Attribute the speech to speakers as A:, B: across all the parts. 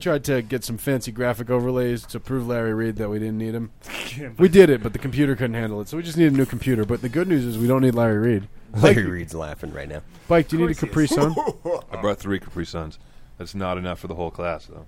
A: Tried to get some fancy graphic overlays to prove Larry Reed that we didn't need him. We did it, but the computer couldn't handle it, so we just need a new computer. But the good news is we don't need Larry Reed.
B: Larry Reed's laughing right now.
A: Bike, do you need a Capri Sun?
C: I brought three Capri Suns. That's not enough for the whole class, though.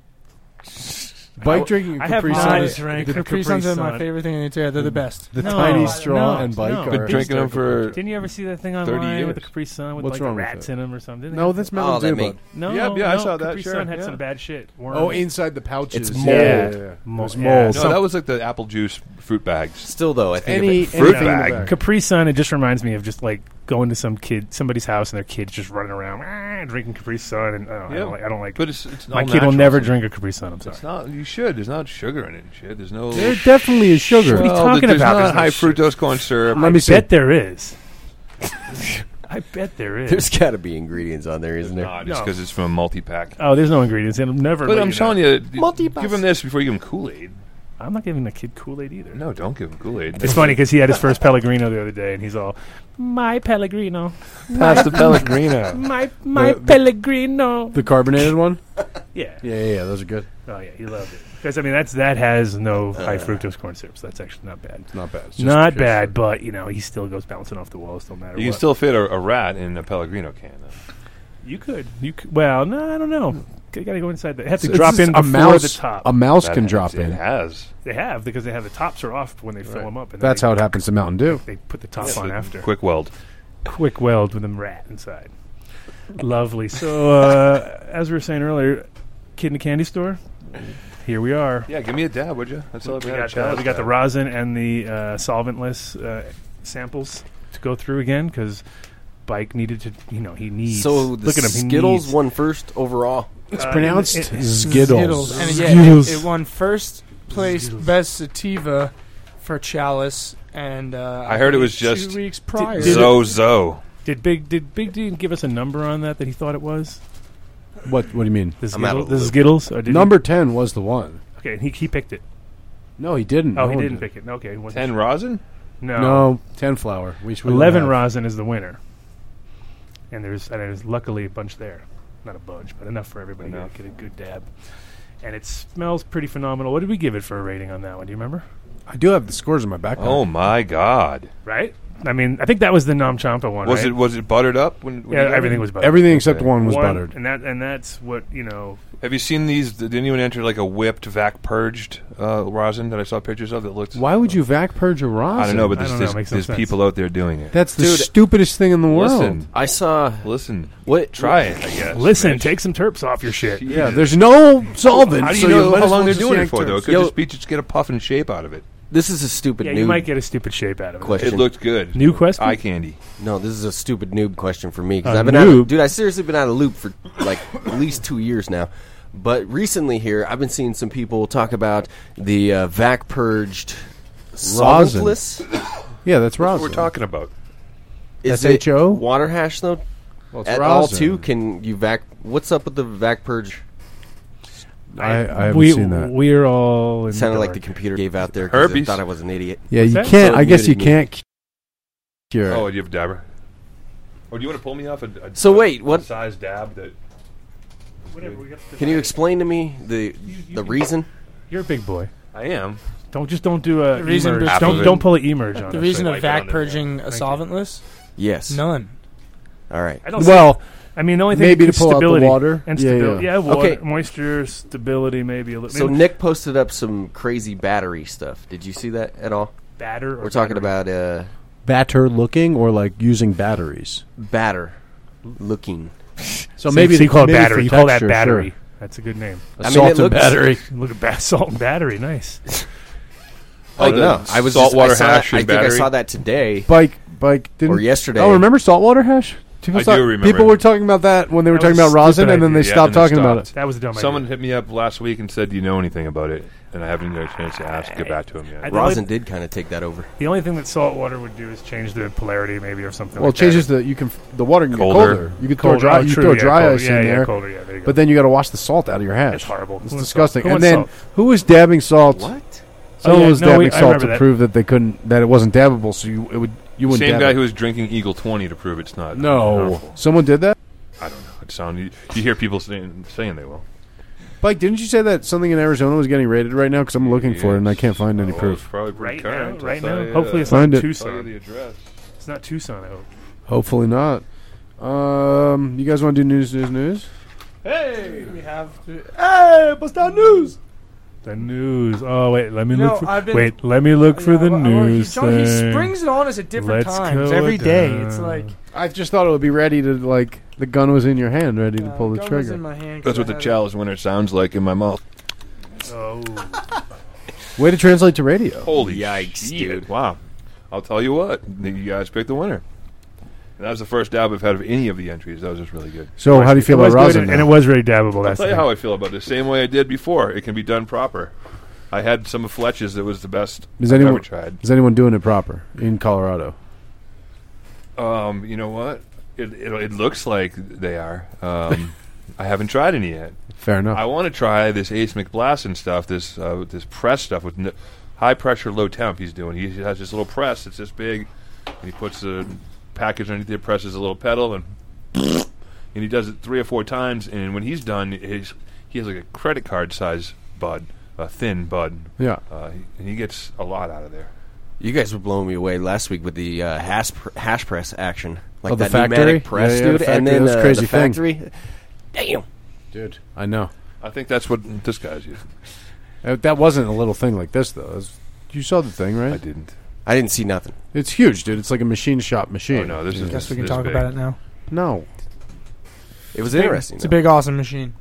A: Bike drinking a
D: I have
A: Capri
D: mine.
A: Sun.
D: I
A: is-
D: drank
A: the,
D: a
E: Capri Suns are my favorite thing in the entire. They're the best.
A: the
D: No,
A: tiny
D: no,
A: straw and bike
D: no.
A: are.
D: Been
C: Been drinking them for.
D: Didn't you ever see that thing
C: 30
D: online with the
C: years.
D: Capri Sun with
A: What's
D: like
A: wrong with
D: rats
A: it?
D: in them or something?
A: no, that's
B: Oh,
A: Mountain
B: that
A: Dew.
B: make-
A: bud.
D: no,
C: Yep, yeah, I
D: no,
C: saw that,
D: Capri
C: sure,
D: Sun had
C: yeah.
D: some bad shit. Worms.
A: Oh, inside the pouches.
B: It's
A: Yeah, yeah,
D: mold.
A: yeah, yeah.
D: Mold,
A: It was
D: yeah.
A: mold.
C: No, that was like the apple juice fruit bags.
B: Still though, I think
A: Any
B: if it-
A: anything
D: bag.
A: In the back.
D: Capri Sun. It just reminds me of just like going to some kid, somebody's house, and their kids just running around "Ah," drinking Capri Sun, and oh, I
C: Yeah.
D: don't like. I don't like
C: But it's, it's
D: my
C: all
D: kid will
C: natural,
D: never
C: so
D: drink a Capri Sun. I'm sorry.
C: It's not. You should. There's not sugar in it. and Shit. There's no.
A: There definitely is sugar.
D: What are you
C: Well,
D: talking
C: there's
D: about?
C: Not
D: There's no
C: high
D: sugar.
C: fructose corn syrup.
A: Let me see.
D: bet there is. I bet there is.
B: there's got to be ingredients on there, isn't there?
C: Nah, just
D: No.
C: because it's from a multi-pack.
D: oh, there's no ingredients. It'll never.
C: But
D: let
C: I'm
D: know.
C: telling you,
B: Multi-pass.
C: give him this before you give him Kool-Aid.
D: I'm not giving the kid Kool Aid either.
C: No, don't give him Kool-Aid.
D: It's funny because he had his first Pellegrino the other day, and he's all, "My Pellegrino,
A: Pasta Pellegrino.
D: my my
A: The- the-
D: Pellegrino."
A: The carbonated one?
D: yeah.
A: Yeah, yeah, yeah. Those are good.
D: Oh yeah, he loved it. Because I mean, that's that has no high fructose corn syrup, so that's actually not bad.
A: Not bad. Uh. It's just
D: Not
A: pure
D: bad,
A: sugar.
D: but you know, he still goes bouncing off the walls, no matter
C: You can
D: what.
C: still fit a, a rat in a Pellegrino can. Though.
D: you could, you could. Well, no, I don't know. You got to go inside. They have to
A: It's
D: drop
A: just
D: in
A: a
D: before
A: mouse.
D: the top.
A: A mouse
C: That
A: can
C: has-
A: drop
C: It
A: in.
C: has.
D: they have because they have the tops are off when they fill them up. And then
A: That's
D: they,
A: how it happens to Mountain Dew.
D: they put the top on after.
C: Quick weld.
D: quick weld with a rat inside. Lovely. So, uh, as we were saying earlier, kid in the candy store. Here we are.
C: Yeah, give me a dab, would you? That's all
D: We got, uh, we got the rosin and the uh, solventless uh, samples to go through again because Bike needed to. You know, he needs.
B: So the
D: look at him. He
B: Skittles
D: needs,
B: won first overall.
A: It's
D: uh,
A: pronounced
D: it- it-
A: Skittles.
E: And yeah, it, it won first place
D: Skittles.
E: best sativa for Chalice, and uh,
C: I heard it was
E: two
C: just
E: weeks prior.
D: did
C: Zo Zo.
D: Did Big Did Big D give us a number on that that he thought it was?
A: What? What do you mean?
D: This
B: I'm out
D: Skittles.
B: of the
D: This
B: loop.
D: Skittles. Or did he-
A: Number ten was the one.
D: okay, he he picked it.
A: No, he didn't.
D: Oh,
A: No
D: he
A: one
D: didn't
A: did.
D: pick it. Okay, it wasn't-
C: Ten rosin.
D: No,
A: No, ten flower. We should we don't
D: Eleven
A: have.
D: rosin is the winner, and there's and there's luckily a bunch there, not a bunch, but enough for everybody
C: Enough.
D: to get a good dab. And it smells pretty phenomenal. What did we give it for a rating on that one? Do you remember?
A: I do have the scores in my backpack.
C: Oh my God!
D: Right? I mean, I think that was the Nam Champa one.
C: Was
D: right?
C: it was it buttered up? When, when you
D: Yeah,
C: got
D: everything
C: it?
D: was buttered.
A: everything except
C: Okay.
A: one was
D: One,
A: buttered.
D: and that and that's what you know.
C: Have you seen these? Did anyone enter like a whipped, vac purged uh, rosin that I saw pictures of that looked?
A: Why would you vac purge a rosin?
C: I don't know, but
D: I
C: there's,
D: don't know,
C: there's,
D: it makes no
C: there's
D: sense.
C: people out there doing it.
A: that's the
B: Dude,
A: stupidest thing in the world.
C: listen,
B: I saw
C: listen,
B: what
C: try it. I guess.
D: Listen,
C: Mitch.
D: take some terps off your shit.
A: Yeah, there's no solvent.
C: How do you
A: so
C: know
A: might
C: how
A: as well
C: long they're
A: just
C: doing it
A: yank
C: for though? It
A: turds.
C: could
B: Yo-
C: just be just get a puff and shape out of it.
B: This is a stupid
D: Yeah,
B: noob
D: you might get a stupid shape out of it.
B: question.
C: It looked good.
D: New question?
C: Eye candy.
B: no, this is a stupid noob question for me because
D: A
B: I've been out
A: noob?
B: of, dude. I seriously been out of loop for like at least two years now. But recently here, I've been seeing some people talk about the uh, vac purged
A: Rosin.
B: solventless.
A: Yeah, that's rosin.
C: We're talking about.
B: Is
A: That's
B: it
A: HO?
B: water hash though?
A: Well, it's
B: At all
A: rosin.
B: too? Can you vac? What's up with the vac purge?
A: I, I haven't
D: we,
A: seen that.
D: We're all in
B: It sounded
D: the
B: like
D: dark.
B: the computer gave out there because
C: Herpes.
B: thought I was an idiot.
A: yeah, you
D: that?
A: can't.
B: So
A: I guess you
B: muted me.
A: can't c- cure. it.
C: Oh, do you have a dabber? Or do you want to pull me off a, a
B: So wait,
C: a
B: what-
C: size dab that?
D: Whatever, we got the-
B: Can you explain to me the the reason?
D: You're a big boy.
C: I am.
D: Don't just don't do a
E: The reason
D: emerge.
E: Half
C: of
D: Don't
C: it.
D: don't pull an emerge on
E: the
D: us.
E: reason
C: Like
E: of
C: on
E: vac
C: the-
E: purging a
D: Thank you.
E: solventless?
B: Yes.
E: None.
B: All right.
D: I don't
A: Well,
D: I mean, the only thing
A: Maybe
D: is
A: to pull out the
D: stability
A: water.
D: and
A: Yeah,
D: stability.
A: yeah.
D: Yeah, water,
B: Okay.
D: moisture, stability, maybe a little.
B: So
D: maybe
B: Nick posted up some crazy battery stuff. Did you see that at all?
D: batter. Or
B: We're talking
D: battery.
B: about uh,
A: batter looking or like using batteries.
B: batter looking.
A: So,
D: So
A: maybe
D: so you call it
A: maybe
D: battery.
A: for
D: You call that
A: texture,
D: battery.
A: sure.
D: That's a good name.
B: I mean,
A: Salt
B: it
A: and
B: looks-
A: battery.
D: Look at bat salt and battery. Nice.
B: I don't
C: the
B: know. Oh, I was just- I
C: saltwater
B: saw that-
C: hash
B: I
C: and
B: think I
C: battery.
B: saw that today.
A: Bike, bike. Didn't
B: Or yesterday.
A: Oh, remember saltwater hash? People
C: I
A: thought-
C: do remember.
A: People were talking about that when they were
D: That was
A: talking about
D: a
A: rosin,
D: stupid
A: and then they
D: idea.
C: Yeah,
A: stopped
C: and they
A: talking about
C: stopped.
A: it.
D: That was a dumb.
C: Someone
D: idea.
C: hit me up last week and said, "Do you know anything about it?" And I haven't had a chance to ask. Get back to him
D: I
C: yet.
D: don't-
B: Rosin did kind of take that over.
D: The only thing that salt water would do is change the polarity, maybe, or something.
A: Well,
D: like
A: it changes the you can f- the water can
C: Colder.
A: get colder. You can
D: that.
A: throw
D: Colder.
A: dry
D: Oh,
A: you
D: true,
A: throw
D: yeah,
A: dry
D: colder.
A: ice
D: yeah,
A: in
D: yeah,
A: there,
D: Colder. Yeah, there you go.
A: but then you got to wash the salt out of your hash.
D: It's horrible.
A: It's
D: Who wants
A: disgusting.
D: salt? Who
A: And then
D: wants
A: who was dabbing salt?
B: What?
A: Someone
D: Oh, yeah,
A: was
D: no,
A: dabbing
D: we- I
A: salt
D: remember
A: to
D: that.
A: prove that they couldn't that it wasn't dabbable, so you it would you wouldn't.
C: Same
A: dab
C: guy
A: it.
C: who was drinking Eagle Twenty to prove it's not.
A: No, someone did that.
C: I don't know. It sound you, you hear people saying saying they will.
A: Mike, didn't you say that something in Arizona was getting raided right now? Because I'm looking for it and I can't find any
C: Oh,
A: proof.
C: It's probably pretty
D: Right now,
C: current. I'll
D: right
C: tell
D: now.
C: you,
D: Hopefully, it's
C: uh,
D: not
A: Find it.
C: tell you the
D: Tucson.
C: address.
D: It's not Tucson. I hope.
A: Hopefully not. Um, you guys want to do news, news, news?
E: Hey, we have to.
A: Hey, what's that news?
D: The news. Oh wait, let me
E: No,
D: look. For,
E: I've been-
D: wait, let me look for
E: Yeah,
D: the
E: well, well, oh, he-
D: news.
E: John, He
D: thing.
E: springs it on us at different
D: Let's
E: times
D: go
E: every day. It's
D: down.
E: like
A: I just thought it would be ready to like the gun was in your hand, ready to
E: uh,
A: pull the
E: gun was in
A: trigger.
E: my hand 'cause
C: That's what
E: I
C: the
E: had
C: chalice winner sounds like in my mouth.
D: Oh,
A: Way to translate to radio.
C: Holy
B: Yikes,
C: shit.
B: dude.
C: Wow. I'll tell you what, you guys picked the winner. And that was the first dab I've had of any of the entries. That was just really good.
A: So Oh, how do you
D: it
A: feel
D: was
A: about
D: good,
A: rosin?
D: and, and it
A: now?
D: was really dabbable. That's
C: I'll tell you
D: the
C: how
D: thing.
C: I feel about it. Same way I did before. It can be done proper. I had some of Fletch's that was the best
A: Is
C: I've
A: anyone-
C: ever tried.
A: Is anyone doing it proper in Colorado?
C: Um, you know what? It, it, it looks like they are. Um, I haven't tried any yet.
A: Fair enough.
C: I want to try this Ace McBlassin stuff, this uh, this press stuff with n- high pressure, low temp. He's doing. He has this little press. It's this big, and he puts the package underneath it, presses a little pedal, and and he does it three or four times. And when he's done, he's, he has like a credit card size bud, a thin bud,
A: yeah.
C: uh, he- and he gets a lot out of there.
B: You guys were blowing me away last week with the uh, hash, pr- hash press action, like
A: Oh, the
B: that
A: factory?
B: pneumatic press,
A: Yeah, yeah, the
B: dude, and
A: factory.
B: then
A: That's
B: uh,
A: crazy
B: the
A: thing.
B: factory. Damn.
A: Dude, I know.
C: I think that's what this guy's using.
A: Uh, That wasn't a little thing like this though. That's- you saw the thing,
C: I
A: right?
C: didn't.
B: I didn't see nothing.
A: It's huge, dude. It's like a machine shop machine.
C: Oh no, this is.
E: I guess we
C: this
E: can talk
C: big.
E: about it now.
A: No.
B: It was interesting.
E: It's a
B: though.
E: big, awesome machine.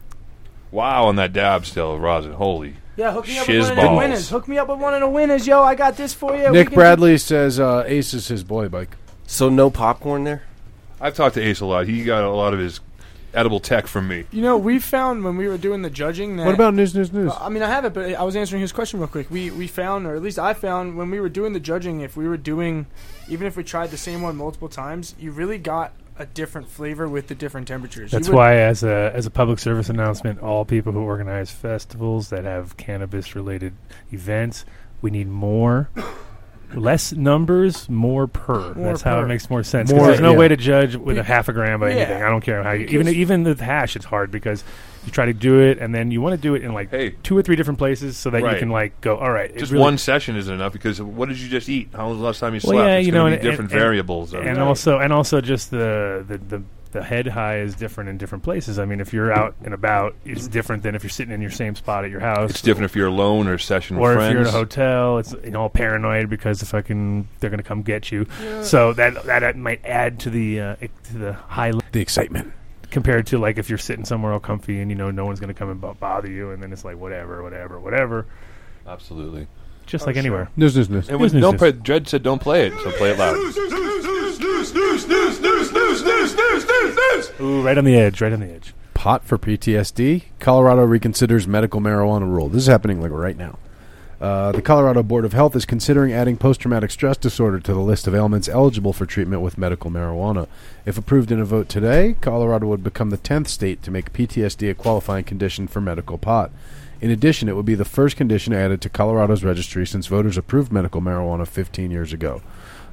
C: Wow, on that dab still, rosin. Holy.
E: Yeah, hook me up
C: Shiz
E: with one of the
C: balls.
E: winners. Hook me up with one of the winners, yo. I got this for you. We
A: Nick
E: can-
A: Bradley says uh, Ace is his boy bike.
B: So no popcorn there.
C: I've talked to Ace a lot. He got a lot of his edible tech from me.
E: You know, we found when we were doing the judging that.
A: What about news, news, news?
E: Uh, I mean, I have it, but I was answering his question real quick. We we found, or at least I found, when we were doing the judging, if we were doing, even if we tried the same one multiple times, you really got a different flavor with the different temperatures.
D: That's
E: you would-
D: why, as a as a public service announcement, all people who organize festivals that have cannabis related events, we need more, less numbers, more per.
E: More
D: That's how
E: per.
D: it makes more sense. 'Cause
A: More,
D: there's no
A: yeah.
D: way to judge with a
E: Be-
D: half a gram by
E: Yeah.
D: anything. I don't care how you even
E: Because-
D: even with hash, it's hard because you try to do it and then you want to do it in like
C: Hey.
D: two or three different places so that
C: Right.
D: you can like go. All right, it
C: Just
D: really-
C: one session isn't enough because what did you just eat? How was the last time you
D: Well,
C: slept?
D: yeah,
C: it's
D: you
C: gonna
D: know,
C: be
D: and-
C: different
D: and-
C: variables. every
D: and
C: day.
D: also and also just the the, the the head high is different in different places. I mean, if you're out and about, it's different than if you're sitting in your same spot at your house.
C: it's different if you're alone or session
D: Or
C: with
D: if
C: friends.
D: you're in a hotel, it's you know all paranoid because the fucking they're gonna come get you. So that that uh, might add to the uh, ex- to the high le-
A: the excitement.
D: compared to like if you're sitting somewhere all comfy and you know no one's gonna come and bo- bother you, and then it's like whatever, whatever, whatever,
C: Absolutely. Oh,
D: just like anywhere.
A: News, news, news.
C: And when
D: Business
C: don't
D: is-
C: play, Dred said don't play it, so play it loud.
D: Ooh, right on the edge, right on the edge.
A: Pot for PTSD. Colorado reconsiders medical marijuana rule. This is happening like right now. Uh, the Colorado Board of Health is considering adding post traumatic stress disorder to the list of ailments eligible for treatment with medical marijuana. If approved in a vote today, Colorado would become the 10th state to make PTSD a qualifying condition for medical pot. In addition, it would be the first condition added to Colorado's registry since voters approved medical marijuana 15 years ago.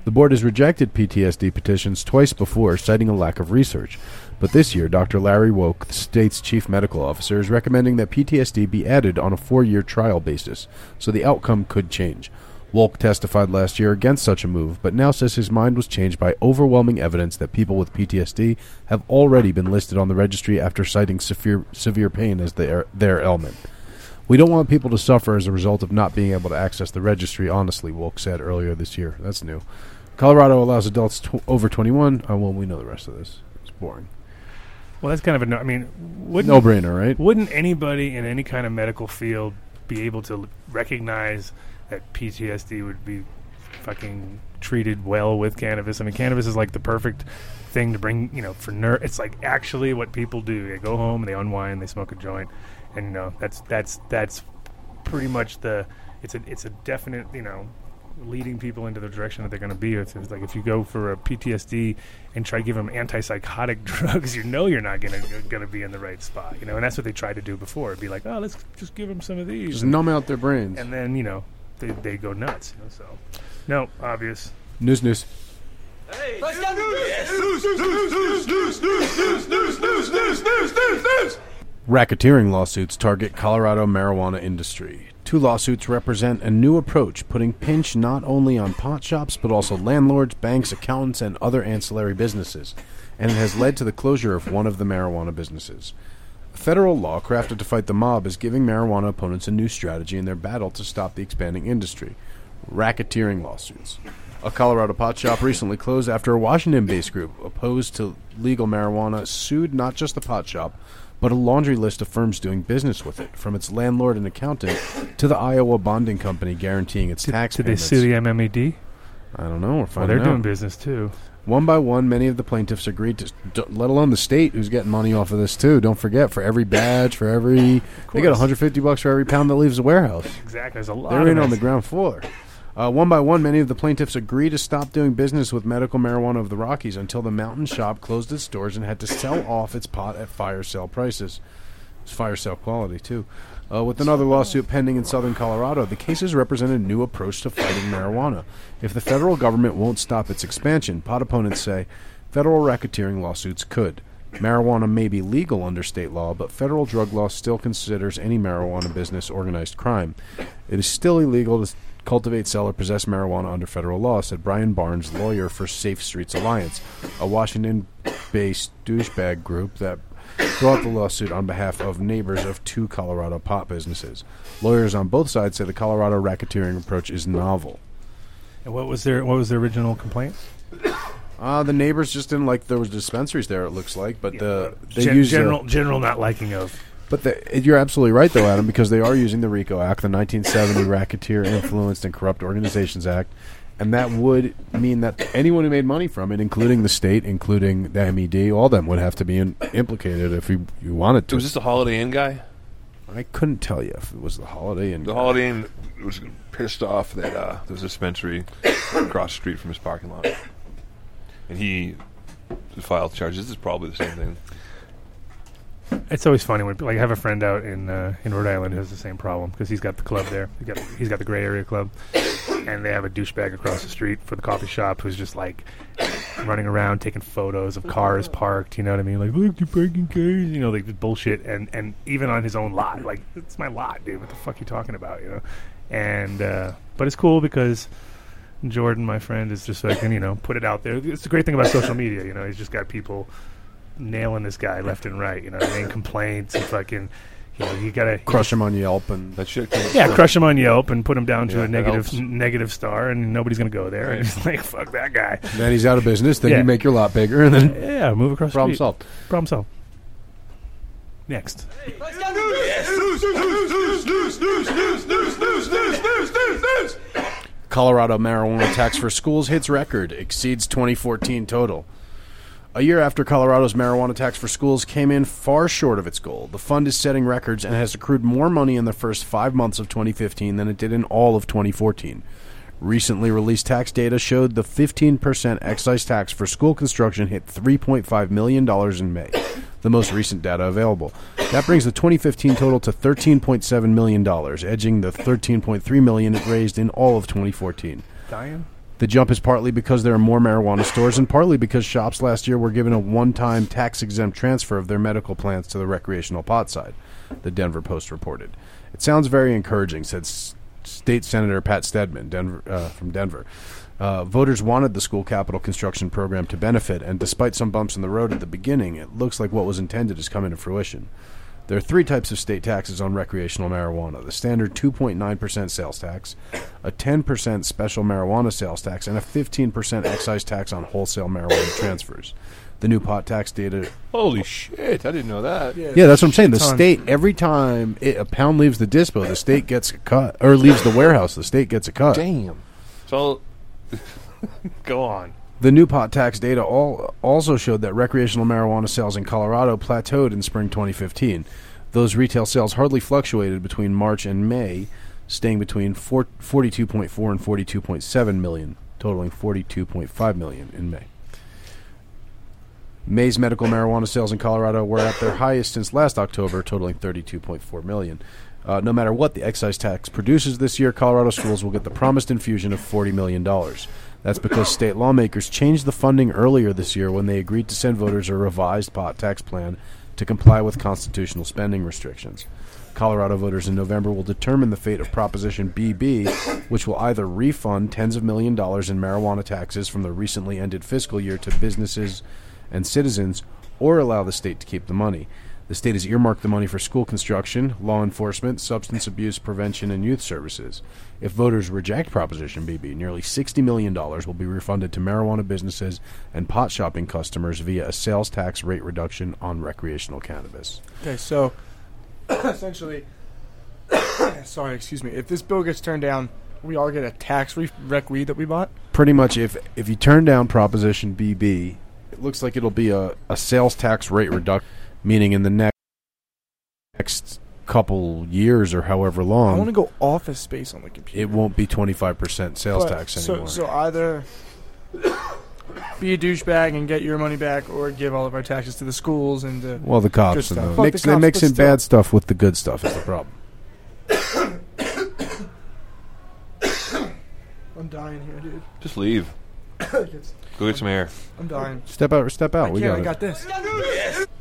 A: The board has rejected PTSD petitions twice before, citing a lack of research. But this year, Dr. Larry Woke, the state's chief medical officer, is recommending that PTSD be added on a four year trial basis, so the outcome could change. Woke testified last year against such a move, but now says his mind was changed by overwhelming evidence that people with PTSD have already been listed on the registry after citing severe, severe pain as their, their ailment. We don't want people to suffer as a result of not being able to access the registry, honestly, Wilk said earlier this year. That's new. Colorado allows adults tw- over 21. Oh, well, we know the rest of this. It's boring.
D: Well, that's kind of a no. I mean, wouldn't
A: No brainer, right?
D: wouldn't anybody in any kind of medical field be able to l- recognize that PTSD would be fucking treated well with cannabis? I mean, cannabis is like the perfect thing to bring, you know, for ner. It's like actually what people do. They go home, they unwind, they smoke a joint, and you know that's that's that's pretty much the it's a it's a definite you know leading people into the direction that they're going to be. It's, it's like if you go for a PTSD and try to give them antipsychotic drugs, you know you're not going to going to be in the right spot. You know, and that's what they tried to do before. It'd be like, oh, let's just give them some of these,
A: Just
D: and,
A: numb out their brains.
D: and then you know they they go nuts. You know, so no, obvious.
A: News, news. Racketeering lawsuits target Colorado marijuana industry. Two lawsuits represent a new approach, putting pinch not only on pot shops but also landlords, banks, accountants, and other ancillary businesses, and it has led to the closure of one of the marijuana businesses. Federal law crafted to fight the mob is giving marijuana opponents a new strategy in their battle to stop the expanding industry racketeering lawsuits. A Colorado pot shop recently closed after a Washington based group opposed to legal marijuana sued not just the pot shop, but a laundry list of firms doing business with it, from its landlord and accountant to the Iowa bonding company guaranteeing its tax
D: Did they
A: payments.
D: sue the MMED?
A: I don't know. We're
D: Well,
A: finding
D: they're doing
A: out.
D: business too.
A: One by one, many of the plaintiffs agreed to, d- let alone the state, who's getting money off of this too. Don't forget, for every badge, for every they get
D: course.
A: 150 bucks for every pound that leaves the warehouse.
D: Exactly. There's a lot.
A: They're
D: of
A: in on
D: us.
A: the ground floor. Uh, one by one, many of the plaintiffs agreed to stop doing business with medical marijuana of the Rockies until the mountain shop closed its doors and had to sell off its pot at fire sale prices. It's fire sale quality, too. Uh, with another lawsuit pending in southern Colorado, the cases represent a new approach to fighting marijuana. If the federal government won't stop its expansion, pot opponents say federal racketeering lawsuits could. Marijuana may be legal under state law, but federal drug law still considers any marijuana business organized crime. It is still illegal to s- cultivate, sell, or possess marijuana under federal law, said Brian Barnes, lawyer for Safe Streets Alliance, a Washington based douchebag group that brought the lawsuit on behalf of neighbors of two Colorado pot businesses. Lawyers on both sides say the Colorado racketeering approach is novel.
D: And what was their what was their original complaint?
A: Uh, the neighbors just didn't like there was dispensaries there. It looks like, but the they
D: Gen-
A: use the-
D: general general not liking of.
A: But the, you're absolutely right, though, Adam, because they are using the RICO Act, the 1970 Racketeer Influenced and Corrupt Organizations Act, and that would mean that anyone who made money from it, including the state, including the MED, all of them would have to be in, implicated if you, you wanted to.
C: Was this the Holiday Inn guy?
A: I couldn't tell you if it was the Holiday Inn.
C: The Holiday Inn was pissed off that uh, there was a dispensary across the street from his parking lot, and he filed charges. This is probably the same thing.
D: It's always funny when like I have a friend out in uh, in Rhode Island who has the same problem because he's got the club there. He got, he's got the Gray Area Club, and they have a douchebag across the street for the coffee shop who's just like running around taking photos of cars parked. You know what I mean? Like look, you parking cars. You know, like the bullshit. And and even on his own lot, like it's my lot, dude. What the fuck you talking about? You know? And uh, but it's cool because. Jordan, my friend, is just like, and you know, put it out there. It's the great thing about social media, you know, he's just got people nailing this guy left and right. You know, what I mean, complaints and fucking, you know, you gotta
A: Crush them on Yelp and
C: That shit. Came
D: yeah, crush him on Yelp and put him down to
C: Yeah,
D: a
C: that
D: negative
C: helps.
D: n- negative star, and nobody's gonna go there. And it's like, fuck that guy.
A: then he's out of business. Then
D: Yeah.
A: you make your lot bigger, and then
D: Yeah, move across. the
A: problem
D: street.
A: solved.
D: Problem solved. Next,
A: Colorado marijuana tax for schools hits record, exceeds 2014 total. A year after Colorado's marijuana tax for schools came in far short of its goal, the fund is setting records and has accrued more money in the first five months of 2015 than it did in all of 2014. Recently released tax data showed the 15% excise tax for school construction hit $3.5 million in May, the most recent data available. That brings the 2015 total to $13.7 million, edging the $13.3 million it raised in all of 2014.
D: Diane.
A: The jump is partly because there are more marijuana stores and partly because shops last year were given a one time tax exempt transfer of their medical plants to the recreational pot side, the Denver Post reported. It sounds very encouraging, said S- State Senator Pat Stedman Denver, uh, from Denver. Uh, voters wanted the school capital construction program to benefit, and despite some bumps in the road at the beginning, it looks like what was intended is coming to fruition. There are three types of state taxes on recreational marijuana the standard 2.9% sales tax, a 10% special marijuana sales tax, and a 15% excise tax on wholesale marijuana transfers. The new pot tax data.
C: Holy shit! I didn't know that.
A: Yeah, that's what I'm saying. The
D: Ton.
A: state, every time it, a pound leaves the dispo, the state gets a cut, or leaves the warehouse, the state gets a cut.
C: Damn. So, go on.
A: The new pot tax data all also showed that recreational marijuana sales in Colorado plateaued in spring 2015. Those retail sales hardly fluctuated between March and May, staying between four, 42.4 and 42.7 million, totaling 42.5 million in May. May's medical marijuana sales in Colorado were at their highest since last October, totaling 32.4 million. Uh, no matter what the excise tax produces this year, Colorado schools will get the promised infusion of $40 million. That's because state lawmakers changed the funding earlier this year when they agreed to send voters a revised pot tax plan to comply with constitutional spending restrictions. Colorado voters in November will determine the fate of Proposition BB, which will either refund tens of million dollars in marijuana taxes from the recently ended fiscal year to businesses and citizens, or allow the state to keep the money. The state has earmarked the money for school construction, law enforcement, substance abuse prevention, and youth services. If voters reject Proposition BB, nearly $60 million will be refunded to marijuana businesses and pot shopping customers via a sales tax rate reduction on recreational cannabis.
E: Okay, so essentially, sorry, excuse me. If this bill gets turned down, we all get a tax re- rec weed that we bought.
A: Pretty much, if, if you turn down Proposition BB, it looks like it'll be a, a sales tax rate reduction, meaning in the next, next couple years or however
E: I want
A: long,
E: to go office space on the computer.
A: Um, it won't be 25% sales
E: But-
A: tax
E: so,
A: anymore.
E: So either be a douchebag and get your money back, or give all of our taxes to the schools and uh, to
A: Well, the cops
E: Good
A: and
E: stuff.
A: the,
E: Fuck
A: mix,
E: the cops,
A: they mix
E: but
A: in
E: still.
A: bad stuff with the good stuff is the problem.
E: I'm dying here, dude.
C: Just leave. Go get some air.
E: I'm dying.
A: Step out, step out.
E: I
A: Oh, we
E: can't.
A: got,
E: I
A: it.
E: got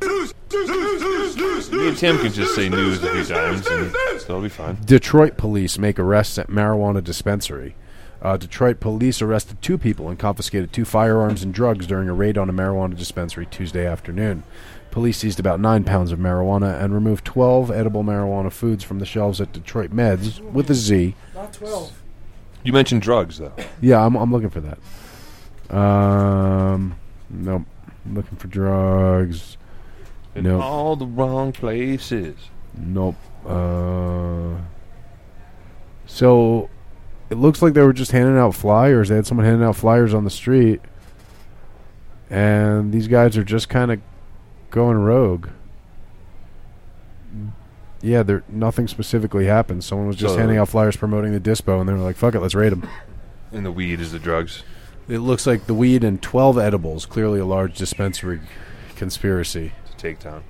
E: this.
C: Me and Tim can just say news a few times, and that'll be fine.
A: Detroit police make arrests at marijuana dispensary. Uh, Detroit police arrested two people and confiscated two firearms and drugs during a raid on a marijuana dispensary Tuesday afternoon. Police seized about nine pounds of marijuana and removed 12 edible marijuana foods from the shelves at Detroit Meds with a Z.
E: Not twelve.
C: You mentioned drugs, though.
A: Yeah, I'm, I'm looking for that. Um, nope. I'm looking for drugs.
C: In
A: No.
C: all the wrong places.
A: Nope. Uh, so it looks like they were just handing out flyers. They had someone handing out flyers on the street, and these guys are just kind of going rogue. Yeah, there nothing specifically happened. Someone was just
C: So-
A: handing out flyers promoting the dispo, and they were like, "Fuck it, let's raid them."
C: And the weed is the drugs.
A: It looks like the weed and twelve edibles. Clearly, a large dispensary conspiracy.
C: It's a takedown.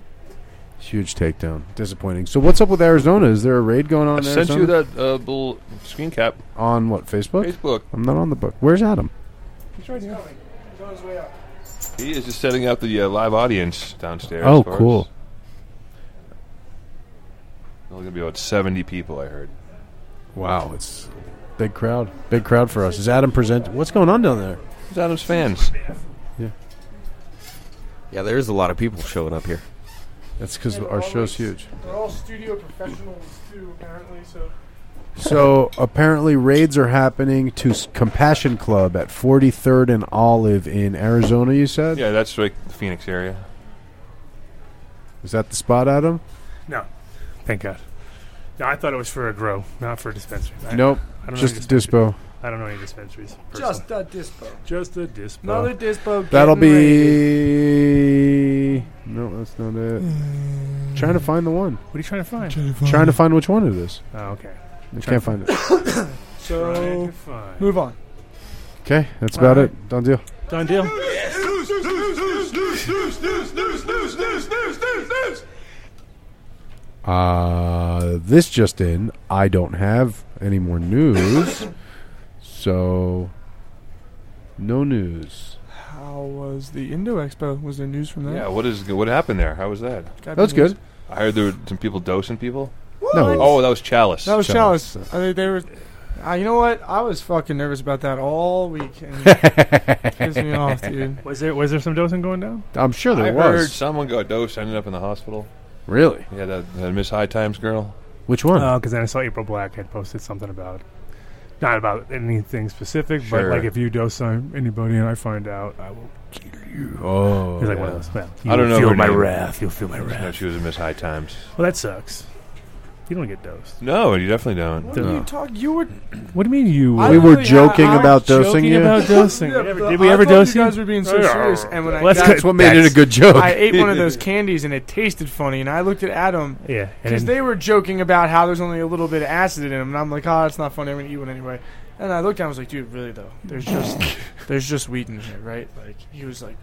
A: Huge takedown. Disappointing. So, what's up with Arizona? Is there a raid going on?
C: I
A: in
C: sent
A: Arizona?
C: you that uh, little screen cap.
A: on what Facebook?
C: Facebook.
A: I'm not on the book. Where's Adam?
E: He's on his way up.
C: He is just setting up the uh, live audience downstairs.
A: Oh,
C: for
A: cool.
C: us. Only gonna be about seventy people, I heard.
A: Wow, it's big crowd. Big crowd for us. Is Adam present? What's going on down there?
C: It's Adam's fans.
B: Yeah, there is a lot of people showing up here.
A: That's because our show's huge.
E: They're all studio professionals too, apparently. So
A: So apparently raids are happening to S- Compassion Club at 43rd and Olive in Arizona. You said
C: Yeah, that's like the Phoenix area.
A: is that the spot, Adam?
D: No, thank God. No, I thought it was for a grow, not for a dispensary. I,
A: Nope,
D: I don't
A: just
D: know
A: a
D: any
A: dispo.
D: dispen- I don't know any dispensaries. Personally.
E: just a dispo.
D: just a dispo.
E: Another dispo.
A: That'll
E: getting raided.
A: be no, that's not it. Trying to find the one.
D: what are you trying to find?
A: Trying to find which one it is.
D: Oh, okay.
A: I can't find it.
D: Trying
E: So
D: to find-
E: move on.
A: Okay, that's about
D: All
A: it. Done deal.
D: Done deal.
A: Uh, this just in, I don't have any more news. so, no news.
E: How was the Indo Expo? Was there news from that?
C: Yeah, what is what happened there? How was that?
E: Gotta be
A: That's
E: news.
A: good.
C: I heard there were some people dosing people.
A: No.
C: Oh, that was Chalice.
E: That was
A: Chalice.
E: Chalice. I think they were. Uh, you know what? I was fucking nervous about that all week. And it
A: I'm
E: pissed me off, dude.
D: Was there was there some dosing going down?
A: sure
C: I
A: there
C: heard
A: was.
C: someone got dosed, ended up in the hospital.
A: Really?
C: Yeah, that, that Miss High Times girl.
A: Which one?
D: because Oh, then I saw April Black had posted something about, not about anything specific,
C: Sure.
D: but like if you dose some- anybody and I find out, I will.
A: oh.
D: It's like one
C: yeah.
D: of those. Well,
C: I don't know
D: you'll Feel
C: her
D: my
C: name.
D: wrath. You'll feel my
C: No,
D: wrath.
C: she was a Miss High Times.
D: Well, that sucks. You don't get dosed.
C: No, you definitely don't.
E: What
D: No.
E: are you talking? You were
D: What do you mean you?
E: I
A: we were
E: literally-
A: joking
E: I- I
A: about
E: was
A: dosing
D: joking
A: you.
D: about dosing.
E: Yeah,
D: Ever-
E: but
D: did we
E: I
D: ever
E: thought
D: dose
E: you?
D: you?
E: guys were being so serious, and when I
D: Let's
E: got,
A: That's what made it a good joke.
E: I ate one of those candies and it tasted funny, and I looked at Adam
D: Yeah, and
E: because
D: then-
E: they were joking about how there's only a little bit of acid in them, and I'm like, oh, that's not funny. I'm gonna eat one anyway. And I looked at him, I was like, dude, really though? There's just there's just weed in here, right? Like he was like,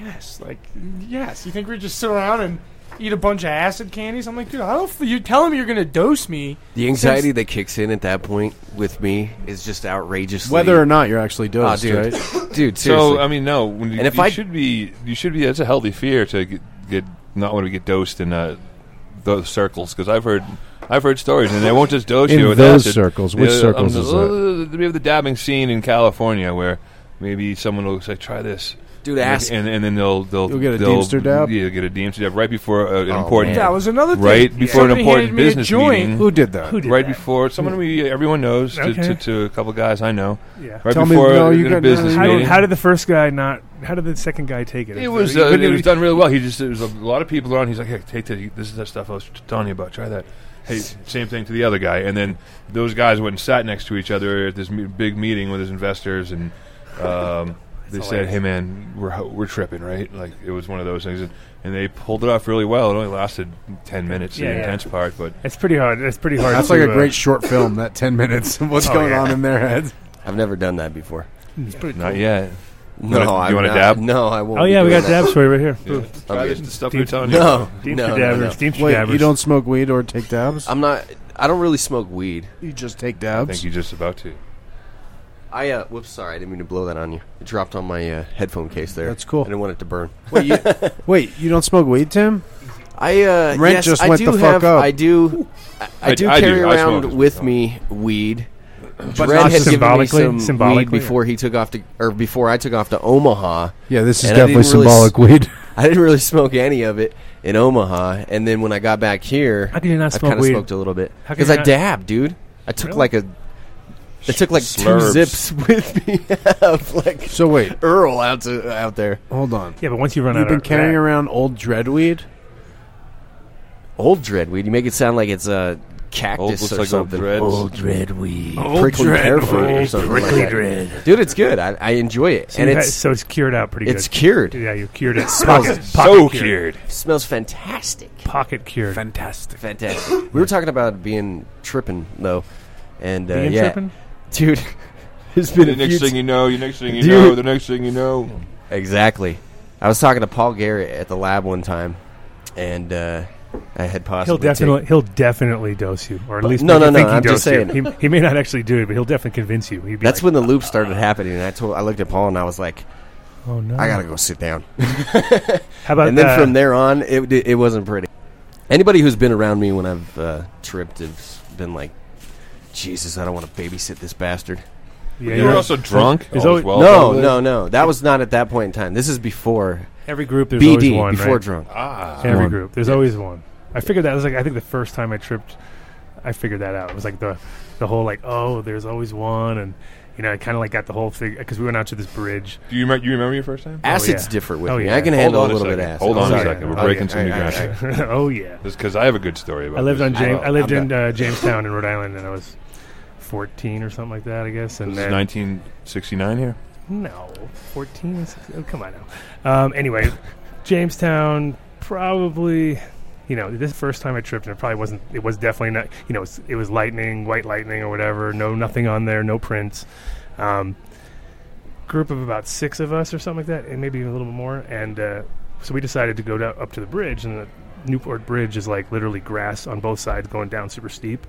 E: yes, like yes. You think we just sit around and eat a bunch of acid candies? I'm like, dude, I don't. f- You're telling me you're gonna dose me?
B: The anxiety that kicks in at that point with me is just outrageous.
A: Whether or not you're actually dosed,
B: dude.
A: right?
C: uh,
B: dude, seriously.
C: So I mean, no. When you,
B: And if
C: you
B: I-
C: should be, you should be. That's a healthy fear to get, get not want to get dosed in uh, those circles because I've heard I've heard stories and they won't just dose
A: In
C: you with
A: those
C: acid.
A: circles,
C: The
A: which
C: other-
A: circles
C: um,
A: is that?
C: We have the dabbing scene in California where maybe someone will say, "Try this."
B: Dude, ask.
C: and and then they'll they'll
A: You'll get a
C: they'll-
A: Deemster dab?
C: Yeah, you'll get a Deemster dab right before uh, an
B: Oh,
C: important
E: That was another thing.
C: right before an
E: Somebody handed
C: important
E: me a
C: business
E: joint.
C: meeting.
A: Who did that?
D: Who did
C: Right
D: that?
C: before someone we everyone knows to,
D: Okay.
C: to, to a couple guys I know.
D: Yeah.
C: Right
A: Tell me-
C: before
A: no,
C: in
A: you
C: a
A: got-
C: business
A: no,
D: How
A: no,
C: meeting.
D: did, how did the first guy not? How did the second guy take it?
C: It was uh, it was done really well. He just there was a lot of people around. He's like, "Hey, take this. This is that stuff I was telling you about. Try that." Hey, same thing to the other guy. And then those guys went and sat next to each other at this me- big meeting with his investors, and um, they
D: That's
C: said,
D: hilarious.
C: "Hey, man, we're ho- we're tripping, right?" Like it was one of those things, and, and they pulled it off really well. It only lasted ten minutes,
D: Yeah,
C: the
D: yeah.
C: intense part, but
D: It's pretty hard. It's pretty hard.
A: That's
D: to,
A: like a
D: uh,
A: great short film. That ten minutes. of What's
D: Oh,
A: going
D: yeah.
A: on in their heads?
B: I've never done that before.
C: not yet.
B: No,
C: wanna- you
B: I'm
C: wanna
B: not-
C: dab?
B: No, I won't.
D: Oh
B: be
D: yeah, we
B: doing
D: got
B: that.
D: dab story right here.
C: Yeah. Try this the stuff we're
D: Deep-
C: telling you.
B: No,
D: Deep
B: no, no,
D: dabbers,
B: no.
D: deep
A: Wait,
D: dabbers.
A: you don't smoke weed or take dabs?
B: I'm not. I don't really smoke weed.
A: you just take
C: I think
A: dabs.
C: you're just about to.
B: I uh, whoops, sorry, I didn't mean to blow that on you. It dropped on my uh, headphone case there.
A: That's cool.
B: I didn't want it to burn.
A: Wait, you, wait, you don't smoke weed, Tim?
B: I uh,
A: Rent
B: yes,
A: just
B: I
A: went
B: do
A: the fuck
B: have,
A: up.
B: I do. I, I
C: I-
B: do
C: I do.
B: carry
C: I smoke
B: around
C: as well.
B: with me weed. But
D: not
B: had given me
D: symbolically?
B: some weed
D: Symbolically?
B: before he took off to, or before I took off to Omaha.
A: Yeah, this is
B: And I
A: definitely
B: didn't really s-
A: symbolic weed.
B: I didn't really smoke any of it in Omaha, and then when I got back here,
D: How can you not
B: I
D: smoke
B: kind of
D: weed?
B: smoked a little bit
D: How can
B: because
D: you
B: I
D: not-
B: dabbed, dude. I took
D: Really?
B: like a, I took like two
C: Slurps.
B: zips with me of like
A: So wait,
B: Earl out to out there.
A: hold on.
D: Yeah, but once you run
A: You've
D: out,
A: been
D: of
A: carrying
D: that,
A: around old dreadweed.
B: Old dreadweed. You make it sound like it's a
C: Old
B: cactus
C: looks
B: or
C: like old
B: something.
C: dreads.
B: dreadweed.
A: Old
B: prickly
A: dread-
B: pear fruit or
A: old
B: something like that. Dude, it's good. I, I enjoy it,
D: So
B: and
D: you've had-
B: it's
D: so it's cured out pretty
B: it's
D: good.
B: cured.
D: yeah, you cured it.
B: smells
D: Pocket,
C: So
D: pocket cured.
C: cured.
B: smells fantastic.
D: Pocket cured.
A: Fantastic.
B: Fantastic. we were talking about being tripping though, and uh,
D: Being
B: yeah,
D: tripping?
B: dude. There's been
C: The
B: a few
C: next thing you know, the next thing you
B: Dude.
C: know, the next thing you know.
B: Exactly. I was talking to Paul Garrett at the lab one time, and uh, I had
D: He'll
B: possibly
D: definitely he'll definitely dose you, or at least
B: no,
D: make
B: no,
D: you
B: no,
D: think he
B: I'm just
D: dosed you. He, he may not actually do it, but he'll definitely convince you. He'd be
B: That's
D: like,
B: when the loop started happening. And I told I looked at Paul and I was like,
D: oh no,
B: I gotta go sit down.
D: How about
B: And then
D: uh,
B: from there on, it it wasn't pretty. Anybody who's been around me when I've uh, tripped has been like, Jesus, I don't want to babysit this bastard.
D: Yeah,
C: You
D: yeah.
C: were also drunk.
D: There's
C: all
D: always-
C: as well,
B: no,
C: probably.
B: no, no. That was not at that point in time. This is before
D: every group there's always
B: BD,
D: one
B: before
D: right?
B: drunk.
C: Ah,
D: Every
B: One.
D: group. There's always one. I figured that was like I think the first time I tripped, I figured that out. It was like the the whole like oh there's always one and you know I kind of like got the whole thing because we went out to this bridge.
C: do you remember? You remember your first time?
B: Acid's
D: yeah.
B: different with
D: Oh,
B: me.
D: yeah.
B: I can
D: Hold
B: handle a
C: on a
B: little bit of
C: second.
B: acid.
C: Hold on
D: a
B: Sorry.
D: second. We're
B: Okay,
C: breaking some
B: all
C: new
B: right, all right, all
C: ground.
B: right.
D: oh yeah,
C: Because I have a good story about.
D: I lived on
C: this.
D: James.
B: will.
D: I lived
B: I'm
D: in uh, Jamestown in Rhode Island and I was 14 or something like that I guess. And
C: This
D: then,
C: is 1969 here.
D: No, fourteen. is- Oh, come on now. Um, anyway, Jamestown probably. You know, this first time I tripped, and it probably wasn't. It was definitely not. You know, it was, it was lightning, white lightning, or whatever. No, nothing on there. No prints. Um, group of about six of us, or something like that, and maybe even a little bit more. And uh, so we decided to go down, up to the bridge, and the Newport Bridge is like literally grass on both sides, going down super steep.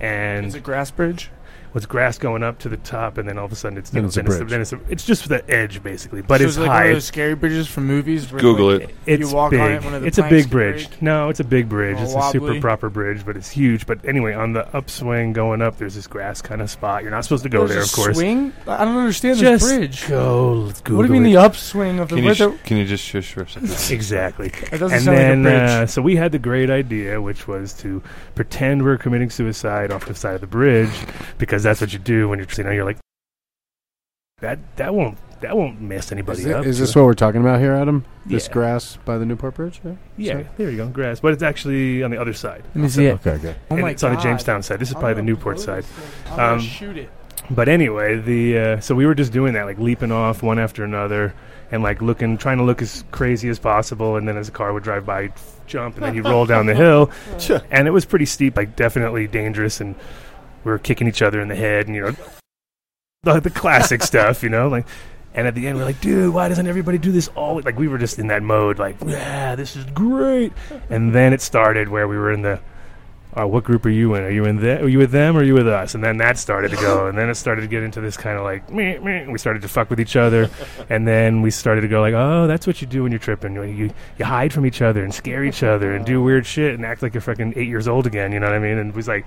D: And
E: Is it grass bridge?
D: was grass going up to the top, and then all of a sudden it's
A: Then
D: then
A: it's a
D: it's then it's,
A: bridge.
D: then it's, it's just the edge basically, but
E: so
D: it's
E: like
D: high.
E: one of those scary bridges from movies. Where
C: Google
E: like,
C: it.
D: it's
E: you walk on
D: big.
E: it, one of the
D: it's a
E: planks
D: big
E: get
D: bridge.
E: break.
D: No, it's a big bridge.
E: All
D: It's a super
E: wobbly.
D: proper bridge, but it's huge. But anyway, on the upswing going up, there's this grass kind of spot. You're not supposed to go
E: There's
D: there,
E: a
D: of course.
E: Swing? I don't understand
D: Just
E: this bridge.
D: go. Let's Google
E: what do you mean
D: it.
E: the upswing of the
C: Can you
E: bridge?
C: sh- can you just shush for a second?
D: Exactly.
E: That doesn't
D: and
E: sound
D: then,
E: like a bridge.
D: uh, so we had the great idea, which was to pretend we're committing suicide off the side of the bridge, because that's what you do when you're, you know, you're like, that that won't that won't mess anybody
A: Is,
D: up.
A: it, is this what we're talking about here, Adam? This
D: Yeah.
A: grass by the Newport Bridge? Yeah.
D: yeah,
A: sorry.
D: there you go, grass, but it's actually on the other side.
E: Let me see it.
A: Okay, good.
E: Oh
D: and
E: my
D: it's
E: god! Oh
D: on the Jamestown side. This is
E: I'm
D: probably the
E: gonna
D: Newport
E: blow
D: side.
E: this thing. I'm gonna
D: Um,
E: shoot it.
D: But anyway, the uh, so we were just doing that, like leaping off one after another, and like looking, trying to look as crazy as possible. And then as a car would drive by, you'd f- jump, and then you roll down the hill,
B: Sure.
D: and it was pretty steep, like definitely dangerous. And we were kicking each other in the head, and you know, the, the classic stuff, you know, like. And at the end, we're like, dude, why doesn't everybody do this all? Like, we were just in that mode, like, yeah, this is great. And then it started where we were in the oh, what group are you in? Are you in that? Are you with them? Or are you with us? And then that started to go, and then it started to get into this kind of like, meh, meh. we started to fuck with each other, and then we started to go like, oh, that's what you do when you're tripping. You, you you hide from each other and scare each other and do weird shit and act like you're fucking eight years old again. You know what I mean? And it was like,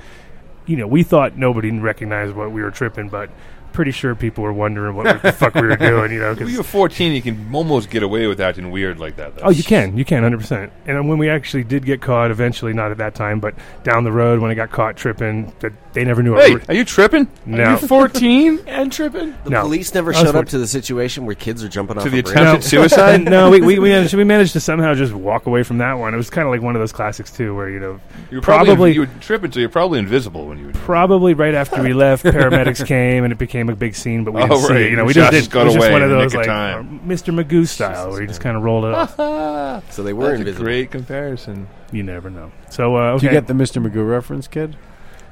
D: you know, we thought nobody recognized what we were tripping, but. Pretty sure people were wondering what the fuck we were doing, you know. 'cause-
C: When you're 14, you can almost get away with acting weird like that. Though.
D: Oh, you can. You can, 100%. And when we actually did get caught, eventually, not at that time, but down the road when I got caught tripping, that they never knew. I
F: Hey,
D: re-
F: are you tripping?
D: No.
F: Are you 14?
E: And tripping.
B: The
D: No.
B: police never
D: I was
B: showed up
D: working-
B: to the situation where kids are jumping off
C: to the
B: a bridge.
C: attempted suicide.
D: no, we, we, we, managed, we managed to somehow just walk away from that one. It was kind of like one of those classics, too, where, you know,
C: You're probably,
D: probably
C: you would trip until you're probably invisible when you. Would,
D: probably right after we left, paramedics came and it became a big scene, but we
C: Oh,
D: didn't see
C: right.
D: it. You know,
C: You
D: we
C: just-
D: just, did,
C: just got
D: it was just
C: away
D: one
C: in
D: of
C: the
D: those
C: nick
D: like
C: of
D: uh,
C: time.
D: Mr. Magoo style, where you just kind of rolled it off.
B: So they were
C: that's a
B: invisible.
C: great comparison.
D: You never know. So, uh,
A: Do
D: okay.
A: you get the Mr. Magoo reference, kid?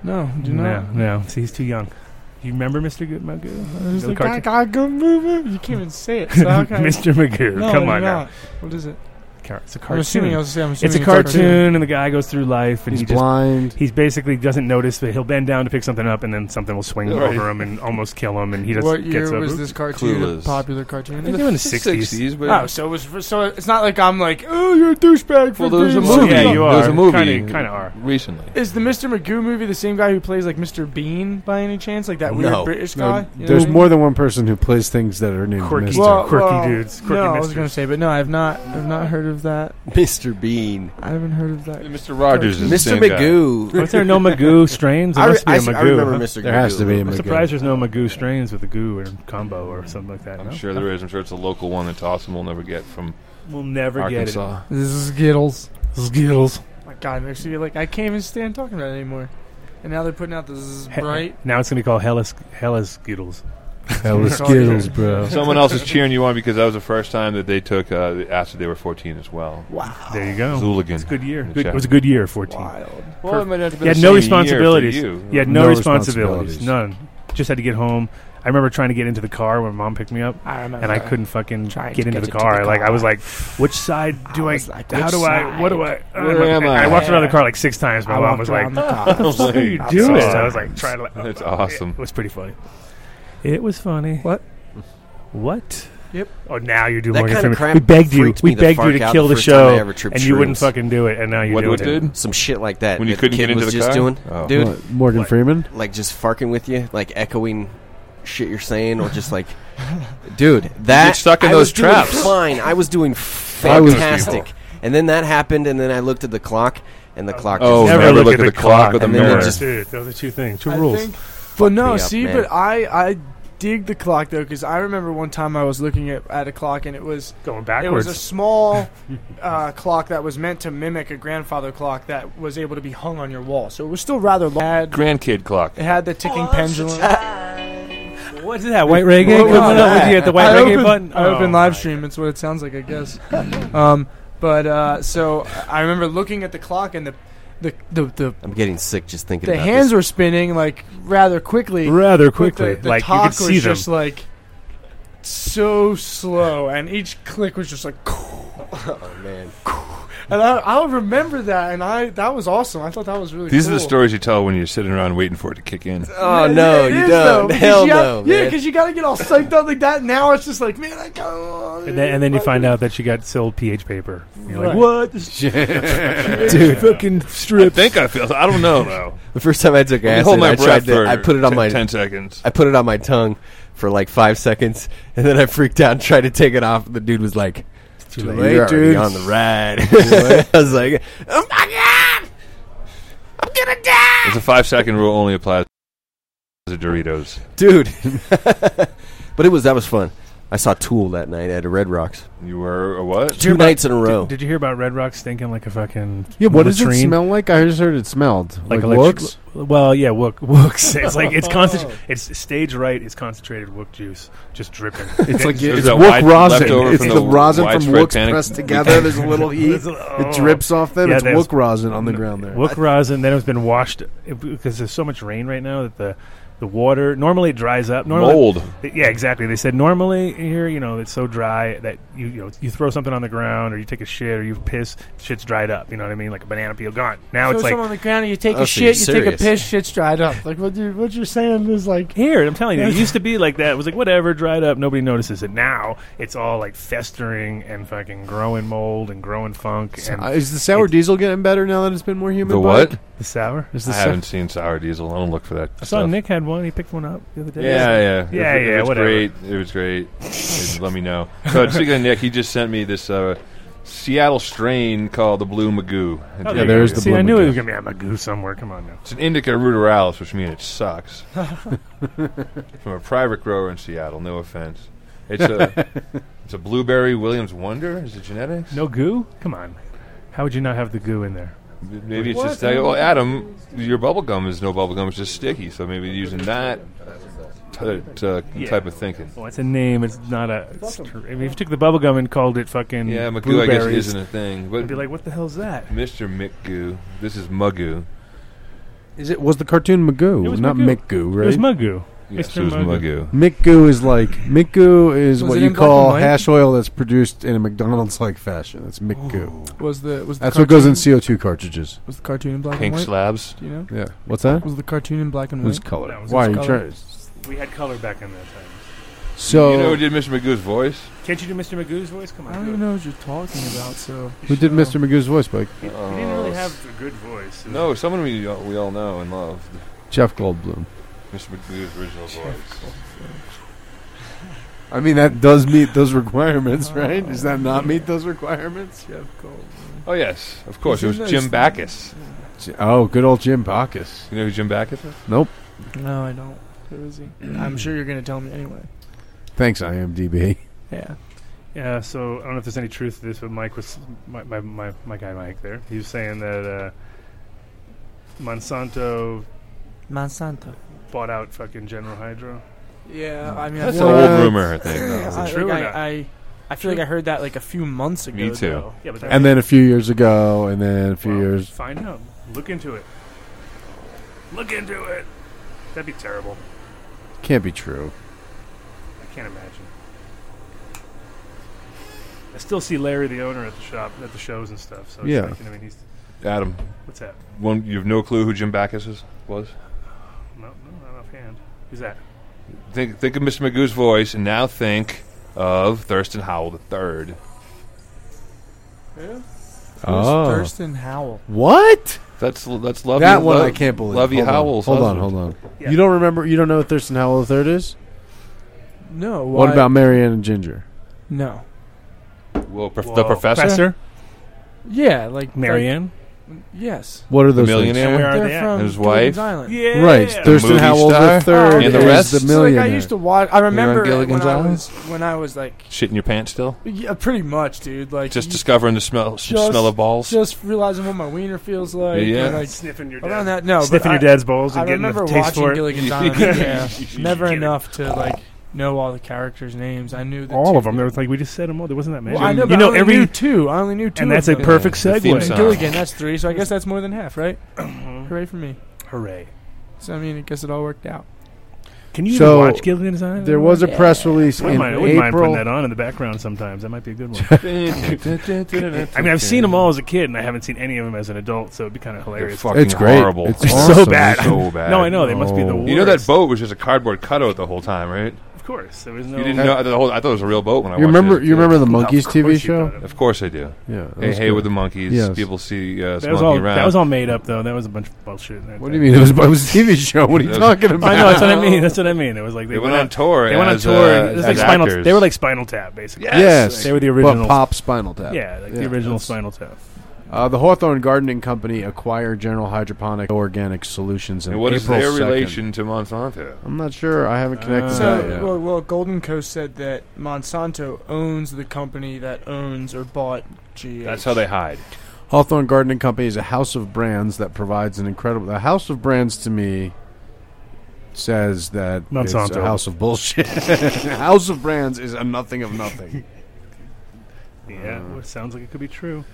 E: No, do
D: no,
E: not.
D: no. See, he's too young. You remember Mr. Good Magoo?
E: There's
D: The
E: like,
D: cartoon-
E: I got a good movie. You can't even say it. So how can I-
D: Mr. Magoo.
E: No,
D: Come
E: you're
D: on now.
E: not. What is it?
D: Car- It's a
E: I'm assuming I
D: cartoon.
E: was saying. I'm
D: It's
E: assuming
D: a cartoon, and the guy goes through life, and
A: He's
D: he just,
A: blind.
D: he's basically doesn't notice, but he'll bend down to pick something up, and then something will swing
C: Right.
D: over him and almost kill him, and he just
E: What
D: gets
E: year
D: over.
E: was this cartoon?
B: Clueless.
E: A popular cartoon.
D: think they were in the 60s.
C: but
E: Oh, so it was for, so it's not like I'm like, oh, you're a douchebag for
C: well, there was a
E: being so
C: movie.
D: Yeah,
E: dumb."
D: you
C: There was
D: are.
C: a movie.
D: Kinda- kinda are.
C: recently.
E: Is the Mr. Magoo movie the same guy who plays like Mr. Bean by any chance? Like that
B: No.
E: weird British
A: No,
E: guy? You know
A: there's
E: what I mean?
A: more than one person who plays things that are named
D: Quirky.
A: Mr.
D: Well- Quirky dudes, quirky
E: no, I was
D: misters.
E: gonna say, but no, I've not, I've not heard of that.
B: Mr. Bean,
E: I haven't heard of that.
C: Mr. Rogers is the
B: Mr.
C: same guy.
B: Magoo.
D: Was there no Magoo strains? There
B: I, re-
D: must be
B: I
D: a
B: s- I
D: Magoo.
B: remember
D: huh?
B: Mr.
A: There has to be a
B: Magoo.
D: I'm
A: Magoo.
D: surprised there's no Magoo strains with a goo or combo or something like that.
C: I'm
D: no?
C: sure there is. I'm sure it's a local one that Dawson will never get from
D: We'll never
C: Arkansas.
E: This is Skittles.
D: get it. Skittles.
E: My God, it makes me like I can't even stand talking about it anymore. And now they're putting out this
D: He-
E: bright.
D: Now it's gonna be called Hellas Hellas Skittles.
A: Hella Skittles, bro.
C: Someone else is cheering you on because that was the first time that they took uh, the acid. They were 14 as well.
D: There you go.
C: Zooligan.
D: It's a Oh, good year.
C: In the
D: Good,
C: chat.
D: it was a good year. Fourteen.
E: Wild.
C: Well, it might have
D: You had
C: the
D: no
C: same
D: responsibilities.
C: year for
D: You had no,
A: No
D: responsibilities.
A: responsibilities.
D: None. Just had to get home. I remember trying to get into the car when mom picked me up,
E: I remember.
D: and I couldn't fucking
E: Trying
D: get
E: to
D: into
E: get
D: the
E: you to
D: car.
E: the
D: Like I
E: car.
D: was like, which side do
E: I
D: I?
E: was like,
D: how
E: which
D: do I? What do I?
E: side?
D: uh,
C: Where am I?
D: I walked around the car like six times. My
E: I
D: mom
E: walked
D: was like,
E: around the car.
D: "What are you
E: I'm
D: doing?"
E: sorry.
D: I was like, trying to. Like,
C: That's
D: uh,
C: awesome.
D: It was pretty funny. It was funny.
E: What?
D: What?
E: Yep.
D: Oh, now you're doing
B: That
D: Morgan
B: kinda
D: Freeman.
B: crap
D: We begged you.
B: freaked me
D: We
B: the
D: begged you
B: fuck
D: to
B: out
D: kill
B: the
D: the,
B: first time I
D: show,
B: ever tripped
D: and you wouldn't
B: shrooms.
D: fucking do it, and now you're
C: What
D: doing
C: what did?
B: Some shit like that.
C: When you
B: that the
C: couldn't
B: kid
C: get into
B: was
C: the
B: just
C: car?
B: doing,
C: Oh.
B: dude,
A: What, Morgan
D: What?
A: Freeman?
B: like just farking with you, like echoing shit you're saying, or just like, dude, that
C: get stuck in
B: I
C: those
B: was doing
C: traps.
B: Fine, I was doing
A: was-
B: fantastic, and then that happened, and then I looked at the clock, and the clock.
C: Oh,
B: just
D: Never,
C: Never
D: look,
C: look
D: at the,
C: clock
D: clock
C: or the
D: and
B: mirror.
D: Just, Dude, those are two things, two
E: I
D: rules.
E: think- but no,
B: me up,
E: see,
B: man.
E: but I, I dig the clock though, because I remember one time I was looking at, at a clock and it was
D: Going
E: It
D: backwards.
E: was a small uh, clock that was meant to mimic a grandfather clock that was able to be hung on your wall. So it was still rather long. It had,
C: Grandkid clock.
E: it had the ticking pendulum.
D: What's that? White reggae?
E: What was
D: Coming up with
B: that?
D: you at the white
E: I
D: reggae
E: opened,
D: button?
E: I
D: Oh
E: opened
D: my
E: live stream. It's what it sounds like, I guess. um, but uh, so I remember looking at the clock and the the the, the,
B: I'm getting sick just thinking
E: the
B: about
E: hands
B: this.
E: were spinning like rather quickly.
D: Rather
E: but
D: quickly,
E: the, the
D: like you
E: talk
D: could see
E: was
D: them.
E: just like so slow, and each click was just like.
B: Oh, man.
E: And I, I'll remember that, and I that was awesome. I thought that was really.
C: These
E: cool.
C: are the stories you tell when you're sitting around waiting for it to kick in.
B: Oh
E: Yeah,
B: no,
E: it
B: you don't.
E: is, though, because
B: Hell
E: you got-
B: no,
E: Yeah,
B: man.
E: because you got to get all psyched up like that. Now it's just like, man, I got.
D: and then, and then you find out that you got sold pH paper. You're like,
E: Right.
D: what? This Dude, fucking
C: I
D: strip.
C: think I feel. I don't know though.
B: The first time I took
C: Let me
B: acid,
C: hold my
B: I tried
C: breath for
B: to. I put it on
C: ten-
B: my.
C: ten seconds.
B: I put it on my tongue for like five seconds, and then I freaked out and tried to take it off. The dude was like,
D: Too
B: "You're
A: late.
B: already
A: dude."
B: on the ride." I was like, "Oh my god, I'm gonna die!"
C: It's a five second rule only applies to Doritos.
B: dude. but it was that was fun. I saw Tool that night at Red Rocks,
C: You were a what?
B: two nights in a row.
D: Did, did you hear about Red Rock stinking like a fucking
A: Yeah, what does it
D: latrine?
A: smell like? I just heard it smelled. Like,
D: Like,
A: Oh.
D: electric-
A: looks?
D: Well, yeah, Wook. Wooks. It's like it's concent- It's stage right. It's concentrated Wook juice, just dripping.
A: It's like
C: There's
A: it's
C: that
A: Wook
C: wide-
A: rosin.
C: leftover
A: It's
C: from
A: the,
C: the
A: rosin from
C: widespread
A: Wook's
C: panic.
A: pressed together. There's a little heat.
D: It's like,
A: It
D: oh.
A: drips off them.
D: Yeah,
A: it's
D: there's-
A: Wook rosin on the ground there.
D: Wook rosin. Then it's been washed it- because there's so much rain right now that the the water normally it dries up. Normally,
C: Mold.
D: Yeah, exactly. They said normally here, you know, it's so dry that you you know you throw something on the ground or you take a shit or you piss, shit's dried up. You know what I mean? Like a banana peel gone. Now
E: Throw
D: it's like
E: someone on the ground and you take
B: Oh,
E: a
B: so you're
E: shit, you take a
B: serious.
E: piss, shit's dried up. Like what you what you're saying is like
D: here. I'm telling you, it used to be like that. It was like whatever, dried up, nobody notices it. Now it's all like festering and fucking growing mold and growing funk and
A: Uh, is the sour
D: It's-
A: diesel getting better now that it's been more humid?
C: The what?
D: the sour.
A: Is
C: I
A: the sour?
C: haven't seen sour diesel. I don't look for that.
D: I saw
C: stuff.
D: Nick had one. He picked one up the other day.
C: Yeah, yeah,
D: Yeah,
C: If- if
D: yeah,
C: It's
D: whatever.
C: great. It was great. Just let me know. But speaking of Nick, he just sent me this uh, Seattle strain called the Blue Magoo.
D: Oh,
A: Yeah,
D: you
A: there's
D: go.
A: the
D: See, I
A: blooming
D: knew it
A: guy.
D: was gonna be I'm a goo somewhere. Come on now.
C: It's an indica ruderalis, which means it sucks. From a private grower in Seattle. No offense. It's a it's a blueberry Williams Wonder. Is it genetics?
D: No goo? Come on. How would you not have the goo in there?
C: Maybe it's just like, well, Adam, your bubble gum is no bubble gum. It's just sticky. So maybe using that t- t-
D: Yeah.
C: type of thinking.
D: Well, Oh, it's a name. It's not a. It's tr- if you took the bubble gum and called it fucking
C: Yeah, Magoo I guess
D: Mm, blueberries,
C: isn't a thing. But
D: I'd be like, what the hell's that?
C: Mr. McGoo, this is Magoo.
A: Is it was the cartoon Magoo,
D: It was
A: not
D: Magoo.
A: McGoo,
D: It was
A: right?
D: Magoo.
C: Yes,
D: Mr.
C: it was
D: Magoo.
C: Magoo.
A: McGoo is like McGoo is
E: Was
A: what
E: it
A: you
E: in black and
A: call
E: white?
A: hash oil that's produced in a McDonald's like fashion. That's
C: Oh,
A: McGoo.
E: was the was the
A: That's what goes in CO2 cartridges.
E: was the cartoon in black
C: Pink
E: and white?
C: slabs.
E: Do you know?
A: Yeah. What's that?
E: Was the cartoon in black and
A: Who's
E: white?
A: color?
D: That was
A: Why are
E: Mm-hmm. his
A: you
E: color.
A: trying?
D: We had color back in that time.
A: So
C: You know who did Mr. Magoo's voice?
D: Can't you do Mr. Magoo's voice? Come on.
E: I don't
D: do
E: even
D: it.
E: know what you're talking about. So
A: who did Mr. Magoo's voice, Mike?
D: He, he didn't really have a good voice.
C: No, someone we all- we all know and love.
A: Jeff Goldblum.
C: Mr. Magoo's original voice.
A: I mean, that does meet those requirements, right? Does that not meet those requirements?
E: Jeff Gold.
C: Oh yes, of course. It
E: Isn't
C: was
E: that
C: Jim
E: his-
C: Backus.
A: Oh, good old Jim Bacchus.
C: You know who Jim Backus is?
A: Nope.
E: No, I don't. Who is he? I'm sure you're gonna tell me anyway.
A: Thanks, IMDb.
E: Yeah.
D: Yeah, so I don't know if there's any truth to this, but Mike was my my, my, my guy Mike there. He was saying that uh, Monsanto
E: Monsanto.
D: bought out fucking General Hydro.
E: Yeah, I mean,
C: That's
E: I
C: an
E: feel
A: What?
C: old rumor, I think.
E: like-
D: Is
E: I,
D: it true
E: like,
D: or not?
E: I, I, I feel like I heard that like a few months ago.
C: Me too.
E: though.
D: Yeah, but that
A: And then a few years ago, and then a few
D: Well,
A: years.
D: Find out. Look into it. Look into it. That'd be terrible.
A: Can't be true.
D: I can't imagine. I still see Larry, the owner, at the shop, at the shows and stuff. So it's
A: Yeah.
D: like, you know, I mean, he's
C: Adam,
D: what's that?
C: one you have no clue who Jim Backus is, was.
D: No, no, not offhand. Who's that?
C: Think think of Mr. Magoo's voice, and now think of Thurston Howell III.
E: Who's
A: Oh.
E: Thurston Howell?
A: What?
C: That's l- that's lovely.
A: that one
C: Lo-
A: I can't believe.
C: Lovey
A: hold
C: Howell's.
A: On. Hold on,
C: husband.
A: hold on.
D: Yeah.
A: You don't remember? You don't know what Thurston Howell III is?
E: No.
A: What
E: why-
A: about Marianne and Ginger?
E: No.
C: Well, prof-
D: Whoa.
C: the professor.
E: Yeah, like
D: Marianne.
E: like- yes.
A: What are those?
C: millionaire?
D: And where are
E: They're
D: they
E: from
D: at?
C: His
E: Gilligan's
C: wife?
E: Island.
D: Yeah.
A: things? Right, Thurston
C: movie
A: Howell
C: star?
E: Oh,
A: III
E: And
C: the
A: is
C: rest?
A: the
E: So like
A: millionaire.
E: I used to watch. I remember it when
C: Gilligan's
E: I
C: Island?
E: was when I was like
C: Shit in your pants still?
E: yeah, pretty much, dude. Like
C: Just
E: you-
C: discovering the smell
E: just-
C: smell of balls.
E: just realizing what my wiener feels like.
C: Yeah.
E: and, like,
D: Sniffing your
E: around
D: dad.
E: that, no, Oh, but
D: Sniffing
E: I,
D: your dad's balls
E: I
D: and getting
E: remember
D: the taste
E: watching
D: for it.
E: Gilligan's Island. Yeah, never
D: Get it.
E: enough to like know all the characters' names. I knew the
D: All
E: two-
D: of them. There was like we just said them all. There wasn't that many.
E: Well, I know,
D: you
E: but I
D: know
E: only
D: every
E: knew two. I only knew two,
D: and that's a
E: of them.
D: perfect
C: Yeah, the theme
E: And
C: song.
D: segue.
E: Gilligan, that's three. So I guess that's more than half, right? Hooray for me.
D: Hooray!
E: So I mean, I guess it all worked out.
D: Can you
A: So,
D: even watch Gilligan's Island?
A: There was a press release
D: I wouldn't,
A: in
D: mind, I wouldn't mind putting
A: April.
D: that on in the background sometimes. That might be a good one. I mean, I've seen them all as a kid, and I haven't seen any of them as an adult, so it'd be kind of
C: They're
D: hilarious.
C: fucking
A: It's great.
C: horrible.
A: It's
D: They're so
A: awesome.
D: bad.
C: so bad.
D: No, I know they must be the
A: No.
D: worst.
C: You know that boat was just a cardboard cutout the whole time, right?
D: Of course, there was no.
C: You didn't know the whole. I thought it was a real boat when I
A: You
C: watched
A: remember?
C: it.
A: You remember the
D: Of
A: monkeys
D: course
A: TV
D: you
A: show?
D: thought it.
C: Of course I do.
A: Yeah. that
C: Hey,
A: was
C: hey,
A: good.
C: with the monkeys.
A: Yes.
C: People see uh,
D: That was
C: monkey
D: all.
C: around.
D: That was all made up, though. That was a bunch of bullshit.
A: What do you mean? It was, it was a TV show. What are you
C: That was-
A: talking about?
D: I know. That's what I mean. That's what I mean. It was like
C: they,
D: they,
C: went on tour.
D: They went on
C: as,
D: tour.
C: uh,
D: it was like
C: as
D: spinal.
C: actors.
D: They were like Spinal Tap, basically.
C: Yes.
A: Yes.
D: They were the
A: But
D: original.
A: pop Spinal Tap.
D: Yeah, like
A: Yeah,
D: the original
A: that's-
D: Spinal Tap.
A: Uh, the Hawthorne Gardening Company acquired General Hydroponic Organic Solutions in
C: And what is
A: April
C: their
A: 2nd.
C: relation to Monsanto?
A: I'm not sure. I haven't connected
D: Uh,
A: that
E: So,
A: yet.
E: well, well, Golden Coast said that Monsanto owns the company that owns or bought GH.
C: That's how they hide.
A: Hawthorne Gardening Company is a house of brands that provides an incredible. The house of brands to me says that it's
D: Monsanto.
A: a house of bullshit. house of brands is a nothing of nothing.
D: Yeah, well, it sounds like it could be true.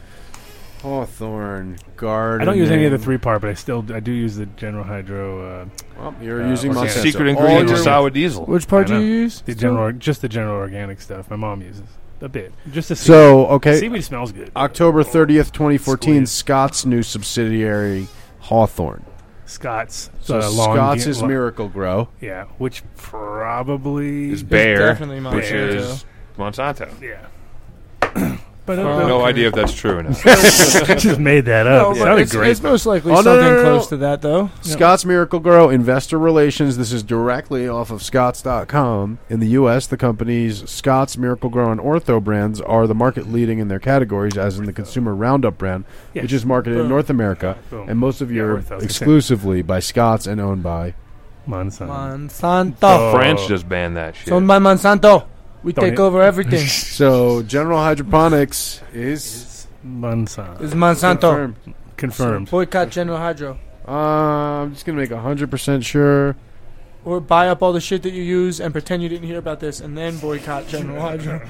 A: Hawthorne Gardening.
D: I don't use any of the three part, but I still I do use the General Hydro, uh,
A: Well, you're
D: Uh,
A: using
D: or
A: Monsanto.
C: Secret
A: All
C: ingredient to
A: your-
C: sour diesel.
E: Which part
D: I
E: do you
D: know.
E: use?
D: the general, or- just the general organic stuff. My mom uses a bit, just to see.
A: So okay,
D: seaweed smells good.
A: October thirtieth, twenty fourteen,
D: Squeeze.
A: Scott's new subsidiary Hawthorne.
D: Scott's,
A: So
D: uh, long
A: Scott's
D: ga-
A: is
D: lo-
A: Miracle Grow.
D: Yeah, which probably
C: Is Bayer,
E: definitely
C: which
D: Monsanto.
C: is Monsanto.
D: yeah. but
E: Fuck.
D: uh,
C: Oh, No
E: Okay.
C: idea if that's true or not.
D: I just made that up.
E: No,
D: it
E: but
D: sounded
E: it's,
D: great.
E: it's most likely
A: Oh, no, no,
E: something
A: no, no.
E: close to that, though.
A: Scott's Miracle Grow Investor Relations. This is directly off of Scotts.com. In the U.S., the companies Scott's Miracle Grow and Ortho brands are the market leading in their categories, as in the consumer Roundup brand,
D: Yes.
A: which is marketed in
E: Boom.
A: North America
D: Boom.
A: and most of
D: Yeah,
A: Europe
D: Ortho's the same.
A: exclusively by Scott's and owned by.
D: Monsanto.
E: Monsanto.
C: France just banned that shit.
E: It's owned by Monsanto.
D: Oh,
E: We
D: Don't
E: take
D: hit-
E: over everything.
A: So General Hydroponics is
D: Monsanto.
E: It's Monsanto.
A: confirmed.
D: Confirmed.
E: Boycott General Hydro.
A: Uh, I'm just gonna make hundred percent sure.
E: Or buy up all the shit that you use and pretend you didn't hear about this and then boycott General Hydro.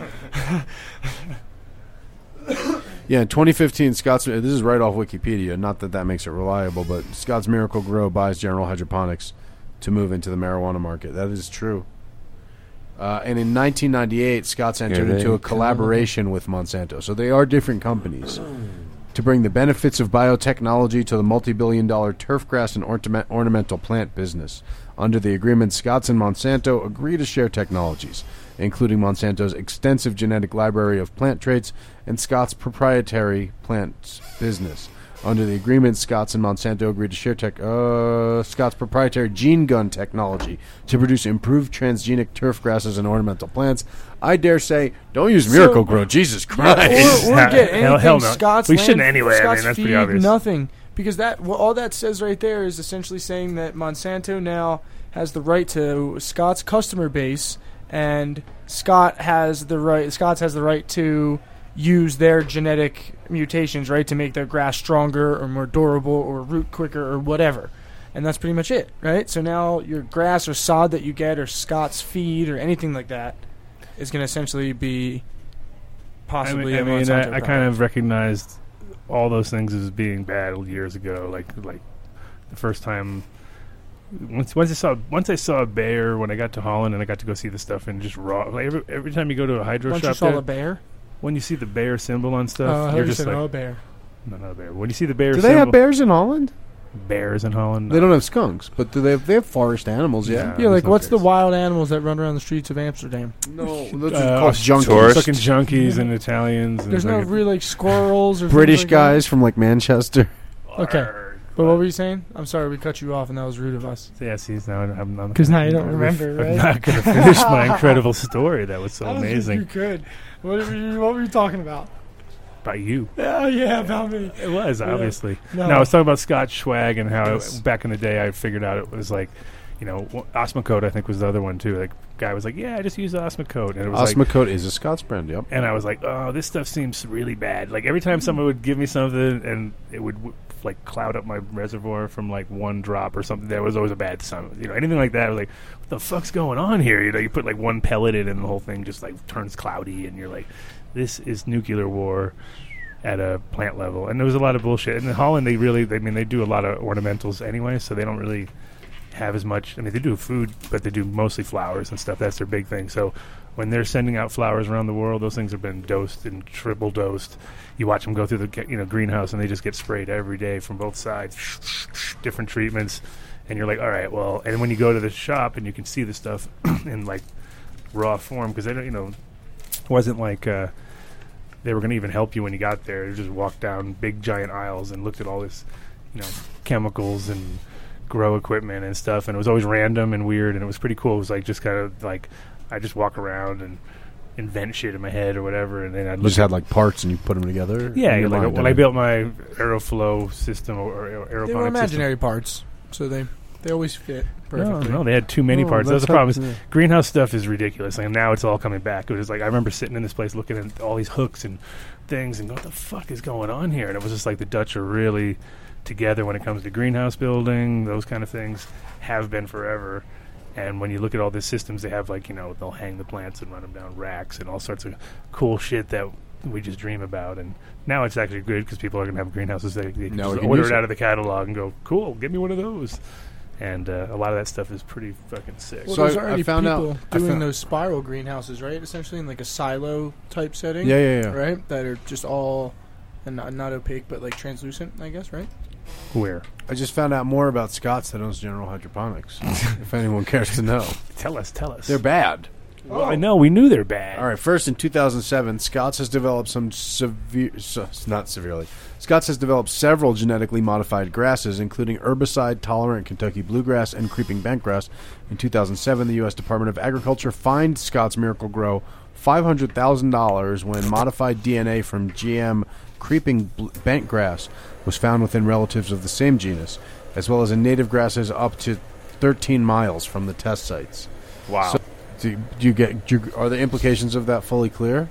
A: Yeah, in 2015, Scott's. This is right off Wikipedia. Not that that makes it reliable, but Scott's Miracle Grow buys General Hydroponics to move into the marijuana market. That is true. Uh, and in 1998, Scott's entered
B: they-
A: into a collaboration with Monsanto. So they are different companies to bring the benefits of biotechnology to the multi-billion-dollar turfgrass and ornament, ornamental plant business. Under the agreement, Scotts and Monsanto agree to share technologies, including Monsanto's extensive genetic library of plant traits and Scotts' proprietary plant business. Under the agreement, Scotts and Monsanto agreed to share tech, uh, Scotts' proprietary gene gun technology to produce improved transgenic turf grasses and ornamental plants. I dare say, don't use Miracle Grow, Jesus Christ!
E: or, or
D: Hell-
E: get anything
D: hell no.
E: Scott's
D: We
E: land-
D: shouldn't anyway, I mean,
E: Scott's
D: that's pretty
E: feed,
D: obvious.
E: Nothing because that well, all that says right there is essentially saying that Monsanto now has the right to Scott's customer base, and Scott has the right. Scott's has the right to use their genetic mutations, right, to make their grass stronger or more durable or root quicker or whatever. And that's pretty much it, right? So now your grass or sod that you get or Scott's feed or anything like that is going to essentially be
D: I
E: possibly
D: mean, I,
E: a
D: mean,
E: Monsanto
D: I, I
E: product.
D: kind of recognized all those things as being bad years ago. Like like the first time. Once, once I saw once I saw a bear when I got to Holland and I got to go see the stuff and just raw like every, every time you go to a hydro
E: Once
D: shop
E: you saw
D: there,
E: a bear,
D: when you see the bear symbol on
E: uh,
D: stuff
E: I
D: you're
E: heard you
D: just
E: said,
D: like
E: "Oh, bear.
D: no not a bear when you see the bear
A: do
D: symbol
A: they have bears in Holland?
D: bears in Holland
A: They don't have skunks, but do they? Have, they have forest animals. Yeah.
E: Yeah, like what's the
D: one
E: wild animals that run around the streets of Amsterdam?
A: No, those
D: Uh,
A: are called junkies.
C: tourists.
D: fucking junkies and Italians and
E: There's no
D: fucking-
E: real like squirrels or
A: British
E: things like
A: guys from like Manchester.
E: that. Okay, but what were you saying? I'm sorry, we cut you off, and that was rude of us.
D: Yeah, see, now I don't have none.
E: 'Cause now you don't remember,
D: I'm
E: right?
D: not going to finish my incredible story. That was so amazing
E: could. What were you, what were you talking about?
D: by you. Oh.
E: Yeah, yeah, about me.
D: It was obviously.
E: No.
D: No, I was talking about Scotch swag and how
E: Yes.
D: back in the day I figured out it was like, you know, wh- Osmocote I think was the other one too. Like, guy was like, yeah, I just use Osmocote, and it was like.
A: Osmocote is a Scots brand. Yep.
D: And I was like, "Oh, this stuff seems really bad." Like every time someone would give me something, and it would w- like cloud up my reservoir from like one drop or something. That was always a bad sign. You know, anything like that. I was like, "What the fuck's going on here?" You know, you put like one pellet in, and the whole thing just like turns cloudy, and you're like, "This is nuclear war." at a plant level, and there was a lot of bullshit. And in Holland, they really, they, I mean, they do a lot of ornamentals anyway, so they don't really have as much. I mean, they do food, but they do mostly flowers and stuff. That's their big thing. So when they're sending out flowers around the world, those things have been dosed and triple dosed. You watch them go through the ca- you know greenhouse, and they just get sprayed every day from both sides, different treatments. And you're like, all right, well, and when you go to the shop and you can see the stuff in like raw form because they don't, you know, it wasn't like uh, they were going to even help you when you got there. You just walked down big giant aisles and looked at all this, you know, chemicals and grow equipment and stuff. And it was always random and weird, and it was pretty cool. It was like just kind of like I just walk around and invent shit in my head or whatever, and then I'd
A: You
D: look
A: just had like parts and you put them together.
D: yeah,
A: in your
D: like
A: mind, uh,
D: when
A: I
D: I
A: mean.
D: built my Aeroflow system or, or aer-
E: They were
D: aeroponic system,
E: imaginary parts, so they They always fit
D: No,
E: perfectly.
D: no, they had too many
A: Oh,
D: parts. That's the
A: how-
D: problem. is
A: yeah.
D: greenhouse stuff is ridiculous. Like now it's all coming back. It was like I remember sitting in this place looking at all these hooks and things and go, what the fuck is going on here? And it was just like the Dutch are really together when it comes to greenhouse building, those kind of things have been forever. And when you look at all the systems they have, like you know, they'll hang the plants and run them down racks and all sorts of cool shit that we just dream about. And now it's actually good because people are going to have greenhouses. They, they can
A: Now we
D: just
A: can
D: order
A: use
D: it
A: it.
D: out of the catalog and go, cool, give me one of those. And uh, a lot of that stuff is pretty fucking sick.
E: Well,
A: So
E: there's
A: I- I
E: already
A: found out-
E: people
A: I
E: doing
A: found-
E: those spiral greenhouses, right? Essentially in like a silo type setting,
A: Yeah, yeah, yeah.
E: right? That are just all and not, not opaque, but like translucent, I guess, right?
D: Where?
A: I just found out more about Scott's that owns General Hydroponics. if anyone cares to know,
D: Tell us, tell us.
A: they're bad.
D: well, I know we knew they're bad.
A: All right. First, in 2007, Scotts has developed some severe, so- not severely. Scotts has developed several genetically modified grasses, including herbicide-tolerant Kentucky bluegrass and creeping bentgrass. In 2007, the U.S. Department of Agriculture fined Scotts Miracle Grow $500,000 when modified DNA from GM creeping bl- bentgrass was found within relatives of the same genus, as well as in native grasses up to 13 miles from the test sites.
C: Wow.
A: So- Do you, do you get? Do you, are the implications of that fully clear?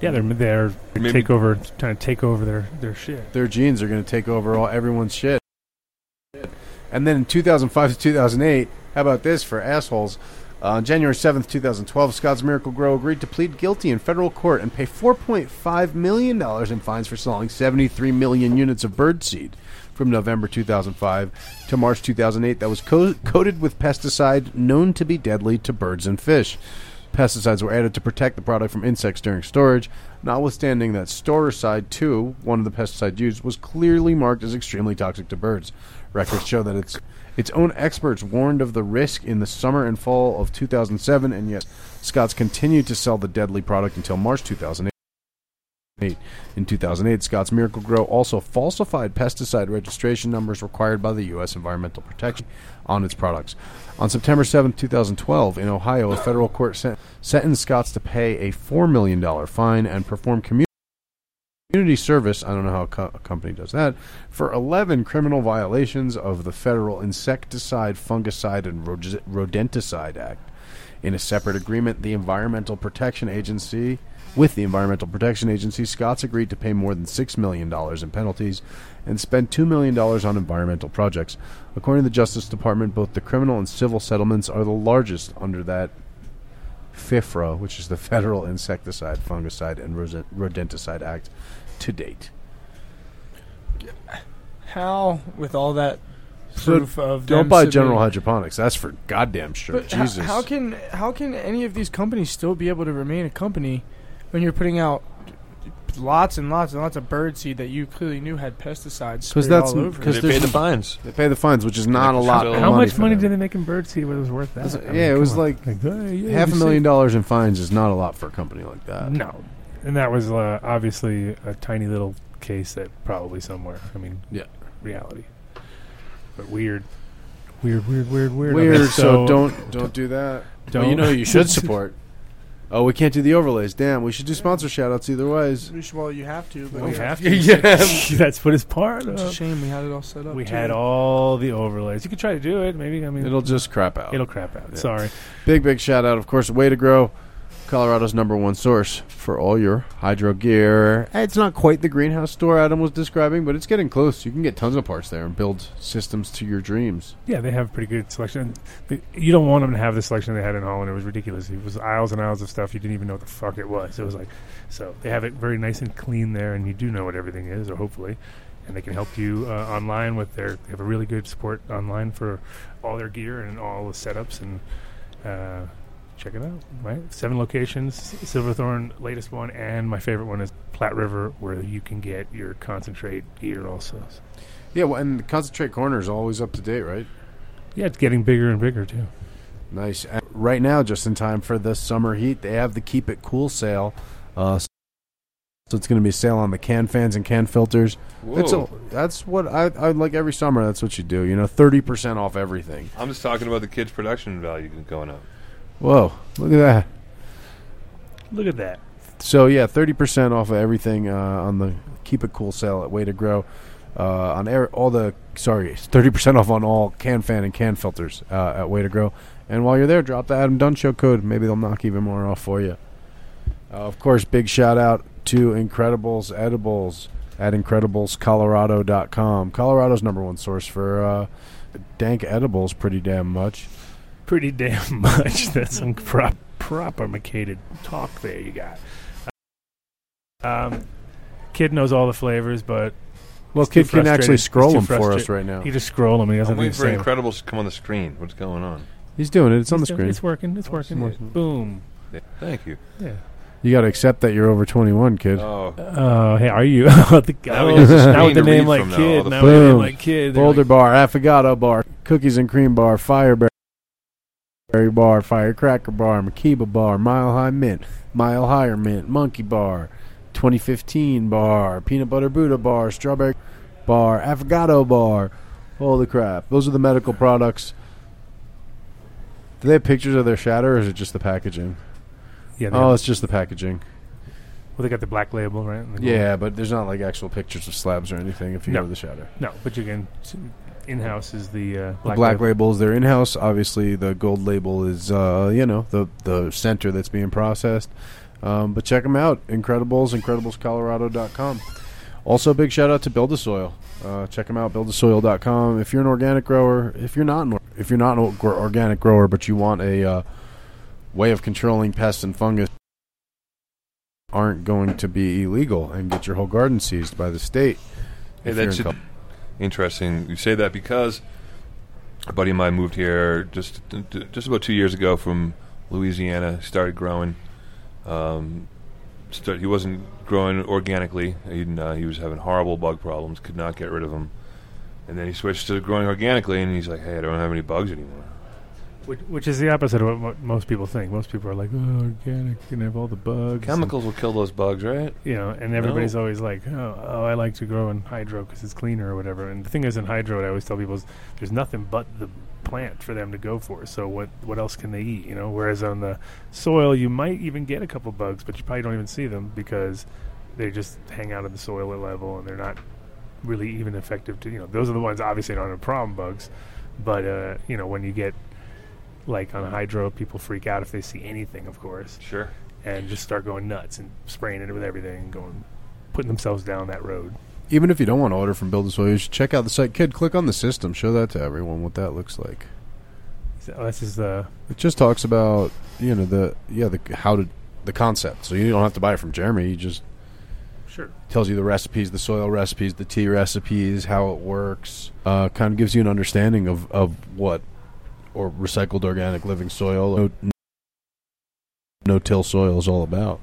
D: Yeah, they're they're
C: Maybe-
D: take over, trying to take over their their shit.
A: Their genes are going to take over all everyone's shit. And then in 2005 to 2008, how about this for assholes? Uh, on January 7th, 2012, Scotts Miracle Grow agreed to plead guilty in federal court and pay 4.5 million dollars in fines for selling 73 million units of birdseed from November 2005 to March 2008 that was co- coated with pesticide known to be deadly to birds and fish. Pesticides were added to protect the product from insects during storage, notwithstanding that Storicide 2, one of the pesticides used, was clearly marked as extremely toxic to birds. Records show that its its own experts warned of the risk in the summer and fall of 2007, and yet Scotts continued to sell the deadly product until March 2008. In 2008, Scotts Miracle Grow also falsified pesticide registration numbers required by the U.S. Environmental Protection on its products. On September 7, 2012, in Ohio, a federal court sent, sentenced Scotts to pay a $4 million fine and perform commu- community service. I don't know how a, co- a company does that. For 11 criminal violations of the Federal Insecticide, Fungicide, and Rod- Rodenticide Act. In a separate agreement, the Environmental Protection Agency, with the Environmental Protection Agency, Scotts agreed to pay more than six million dollars in penalties and spend two million dollars on environmental projects. According to the Justice Department, both the criminal and civil settlements are the largest under that FIFRA, which is the Federal Insecticide, Fungicide, and Rosen- Rodenticide Act, to date.
E: How with all that
A: So
E: proof of
A: Don't
E: them
A: buy
E: submitting-
A: General Hydroponics. That's for goddamn sure.
E: But ho-
A: Jesus.
E: how can how can any of these companies still be able to remain a company when you're putting out lots and lots and lots of bird seed that you clearly knew had pesticides sprayed
A: that's-
E: all over?
A: Because
C: they paid
A: there's-
C: the fines.
A: they pay the fines, which is not a
C: Like,
A: lot.
C: so-
A: of
D: How much
A: for
D: money
A: them.
D: did they make in birdseed? What it was worth that?
A: That's- yeah, it
D: come
A: was
D: on.
A: like
D: hey, yeah,
A: half a
D: you
A: million dollars in fines is not a lot for a company like
D: see-
A: that.
D: No, and that was uh, obviously a tiny little case that probably somewhere. I mean,
A: Yeah.
D: reality, but weird, weird, weird, weird, weird.
A: Weird.
D: Okay,
A: So, don't don't do that. But you
D: Don't.
A: know you should support. Oh, we can't do the overlays. Damn, we should do sponsor shout outs either ways.
E: Well, you have to. But
D: we have to.
B: yeah.
D: that's what it's part
E: It's a
D: of.
E: shame we had it all set up.
D: We
E: too.
D: had all the overlays. You could try to do it. Maybe I mean
A: It'll just crap out.
D: it'll crap out.
A: Yeah.
D: Sorry.
A: Big, big shout out, of course, Way to Grow, Colorado's number one source for all your hydro gear. Eh, It's not quite the greenhouse store Adam was describing, but it's getting close. You can get tons of parts there and build systems to your dreams.
D: Yeah, they have pretty good selection. The- You don't want them to have the selection they had in Holland. It was ridiculous. It was aisles and aisles of stuff. You didn't even know what the fuck it was. It was like, so they have it very nice and clean there, and you do know what everything is, or hopefully. And they can help you uh, online with their. They have a really good support online for all their gear and all the setups. And uh, check it out. Right, seven locations. Silverthorn, latest one, and my favorite one is Platte River, where you can get your concentrate gear also. So,
A: Yeah, well, and the Concentrate Corner is always up to date, right?
D: yeah, it's getting bigger and bigger too.
A: Nice. And right now, just in time for the summer heat, they have the Keep It Cool sale. Uh, so it's going to be a sale on the can fans and can filters. That's, a,
C: Whoa.
A: that's what I, I like every summer. That's what you do. You know, 30% off everything.
C: I'm just talking about the kids' production value going up.
A: Whoa, look at that.
D: Look at that.
A: So yeah, thirty percent off of everything uh, on the Keep It Cool sale at Way to Grow. uh, on air, all the sorry, thirty percent off on all can fan and can filters uh, at Way to Grow. And while you're there, drop the Adam Dunn Show code. Maybe they'll knock even more off for you. Uh, of course, big shout out to Incredibles Edibles at IncrediblesColorado.com. Colorado's number one source for uh, dank edibles, pretty damn much.
D: Pretty damn much. That's some prop, proper macated talk there you got. Um, kid knows all the flavors, but
A: Well,
D: He's too
A: Kid can actually
D: frustrated.
A: scroll them
D: He's too
A: for us
D: frustrated.
A: right now.
D: he just scroll them. He doesn't
C: I'm
D: think
C: waiting
D: it's
C: for Incredibles to come on the screen. What's going on?
A: He's doing it. It's on the screen.
D: It's working. It's working.
A: working.
D: Boom.
C: Yeah, Thank you.
D: Yeah.
A: You got to accept that you're over 21, kid.
C: Oh,
D: Oh, hey, are you? the
C: Now
D: oh,
C: he has a
D: now
C: screen
D: with the
C: to
D: name
C: read
D: like
C: from now, all
D: kid.
C: the
D: Now with the name
A: Boom.
D: like kid. they're
A: Boulder
D: like,
A: Bar, Affogato Bar, Cookies and Cream Bar, Fireberry Bar, Firecracker Bar, Makiba Bar, Mile High Mint, Mile Higher Mint, Monkey Bar, 2015 Bar, Peanut Butter Buddha Bar, Strawberry Bar, Affogato Bar. Holy crap. Those are the medical products. Do they have pictures of their shatter or is it just the packaging?
D: yeah. They,
A: Oh,
D: well,
A: it's just the packaging.
D: they got the black label, right? And the gold.
A: Yeah, but there's not like actual pictures of slabs or anything if you
D: No.
A: go to the shatter.
D: No, but you can. In house is the uh,
A: The
D: black,
A: black
D: label.
A: label is their in-house. Obviously, the gold label is uh, you know the the center that's being processed. Um, but check them out, Incredibles, IncrediblesColorado.com. Also, big shout out to Build a Soil. Uh, check them out, BuildASoil.com. If you're an organic grower, if you're not an, or- if you're not an or- organic grower, but you want a uh, way of controlling pests and fungus aren't going to be illegal and get your whole garden seized by the state.
C: hey,
A: if you're in
C: that should
A: Col-
C: interesting. You say that because a buddy of mine moved here just just about two years ago from Louisiana. Started growing. Um, start, he wasn't growing organically. He, uh, he was having horrible bug problems. Could not get rid of them. And then he switched to growing organically, and he's like, "Hey, I don't have any bugs anymore."
D: Which, which is the opposite of what mo- most people think. Most people are like, oh, organic, you can have all the bugs. and
C: Chemicals will kill those bugs, right?
D: you know, and everybody's always like, oh, oh, I like to grow in hydro because it's cleaner or whatever. And the thing is, in hydro, what I always tell people is there's nothing but the plant for them to go for. So what what else can they eat? You know, whereas on the soil, you might even get a couple bugs, but you probably don't even see them because they just hang out in the soil at level and they're not really even effective to you know those are the ones obviously that aren't a problem bugs but uh you know when you get like on hydro people freak out if they see anything of course
C: Sure.
D: and just start going nuts and spraying it with everything and going putting themselves down that road.
A: Even if you don't want to order from Build a Soil, you should check out the site. Kid, click on the system. Show that to everyone what that looks like.
D: So this is uh, the
A: It just talks about you know the yeah the how to the concept. So you don't have to buy it from Jeremy. He just
D: sure.
A: tells you the recipes, the soil recipes, the tea recipes, how it works. Uh, kind of gives you an understanding of of what or recycled organic living soil, no, no till soil is all about.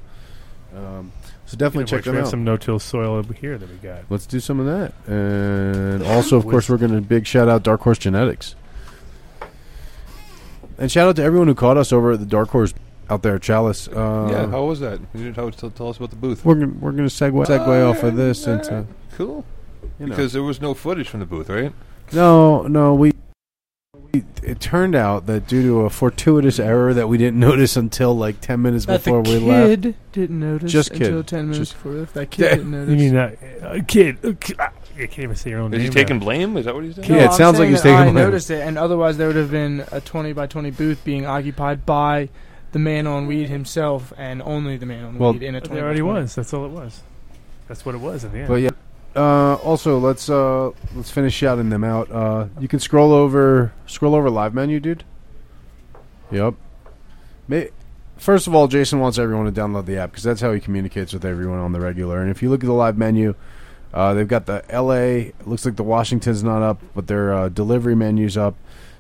A: Um, so definitely check
D: we
A: them
D: have
A: out.
D: some no-till soil over here that we got.
A: Let's do some of that. And also, of course, we're going to big shout out Dark Horse Genetics. And shout out to everyone who caught us over at the Dark Horse out there, at Chalice. Uh,
C: yeah. How was that? You didn't tell, tell- tell us about the booth.
A: we're gonna, we're going to segue segue off of this into
C: Cool.
A: you know.
C: Because there was no footage from the booth, right?
A: no no we, we it turned out that due to a fortuitous error that we didn't notice until like ten minutes
E: That
A: before
E: the
A: we left.
E: kid didn't notice
A: Just kid.
E: until ten minutes
A: Just-
E: before we left. That kid didn't notice.
D: You mean that uh, kid? Uh, ki- ah, you can't even say your own
C: Is
D: name.
C: he taking blame? Is that what he's doing?
A: Yeah, it
E: I'm
A: sounds like
E: saying
A: he's
E: that
A: taking
E: I
A: blame.
E: noticed it, and otherwise there would have been a 20 by 20 booth being occupied by the man on weed himself, and only the man on
A: Well,
E: weed in a
D: But
E: 20.
D: there
E: by
D: already
E: 20.
D: was. That's all it was. That's what it was in the end.
A: But yeah. Uh, also, let's uh, let's finish shouting them out. Uh, you can scroll over scroll over live menu, dude. Yep. May- First of all, Jason wants everyone to download the app because that's how he communicates with everyone on the regular. And if you look at the live menu, uh, they've got the L.A. it Looks like the Washington's not up, but their uh, delivery menu's up.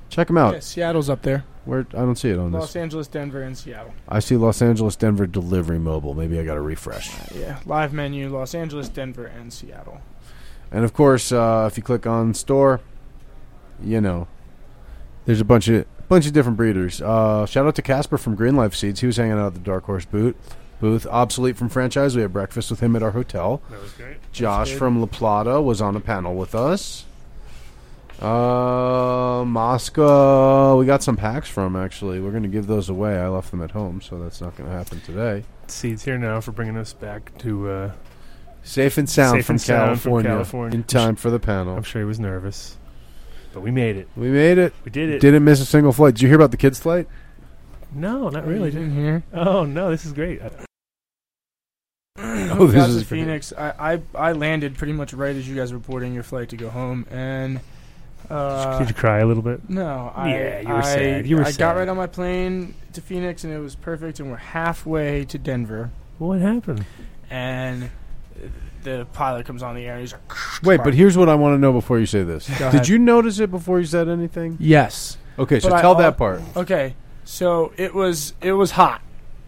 A: Check them out.
E: Yeah, Seattle's up there.
A: Where I don't see it Oh. on
E: Los
A: this.
E: Angeles, Denver, and Seattle.
A: I see Los Angeles, Denver delivery mobile. Maybe I got to refresh.
E: Uh, Yeah, live menu: Los Angeles, Denver, and Seattle.
A: And of course, uh, if you click on store, you know, there's a bunch of bunch of different breeders. Uh, shout out to Casper from Green Life Seeds. He was hanging out at the Dark Horse boot booth. Obsolete from franchise. We had breakfast with him at our hotel.
D: that was great.
A: Josh
E: good.
A: from La Plata was on a panel with us. Uh, Mosca, we got some packs from actually. We're gonna give those away. I left them at home, so that's not gonna happen today.
D: Seeds here now for bringing us back to uh,
A: Safe and sound,
D: Safe
A: from,
D: and sound from
A: California,
D: California.
A: in time for the
D: I'm
A: panel.
D: sure he was nervous, but we made it.
A: We made it.
D: We did it.
A: Didn't miss a single flight. Did you hear about the kids' flight?
D: no, not really. Did.
A: Mm-hmm.
E: didn't hear.
D: Oh no, this is great.
A: Uh,
D: I-
A: Oh, this
E: Got to
A: is great.
E: Phoenix. I, I I landed pretty much right as you guys were boarding your flight to go home, and uh,
D: Did you cry a little bit?
E: no, I
D: Yeah, you were
E: I,
D: sad. You were
E: I
D: sad.
E: got right on my plane to Phoenix, and it was perfect, and we're halfway to Denver,
D: What happened?
E: and the pilot comes on the air, and he's like,
A: Wait, but here's what I want to know before you say this.
E: Go
A: Did
E: ahead.
A: you notice it before you said anything?
E: "Yes,
A: Okay, so
E: But I
A: tell
E: al-
A: that part.
E: okay." So it was it was hot.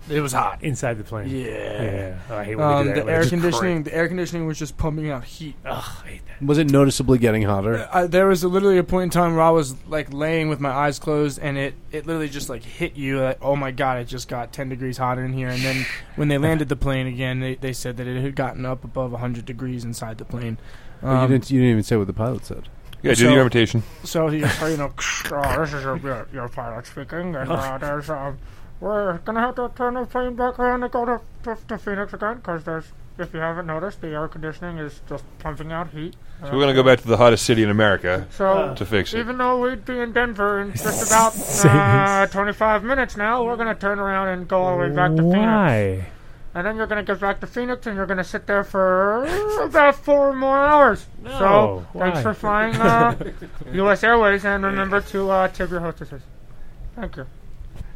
E: It was hot.
D: Inside the plane.
E: Yeah.
D: Yeah. Oh, I hate when
E: Um,
D: they do that.
E: the
D: when I
E: air
D: just
E: conditioning, the air conditioning was just pumping out heat.
D: cry. Ugh, I hate that.
A: Was it noticeably getting hotter?
E: I, there was literally a point in time where I was like laying with my eyes closed, and it, it literally just like hit you. Like, oh my god, it just got ten degrees hotter in here. And then when they landed the plane again, they, they said that it had gotten up above hundred degrees inside the plane.
A: But you
E: Um,
A: didn't. You didn't even say what the pilot said.
C: Yeah, do
E: So-
C: your imitation.
E: so he was you know, "Oh, this is your, your pilot speaking, and uh, there's um, we're gonna have to turn the plane back around and go to, to, to Phoenix again because there's if you haven't noticed, the air conditioning is just pumping out heat.
C: So we're gonna go back to the hottest city in America
E: So
C: to fix it.
E: Even though we'd be in Denver in just about
D: Same.
E: uh, 25 minutes now, we're going to turn around and go all the way back to Phoenix.
D: Why?
E: And then you're going to get back to Phoenix and you're going to sit there for about four more hours. so
D: Oh, why?
E: thanks for flying uh, U.S. Airways and remember to uh, tip your hostesses. Thank you.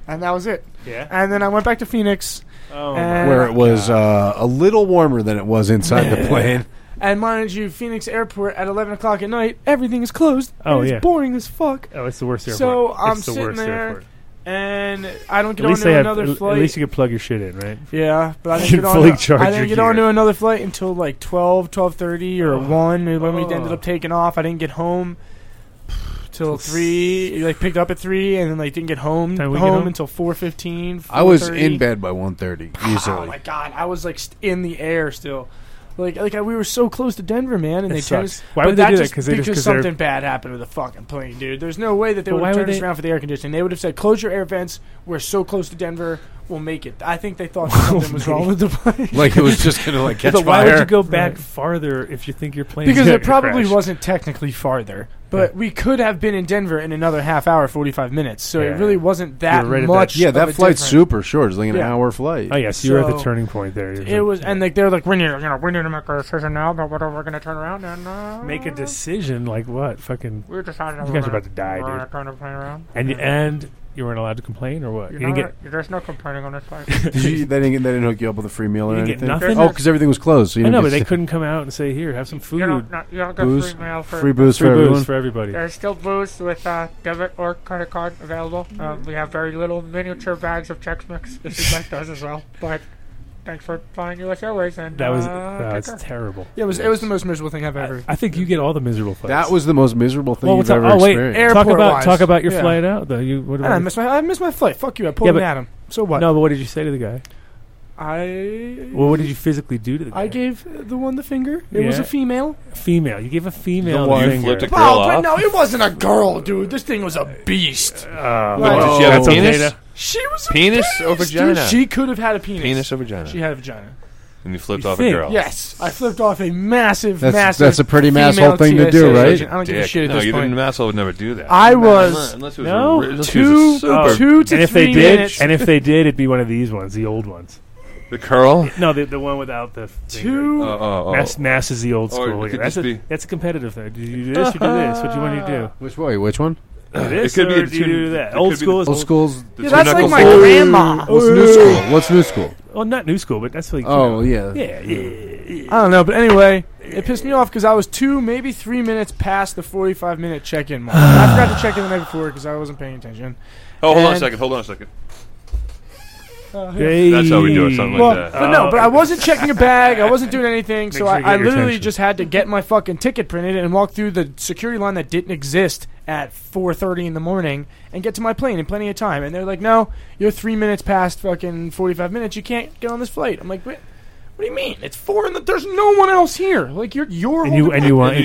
E: And that was it.
D: Yeah.
E: And then I went back to Phoenix.
D: Oh.
E: And-
A: Where it was uh, a little warmer than it was inside the plane.
E: And mind you, Phoenix Airport at 11 o'clock at night, everything is closed.
D: and Oh, it's yeah.
E: boring as fuck.
D: my- oh, it's the worst airport.
E: So, I'm
D: it's the
E: sitting
D: worst
E: there,
D: airport.
E: And I don't
D: At
E: get
D: least
E: onto
D: they have.
E: another
D: At
E: flight.
D: least you could plug your shit in, right?
E: Yeah, but I
D: You
E: didn't get,
D: can
E: on,
D: fully charge
E: I
D: your
E: didn't get
D: gear.
E: onto another flight until like 12, 12.30 or
D: Oh.
E: 1 and when we
D: Oh.
E: ended up taking off. I didn't get home till 3, like picked up at 3 and then like didn't get home
D: Time
E: home,
D: we get home?
E: until 4.15,
A: I was in
E: 4:30.
A: bed by 1.30,
E: Oh my
A: easily.
E: god, I was like st- in the air still. Like, like I, we were so close to Denver, man,
D: It
E: and they turned us.
D: sucks. Why
E: but
D: would they
E: that
D: do that?
E: just-
D: 'Cause they just-
E: because
D: 'cause they're-
E: something bad happened with the fucking plane, dude. There's no way that they
D: But
E: would
D: why
E: have
D: would
E: turned us
D: they-
E: around for the air conditioning. They would have said, "Close your air vents. We're so close to Denver. We'll make it." I think they thought something was wrong with the plane.
A: like it was just gonna like catch
D: but why would
A: fire.
D: you go back
E: Right.
D: farther if you think your plane?
E: because it probably wasn't technically farther, but we could have been in Denver in another half hour, forty five minutes. So
D: Yeah.
E: it really wasn't that
D: were right at that-
E: much.
A: yeah,
E: of a
A: that flight's
E: difference.
A: super short. It's like an
E: Yeah.
A: hour flight.
D: Oh yes, you were at the
E: So-
D: turning point there. You're
E: It was,
D: like,
E: and like they're like, we need, you know, we need to make a decision now about whether we're going to turn around and uh,
D: make a decision. Like what? Fucking.
E: We decided that
D: You
E: we're
D: guys are
E: gonna-
D: about to die,
E: we're
D: dude.
E: gonna turn the plane around.
D: And and you weren't allowed to complain or what?
E: You're
D: You didn't
E: not-
D: get.
E: there's no complaining on this flight.
A: Did you, they, didn't, they didn't hook you up with a free meal or
D: You didn't get
A: anything?
D: nothing?
A: Oh, because everything was closed. So you
D: I
A: didn't
D: know,
A: get
D: but they
A: to-
D: couldn't come out and say, "Here, have some food."
E: you don't, not, you don't get
A: Booze,
E: free mail for.
A: free booze
D: Free
A: for
D: booze
A: everyone.
D: for everybody.
E: there's still booze with uh, debit or credit card available.
F: Mm-hmm.
E: Um, we have very little miniature bags of Chex Mix if you'd like those as well. But thanks for flying U.S. Airways and
D: That was
E: uh,
D: uh,
E: take
D: it's
E: care.
D: terrible.
E: Yeah, it was it was the most miserable thing I've ever.
D: I think you get all the miserable flights.
A: That was the most miserable thing
D: Well,
A: you've
D: what's up-
A: ever
D: oh, wait,
A: experienced.
E: air-
D: talk about
E: Airport-wise,
D: talk about your
E: yeah.
D: flight out though. You what
E: and I
D: about
E: missed my I missed my flight. Fuck you! I pulled
D: Yeah,
E: an
D: but-
E: Adam. So what?
D: no? But what did you say to the guy?
E: I
D: Well, what did you physically do to the guy?
E: I gave the one the finger. It was
D: Yeah.
E: a female.
D: female. You gave a female
A: The
D: the,
A: one- You
D: finger.
C: flipped a girl
E: Oh, but
C: off.
E: no, it wasn't a girl, dude. This thing was a beast.
D: Oh,
E: Well,
A: did
D: well,
A: you have a
D: that's
C: penis?
D: okay to-
E: She was a
C: Penis or
E: beast,
C: vagina?
E: Dude, she could have had a penis.
C: Penis or vagina? Oh.
E: She had a vagina.
C: And you flipped
D: You
C: off
D: think?
C: a girl.
E: Yes, I flipped off a massive,
A: That's-
E: massive.
A: that's a pretty
E: female
A: masshole thing to
E: TSA
A: do, right?
E: agent. I don't give a
C: Dick.
E: shit at
C: no,
E: this
C: you
E: point.
C: didn't. Asshole would never do that.
E: I
C: Unless-
E: was Oh,
C: unless it was
D: No.
C: a, ri- unless it
E: Two-
C: was a super.
E: two to
D: and if
E: three
D: they did,
E: minutes.
D: and if they did, it'd be one of these ones, the old ones.
C: The curl.
D: No, the, the one without the
E: two.
C: Oh, oh, oh.
D: Mass, mass is the old
C: Or
D: school.
C: it
D: here.
C: could
D: That's
C: just
D: a,
C: be-
D: that's a competitive thing. Do you do this or do this? What do you want to do?
A: Which way? Which one?
D: Do this
C: could be
D: or
C: the
D: do you
C: two-
D: do
C: it
D: that?
C: could
D: Old
C: be the
D: school is
A: Old schools.
C: The
E: Yeah,
C: two
E: that's like
C: knuckles
E: my
C: forward.
E: grandma.
A: What's new school? What's new school?
D: well, not new school, but that's like
A: Oh yeah.
D: yeah, yeah.
E: I don't know, but anyway, it pissed me off because I was two, maybe three minutes past the forty-five minute check-in mark. And I forgot to check in the night before because I wasn't paying attention.
C: Oh, hold on a
E: And-
C: second. Hold on a second.
E: Uh, yeah.
D: Hey.
C: That's how we do it, something like
E: well,
C: that.
E: but no,
D: Oh.
E: but I wasn't checking a bag. I wasn't doing anything. So
D: Make sure
E: I,
D: you get
E: I
D: your
E: literally
D: attention.
E: just had to get my fucking ticket printed and walk through the security line that didn't exist at 4:30 in the morning and get to my plane in plenty of time. And they're like, "No, you're three minutes past fucking 45 minutes. You can't get on this flight." I'm like, "What? What do you mean? It's four and the, there's no one else here. Like you're you're
D: And you
E: holding
D: and you
E: up."
D: want
C: And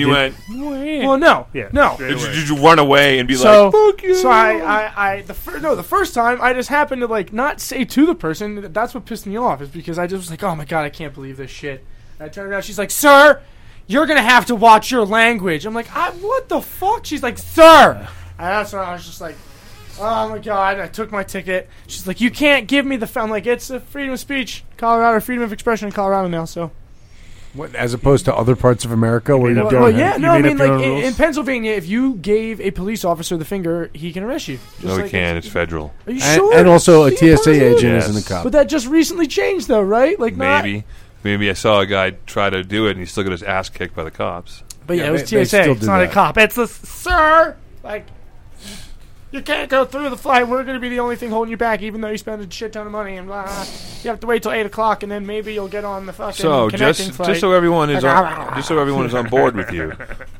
C: you went.
E: well, no,
D: Yeah.
E: no."
C: Did you, did you run away and be
E: So,
C: like, "Fuck you"?
E: So I, I, I the fir- no, the first time I just happened to like not say to the person. That that's what pissed me off is because I just was like, oh my god, I can't believe this shit. And I turned around. She's like, "Sir, you're gonna have to watch your language." I'm like, "I what the fuck?" She's like, "Sir," and that's when I was just like, "Oh my god!" I took my ticket. She's like, "You can't give me the." F-. I'm like, "It's a freedom of speech, Colorado, freedom of expression in Colorado now." So,
A: What, as opposed to other parts of America where you
D: mean
A: don't.
D: up-
E: well,
D: have-
E: yeah,
D: you
E: no, I
D: made
E: mean,
D: up your
E: like
D: own
E: in, in
D: rules?
E: Pennsylvania, if you gave a police officer the finger, he can arrest you. Just
C: No,
E: like
C: we can't. It's federal.
E: Are you
A: and,
E: sure?
A: and also a
E: Yeah,
A: TSA
E: positive.
A: agent
C: Yes.
A: isn't a cop.
E: But that just recently changed, though, right? Like not-
C: Maybe. Maybe I saw a guy try to do it and he still got his ass kicked by the cops.
E: But yeah,
A: Yeah,
E: it was
A: they- they
E: TSA.
A: still
E: It's
A: do
E: not a
A: that.
E: cop. It's a s- sir. Like, you can't go through the flight. We're going to be the only thing holding you back, even though you spend a shit ton of money and blah. blah. You have to wait till eight o'clock, and then maybe you'll get on the fucking
C: So
E: connecting
C: just
E: flight.
C: just so everyone is on just so everyone is on board with you,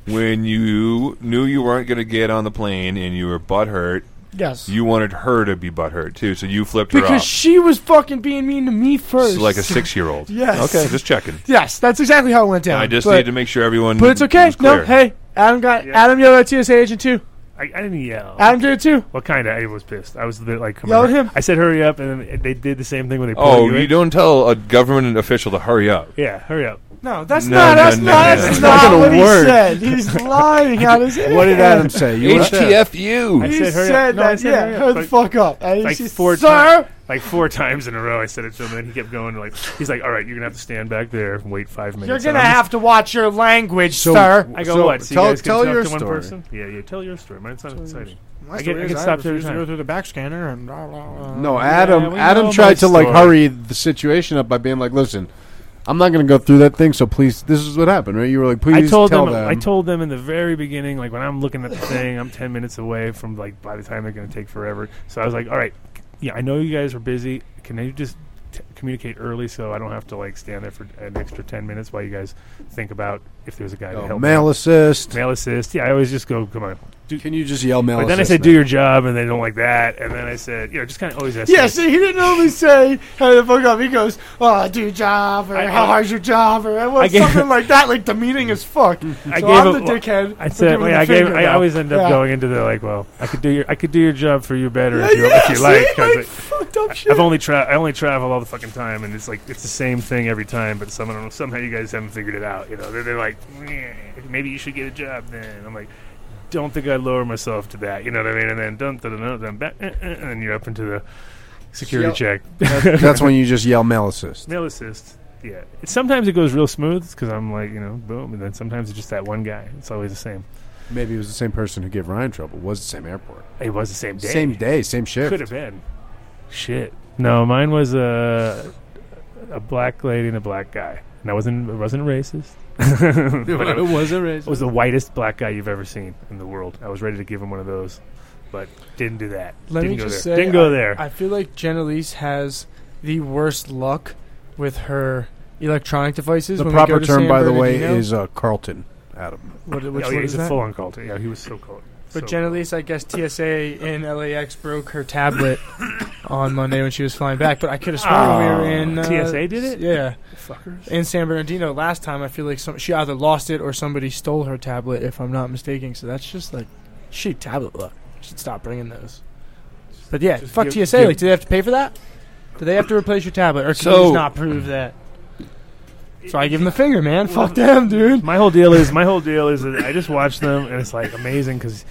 C: when you knew you weren't going to get on the plane and you were butthurt,
E: yes,
C: you wanted her to be butthurt too. So you flipped her
E: because
C: off,
E: she was fucking being mean to me first.
C: So like a six year old.
E: Yes.
C: Okay, just checking.
E: yes, that's exactly how it went down.
C: I just
E: but,
C: need to make sure everyone.
E: But it's okay.
C: was
E: No,
C: clear.
E: hey, Adam got
D: Yeah.
E: Adam yelled at TSA agent too.
D: I, I didn't yell.
E: Adam did it too.
D: What kind of? I was pissed. I was a bit like, come
E: Yell
D: on.
E: at him.
D: I said, hurry up, and then they did the same thing when they pulled
C: Oh,
D: you,
C: you
D: in.
C: don't tell a government official to hurry up.
D: Yeah, hurry up.
E: No, that's
C: No,
E: not.
C: no,
E: That's
C: no,
E: not.
C: no,
E: that's
A: no. Not
E: not,
A: gonna
E: what he
A: work.
E: said. He's lying out his
A: what did
E: ass.
A: Adam say? You were-
C: HTFU.
D: I
E: He
D: said, hurry up.
E: said
D: No, I
E: that,
D: said,
E: yeah,
D: hurry up.
E: hurry the
D: Like-
E: fuck up. And
D: like
E: she-
D: four
E: Sir!
D: times. Like four times in a row, I said it to him, and he kept going. Like he's like, "All right, you're gonna have to stand back there and wait five minutes."
E: You're
D: And
E: gonna
D: I'm
E: have to watch your language,
A: So-
E: sir.
D: just- I go,
A: So,
D: what? So
A: tell-
D: you guys can
A: tell
D: talk
A: your
D: to one
A: story.
D: person? Yeah, yeah. Tell your story. Mine's not exciting.
E: My
D: I get-
E: story
D: I
E: is
D: get stopped every
E: refuse to
D: time.
E: go through the back scanner and blah, blah, blah.
A: No, Adam.
D: Yeah, we know
A: Adam
D: my
A: tried to like
D: story.
A: hurry the situation up by being like, "Listen, I'm not going to go through that thing. So please, this is what happened, right? You were like,
D: I
A: please
D: told
A: tell
D: them,
A: them.
D: I told them in the very beginning, like when I'm looking at the thing, I'm ten minutes away from like by the time they're gonna take forever. So I was like, all right, yeah, I know you guys are busy. Can you just t- communicate early so I don't have to like stand there for an extra ten minutes while you guys think about if there's a guy to
A: Oh,
D: help
A: mail
D: me.
A: assist.
D: mail assist. Yeah, I always just go, come on.
A: Can you just yell mail?
D: But then I
A: assist
D: said,
A: now?
D: do your job, and they don't like that. And then I said, you know, just kind of always ask.
E: Yeah, see, he didn't only say, "Hey, the fuck up." He goes, "Oh, do your job," or
D: I-
E: "How
D: I-
E: hard's your job?" or
D: I
E: well,
D: gave-
E: something like that. Like demeaning as fuck.
D: I
E: so
D: gave
E: I'm
D: a-
E: the dickhead.
D: I
E: for
D: said,
E: giving
D: wait,
E: the
D: I gave.
E: finger,
D: I
E: though.
D: always end up
E: Yeah.
D: going into the like, well, I could do your, I could do your job for you better
E: Yeah,
D: if you,
E: yeah,
D: if you
E: see,
D: like. 'cause
E: like,
D: it-
E: fucked up shit.
D: I've only tra- I only travel all the fucking time, and it's like it's the same thing every time. But some I don't know, somehow you guys haven't figured it out. You know, they're, they're like, "Meh, maybe you should get a job then. I'm like, don't think I lower myself to that. You know what I mean? And then dun dun dun dun, dun back, uh, uh, and then you're up into the security check,
A: That- That's when you just yell mail assist.
D: mail assist. Yeah, It- sometimes it goes real smooth because I'm like, you know, boom, and then sometimes it's just that one guy. It's always the same.
A: Maybe it was the same person who gave Ryan trouble. It Was the same airport,
D: It was the same day.
A: same day, same shift.
D: Could have been. Shit. No, mine was a a black lady and a black guy, and I wasn't it wasn't racist. but it
A: wasn't
D: was the whitest black guy you've ever seen in the world. I was ready to give him one of those, but didn't do that.
E: Let
D: didn't
E: me
D: go
E: just
D: there.
E: say,
D: didn't go
E: I,
D: there.
E: I feel like Jennalise has the worst luck with her electronic devices.
A: The
E: when we
A: proper
E: go to
A: term,
E: San
A: by the way,
E: Bernardino.
A: is uh, Carlton. Adam.
E: what, which
D: oh,
E: one
D: yeah,
E: is
D: he's a
E: that?
D: full on culture. Yeah, he was so cool.
E: But
D: so
E: Jennalise, I guess TSA in LAX broke her tablet on Monday when she was flying back. But I could have sworn we
D: Oh,
E: were in uh,
D: TSA did it?
E: Yeah,
D: fuckers.
E: in San Bernardino last time. I feel like some, she either lost it or somebody stole her tablet, if I'm not mistaken. So that's just like shitty tablet luck. Should stop bringing those. But yeah,
D: Just
E: fuck
D: give-
E: TSA.
D: give-
E: like, do they have to pay for that? Do they have to replace your tablet, or can
B: So-
E: you just not prove that? So I give them the finger, man. Fuck them, dude.
D: my whole deal is my whole deal is that I just watch them and it's like amazing because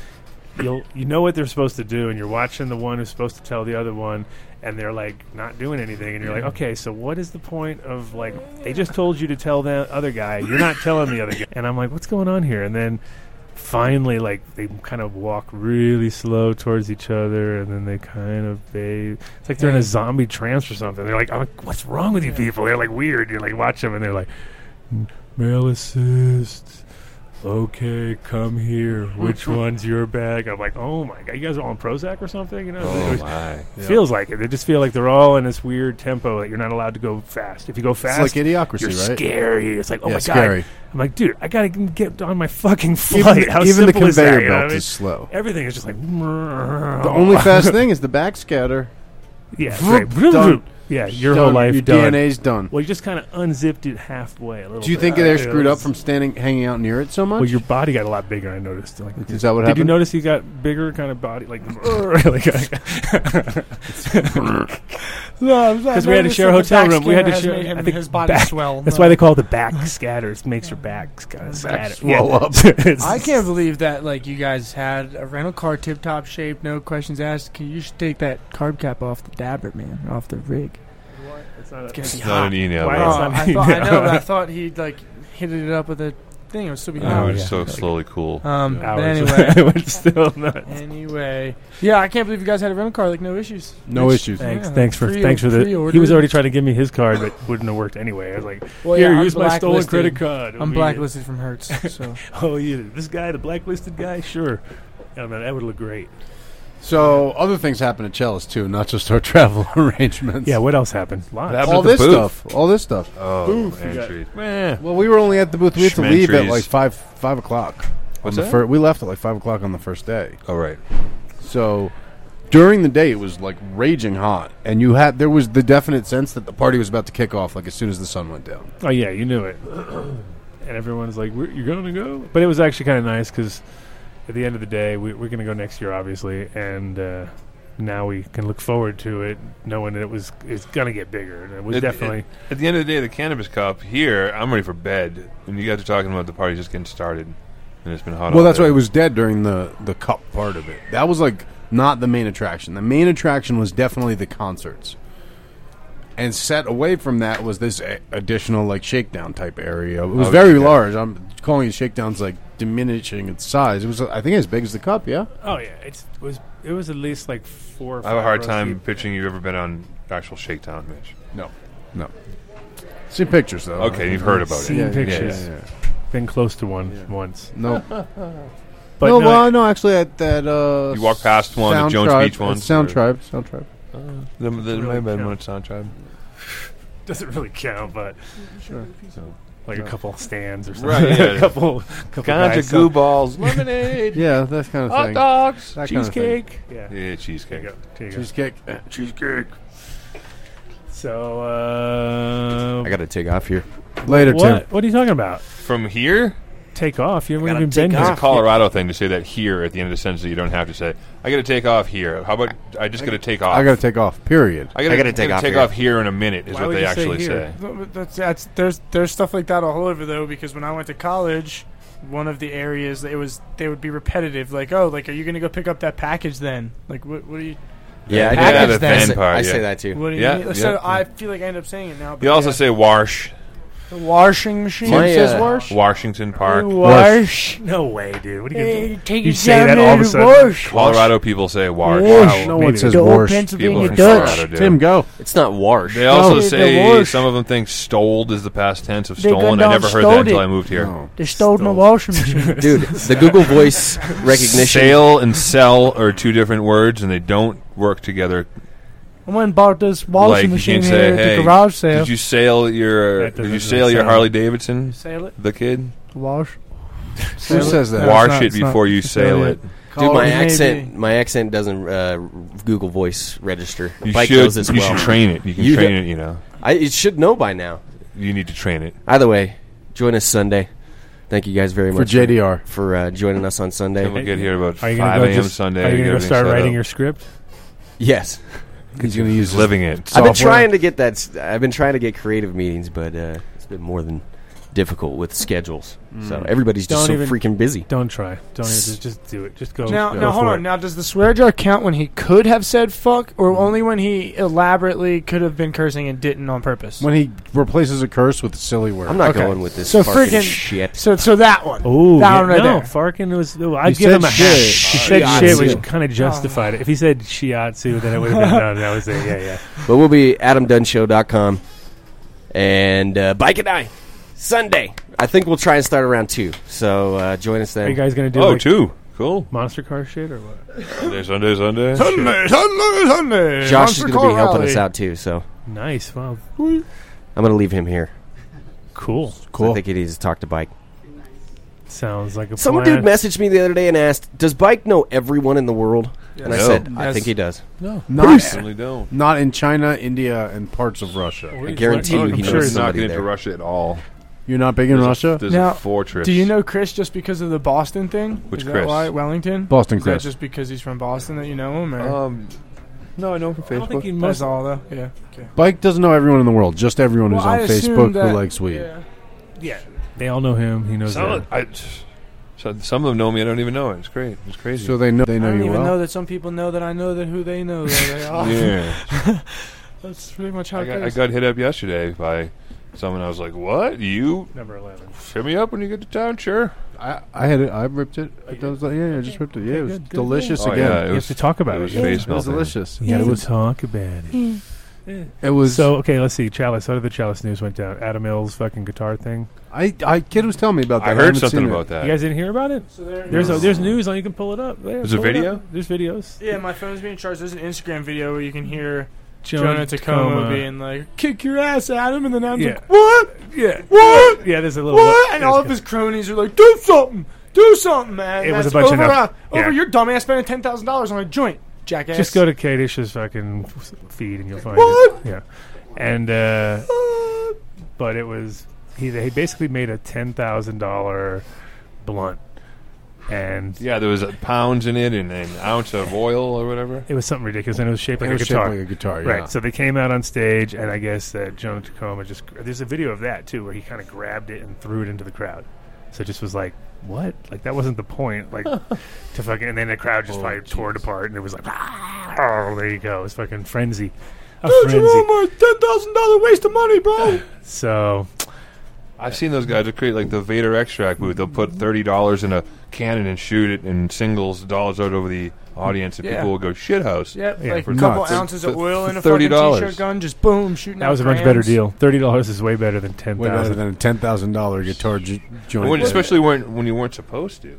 D: you'll you know what they're supposed to do and you're watching the one who's supposed to tell the other one and they're like not doing anything and you're like okay so what is the point of like they just told you to tell the other guy you're not telling the other guy and I'm like what's going on here and then finally like they kind of walk really slow towards each other and then they kind of they it's like they're in a zombie trance or something they're like I'm like what's wrong with you people they're like weird you're like watch them and they're like mail assist okay come here which one's your bag i'm like oh my god you guys are all on prozac or something you know
B: Oh
D: It
B: my!
D: feels like it they just feel like they're all in this weird tempo that you're not allowed to go fast if you go
A: It's
D: fast
A: like idiocracy,
D: you're
A: right?
D: scary. It's like, oh
A: Yeah,
D: my
A: scary.
D: god! I'm like, dude, I gotta get on my fucking flight.
A: Even,
D: How
A: even the
D: simple
A: conveyor
D: is that,
A: belt
D: you know what I mean?
A: is slow.
D: Everything is just like
A: The only fast thing is the backscatter.
D: yeah,
A: Vroom,
D: right. Vroom,
A: done.
D: vroom. yeah. Your whole
A: Done.
D: life,
A: your
D: done.
A: DNA's done.
D: Well, you just kind of unzipped it halfway. A little
A: Do you
D: bit.
A: think they're
D: Yeah,
A: screwed up
D: it's-
A: from standing, hanging out near it so much?
D: Well, your body got a lot bigger. I noticed. Like,
A: Is that what
D: did you
A: happened?
D: notice you got bigger kind of body? Like, like, like
E: Because
D: Because we had to share a hotel room. We had to share.
E: Him,
D: I think
E: his body
D: back-
E: swell.
D: That's
E: No.
D: why they call it the back scatter. It makes your back scatter. scatter.
A: swell up.
D: It's-
E: I can't believe that like you guys had a rental car tip top shape, no questions asked. Can you should take that carb cap off the dabber man, off the rig.
D: It's not a-
E: It's
C: It's
E: gonna
C: not
E: be hot.
C: an email.
D: Why
E: Oh,
C: bro.
D: not?
E: I, thought, I know, but I thought he'd like hit it up with a thing. It would still be
C: I know,
E: hot.
D: Oh,
C: it's
D: yeah.
C: so slowly cool.
E: Um,
C: Yeah.
E: but
D: hours.
E: anyway,
D: It was still not.
E: anyway, yeah, I can't believe you guys had a rental car like no issues.
A: No issues.
D: Thanks,
E: Yeah,
D: thanks for
E: pre-
D: thanks for the. He was
E: pre-ordered.
D: already trying to give me his card, but wouldn't have worked anyway. I was like,
E: Well,
D: "Here,
E: I'm
D: use my stolen
E: blacklisted.
D: credit card." It'll
E: I'm
D: be-
E: blacklisted from Hertz. So
D: Oh, yeah, this guy, the blacklisted guy, sure. Yeah, man, that would look great.
A: So other things happen at Chalice too, not just our travel arrangements.
D: Yeah, what else happened? Lots.
C: That-
A: all
C: happened at
A: this
C: the booth?
A: stuff. All this stuff.
C: Oh, entry. Meh.
A: Well, we were only at the booth. We had to leave at
C: Schmentries.
A: like five five o'clock.
C: What's
A: on the
C: that?
A: fir- we left at like five o'clock on the first day.
C: Oh, right.
A: So during the day, it was like raging hot, and you had there was the definite sense that the party was about to kick off. Like as soon as the sun went down.
D: Oh yeah, you knew it. and everyone's like, "Where- "You're going to go?" But it was actually kind of nice because at the end of the day, we, we're going to go next year, obviously, and uh, now we can look forward to it, knowing that it was it's going to get bigger. And it was
C: It-
D: definitely
C: At the end of the day, the cannabis cup here. I'm ready for bed, and you guys are talking about the party just getting started, and it's been hot.
A: Well,
C: all
A: that's
C: day.
A: why it was dead during the the cup part of it. That was like not the main attraction. The main attraction was definitely the concerts. And set away from that was this a- additional like shakedown type area. It was
C: Oh,
A: very
C: yeah.
A: large. I'm calling it shakedowns like diminishing its size. It was I think as big as the cup. Yeah,
D: oh yeah, it's, it was it was at least like four. Or
C: I
D: five
C: have a hard
D: rows
C: time
D: deep.
C: picturing you've ever been on actual shakedown, Mitch.
A: no, no. See pictures though.
C: Okay, you've heard about it.
D: Seen
A: Yeah, yeah,
D: pictures,
A: yeah, yeah.
D: been close to one once,
A: No,
D: but
A: no,
D: no,
A: well, no. Actually, at that uh,
C: You walk past one, the
A: Sound
C: Jones
A: Tribe-
C: Beach Uh, one,
A: Sound
C: or-
A: Tribe, Sound Tribe.
C: The, the,
D: Really
C: might have been
D: count.
C: one at Sound Tribe.
D: it doesn't really count, but
A: Sure.
D: like a couple stands or something,
C: Right, yeah, yeah.
D: a couple, couple guys,
C: goo balls, lemonade,
A: Yeah, that kind of
C: hot
A: thing.
C: dogs,
A: That kind of thing.
C: cheesecake.
D: yeah.
C: Yeah,
D: There
C: cheesecake.
D: you go. There you go.
A: Cheesecake.
C: Cheesecake.
D: So, uh,
B: I got to take off here.
A: Later, Tim.
D: what? What are you talking about?
C: From here,
D: Take off? You haven't
B: gotta
D: even
B: take
D: been
C: it's
D: here.
C: a Colorado thing to say that here at the end of the sentence that you don't have to say. I got to take off here. How about I just got to take off?
A: I got to take off. Period.
C: I gotta,
B: I gotta take off
C: take
B: here.
C: off here in a minute is
D: Why
C: what
D: would
C: they
D: you say
C: actually
D: here?
C: say.
E: No, but that's, that's there's there's stuff like that all over though because when I went to college, one of the areas that it was they would be repetitive like oh like are you gonna go pick up that package then like what what are you
B: Yeah,
C: I
B: I,
C: did that at the
B: I,
C: fan
B: say,
C: part,
B: I
C: yeah.
B: say that too.
E: what do you
C: Yeah,
E: mean? so
C: yeah.
E: I feel like I end up saying it now. But
C: You also
E: yeah.
C: say wash,
E: the washing machine
B: My,
E: says
B: uh,
E: wash.
C: Washington Park.
E: Wash.
D: No way, dude. What are you
E: Hey,
D: doing?
E: take
D: You
E: it
D: say
E: down
D: that
E: there
D: all of a
E: to
D: sudden.
E: wash.
C: Colorado people say wash.
A: Wash. No
D: Maybe
A: one
D: it
A: says
D: is.
E: Go
A: wash.
C: People
E: Pennsylvania
C: from
E: Dutch.
C: Colorado do.
A: Tim, go.
B: It's not wash.
C: They also
E: No. They
C: say
E: wash.
C: some of them think stoled is the past tense of
E: They go
C: stolen. I
E: down
C: never heard that
E: stoled
C: until
E: it.
C: I moved here.
B: Oh.
E: They stole my washing machine.
B: Dude, the Google Voice recognition.
C: Sale and sell are two different words, and they don't work together.
E: I went and bought this
C: like
E: washing
C: you
E: machine
C: can
E: here
C: say,
E: at
C: "Hey,
E: the garage sale.
C: did you sale your
D: That
C: did you
D: doesn't
C: sale your
D: sound-
C: Harley Davidson?
E: Sale it,
C: The kid
E: wash.
A: Who says that?
E: No,
C: wash
E: it's not-
C: it
E: it's not-
C: before you
E: it's
C: sale
E: not
C: it.
B: Dude, my
E: Maybe.
B: accent, my accent doesn't uh, Google Voice register.
C: You
B: Mike
C: should
B: does as
C: you
B: well.
C: should train it. You can
B: You
C: train
B: do-
C: it. You know
B: I, it should know by now.
C: you need to train it.
B: Either way, join us Sunday. Thank you guys very
A: For
B: much
A: JDR.
B: for uh, joining us on
C: Then
B: Sunday.
C: we'll get here about
D: Are you gonna
C: five
D: go
C: a.m.
D: just-
C: Sunday.
D: Are you
C: get
D: gonna go
C: everything
D: start
C: set
D: writing
C: up.
D: your script?
B: Yes,
A: He's going to use his
C: living it?
B: I've been
A: Software.
B: trying to get that. s- I've been trying to get creative meetings, but uh, it's been more than difficult with schedules.
C: Hmm.
B: So everybody's just
D: Don't
B: so
D: even-
B: freaking busy.
D: Don't try. Don't even, just, just do it. Just go.
E: Now,
D: go
E: now hold
D: for
E: on.
D: it.
E: Now, does the swear jar count when he could have said fuck, or only when he elaborately could have been cursing and didn't on purpose?
A: When he replaces a curse with a silly word.
B: I'm not
E: Okay.
B: going with this
E: So
B: fucking
E: freaking-
B: shit.
E: so, so that one.
D: Oh,
E: that
D: yeah,
E: one right
D: no,
E: there.
D: Farkin was. oh, I'd
A: He
D: give him
A: said
D: a half.
A: shit.
D: He said
B: Shiatsu.
D: shit, which kind of justified it. If he said shiatsu, then it would have been done. That was it. Yeah, yeah.
B: But we'll be adamdunshow.com and uh, Bike and I Sunday. I think we'll try and start around two. So uh, join us
D: Are you
B: then.
D: guys gonna do
C: Oh,
D: like
C: two. Cool.
D: monster car shit or what?
C: Sunday, Sunday, Sunday.
B: Josh is going to be helping us out too. So
D: Nice. Wow.
B: I'm going to leave him here.
D: Cool.
B: I think he needs to talk to Bike.
D: Sounds like a
B: Some
D: plan.
B: dude messaged me the other day and asked, "Does Bike know everyone in the world?" And I
C: No.
B: said, "I
E: Yes.
B: think he does."
A: Not,
C: Certainly don't.
A: not in China, India, and parts of Russia.
D: Where-
B: guarantee
D: where-
B: you
D: I'm
B: he
C: I'm
B: knows
C: sure he's not
B: somebody
C: getting into
B: there.
C: Russia at all.
A: You're not big in
C: There's a-
A: Russia?
C: there's
E: Now,
C: a fortress.
E: Do you know Chris just because of the Boston thing?
C: Which
E: Is that
C: Chris?
E: Why Wellington?
A: Boston
E: Is that
A: Chris.
E: just because he's from Boston that you know him? Or?
C: Um, No, I know from
D: I don't think
C: Facebook.
D: you
E: That's
D: must.
E: all though. Yeah. Okay.
A: Bike doesn't know everyone in the world, just everyone who's
E: Well,
A: on
E: I assume
A: Facebook
E: that-
A: who likes weed.
E: yeah.
D: Yeah, they all know him. He knows
C: Some
D: them.
C: of, I, so some of them know me. I don't even know it. It's great. It's crazy.
A: So they know they
E: I
A: know
E: don't
A: you
E: even
A: well.
E: know that some people know that I know that who they know that they are.
C: yeah,
E: That's pretty much how
C: I
E: it
C: got, I
E: goes.
C: got hit up yesterday by someone. I was like, "What? You
D: Number eleven.
C: hit me up when you get to town? Sure."
A: I, I had it. I ripped
D: Oh,
A: it. I was like, yeah, I just ripped it. Yeah, it was
D: good, good,
A: delicious
C: Oh,
A: again.
C: yeah, it
D: You have
C: was,
D: to talk about
C: it
D: it.
C: was
D: You
C: face
A: It was
C: melting.
A: delicious.
D: have
A: Yeah, it
D: to
A: was.
D: talk about it.
A: It was.
D: So okay, let's see. Chalice. How did the Chalice news went down? Adam Hill's fucking guitar thing.
A: I, I kid was telling me about that.
C: I heard something about that.
D: You guys didn't hear about it?
E: So there it
D: There's a,
E: is.
D: there's news on. You can pull it up. There,
C: There's a
D: pull it
C: video?
D: up. There's videos.
E: yeah, my phone's being charged. There's an Instagram video where you can hear
D: Jonah
E: Jonah, Tacoma,
D: Tacoma.
E: being like, "Kick your ass, Adam," and then Adam's
D: Yeah.
E: like, "What?
D: Yeah.
E: What?
D: Yeah. There's a little.
E: What?" And
D: there's-
E: all of his cronies are like, "Do something, do something, man."
D: It was
E: That's
D: a bunch of
E: over,
D: no-
E: uh,
D: yeah.
E: over your dumbass spending ten thousand dollars on a joint, jackass.
D: Just go to Kadish's fucking feed and you'll find
E: What?
D: it. Yeah. And uh, but it was he. They basically made a ten thousand dollar blunt, and
C: Yeah, there was uh, pounds in it and an ounce of oil or whatever.
D: it was something ridiculous. And it was shaped like
A: It
D: a
A: was shaped
D: guitar.
A: like a guitar. Oh, yeah.
D: Right. So they came out on stage, and I guess that Jonah Tacoma just. There's a video of that too, where he kind of grabbed it and threw it into the crowd. So it just was like, what? Like that wasn't the point. Like to fucking. And then the crowd
A: Oh,
D: just like tore it apart, and it was like, "Ah!" oh, there you go. It's fucking frenzy. A
E: Don't you
D: frenzy.
E: want my ten thousand dollar waste of money, bro?
D: So
C: I've seen those guys that create like the Vader extract booth. They'll put thirty dollars in a cannon and shoot it, and singles dollars out over the audience, and
E: Yeah.
C: people will go shit house.
E: Yep,
D: Yeah,
E: like
A: for
E: a couple
A: nuts.
E: ounces
C: For-
E: of
C: for
E: oil in a fucking
C: $30.
E: t-shirt gun, just boom, shooting.
D: that
E: out
D: was a much better
E: grams.
D: deal. Thirty dollars is way better than ten
A: Way better
D: thousand. What
A: than a ten thousand dollar guitar ju- joint.
C: When, especially when when you weren't supposed to.
D: do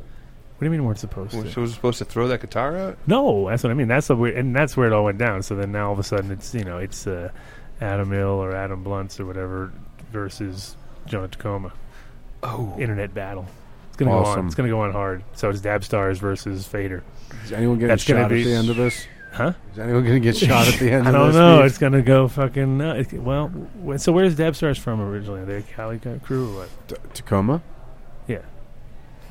D: you mean weren't supposed
C: When
D: to?
C: someone was supposed to throw that guitar out.
D: No, that's what I mean. That's the weird, and that's where it all went down. So then now all of a sudden it's you know it's uh, Adam Hill or Adam Blunts or whatever versus Jonah Tacoma. Oh, internet battle. It's gonna go on.
A: Awesome.
D: It's gonna go on hard. So it's Dab Stars versus Fader.
A: is anyone getting
D: That's gonna
A: shot
D: be-
A: at the end of this?
D: Huh?
A: Is anyone going to get shot at the end?
D: I
A: of
D: don't
A: this,
D: know.
A: Steve?
D: It's gonna go fucking nuts. Well, wh- so where's Dab Stars from originally? Are they a Cali co- crew or what?
A: T- Tacoma.
D: Yeah.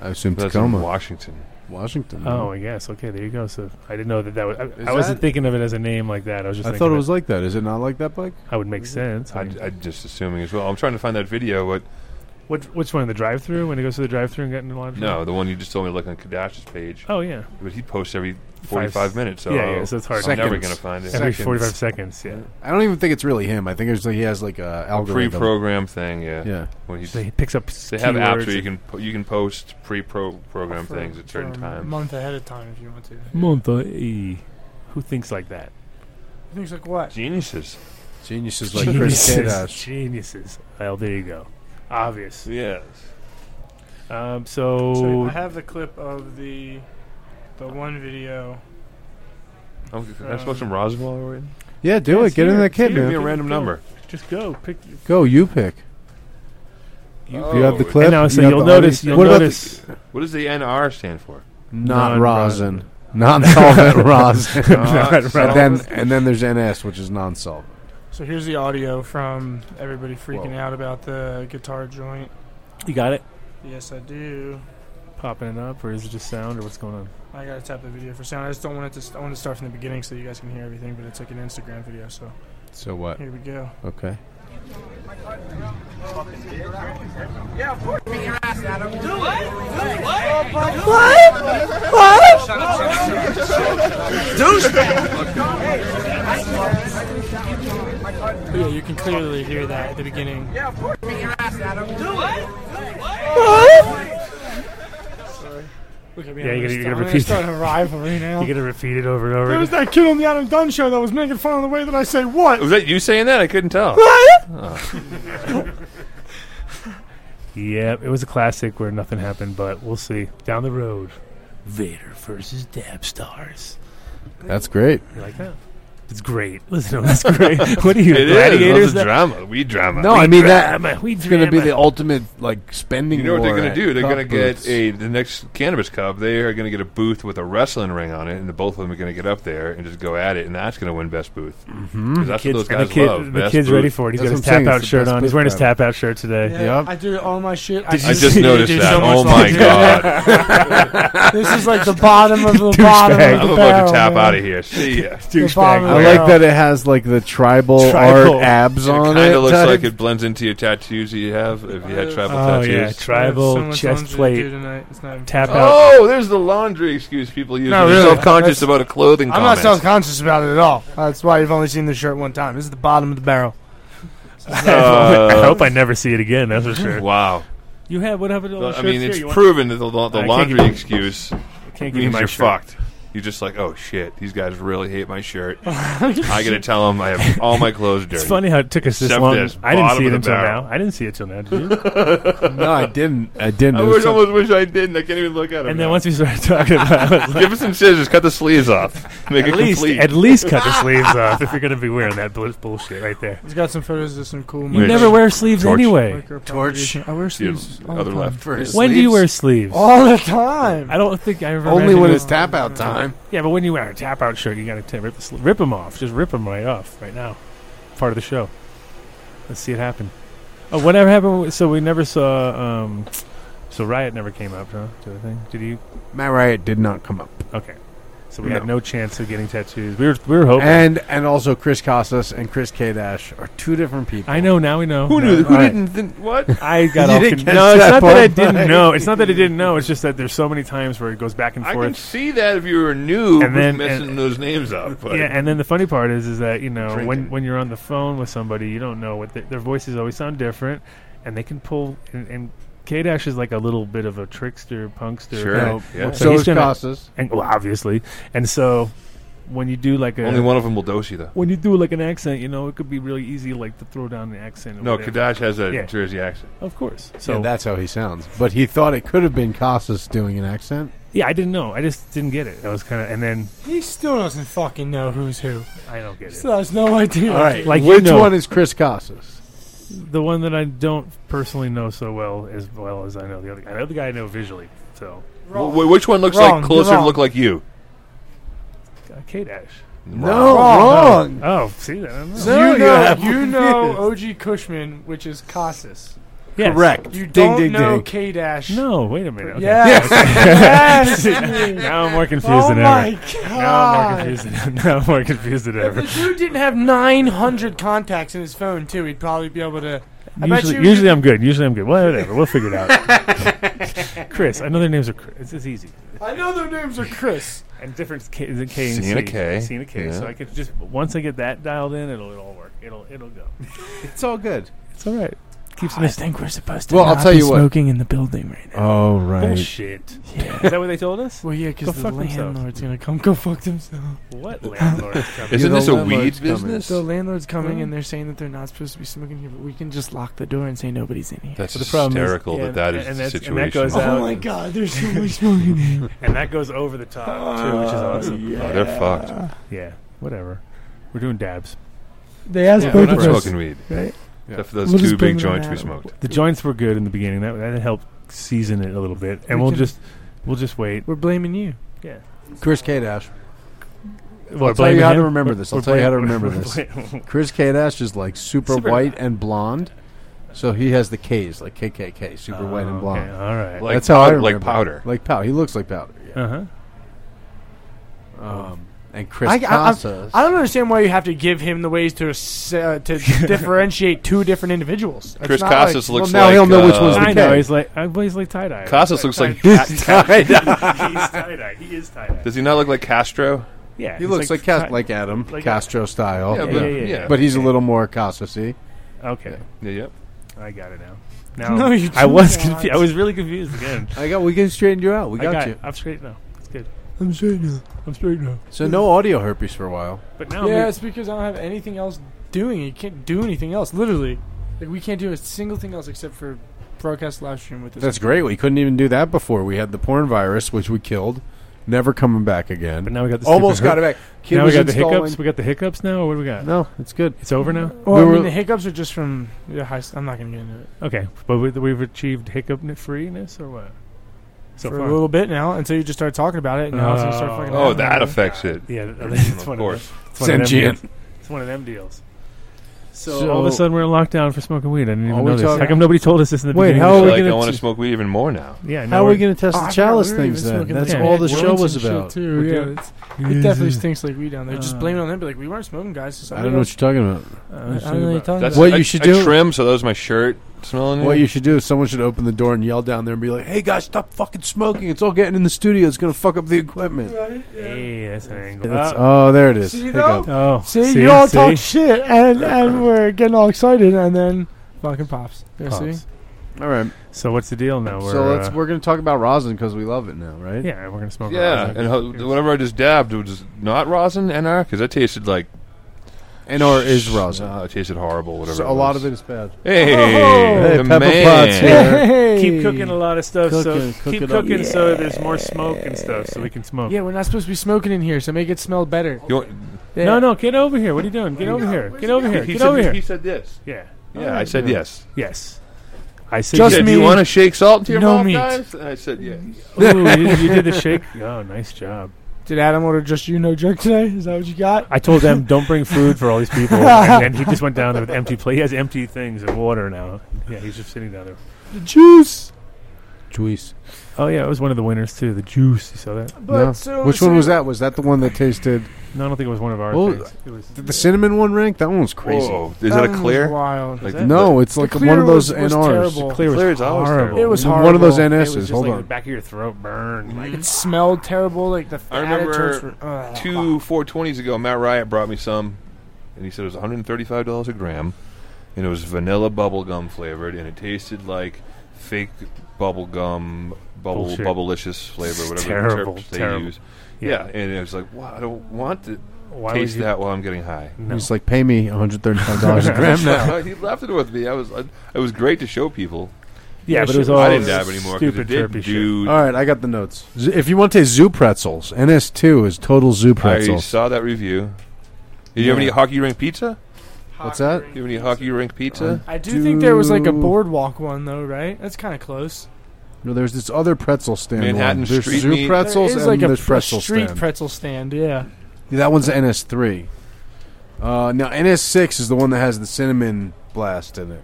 A: I assume
C: That's in
A: Tacoma,
C: Washington.
A: Washington.
D: Oh, I guess. Okay, there you go. So I didn't know that that was. I,
A: Mm-hmm. Is
D: I wasn't
A: that-
D: thinking of it as a name like that. I was just.
A: I
D: thinking
A: thought it Mm-hmm.
D: of
A: was like that. Is it not like that, Blake?
D: I would make sense. I
C: I,
D: mean,
C: I'm just assuming as well. I'm trying to find that video. What?
D: Which which one? The drive-through when he goes to the drive-through and getting a lot of trouble?
C: No, the one you just told me to look on Kadash's page.
D: Oh yeah,
C: But he posts every
D: Five
C: 45
D: s-
C: minutes. So
D: yeah, yeah. So it's hard.
C: I'm never
A: Seconds.
C: gonna find it.
D: Every
A: Seconds.
D: forty-five seconds. Yeah.
A: I don't even think it's really him. I think it's like he has like a algorithm.
C: Pre-program thing. Yeah.
A: Yeah.
C: When he's,
D: So he
C: they
D: picks up.
C: have apps
D: keywords
C: where you
D: and-
C: can po- you can post pre-program
E: For-
C: things at
E: for
C: certain
E: a
C: times.
E: month ahead of time if you want to.
D: Monta, eh. Who thinks like that?
E: I think it's like what?
C: Geniuses.
A: Geniuses like Chris Kadas.
D: Geniuses. Well, there you go. Obvious.
C: Yes.
D: Um, so,
E: So I have the clip of the the one video.
C: I'm, can I smoke some Roswell over it?
A: Yeah, do
D: Yeah,
A: it. Get
D: it's
A: in
D: here.
A: that kid,
D: It's here.
C: Give me a
A: man.
C: random
D: Go.
C: number.
D: just go pick.
A: Go. You pick.
D: You
A: You have the
C: Oh,
A: clip.
D: And now, so
A: you have
D: you'll
A: the audio-
D: notice. You'll
A: what
D: notice.
C: What does the NR stand for?
A: about the, not
D: Non-rosin.
A: rosin, non-solvent rosin?
C: Uh,
D: Not
A: and
D: relevant.
A: then and then there's NS, which is non-solvent.
E: So here's the audio from everybody freaking
A: Whoa.
E: out about the guitar joint.
D: you got it.
E: Yes, I do.
D: Popping it up, or is it just sound, or what's going on?
E: I gotta tap the video for sound. I just don't want it to. St- I want to start from the beginning so you guys can hear everything. But it's like an Instagram video, so
A: So what?
E: here we go.
A: Okay.
E: Oh, Yeah, you can clearly hear that at the beginning. Yeah, of course.
D: Yeah,
E: Adam.
D: you
E: Do
D: gotta-
E: it.
D: you gotta
E: Look at me. I'm
D: repeat
E: Start a rivalry now.
D: You gotta repeat it over and over.
E: There was
D: again.
E: that kid on the Adam Dunn show that was making fun of the way that I say what.
C: Was that you saying that? I couldn't tell.
D: Yeah, it was a classic where nothing happened, but we'll see down the road. Vader versus Dab Stars.
A: That's great.
D: You like that? It's great. Listen, that's great. what are you,
C: It is.
D: gladiators? Oh,
C: That's a
D: that-
C: drama. We drama.
A: No, I mean that.
D: drama. We
A: It's going to be
D: drama.
A: the ultimate like spending.
C: You know what they're
A: war
C: going to
A: at
C: do? They're
A: cup
C: going to get
A: booths.
C: a the next cannabis cup. They are going to get a booth with a wrestling ring on it, and the both of them are going to get up there and just go at it, and that's going to win best booth. Mm-hmm. That's
D: Kids,
C: what those
D: and the
C: guys
D: kid,
C: love.
D: the
C: best
D: kid's
C: booth.
D: ready for it. He's
A: That's
D: got his
A: what I'm saying,
D: tap out
A: it's the
D: shirt
A: best
D: on. He's
A: booth
D: wearing his
A: battle.
D: tap out shirt today.
E: Yeah,
A: Yep.
E: I do all my shit.
C: I just
E: see-
C: noticed
E: dude,
C: that.
E: so much
C: oh my
E: like-
C: god!
E: This is like the bottom of the bottom.
D: Douchebag.
E: Of the
C: I'm about
E: barrel,
C: to tap
E: man.
C: out of here. See ya.
E: The bottom
D: Douchebag.
E: of
A: I
C: Where-
A: like that it has like the tribal,
D: Tribal.
A: art abs
C: It
A: on it.
C: kind of looks
A: type.
C: like it blends into your tattoos that you have if you had tribal
D: Oh,
C: tattoos.
D: yeah.
E: So
D: Tribal
E: much
D: chest
E: laundry to do
D: plate.
E: tonight. It's not even-
D: Tap out.
C: Oh, there's the laundry excuse people use.
E: No,
C: They're
E: really.
C: self-conscious
E: That's-
C: about a clothing
E: I'm not
C: comment.
E: self conscious about it at all. That's why you've only seen the shirt one time. This is the bottom of the barrel.
D: I
C: Uh,
D: hope I never see it again. That's for sure.
C: wow.
D: You have what happened to all the
C: I
D: shirts
C: mean,
D: here?
C: it's
D: You want-
C: proven that the, la- the
D: I can't
C: laundry
D: give you-
C: excuse
D: Can't give you
C: means
D: my
C: you're
D: shirt.
C: fucked. You're just like, oh shit, these guys really hate my shirt. I gotta tell them I have all my clothes dirty.
D: It's funny how it took us this
C: Except
D: long.
C: this
D: I didn't
C: bottom of
D: see it
C: the
D: until
C: barrel.
D: now. I didn't see it till now. Did you?
A: No, I didn't. I didn't.
C: I
A: It was
C: wish,
A: some-
C: almost wish I didn't. I can't even look at them.
D: and then once we started talking about it, I was like,
C: give us some scissors, cut the sleeves off, make
D: at
C: it
D: least,
C: complete.
D: at least cut the sleeves off if you're going to be wearing that bull- bullshit right there.
E: He's got some photos of some cool.
D: You
C: Rich.
D: never wear sleeves
C: Torch.
D: anyway.
E: Micro
A: Torch.
E: propagation. I wear
C: Your
E: sleeves. all the
C: other
E: time.
C: left.
A: for his
D: When do you
A: sleeves.
D: wear sleeves?
E: all the time.
D: I don't think I ever.
A: Only
D: imagined
A: when
D: it-
A: it's tap out time.
D: Yeah, but when you wear a tap out shirt, you got to rip the sli- rip them off. Just rip them right off right now. Part of the show. Let's see it happen. Oh, whatever happened. with- So we never saw. Um, so Riot never came up, huh? To the thing. Did you?
A: Matt Riot did not come up,
D: Okay. So we
A: No.
D: had no chance of getting tattoos. We were we were hoping.
A: and and also Chris Casas and Chris Kadash are two different people.
D: I know now we know.
C: who
D: Now-
C: knew? Who
A: Alright.
C: didn't? Think, what?
D: I got
A: You
D: all
A: didn't
D: con-
A: catch
D: No, it's
A: that
D: not that I
A: part,
D: didn't
A: Mike.
D: know. It's not that I didn't know. It's just that there's so many times where it goes back and
C: I
D: forth.
C: can see that if you were new,
D: And
C: we're
D: then-
C: messing
D: and-
C: those names up. But
D: yeah, and then the funny part is, is that you know when
A: Drinking.
D: when you're on the phone with somebody, you don't know what the, their voices always sound different, and they can pull and. and K Dash is like a little bit of a trickster, punkster.
C: Sure.
D: you know,
A: No,
C: Yeah.
A: So
D: he's
A: is
D: gonna-
A: Casas.
D: and, well, obviously. And so when you do like a
C: only one of them will dose you though.
D: when you do like an accent, you know it could be really easy like to throw down the accent. or
C: No,
D: whatever.
C: Kadash has a
D: Yeah.
C: Jersey accent.
D: of course. So
A: So that's how he sounds. But he thought it could have been Casas doing an accent.
D: yeah, I didn't know. I just didn't get it. I was kind of and then
E: He still doesn't fucking know who's who.
D: I don't get it.
E: Still has no idea.
A: All right,
D: Like you
A: which
D: know.
A: one is Chris Casas?
D: the one that I don't personally know so well as well as I know the other guy. I know the guy I know visually. So
E: Wrong.
C: Wh- which one looks
E: Wrong.
C: like closer to
E: Wrong.
C: look like you?
D: uh, K Dash.
A: No, wrong.
E: Wrong.
D: Oh, see that? I don't know.
A: So-
E: You
A: You
E: know,
A: have-
E: you know OG Cushman, which is Casas.
D: Yes.
A: Correct.
E: You
A: ding,
E: don't
A: ding,
E: know
A: ding.
E: K Dash.
D: No, wait a minute. Okay.
E: Yes. yes.
D: now I'm more confused
E: oh
D: than
E: my
D: ever. Now I'm more
E: god.
D: confused. Than, now I'm more confused than
E: If
D: ever.
E: the dude didn't have 900 contacts in his phone too, he'd probably be able to. I bet
D: Usually,
E: you-
D: usually I'm good. Usually I'm good. Whatever. We'll figure it out. Chris. I know their names are Chris. It's, it's easy.
E: I know their names are Chris.
D: And different K, is it K and
C: Seen a
D: C.
C: K.
D: Seen a K.
C: Yeah.
D: So I could just once I get that dialed in, it'll it'll all work. It'll it'll go. Ah,
A: It's all good.
D: It's all right. Keeps
E: I
D: me
E: think we're supposed
A: to Well, I'll not tell be you what.
E: smoking in the building right now.
A: Oh right.
D: Bullshit. Is that what they told us?
E: Well, yeah,
D: Go
E: because the
D: fuck themselves.
E: landlord's gonna come. Go fuck themselves.
D: What landlord?
C: Isn't
A: the
C: this a
A: landlord's
C: weed
A: coming.
C: business?
E: The landlord's coming
D: Hmm.
E: and they're saying that they're not supposed to be smoking here, but we can just lock the door and say nobody's in here.
C: That's
D: But the problem is-
C: hysterical
D: yeah,
C: that that
D: and
C: is the
D: that's- and
C: situation.
D: that goes out.
E: oh my god, there's so much smoking here.
D: and that goes over the top too, which is awesome.
C: Oh, they're fucked.
D: Yeah, whatever. We're doing dabs.
E: They asked
A: Yeah,
C: We're
E: both
C: not
E: of us.
C: smoking weed.
E: Right?
C: Except for those
E: We'll
C: two
E: just
C: big
E: bring them
C: joints we
E: out.
C: smoked.
D: The joints were good in the beginning. That that helped season it a little bit, and we
E: We
D: will
E: can-
D: just we'll just wait.
E: We're blaming you.
D: Yeah.
A: Chris Kadash.
D: Well,
A: I'll tell you how to remember this. I'll tell you how to remember this.
D: this.
A: Chris Kadash is like super,
D: Super-
A: white and blonde, so he has the K's like KKK, super white and blonde.
D: Oh, Okay, all right.
C: Like
A: That's how I
C: powder- like
A: remember.
C: powder.
A: Like powder. He looks like powder. Yeah.
D: uh huh.
A: Um, and Chris
E: I- I- I'm-
A: Casas.
E: I don't understand why you have to give him the ways to ass- uh, to differentiate two different individuals. It's
C: Chris
E: not
C: Casas
E: like-
C: looks
A: now
C: like.
A: he'll know which one's
C: uh,
A: the
D: Oh, I know.
A: Okay.
D: He's like I well, he's like tie dye.
C: Casas looks like.
A: He's tied.
D: he's tie dye. He is tie dye.
C: Does he not look like Castro?
D: Yeah.
A: he
D: he's
A: looks like Cas-
D: ti-
A: like Adam
D: like-
A: Castro style.
C: Yeah,
D: Yeah,
C: but-
D: yeah, yeah, yeah.
A: But he's a little more Casasy.
D: Okay.
C: Yeah, yep.
D: I got it now. Now
E: No, you
D: I was
E: do not.
D: confused. I was really confused again.
A: I got. We can straighten you out. We
D: I
A: got,
D: got
A: you.
D: it. I'm straight now. It's good.
E: I'm straight now.
D: I'm straight now.
A: So no audio herpes for a while.
D: But now
E: Yeah,
D: I'm
E: it's because I don't have anything else doing. You can't do anything else. Literally, like we can't do a single thing else except for broadcast live stream with this.
A: That's great. We couldn't even do that before. We had the porn virus, which we killed. Never coming back again.
D: But now we got the
A: Almost
D: stupid
A: got
D: her-
A: it back. Kid
D: now we
A: was
D: got the
A: installing-
D: hiccups. We got the hiccups now, or what do we got?
A: No, it's good.
D: It's over now.
E: Well,
A: We
E: I
A: were-
E: mean, the hiccups are just from yeah. High, I'm not gonna get into
A: Mm-hmm.
E: it
D: Okay, but we, we've achieved hiccup freeness, or what? So
E: for
D: far,
E: a little bit now until you just start talking about it. And now it's gonna start
D: Oh.
E: fucking.
C: Oh,
E: happening.
C: that affects it.
D: yeah, it's
C: Of
D: one
C: course.
D: Of them, it's one of them
A: Sentient.
D: deals. It's one of them deals.
E: So,
D: So, all of a sudden we're in lockdown for smoking weed. I didn't
A: Are
D: even
A: we
D: know this.
A: talking-
D: How come nobody told us this in the
A: Wait,
D: beginning?
A: how
D: of
A: are
D: the
A: we
D: show?
C: like, I
A: gonna
C: want to
A: t-
C: smoke weed even more now.
D: Yeah, now
A: How are
D: we're
A: we going to test
E: Oh, I
A: the
E: forgot
A: chalice
E: we were even
A: things then?
E: smoking
A: That's
D: that.
A: all the show
E: Warrington
A: was
E: shit,
A: about.
E: too, yeah, it's- It definitely stinks like we down there. Just
D: Uh,
E: blame it on them. Be like, we weren't smoking, guys.
A: I don't know what you're talking about.
D: I
E: I don't know what you're talking
C: That's
E: about.
A: What
C: I-
A: you should
C: I
A: do-
C: Trim so that was my shirt smelling.
A: What
C: it.
A: you should do is someone should open the door and yell down there and be like, "Hey guys, stop fucking smoking! It's all getting in the studio. It's going to fuck up the equipment."
D: Hey, that's an angle.
A: That's, oh, there it is.
E: See,
A: Hiccup.
D: oh,
E: See, you all
D: see?
E: talk shit, and, and we're getting all excited, and then fucking pops. Yeah, see?
D: Pops.
A: All right.
D: So what's the deal now? We're,
A: so let's
D: uh,
A: we're going to talk about rosin because we love it now, right?
D: yeah, we're gonna smoke.
C: Yeah,
D: rosin.
C: and ho- whatever I just dabbed it was not rosin NR because that tasted like
A: And or is rosin.
C: Uh, it tasted horrible. Whatever.
A: So a lot of it is bad.
C: Hey,
E: Hey,
C: the
A: Pepper
C: man.
A: Potts, yeah.
E: Hey.
D: keep cooking a lot of stuff.
A: Cooking,
D: so
A: cook
D: keep
A: it up.
D: cooking so there's more smoke and stuff, so we can smoke.
E: Yeah, we're not supposed to be smoking in here, so make it smell better.
C: You want-
E: Yeah.
D: No, no, get over here. What are you doing? Get over here. Get over here.
C: he
D: Get
C: said-
D: over
C: He
D: here.
C: said this.
D: Yeah.
C: Yeah, I said yes.
D: Yes. I said
E: Just
C: He said,
E: me.
C: Do you want to shake salt to your
E: No
C: mouth,
E: meat.
C: guys? And I said yes.
D: Ooh, you, did- you did the shake. Oh, nice job.
E: Did Adam order just you no jerk today? Is that what you got?
D: I told them don't bring food for all these people, and then he just went down there with empty plate. He has empty things and water now. Yeah, he's just sitting down there.
E: The juice.
A: Juice.
D: Oh yeah, it was one of the winners too. The juice. You saw that?
E: But
D: Oh,
E: so,
A: Which
E: so
A: one was that? Was that the one that tasted?
D: No, I don't think it was one of our
A: Oh,
D: things. It was
A: Did the cinnamon one rank? That one was crazy.
C: Whoa, is that a
E: one
C: clear?
E: Was wild.
C: Like-
A: No, it's like
E: The
A: one of
E: clear
A: those
E: was- was
A: NRs.
E: terrible.
D: clear.
C: Clear
D: was
C: is always
D: horrible.
C: terrible.
E: It was
A: One of those
E: horrible.
D: It was
A: NSs.
D: just
A: Hold
D: like
A: on.
D: the back of your throat burn. Like
E: It smelled terrible. Like the
C: I remember
E: added toast were- Ugh.
C: Two 420s ago, Matt Riot brought me some, and he said it was $135 a gram, and it was vanilla bubblegum flavored, and it tasted like fake bubble, bubble
D: Bullshit.
C: bubblelicious flavor,
D: It's
C: whatever
D: terrible,
C: the terps they
D: terrible.
C: use.
D: Yeah.
C: Yeah. and it was like, wow, I don't want to
D: why
C: taste
D: would you-
C: that while I'm getting high.
D: No.
A: He's like, pay me $135 a gram now.
C: he left it with me. I was, I, it was great to show people.
D: yeah, but it was all
C: I didn't dab anymore because
D: Stupid
C: it did
D: derpy shit.
C: do.
A: All right, I got the notes. Z- if you want to taste zoo pretzels, NS2 is total zoo
C: I
A: pretzels.
C: saw that review. Do you have
A: Yeah.
C: any hockey rink pizza?
A: What's that?
C: Do you have any hockey rink pizza?
E: I do think there was like a
A: Do-
E: boardwalk one though, right? That's kind of close.
A: No, there's this other pretzel stand.
C: Manhattan
A: one. There's
C: street
A: zoo
C: meat.
A: pretzels
E: there is
A: and
E: like a
A: there's
E: pr-
A: pretzel
E: street
A: stand.
E: pretzel stand. Yeah.
A: Yeah, that one's NS3. Uh, now NS6 is the one that has the cinnamon blast in it.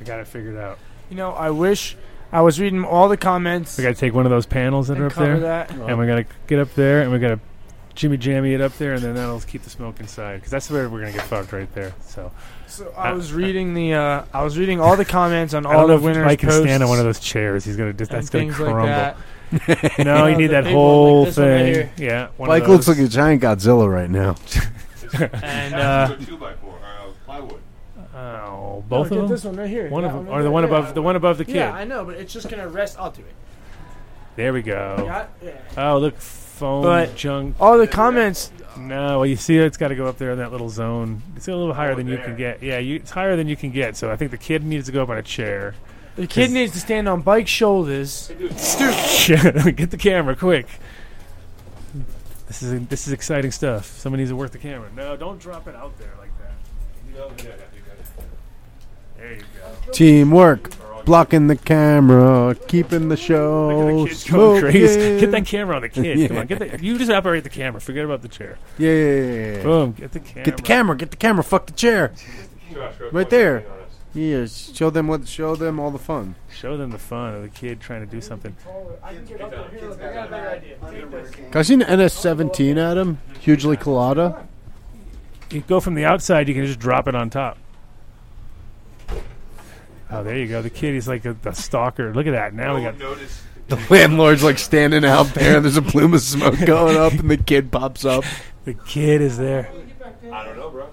D: I got it figured out.
E: You know, I wish I was reading all the comments
D: We got to take one of those panels that
E: and
D: are up
E: cover
D: there,
E: that.
D: and we got to get up there, and we got to jimmy jammy it up there, and then that'll keep the smoke inside because that's where we're gonna get fucked right there. So
E: So I was reading the uh, I was reading all the comments on
D: I don't
E: all the
D: know if
E: winners.
D: Mike can
E: posts
D: stand on one of those chairs. He's gonna just
E: and
D: that's gonna
E: things
D: crumble.
E: like that.
D: No, you
E: Oh,
D: need
E: the
D: that
E: big one, like
D: whole
E: this one right
D: thing.
E: here.
D: yeah, one
A: Mike
D: of
A: looks
D: those.
A: like a giant Godzilla right now.
E: And uh,
C: two by four, uh, plywood.
D: Oh, both
E: no, get
D: of them.
E: This one right here.
D: One
E: That
D: of them,
E: right
D: or the
E: there.
D: one
E: Yeah.
D: above the one above the kid.
E: Yeah, I know, but it's just gonna rest. I'll do it.
D: there we go.
E: Got- yeah.
D: Oh, look, foam
E: But-
D: junk.
E: All the comments.
D: No, well, you see, it's got to go up there in that little zone. It's a little higher than you can get. Yeah, you, it's higher than you can get. So I think the kid needs to go up on a chair.
E: The kid needs to stand on bike shoulders.
D: get the camera quick. This is this is exciting stuff. Someone needs to work the camera. No, don't drop it out there like that. There you go.
A: Teamwork, blocking the camera, keeping the
D: Look at
A: show
D: the kids
A: smoking.
D: going crazy. Get that camera on the kid. Come
A: Oh, Yeah.
D: on, get that. You just operate the camera. Forget about the chair.
A: Yeah, yeah, yeah, yeah, yeah.
D: Boom. Get the camera.
A: Get the camera. Get the camera. Fuck the chair. Right there. Yeah, show them what. Show them all the fun.
D: Show them the fun of the kid trying to do something.
A: I've seen NS17, Adam. Hugely Colada.
D: You go from the outside. You can just drop it on top. Oh, there you go. The kid. He's like a, a stalker. Look at that. Now we got.
A: The landlord's like standing out there. There's a plume of smoke going up, and the kid pops up.
D: The kid is there.
C: I don't know, bro.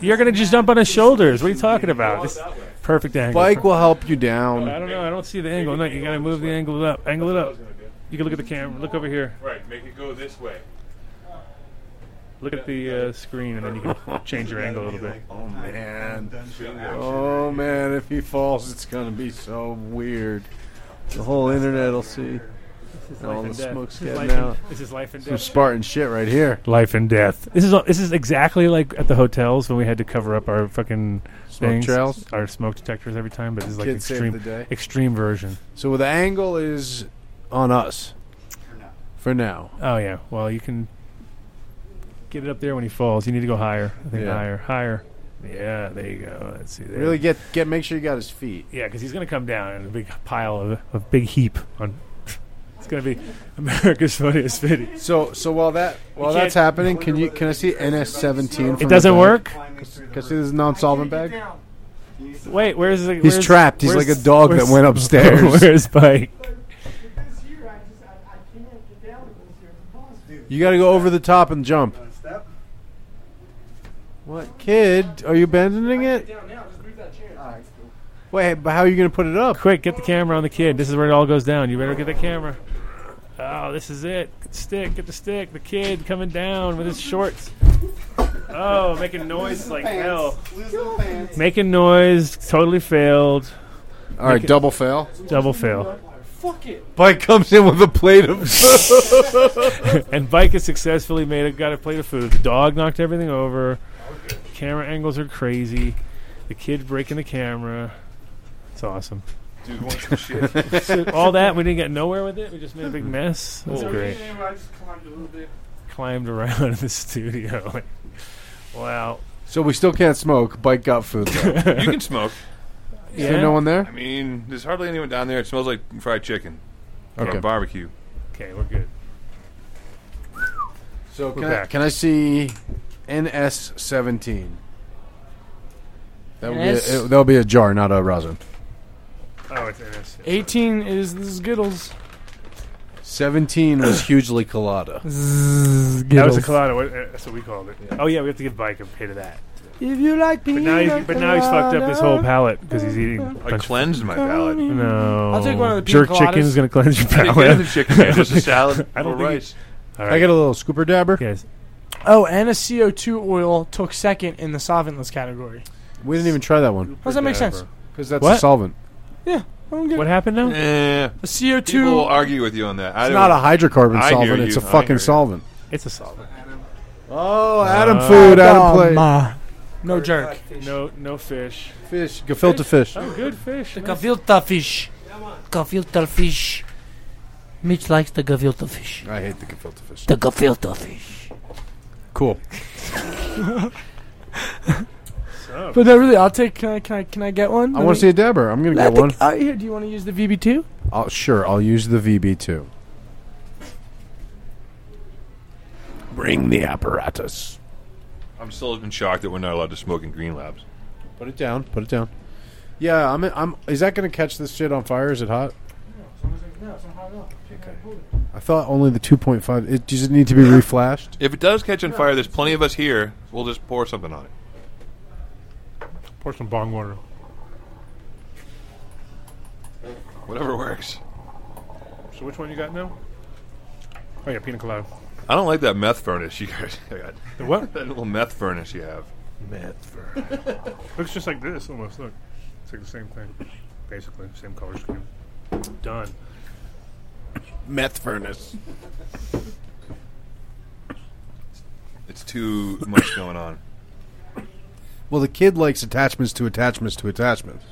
D: You're gonna just jump on his shoulders. What are you talking about? This perfect angle.
A: Bike will help you
D: I
A: down.
D: don't know. I don't see the angle. No, you gotta move the angle up. Angle it up. You can look at the camera. Look over here.
C: Right, make it go this way.
D: Look at the uh, screen, and then you can change your angle a little bit.
A: Oh man. Oh man. If he falls, it's gonna be so weird. The whole internet will see. All the smoke's getting out.
D: This is life and
A: Some
D: death.
A: Spartan shit right here.
D: life and death. This is this is exactly like at the hotels when we had to cover up our fucking
A: Smoke
D: things,
A: trails?
D: our smoke detectors every time. But this is like
A: Kid saved the
D: extreme,
A: day.
D: extreme version.
A: So the angle is on us. For now.
D: Oh yeah. Well, you can get it up there when he falls. You need to go higher. I think
A: Yeah.
D: higher, higher. Yeah, there you go. Let's see. There.
A: Really get get make sure you got his feet.
D: Yeah, because he's going to come down in a big pile of a big heap on. It's going to be America's funniest video.
A: So so while that while that's
D: can't-
A: happening, can you can I see NS seventeen?
D: It doesn't work.
A: Can I see this non-solvent bag?
D: Wait, where's the?
A: He's
D: where's-
A: trapped. He's
D: where's-
A: like a dog that
D: where's-
A: went upstairs.
D: Where's Spike?
A: You got to go over the top and jump. What kid? Are you abandoning it? Wait, but how are you going to put it up?
D: Quick, get the camera on the kid. This is where it all goes down. You better get the camera. Oh, this is it. Get the stick, get the stick. The kid coming down with his shorts. Oh, making noise like hell. Making noise. Totally failed.
A: All right, double fail.
D: Double fail.
A: Bike comes in with a plate of
D: And Bike has successfully made a got a plate of food. The dog knocked everything over. Camera angles are crazy. The kid breaking the camera. It's awesome.
C: Dude, want some shit?
D: So all that we didn't get nowhere with it. We just made a big mess. That's
C: Oh,
D: great. Climbed around in the studio. like, wow.
A: So we still can't smoke. Bike got food. Though. Is
C: You can smoke.
D: Yeah.
A: there no one there?
C: I mean, there's hardly anyone down there. It smells like fried chicken okay.
A: Okay.
C: or barbecue.
D: okay, we're good.
A: So can
D: We're
A: I,
D: back.
A: can I see NS seventeen? That would be a,
E: NS?
A: it- that'll be a jar, not a rosin.
D: Oh, it's interesting.
E: 18 is the Skittles.
A: Seventeen was hugely colada.
E: Skittles.
D: That was a colada. What, uh, that's what we called it. Oh yeah, we have to give Bike a pay to that.
E: If you like
D: But
E: peanut
D: now, he's, but now he's fucked up this whole palate because he's eating. a
C: I
D: bunch of-
C: cleansed my palate.
D: No.
E: I'll take one of the pina
D: jerk
E: coladas.
D: chicken is going to cleanse your
C: I didn't get the
D: palate.
C: chicken. It was a salad
D: I don't
C: or
D: think it-
C: rice.
D: All
A: I
D: right.
A: get a little scooper dabber
D: Yes.
E: Oh, and a CO2 oil took second in the solventless category.
A: We didn't even try that one
E: How does that make sense?
A: because that's a
D: What?
A: solvent.
E: I don't get
D: What
E: it.
D: happened now?
C: Eh,
E: A CO2.
C: people will argue with you on that. I
A: It's
C: don't,
A: not a hydrocarbon
C: I hear
A: solvent. It's
C: you.
A: a
C: I
A: fucking
C: hear you.
A: solvent.
D: It's a solid.
A: Oh, Adam
D: Uh,
A: food, Adam
E: Oh,
A: plate,
E: my. No jerk.
D: No, no fish.
A: fish, gefilte fish.
D: Oh, good fish.
F: The gavilta fish. Gavilta fish. Mitch likes the gavilta fish.
A: I hate the gefilte fish.
F: The gavilta fish.
A: Cool.
D: Oh.
E: But no, really, I'll take. Can I? Can I? Can I get one?
A: I want to see a dabber. I'm gonna get one.
E: Out here. Do you want to use the VB2?
A: I'll, sure, I'll use the VB two. Bring the apparatus.
C: I'm still in shock that we're not allowed to smoke in Green Labs.
A: Put it down. Put it down. Yeah, I'm. I'm. Is that going to catch this shit on fire? Is it hot? I thought only the 2.5. It does it need to be reflashed?
C: If it does catch on fire, there's plenty of us here. We'll just pour something on it.
D: Pour some bong water.
C: Whatever works.
D: So which one you got now? Oh yeah, pina colada.
C: I don't like that meth furnace you guys got.
D: The what?
C: That little meth furnace you have.
D: Looks just like this almost. Look, it's like the same thing, basically same color scheme. Done.
A: Meth furnace.
C: It's too much going on.
A: Well, the kid likes attachments to attachments to attachments.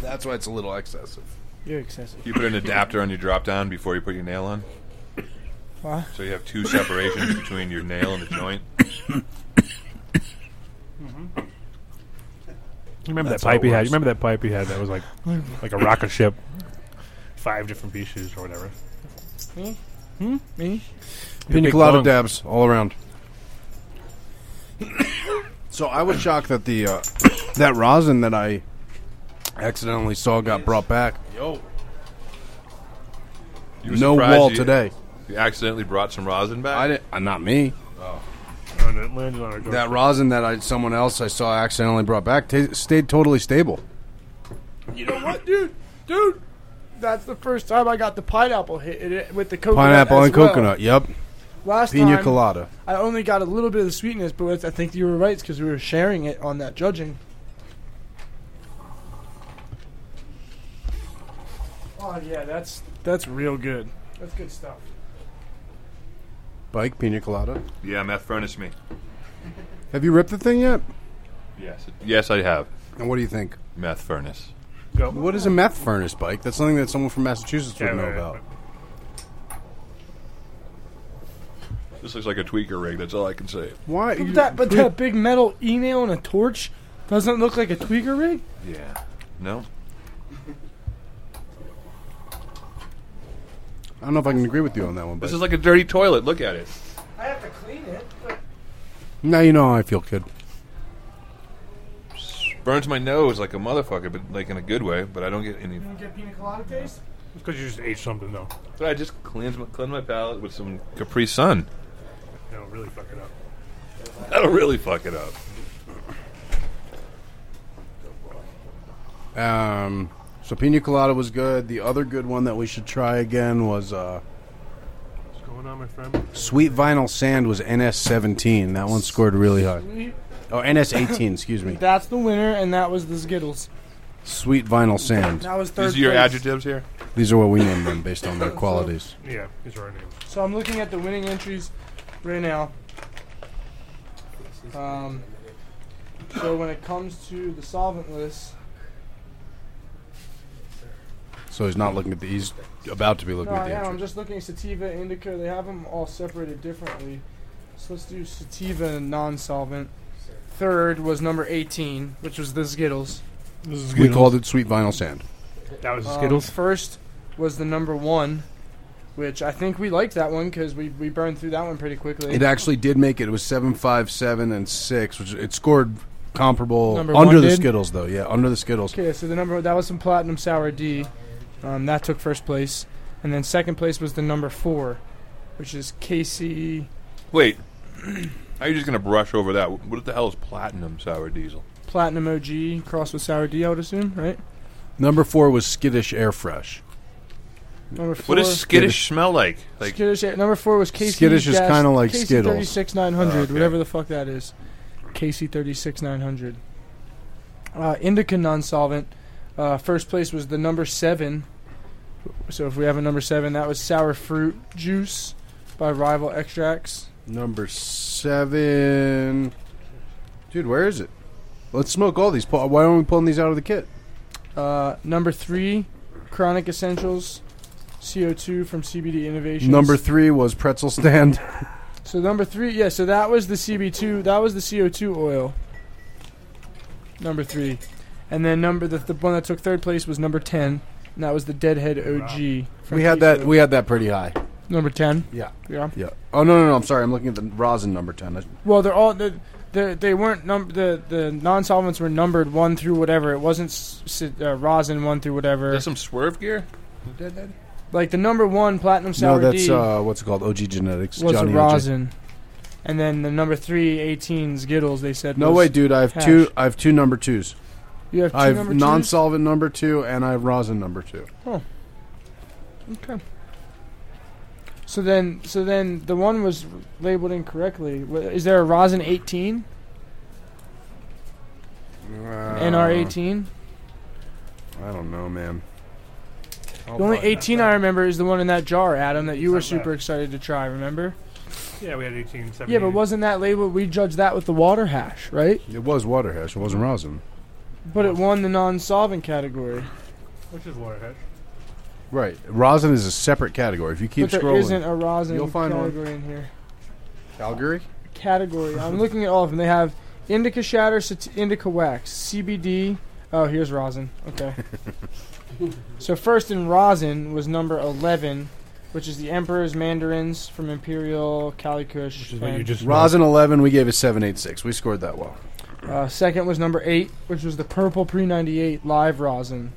A: That's why it's a little excessive.
E: You're excessive.
C: You put an adapter on your drop down before you put your nail on.
E: What?
C: So you have two separations between your nail and the joint.
D: You remember
A: That's
D: that
A: how
D: pipe
A: it
D: he had?
A: works.
D: You remember that pipe he had that was like like a rocket ship, five different pieces or whatever.
E: Me?
A: Pina
D: big
A: colada
D: bong.
A: dabs all around. so I was shocked that the uh, that rosin that I accidentally saw got brought back.
C: You were
A: No
C: surprised
A: wall
C: you-
A: today.
C: You accidentally brought some rosin back.
A: I didn't. Uh, not me.
D: Oh, And it landed on our door.
A: That rosin that I someone else I saw accidentally brought back ta stayed totally stable.
E: What, dude? Dude, that's the first time I got the pineapple hit it- it with the coconut.
A: Pineapple
E: as
A: and
E: well.
A: coconut. Yep.
E: Last
A: Pina
E: time,
A: colada.
E: I only got a little bit of the sweetness, but it's- I think you were right because we were sharing it on that judging. Oh yeah, that's that's real good. That's good stuff.
A: Bike pina colada.
C: Yeah, meth furnace me.
A: Have you ripped the thing yet?
C: Yes, yes, I have
A: And what do you think?
C: meth furnace.
D: Go.
A: What is a meth furnace bike? That's something that someone from Massachusetts would know about.
C: This looks like a tweaker rig. That's all I can say.
A: Why?
E: But that, but that big metal e nail and a torch doesn't look like a tweaker rig.
C: Yeah. No.
A: I don't know if I can agree with you on that one. But
C: This is like a dirty toilet. Look at it.
E: I have to clean it.
A: now you know how I feel, kid.
C: Burns my nose like a motherfucker, but like in a good way. But I don't get any.
E: You get pina colada taste?
D: because you just ate something though.
C: But I just cleanse my, cleanse my palate with some Capri Sun.
D: That'll really fuck it up.
C: That'll really fuck it up.
A: Um, so pina colada was good. The other good one that we should try again was uh,
D: What's going on, my friend?
A: sweet vinyl sand. Was NS seventeen? That one scored really high. Oh, NS eighteen. excuse me.
E: That's the winner, and that was the Skittles.
A: Sweet vinyl sand.
E: That was third.
C: These are your
E: place.
C: adjectives here.
A: These are what we named them based on their qualities.
D: Yeah, these are our names.
E: So I'm looking at the winning entries right now. Um, so when it comes to the solvent list,
A: So he's not looking at the. He's about to be
E: no,
A: looking at
E: I
A: the.
E: am.
A: entry.
E: I'm just looking at sativa, indica. They have them all separated differently. So let's do sativa and non-solvent. Third was number 18, which was the Skittles.
A: we called it sweet vinyl sand.
D: That was
E: Um,
D: Skittles.
E: first was the number one, which I think we liked that one because we, we burned through that one pretty quickly.
A: It actually did make it. It was seven, five, seven, and six, which it scored comparable
E: Number
A: under
E: one
A: the
E: did?
A: Skittles, though. Yeah, under the Skittles.
E: okay, so the number that was some platinum sour D, um, that took first place, and then second place was the number four, which is KC
C: Wait. How are you just gonna brush over that? What the hell is platinum sour diesel?
E: platinum OG crossed with sour D. I would assume, right?
A: Number four was Skittish Air Fresh.
E: Number four.
C: What does skittish smell like? Like
E: Skittish, yeah, number four was KC.
A: Skittish is kinda like Skittles.
E: Thirty six nine hundred,
C: Oh, okay.
E: whatever the fuck that is. KC thirty six nine hundred. Uh, Indica non-solvent. Uh, first place was the number seven. So if we have a number seven, that was sour fruit juice by Rival Extracts.
A: Number seven. Dude, where is it? Let's smoke all these. Paul, Why aren't we pulling these out of the kit?
E: Uh, number three, Chronic Essentials, CO two from CBD Innovations.
A: Number three was Pretzel Stand.
E: so number three, yeah. So that was the CB two. That was the CO two oil. Number three, and then number the, the one that took third place was number ten, and that was the Deadhead OG. from
A: we had that.
E: Keystone.
A: We had that pretty high.
E: number ten.
A: Yeah.
E: Yeah.
A: Yeah. Oh no no no! I'm sorry. I'm looking at the rosin number ten. I-
E: Well, they're all the. They, they weren't num- the the non solvents were numbered one through whatever it wasn't s- s- uh, rosin one through whatever
C: there's some swerve gear?
E: like the number one platinum sour
A: No, that's
E: D
A: uh, what's it called? OG Genetics.
E: was
A: Johnny
E: a
A: OG.
E: rosin, and then the number three 18 Skittles they said
A: No
E: was-
A: way, dude. I have two.
E: hash.
A: I have two number twos.
E: you have two
A: I have
E: number twos?
A: non-solvent number two, and I have rosin number two.
E: So then, so then the one was labeled incorrectly. Wh- Is there a rosin 18? Uh,
A: Uh,
E: NR 18?
A: I don't know, man.
E: The only 18 I remember is the one in that jar, Adam, that you were super excited to try, remember?
D: Yeah, we had 18, 17.
E: Yeah, but wasn't that labeled? We judged that with the water hash, right?
A: It was water hash. It wasn't rosin.
E: But it won the non solvent category.
D: Which is Waterhead.
A: Right. Rosin is a separate category. If you keep
E: but there
A: scrolling,
E: isn't a rosin
A: You'll find one.
E: category in here.
A: Calgary.
E: Category. I'm looking at all of them. They have indica shatter, sat- indica wax, CBD. Oh, here's rosin. Okay. so first in rosin was number 11, which is the Emperor's Mandarins from Imperial Calicush.
D: Which is what you just
A: Rosin eleven. We gave a seven eight six. We scored that well.
E: Uh, second was number 8, which was the Purple Pre 98 Live Rosin.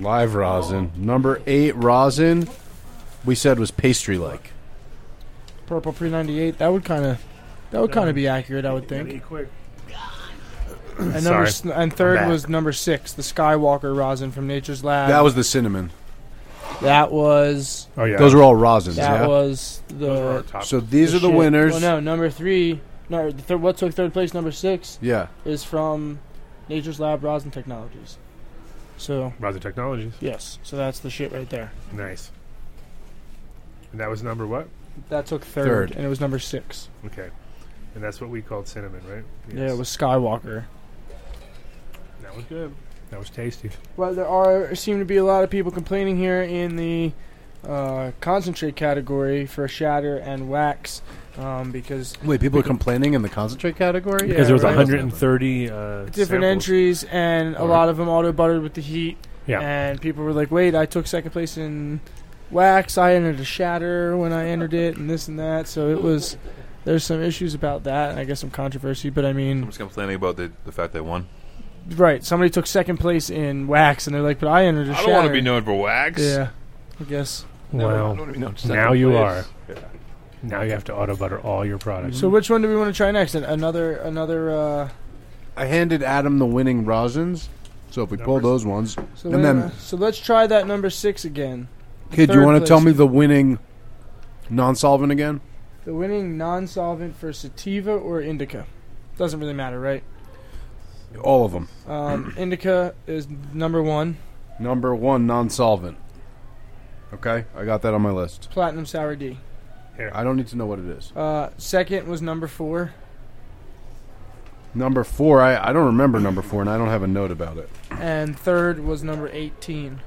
A: Live rosin. Number eight rosin. We said was pastry like.
E: Purple Pre 98. That would kind of. That would kind of be accurate, I would think.
D: quick.
E: And, number
D: Sorry.
E: s- and third
D: back.
E: was number six, the Skywalker rosin from Nature's Lab.
A: That was the cinnamon.
E: that was
D: Oh, yeah.
A: Those were all rosins.
E: That
A: yeah.
E: was the.
D: top.
A: so these
E: the
A: are the
E: Oh, shit.
A: winners.
E: Well, no, number three. No, the third, what took third place? Number six
A: Yeah.
E: is from Nature's Lab Rosin Technologies. So
D: Roger Technologies.
E: yes, so that's the shit right there.
D: Nice. And that was number what?
E: That took third,
A: Third.
E: and it was number six.
D: Okay. And that's what we called cinnamon, right?
E: Yeah, it was Skywalker.
D: That was good. That was tasty.
E: Well, there are seem to be a lot of people complaining here in the uh, concentrate category for shatter and wax um, because
A: Wait, people are complaining in the concentrate category
D: because there was
E: right.
D: 130 uh,
E: different
D: samples.
E: entries and a lot of them auto buttered with the heat.
D: Yeah.
E: And people were like, "Wait, I took second place in wax. I entered a shatter when I entered it, and this and that." So it was. There's some issues about that, and I guess some controversy. But I
C: I'm
E: mean,
C: just complaining about the, the fact they won.
E: right? Somebody took second place in wax, and they're like, "But I entered a
C: I
E: shatter."
C: don't want to be known for wax.
E: Yeah. I guess.
C: No, I
D: Wow.
C: don't wanna be known
D: Now you
C: place. Yeah.
D: Now you have to auto butter all your products.
C: Mm-hmm.
E: So which one do we want to try next? An- Another, another. Uh,
A: I handed Adam the winning rosins, so if we pull
D: Numbers.
A: those ones,
E: so,
A: And
E: wait a
A: then-
E: minute. so let's try that number six again.
A: kid, you
E: Third
A: want to
E: place.
A: tell me the winning non-solvent again?
E: The winning non-solvent for sativa or indica, doesn't really matter, right?
A: All of them.
E: Um, indica is number one.
A: Number one non-solvent. Okay, I got that on my list.
E: Platinum Sour D.
A: I don't need to know what it is.
E: Uh, second was number four.
A: Number four, I, I don't remember number four, and I don't have a note about it.
E: And third was number 18.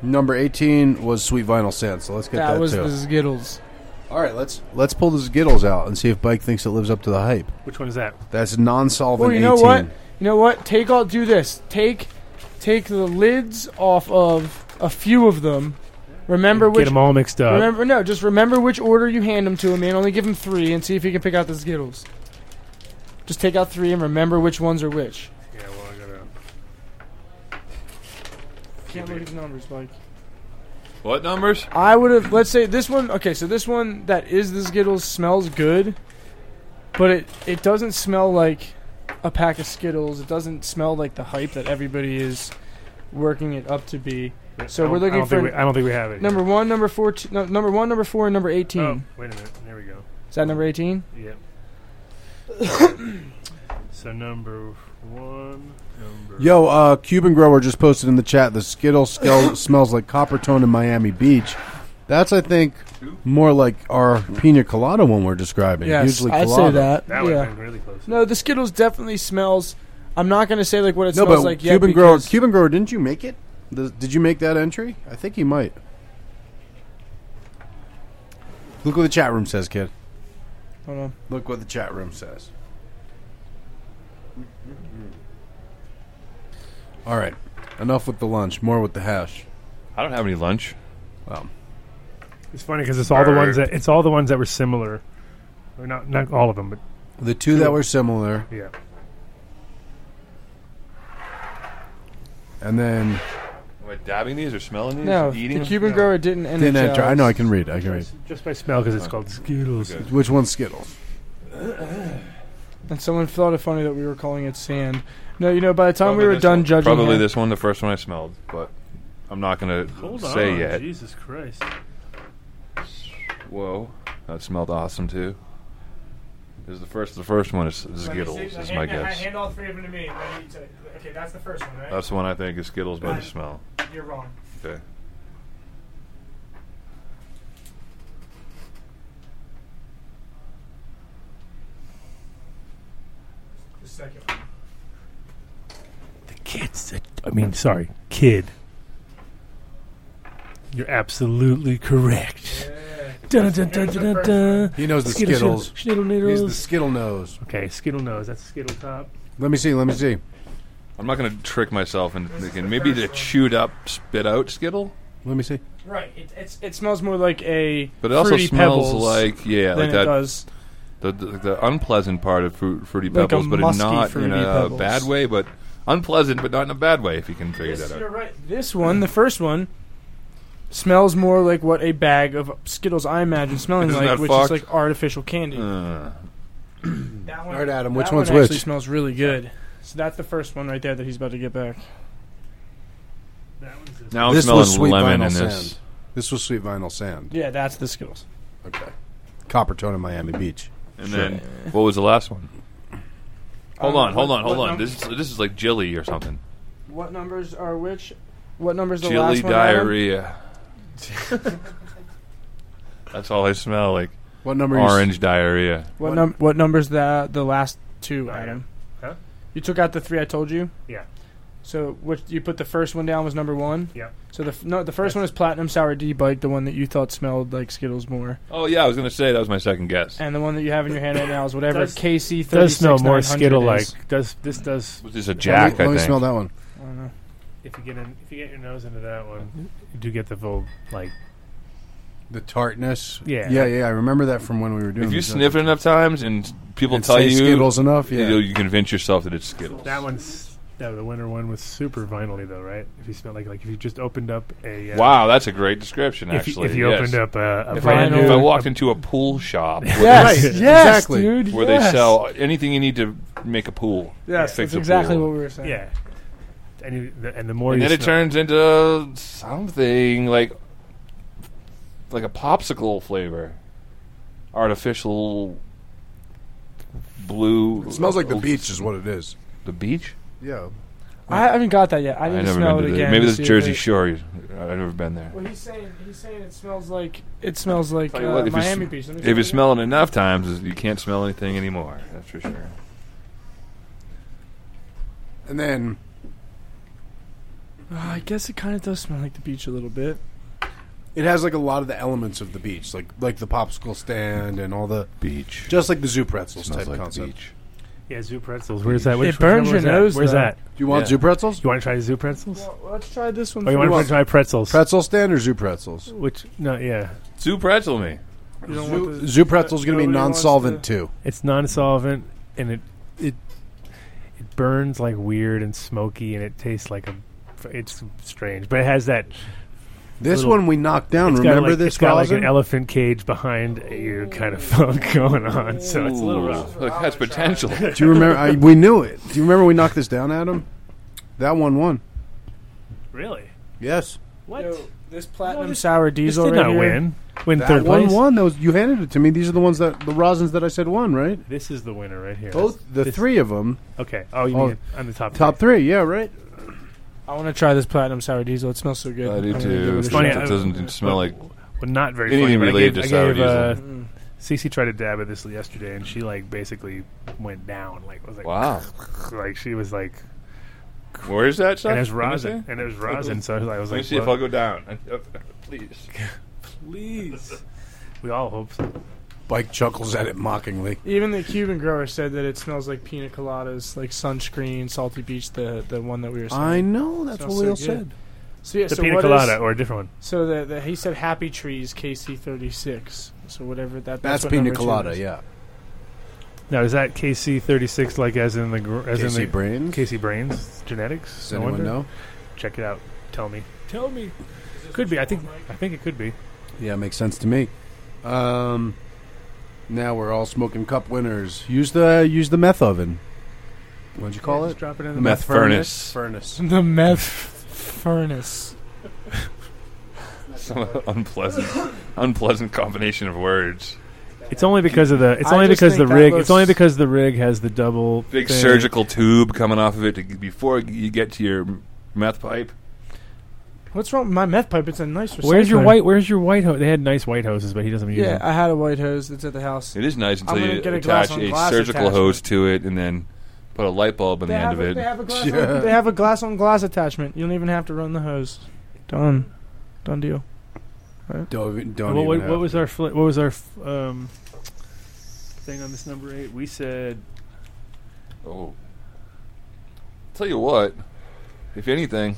A: Number eighteen was sweet vinyl sand, so let's get that,
E: that was
A: too.
E: the Skittles.
A: All right, let's let's pull the Skittles out and see if Bike thinks it lives up to the hype.
D: Which one is that?
A: That's non-solvent.
E: Well, you know
A: 18.
E: what? You know what? Take all. Do this. Take, take the lids off of a few of them. Remember
D: Get
E: which.
D: them all mixed up.
E: Remember no. Just remember which order you hand them to him, and only give him three, and see if he can pick out the Skittles. Just take out three and remember which ones are which.
D: Yeah, well, I gotta.
E: Can't look at the numbers, Mike.
C: What numbers?
E: I would have. Let's say this one. Okay, so this one that is the Skittles smells good, but it it doesn't smell like a pack of Skittles. It doesn't smell like the hype that everybody is working it up to be.
D: I
E: So
D: don't-
E: we're looking
D: I don't think
E: for-
D: we- I don't think we have it.
E: Number one, number four, no, number one, number four, and number eighteen.
D: Oh, wait a minute. There we go.
E: Is that number eighteen?
D: Yep. so number one. Number.
A: Yo, uh, Cuban grower just posted in the chat the Skittle skell smells like copper tone in Miami Beach. That's I think more like our pina colada one we're describing. Usually
E: I'd
A: colada.
E: say that.
D: That would
E: yeah.
D: have been really close.
E: No, the Skittles definitely smells. I'm not gonna say like what it
A: No,
E: smells
A: but
E: like yet.
A: Cuban grower,
E: because-
A: Cuban grower, didn't you make it? The, did you make that entry? I think he might. Look what the chat room says, kid.
E: Hold on.
A: Look what the chat room says. All right, enough with the lunch. More with the hash.
C: I don't have any lunch.
D: It's funny because it's all the ones that it's all the ones that were similar. Or not not all of them, but
A: The two that were similar,
D: yeah.
A: and then
C: Am I dabbing these or smelling these?
E: No,
C: eating
E: the
C: them?
E: Cuban
D: No.
E: grower didn't enter.
A: didn't enter. I know I can read. I can read.
D: Just by smell because it's called Skittles.
C: Okay.
A: Which one's Skittles?
E: And someone thought it funny that we were calling it sand. No, you know, by the time
C: Probably
E: we were
C: this
E: done
C: one.
E: judging,
C: Probably
E: him-
C: this one, the first one I smelled, but I'm not gonna
D: Hold
C: say
D: on,
C: yet.
D: Jesus Christ!
C: Whoa, that smelled awesome too. This is the first. The first one is, is Skittles. Is my guess.
E: all three of them to me. Okay, that's the first one, right?
C: That's the one I think is Skittles by the smell.
E: You're wrong.
C: Okay.
E: The second one.
D: The kids. That, I mean, sorry, kid. You're absolutely correct. Dun, dun, dun, dun, dun, dun.
A: He knows the
D: Skittle,
A: Skittles.
D: Skittle,
A: He's the
D: Skittles.
A: Skittle nose.
D: Okay, Skittle nose. That's Skittle top.
A: Let me see. Let me see.
C: I'm not gonna trick myself into thinking maybe the chewed up, spit out Skittle,
A: Let me see.
E: Right. It, it's, it smells more like a.
C: but it also
E: Fruity
C: smells
E: Pebbles
C: like yeah,
E: than
C: like
E: it
C: that.
E: does.
C: The, the, the unpleasant part of fruit, fruity
E: Like a
C: pebbles, but in
E: musky
C: not in
E: Fruity
C: a
E: Pebbles.
C: bad way, but unpleasant, but not in a bad way. If you can figure that out.
E: right. This one, the first one, smells more like what a bag of Skittles I imagine smelling
C: Isn't
E: like,
C: that
E: which
C: fucked?
E: is like artificial candy.
C: Uh,
E: That one,
A: All right, Adam,
E: that
A: which
E: one
A: one's
E: actually
A: which?
E: smells really good. So that's the first one right there that he's about to get back.
D: That one's a-
C: now I'm
A: this
C: smelling
A: was sweet
C: lemon
A: vinyl
C: in
A: sand.
C: this.
A: This was sweet vinyl sand.
E: Yeah, that's the Skittles.
A: Okay. Copper tone in Miami Beach.
C: And then what was the last one? Hold
E: Um,
C: on, hold
E: what-
C: on, hold
E: what
C: on.
E: num-
C: This is, this is like jelly or something.
E: What numbers are which? What numbers the
C: Jelly
E: last one? Adam?
C: diarrhea. That's all I smell like
A: What number? are you s-
C: orange diarrhea.
E: What num what numbers the the last two, Adam?
D: Huh?
E: You took out the three I told you.
D: Yeah.
E: So which you put the first one down was number one.
D: Yep.
E: So the f- no, the first one is platinum sour D bike, the one that you thought smelled like Skittles more,
C: Oh yeah, I was gonna say that was my second guess.
E: and the one that you have in your hand right now is whatever
D: Does-
E: KC thirty
D: does
E: six
D: smell more Skittle like. Does this does
C: Was this a
A: Let
C: Jack?
A: me, let
C: I
A: me
C: think.
A: smell that one.
E: I don't know.
D: if you get in, if you get your nose into that one, you do get the full like
A: The tartness.
D: Yeah.
A: Yeah, yeah. I remember that from when we were doing.
C: If you
A: these uh,
C: sniff it enough times and people
A: and
C: tell
A: say
C: you
A: Skittles enough, yeah.
C: you, you convince yourself that it's Skittles.
D: that one's. No, the winter one was super vinyl though, right? If you smell like like if you just opened up a uh,
C: Wow, that's a great description.
D: if you,
C: Actually,
D: if you
C: yes.
D: opened up a, a
C: if I,
D: brand
C: if I
D: new
C: walked into a pool shop where,
E: Yes,
A: Right,
E: yes,
A: exactly.
E: dude.
C: they, where
E: yes.
C: they sell anything you need to make a pool,
E: Yes,
C: fix
E: that's
C: a
E: exactly
C: pool.
E: what we were saying.
D: yeah, and you, the, and the more
C: and
D: you
C: then it
D: smell-
C: turns into something like like a popsicle flavor, artificial blue.
A: It smells like the beach, is what it is.
C: The beach?
A: Yeah.
E: I haven't got that yet. I need to
C: never
E: smell
C: been
E: it
C: to
E: again.
C: the, Maybe
E: to
C: this
E: see if
C: Jersey
E: it-
C: Shore. I've never been there.
E: Well, he's saying he's saying it smells like it smells like
C: Tell you
E: uh,
C: what, if you
E: Miami
C: sm-
E: Beach. Let me
C: If
E: try
C: you
E: it
C: smell it enough times, you can't smell anything anymore. That's for sure.
A: And then
E: again. Oh, I guess it kind of does smell like the beach a little bit.
A: it has like a lot of the elements of the beach, like like the popsicle stand and all the
C: Beach.
A: just like the zoo pretzels type
C: smells like
A: concept.
C: beach.
D: yeah zoo pretzels. Where's that? Which
E: It burns
D: which one was
E: your
D: that?
E: nose,
D: Where's
E: though.
D: that?
A: Do you want
C: Yeah.
A: zoo pretzels?
D: You want to try zoo pretzels?
E: Well, let's try this one.
D: Or Oh, you
E: first.
D: want to try pretzels?
A: Pretzel stand or zoo pretzels?
D: Which no, yeah,
C: Zoo pretzel me.
E: You don't want
A: Zoo,
E: the-
A: zoo pretzel's going to be
E: nobody wants
A: non-solvent
E: to-
A: too.
D: it's non-solvent and it it it burns like weird and smoky and it tastes like a it's strange, but it has that.
A: This
D: little-
A: one we knocked down.
D: it's got,
A: Remember
D: like,
A: this?
D: It's got like an
A: Rosin?
D: elephant cage behind you, kind of funk going on. So it's a little rough.
C: Look, that's potential.
A: Do you remember? I, we knew it. Do you remember we knocked this down, Adam? That one won.
D: Really?
A: Yes,
D: What?
E: Yo, this platinum
D: this-
E: sour
D: this
E: diesel
D: did
E: right
D: not
E: here.
D: win. Win
A: that
D: third
A: one
D: place.
A: won. That was you handed it to me. These are the ones that the rosins that I said won, right?
D: This is the winner right here.
A: Both the
D: This-
A: three of them,
D: Okay. Oh, you
A: Oh,
D: mean on the top
A: top
D: three.
A: three. Yeah, right.
E: I want to try this platinum sour diesel. It smells so good.
C: I
E: I'm
C: do
E: gonna give
C: too.
E: it a
C: It's
E: shot.
C: funny,
D: funny,
C: it
D: I-
C: doesn't smell like.
D: Well, not very
C: Anything
D: funny. but I
C: related
D: gave-
C: to
D: I
C: sour
D: gave, uh,
E: Mm.
D: Cece tried to dab at this yesterday, and she like basically went down. Like was like
C: Wow.
D: like she was like,
C: Where is that stuff?
D: and it was
C: Let me
D: rosin,
C: see.
D: and it was rosin. So I was like, I was
C: Let me
D: like,
C: see if
D: "Well,
C: I'll go down. Please.
D: please. We all hope so.
A: Bike chuckles at it mockingly.
E: Even the Cuban grower said that it smells like pina coladas, like sunscreen, salty beach, the the one that we were.
A: I
E: saying.
A: know. That's
E: Smells
A: what Will
E: so
A: said.
E: good. So yeah,
D: The
E: so
D: pina
E: what
D: colada
E: is-
D: or a different one.
E: so the, the, he said Happy Trees KC thirty six. So whatever that.
A: That's,
E: what
A: pina
E: number two
A: colada.
E: is.
A: Yeah.
D: Now is that KC thirty six like as in the gr- as
A: Casey
D: in the
A: Brains.
D: KC brains genetics?
A: Does
D: No
A: anyone
D: wonder.
A: know?
D: Check it out. Tell me. Tell me. Could be. I think. I think it could be.
A: Yeah, makes sense to me. Um, now we're all smoking cup winners. Use the use the meth oven. What'd you call
D: Yeah,
A: it?
D: just Drop it in the
C: Meth furnace.
A: Furnace.
E: The meth furnace.
C: Some unpleasant, unpleasant combination of words.
D: It's only because of the. It's
E: I
D: only
E: just
D: because the
E: think that
D: rig.
E: looks-
D: It's only because the rig has the double
C: Big
D: thing.
C: surgical tube coming off of it to, before you get to your meth pipe.
E: What's wrong with my meth pipe? It's a nice.
D: Where's your
E: recycler.
D: white? Where's your white hose? They had nice white hoses, but he doesn't use
E: Yeah,
D: them.
E: I had a white hose that's at the house.
C: It is nice until
E: I'm gonna
C: you
E: get a
C: attach
E: glass on
C: a
E: glass
C: surgical
E: attachment.
C: hose to it and then put a light bulb on the end
E: have
C: of
E: a,
C: it.
E: They have, a glass
A: Yeah.
E: on, they have a glass on glass attachment. You don't even have to run the hose. Done. Done deal.
A: Don't, don't
D: What, what,
A: even
D: what
A: have-
D: was our fl- what was our f- um, thing on this number eight? We said
C: Oh. Tell you what, if anything,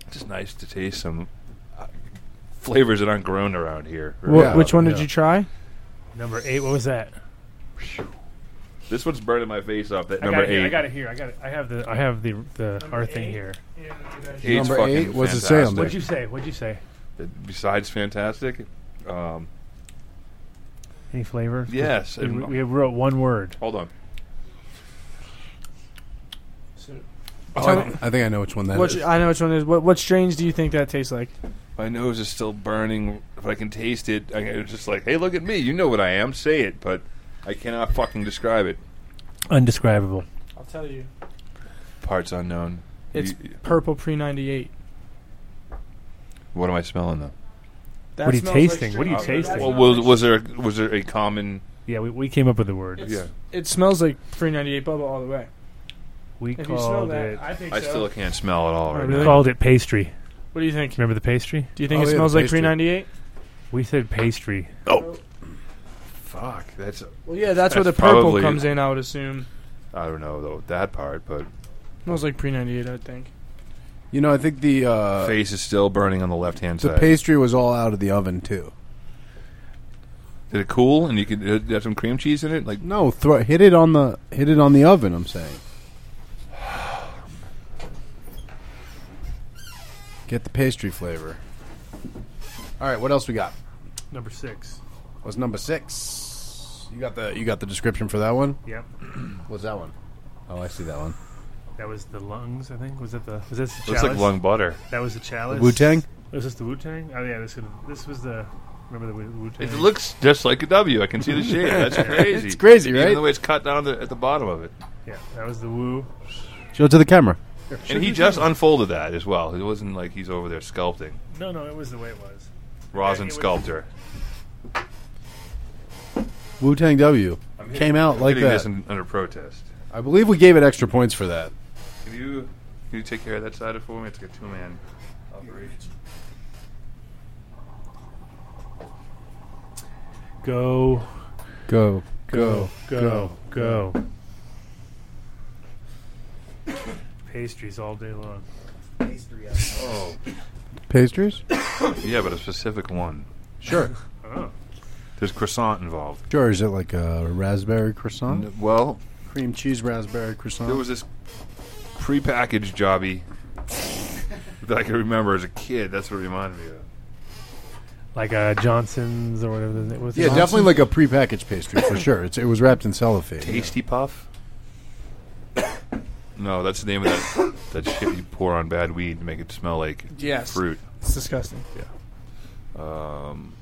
C: it's just nice to taste some uh, flavors that aren't grown around here.
E: Wh-
A: Yeah.
E: which one did
A: Yeah.
E: you try?
D: number eight. What was that?
C: This one's burning my face up. That
D: I
C: number
D: got it here,
C: eight.
D: I got it here. I got it. I have the I have the the our thing here.
C: Eight's
A: Number
C: fucking
A: eight? What's it say on
D: What'd you
C: fantastic.
D: say? What'd you say?
C: Besides fantastic, um,
D: Any flavor?
C: yes.
D: We,
C: and-
D: we wrote one word.
C: hold on.
A: Oh,
E: Tell
A: I,
E: me-
A: I think I know which one that is.
E: Which I know which one is. What what strains do you think that tastes like?
C: My nose is still burning. If I can taste it, I, it's just like, hey, look at me. You know what I am. Say it, but I cannot fucking describe it.
D: Undescribable.
E: I'll tell you.
C: Parts unknown.
E: It's
C: You-
E: purple pre ninety eight.
C: what am I smelling though?
D: What are you tasting? What are you tasting?
C: Well, was, was there was there a common?
D: Yeah, we, we came up with the word.
C: Yeah.
E: It smells like pre ninety eight bubble all the way.
D: We
E: If you smell
D: called
E: that,
D: it.
E: I think
C: I
E: so.
C: still can't smell it all
E: Oh,
C: right
E: really?
D: We
C: now.
D: called it pastry.
E: what do you think?
D: Remember the pastry?
E: Do you think
A: Oh,
E: it
A: yeah, the
E: smells like
A: pastry.
E: 398?
D: We said pastry.
C: Fuck, that's
E: Well, yeah, that's, where the
C: That's
E: purple
C: probably-
E: comes in. I would assume
C: I don't know though that part, but
E: smells like pre-98. I think.
A: You know, I think the uh,
C: face is still burning on the left hand
A: the
C: side.
A: pastry was all out of the oven too.
C: Did it cool? And you could uh, have some cream cheese in it, like
A: No, throw, hit it on the hit it on the oven. I'm saying. Get the pastry flavor. All right, what else we got?
D: Number six.
A: What's number six? You got the you got the description for that one.
D: Yep.
A: What's that one? Oh, I see that one.
D: That was the lungs, I think. Was that the was this the
C: looks like
D: chalice?
C: lung butter.
D: That was the chalice.
A: Wu Tang.
D: Was this the Wu Tang? Oh yeah, this could, this was the remember the Wu Tang.
C: It looks just like a W. I can see the shape. That's crazy.
A: It's crazy,
C: Even
A: right?
C: the way it's cut down the, at the bottom of it.
D: Yeah, that was the Wu.
A: Show it to the camera.
C: And he just unfolded that as well. It wasn't like he's over there sculpting.
D: No, no, it was the way it was.
C: Rosin
D: it was-
C: sculptor.
A: Wu Tang W came out like
C: Getting
A: that.
C: this in, under protest.
A: I believe we gave it extra points for that.
C: Can you can you take care of that side for me? It's like a two man operation.
D: Go,
A: Go
D: go, go, go. Pastries all day long.
C: Oh,
A: pastries.
C: yeah, but a specific one.
A: Sure.
D: Oh,
C: There's croissant involved.
A: Sure. Is it like a raspberry croissant?
C: Well,
A: Cream cheese raspberry croissant.
C: there was this prepackaged jobby that I can remember as a kid. That's what it reminded me of.
D: like uh, Johnson's or whatever the name was.
A: yeah, definitely like a prepackaged pastry for sure. It's, it was wrapped in cellophane.
C: Tasty Puff. no, that's the name of that that shit you pour on bad weed to make it smell like
E: Yes.
C: fruit.
E: It's disgusting.
C: Um,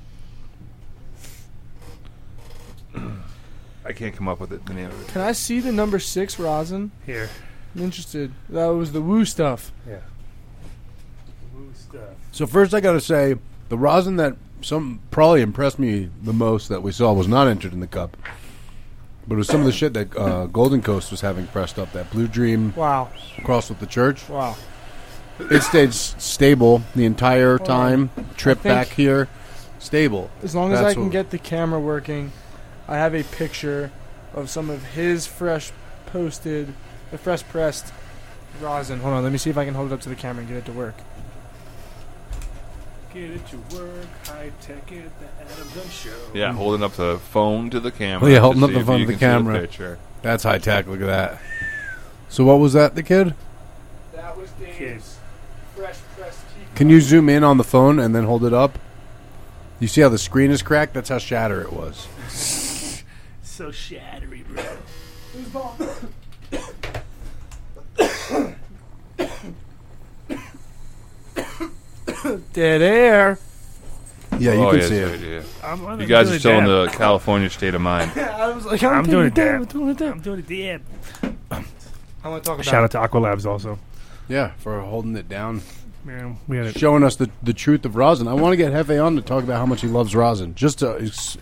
C: I can't come up with it, the name of it.
E: Can I see the number six rosin?
D: here.
E: I'm interested. That was the woo stuff.
D: Yeah. Wu stuff.
A: So first, I got to say the rosin that some probably impressed me the most that we saw was not entered in the cup, but it was some of the shit that uh, Golden Coast was having pressed up. That Blue Dream
E: Wow.
A: cross with the church.
E: Wow.
A: It stayed s- stable the entire time. Trip
E: think-
A: back here, stable.
E: As long as
A: That's
E: I can
A: what-
E: get the camera working, I have a picture of some of his fresh posted, the fresh pressed rosin. Hold on, let me see if I can hold it up to the camera and get it to work.
D: Get it to work, high tech it, the Adam Gun Show.
C: Yeah, holding up the phone to the
A: Oh,
C: camera.
A: yeah,
C: to
A: holding up
C: see
A: the
C: if
A: phone
C: you
A: to the
C: can see
A: camera.
C: picture.
A: That's high tech. Look at that. So what was that? The kid?
E: That was Dave's
D: Kids.
E: fresh pressed tea.
A: Can you zoom in on the phone and then hold it up? You see how the screen is cracked? That's how shatter it was.
D: So shattery, bro.
E: Dead air.
A: Yeah, you
C: oh,
A: can
C: yeah,
A: see
C: it's
A: it.
C: right here.
D: I'm, I'm
C: You guys
D: doing
C: are
D: a
C: still in
D: dab.
C: the California state of mind.
E: I was like,
D: I'm doing a dab.
E: doing it.
D: I'm doing a dab.
E: I want to talk about
D: Shout out to Aqualabs also.
A: Yeah, for holding it down,
D: Man, we had a
A: showing us the, the truth of rosin. I want to get Hefe on to talk about how much he loves rosin, just to ex-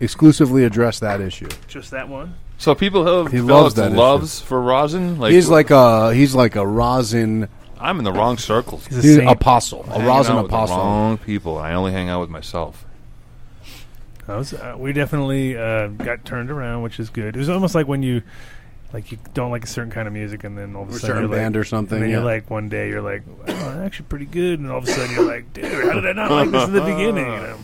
A: exclusively address that issue.
D: Just that one?
C: So people have
A: He loves
C: loves
A: that
C: loves for rosin. Like,
A: he's like a he's like a rosin
C: I'm in the wrong circles.
D: He's a
A: he's an
D: saint.
A: apostle, a
C: Hanging
A: rosin
C: out with the
A: apostle.
C: wrong people. I only hang out with myself.
D: That was, uh, we definitely uh, got turned around, which is good. It was almost like when you like you don't like a certain kind of music, and then all of a
A: Or
D: sudden
A: certain
D: you're
A: band
D: like,
A: or something,
D: And then you're
A: yeah.
D: like one day you're like, oh, I'm actually pretty good, and all of a sudden you're like, dude, how did I not like this in the beginning? You know?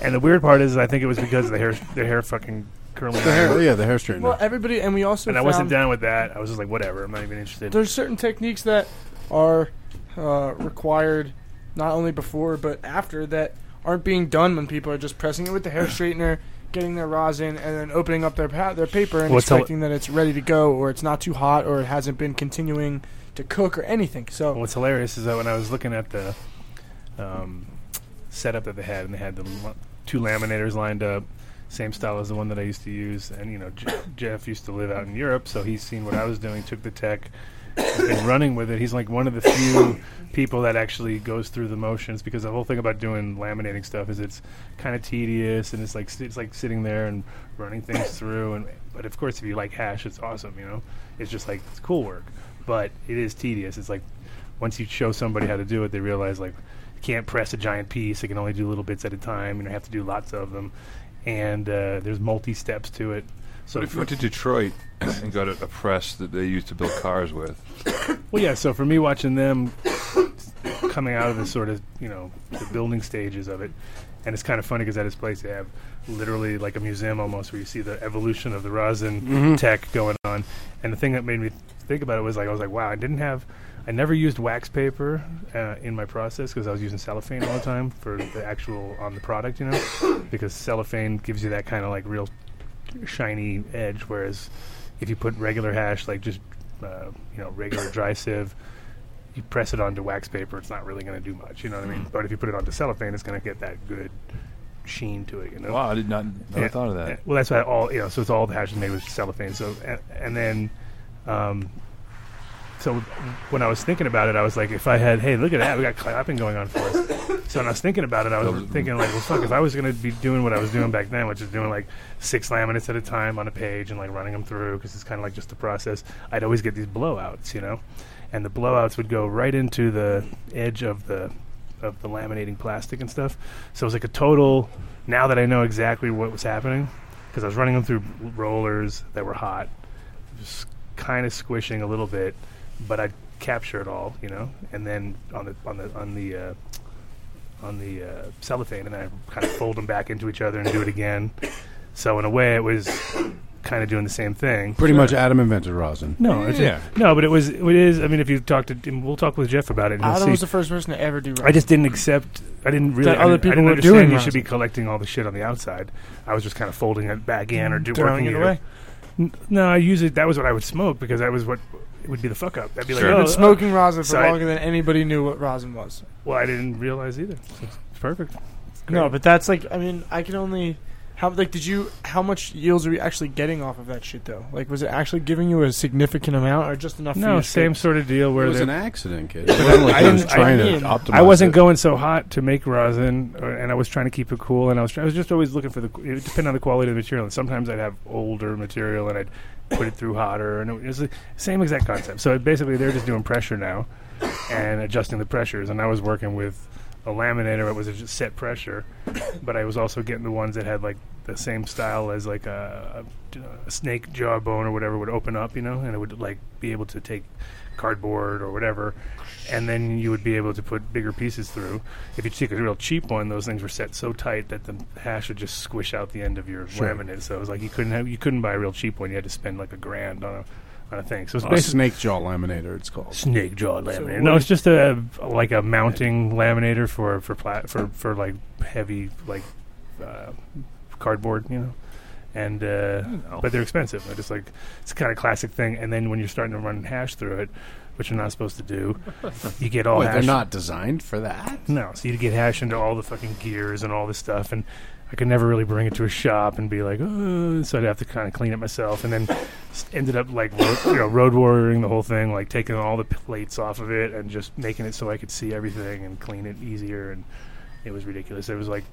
D: And the weird part is, I think it was because the hair, the hair fucking curling,
A: The hair, yeah, the hair straightener.
E: Well, everybody, and we also
D: and I
E: found
D: wasn't down with that. I was just like, whatever, I'm not even interested.
E: there's certain techniques that are uh, required not only before but after that aren't being done when people are just pressing it with the hair straightener, getting their rosin, and then opening up their pa- their paper and
D: What's all-
E: expecting that it's ready to go or it's not too hot or it hasn't been continuing to cook or anything. So
D: What's hilarious is that when I was looking at the um, setup that they had, and they had the l- two laminators lined up, same style as the one that I used to use. And you know, J- Jeff used to live out in Europe, so he's seen what I was doing, took the tech, has been running with it. He's like one of the few people that actually goes through the motions because the whole thing about doing laminating stuff is it's kind of tedious and it's like s- it's like sitting there and running things through. And but of course, if you like hash, it's awesome. You know, it's just like it's cool work, but it is tedious. It's like once you show somebody how to do it, they realize like you can't press a giant piece. They can only do little bits at a time, and I have to do lots of them. And uh, there's multi steps to it. So
C: But if you went to Detroit and got a, a press that they used to build cars with,
D: Well, yeah. So for me, watching them coming out of the sort of you know the building stages of it, and it's kind of funny because at his place they have literally like a museum almost where you see the evolution of the rosin tech going on. And the thing that made me think about it was like I was like, wow, I didn't have. I never used wax paper uh, in my process because I was using cellophane all the time for the actual on the product, you know, because cellophane gives you that kind of like real shiny edge, whereas if you put regular hash, like just uh, you know regular dry sieve, you press it onto wax paper, it's not really going to do much. You know what I mean? But if you put it onto cellophane, it's going to get that good sheen to it. You know?
C: wow, I did not never
D: Yeah.
C: thought of
D: Uh,
C: that.
D: Well, that's why all you know. So it's all the hash is made with cellophane. So and, and then, um, so when I was thinking about it, I was like, if I had, hey, look at that, we got clapping going on for us. So when I was thinking about it, I was thinking like, well, fuck, if I was going to be doing what I was doing back then, which is doing like six laminates at a time on a page and like running them through because it's kind of like just the process. I'd always get these blowouts, you know, and the blowouts would go right into the edge of the of the laminating plastic and stuff. So it was like a total. Now that I know exactly what was happening, because I was running them through rollers that were hot, just kind of squishing a little bit, but I'd capture it all, you know. And then on the on the on the uh, on the uh, cellophane, and I kind of fold them back into each other and do it again. So in a way, it was kind of doing the same thing.
A: Pretty much Adam invented rosin.
D: No, it's
C: Yeah.
D: no, but it was it is. I mean, if you talk to, and we'll talk with Jeff about it. And he'll
E: Adam
D: see.
E: was the first person to ever do.
D: I just didn't accept. I didn't really.
E: That
D: I
E: other
D: didn't- I
E: people
D: didn't
E: were
D: understand
E: doing
D: You
E: wrong.
D: should be collecting all the shit on the outside. I was just kind of folding it back in or do,
E: throwing
D: working
E: it away.
D: N- No, I usually that was what I would smoke because that was what it would be the fuck up. That'd be
C: Sure.
D: like,
E: I've
D: oh,
E: been smoking rosin for
D: so I-
E: longer than anybody knew what rosin was.
D: Well, I didn't realize either. So It's perfect.
E: No, but that's like I mean I can only how like did you how much yields were you actually getting off of that shit though? Like was it actually giving you a significant amount or just enough? for you
D: No,
E: to
D: same sort of deal
A: It
D: where
A: was
D: they're-
A: an accident, kid. It wasn't like
D: I
A: he was
D: didn't- I
A: trying
E: didn't-
A: to optimize.
D: I wasn't
A: it.
D: going so hot to make rosin, or, and I was trying to keep it cool. And I was try- I was just always looking for the. It would depend on the quality of the material. And sometimes I'd have older material, and I'd put it through hotter, and it was the same exact concept. So basically, they're just doing pressure now, and adjusting the pressures. And I was working with a laminator. It was a just set pressure, but I was also getting the ones that had like the same style as like a, a, a snake jawbone or whatever would open up, you know, and it would like be able to take cardboard or whatever, and then you would be able to put bigger pieces through. If you took a real cheap one, those things were set so tight that the hash would just squish out the end of your laminate. So it was like you couldn't have you couldn't buy a real cheap one. You had to spend like a grand on a on a thing. So it's
A: A
D: basically
A: snake jaw laminator, it's called.
D: snake jaw laminator.
E: what
D: no,
E: do
D: it's just a like a mounting laminator for for plat for for like heavy like uh, cardboard, you know. And uh,
A: Oh.
D: but they're expensive. I just like it's kind of classic thing. And then when you're starting to run hash through it, which you're not supposed to do, you get all
A: Wait, they're
D: hash.
A: not designed for that.
D: No, so you'd get hash into all the fucking gears and all this stuff, and I could never really bring it to a shop and be like, oh, so I'd have to kind of clean it myself, and then s- ended up like road, you know road warrioring the whole thing, like taking all the plates off of it and just making it so I could see everything and clean it easier, and it was ridiculous. There was like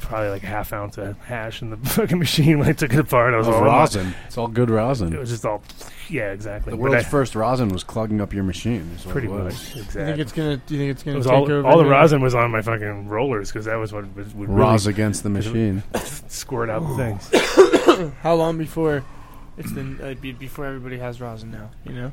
D: probably like a half ounce of hash in the fucking machine when I took it apart. I was
A: Of
D: all
A: rosin. It's all good rosin.
D: It was just all yeah, exactly.
A: the
D: But
A: world's
D: I-
A: first rosin was clogging up your machine. is what
D: pretty
A: it was.
D: much
E: Do you think
D: exactly.
E: it's gonna? Do you think it's
D: It
E: gonna
D: was
E: take
D: all,
E: over?
D: all the
E: maybe?
D: rosin was on my fucking rollers because that was what was, would really
A: Roz against the machine.
D: squirt out the things.
E: How long before it's been uh, be, before everybody has rosin now? You know,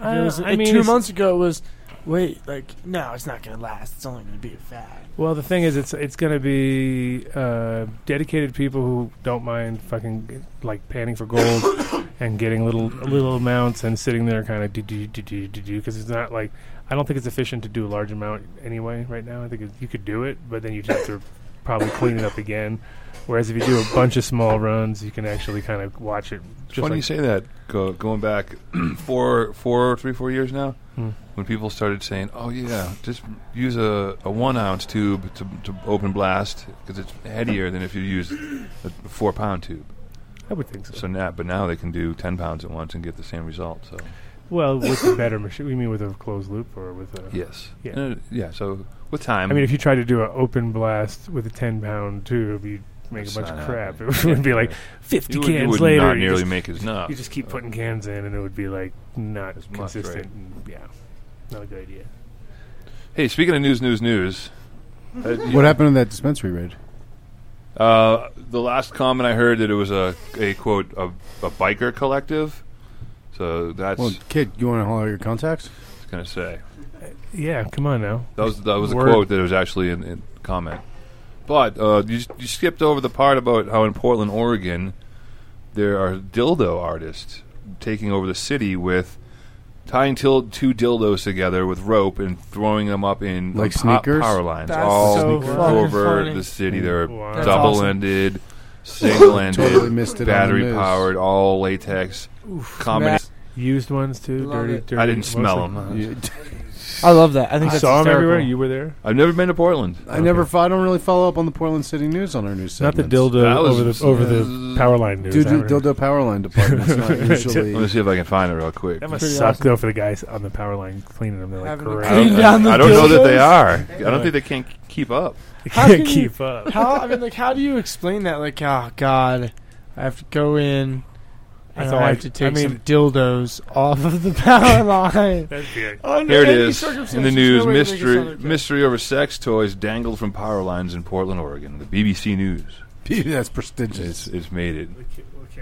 E: If it was, like, two
D: Uh, it's-
E: months ago it was wait like no, it's not gonna last. It's only gonna be a fad.
D: Well, the thing is, it's it's going to be uh, dedicated people who don't mind fucking like panning for gold and getting little little amounts and sitting there kind of do do do do do do because it's not like I don't think it's efficient to do a large amount anyway right now. I think it, you could do it, but then you'd have to probably clean it up again. Whereas if you do a bunch of small runs, you can actually kind of watch it.
C: Just Funny you say that. Go, going back four, four, three, four years now,
D: Hmm.
C: when people started saying, "Oh yeah, just use a, a one ounce tube to, to open blast because it's headier than if you use a four pound tube."
D: I would think so.
C: So now, but now they can do ten pounds at once and get the same result. So
D: Well, with a better machine. You mean with a closed loop or with a?
C: Yes.
D: Yeah. um,
C: Uh, yeah. So with time,
D: I mean, if you tried to do an open blast with a ten pound tube, you'd make
C: That's
D: a bunch
C: not
D: of crap.
C: happening.
D: It would be like
C: Yeah.
D: fifty
C: you would,
D: cans
C: you would
D: later.
C: not
D: you
C: nearly
D: just,
C: make as enough.
D: you just keep putting cans in, and it would be like not
C: As much,
D: consistent.
C: right?
D: and, yeah, not a good idea.
C: Hey, speaking of news, news, news. uh, you-
A: What happened in that dispensary raid?
C: Uh, the last comment I heard that it was a, a quote a, a biker collective. So that's
A: Well, kid, you want to haul out your contacts?
C: gonna say
D: Yeah, come on now.
C: that was that was a
D: Word.
C: quote that was actually in, in comment. But uh, you you skipped over the part about how in Portland, Oregon, there are dildo artists taking over the city with tying til- two dildos together with rope and throwing them up in
A: Like
C: po-
A: sneakers?
C: power lines
E: That's
C: all
E: so
D: Sneakers.
E: fucking
C: over
E: funny.
C: the city. They're
D: Wow.
E: That's awesome.
C: double-ended, single-ended,
A: Totally missed it. on the
C: battery
A: news.
C: powered, all latex. Combina-
D: Used ones too.
E: Love
D: dirty,
E: it.
D: dirty.
C: I didn't smell
D: mostly.
C: them.
A: You-
E: I love that. I think
D: I
E: that's
D: saw them
E: hysterical.
D: everywhere. You were there.
C: I've never been to Portland.
A: I never. Fo- I don't really follow up on the Portland City news on our news.
D: Not the
A: segments.
D: dildo
C: That was-
D: over the over the power line news.
A: Dude,
D: I remember.
A: dildo power line department's not usually.
C: Let me see if I can find it real quick.
D: That must
E: Pretty
D: suck
E: awesome.
D: though for the guys on the power line cleaning them. They're like,
E: Having to
D: great.
C: I don't,
E: Clean down the
C: I don't know that they
E: dildos?
C: are. I don't think they can keep up.
D: They
E: How
D: can't
E: can you-
D: keep up.
E: How I mean, like, how do you explain that? Like, oh God, I have to go in.
D: I
E: I
D: thought
E: I have
D: I-
E: to
D: I
E: take
D: mean-
E: some dildos off of the power line.
D: That'd be a-
E: Under
C: Here it
E: any
C: is in the
E: circumstances,
C: news:
E: no way to make it sound
C: mystery
E: like that.
C: mystery over sex toys dangled from power lines in Portland, Oregon. The BBC News.
A: That's
C: It's,
A: prestigious.
C: it's made it.
D: Can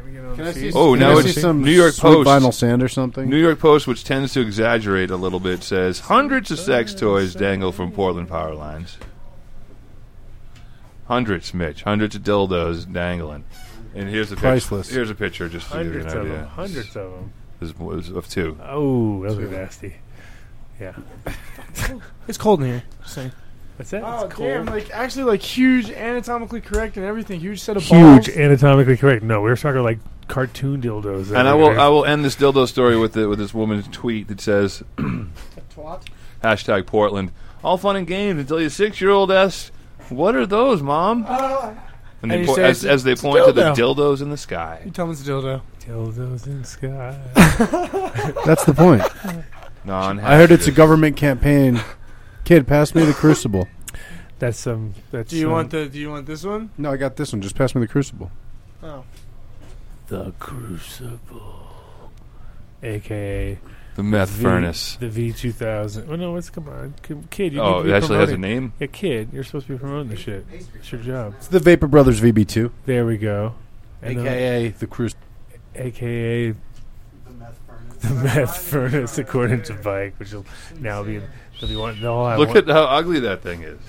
D: we get on
E: Can
D: the
E: I see
D: seat?
E: some-
C: Oh,
A: Can
C: now
A: I
C: it's
A: see some
C: New York
A: sweet
C: Post.
A: vinyl sand or something.
C: New York Post, which tends to exaggerate a little bit, says hundreds of sex toys dangle from Portland power lines. Hundreds, Mitch. Hundreds of dildos dangling. And here's a
A: Priceless.
C: Picture. Here's a picture, just to give Oh, you an
D: Hundreds of
C: idea.
D: them. Hundreds of them.
C: This was of two.
D: Oh, those are nasty. Yeah.
E: It's cold in here. Just saying.
D: That's it.
E: Oh
D: it's cold.
E: damn! Like actually, like huge, anatomically correct and everything. Huge set of balls.
D: Huge, anatomically correct. No, we were talking like cartoon dildos.
C: And I will I will end this dildo story with the, with this woman's tweet that says hashtag Portland. All fun and games until your six year old asks, "What are those, mom?" And
E: And
C: they
E: you
C: po-
E: say
C: as,
E: it's-
C: as they
E: it's a
C: point to the
E: dildo.
C: dildos in the sky.
E: You tell me it's a dildo.
D: dildos in sky.
A: That's the point.
C: Non.
A: I heard it's a government campaign. Kid, pass me the crucible.
D: That's some. That's
E: Do you
D: some-
E: want the? Do you want this one?
A: No, I got this one. Just pass me the crucible.
E: Oh,
D: the crucible, aka
C: the meth
D: V-
C: furnace.
D: the V two thousand. Oh no, it's come on, Come- kid. You need
C: Oh,
D: to be
C: it actually has a
D: promoting-
C: name.
D: Yeah, kid, you're supposed to be promoting this shit. It's your job.
A: It's the Vapor Brothers VB2,
D: There we go. And uh, then-
A: the crucible.
D: aka the meth furnace, according to Bike, which will now be they'll be one. They'll have
C: Look
D: one-
C: at how ugly that thing is.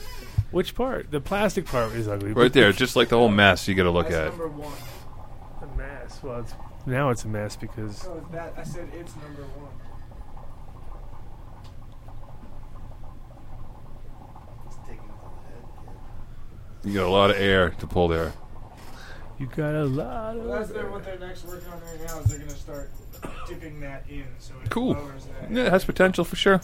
D: which part? The plastic part is ugly.
C: Right
D: but
C: there, just like the whole mess you got to look at.
E: one.
D: The mess. Well, it's, now it's a mess because
E: So that I said it's number one.
C: You got a lot of air to pull there.
D: you got a lot of.
E: That's their, what they're next working on right now is they're gonna start dipping that in, so it
C: Cool.
E: lowers that.
C: Yeah, it has potential for sure.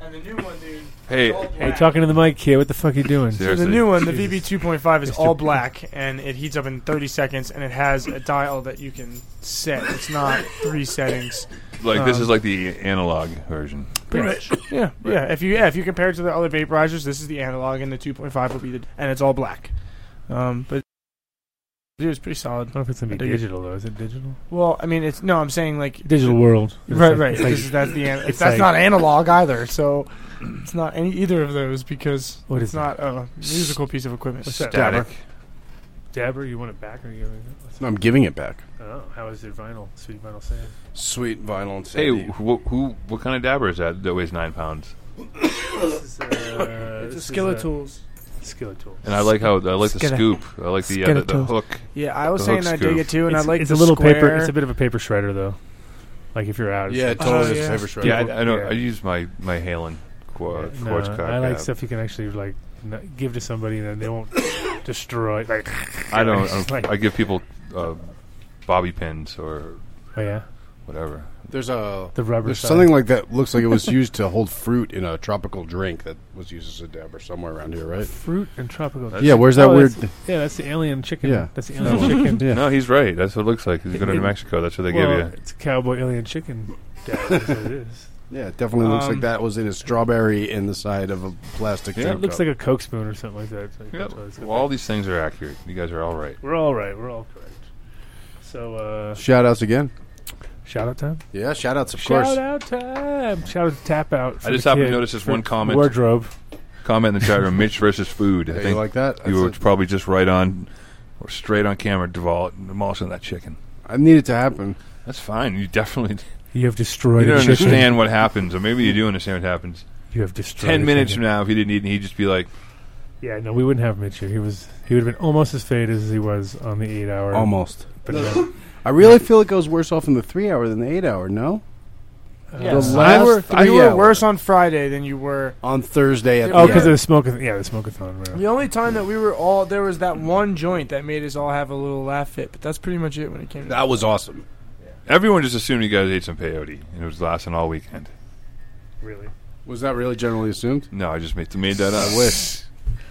E: And the new one, dude.
C: Hey,
E: it's all
D: Hey,
E: black.
D: talking to the mic, kid. What the fuck you doing?
E: So
C: seriously.
E: the new one, the
D: Jesus.
E: VB 2.5, is all black and it heats up in 30 seconds, and it has a dial that you can set. It's not three settings.
C: Like this
E: um,
C: is like the analog version.
E: Pretty much. Yeah, yeah. If you yeah, if you compare it to the other vaporizers, this is the analog, and the 2.5 will be the, and it's all black. Um, but dude, it's pretty
D: I
E: solid.
D: don't know if it's gonna
E: I
D: be
E: dig it.
D: digital though. Is it digital?
E: Well, I mean, it's no, I'm saying like
D: Digital world.
E: Right, right. This is, that's the an-
D: it's like-
E: that's not analog either. So it's not any either of those because
D: What
E: it's
D: is
E: not a musical piece of equipment.
D: What's that?
C: Static.
D: Dabber, you want it back or you? What's
A: No, I'm giving it back.
D: Oh, how is your vinyl? Sweet vinyl sand.
A: Sweet vinyl and
C: Hey, wh- who? What kind of dabber is that? That weighs nine pounds.
D: This is, uh,
E: It's a
D: this is,
E: skillet
D: uh,
E: tools.
D: Skeletal.
C: And I like how I like the
E: Skele-
C: scoop. I like the uh, the, the
E: skeletal.
C: hook.
E: Yeah, I was
C: The
E: saying
C: hook
E: I dig
C: scoop.
E: it too, and
D: it's,
E: I like
D: it's
E: the
D: a little paper.
E: square.
D: It's a bit of a paper shredder though. Like if you're out. it's-
E: totally is yeah. paper
A: shredder.
C: Yeah, I, I know.
D: Yeah.
C: I use my my Halen quad,
D: No,
C: quartz cock.
D: I like
C: uh,
D: stuff you can actually like n- give to somebody and then they won't destroy. Like
C: I don't.
D: It's
C: I,
D: like-
C: I give people uh, bobby pins or
D: oh yeah,
C: whatever.
A: There's a
D: The rubber
A: there's
D: side.
A: something like that. Looks like it was used to hold fruit in a tropical drink that was used as a dab or somewhere around here, right?
D: Fruit and tropical.
C: That's-
A: Yeah. Where's that
D: Oh,
A: weird?
D: that's- Yeah, that's the alien chicken.
A: Yeah.
D: That's the
A: That
D: alien
A: one.
D: chicken.
A: Yeah.
C: No, he's right. That's what it looks like. He's going to
D: It-
C: New Mexico. That's what they
D: well,
C: give you.
D: It's cowboy alien chicken. That's what it is.
A: Yeah, it definitely looks
E: Um,
A: like that was in a strawberry in the side of a plastic.
C: Yeah,
A: drink
D: It looks
A: cup.
D: like a Coke spoon or something like that. It's like- that's what it's-
C: Well, all these things are accurate. You guys are all right.
D: We're all right. We're all correct. So, uh,
A: shout outs again.
D: shout out time.
A: Yeah, shout outs of
D: shout
A: course.
D: out time. Shout out to tap out. for
C: I just
D: the
C: happened
D: kid
C: to notice this
D: for
C: one comment.
D: Wardrobe.
C: Comment in the chat room: Mitch versus food. I
A: Yeah, you
C: think
A: like that?
C: you
A: That's
C: were
A: it.
C: probably just right on, or straight on camera, devol- demolishing that chicken.
A: I need it to happen.
C: That's fine. You definitely
D: You have
C: you
D: destroyed.
C: don't
D: a chicken.
C: understand what happens, or maybe you do understand what happens.
D: You have destroyed.
C: Ten
D: a
C: minutes from
D: chicken.
C: now, if he didn't eat, he'd just be like,
D: Yeah, no, we wouldn't have Mitch here. He was. He would have been almost as faded as he was on the eight hour. Uh,
A: Almost.
D: But no.
A: I really feel it goes worse off in the three hour than the eight hour. No,
E: Yeah.
A: the last
E: you were,
A: three
E: you were
A: hour.
E: worse on Friday than you were.
A: on Thursday at
D: oh,
A: the
D: because
A: end.
D: of the smoke. Yeah, the smokeathon. Right?
E: The only time that we were all there was that one joint that made us all have a little laugh fit, but that's pretty much it when it came. to
A: that was awesome.
C: everyone just assumed you guys ate some peyote, and it was lasting all weekend.
D: Really?
A: Was that really generally assumed?
C: No, I just made, made that up.
A: I wish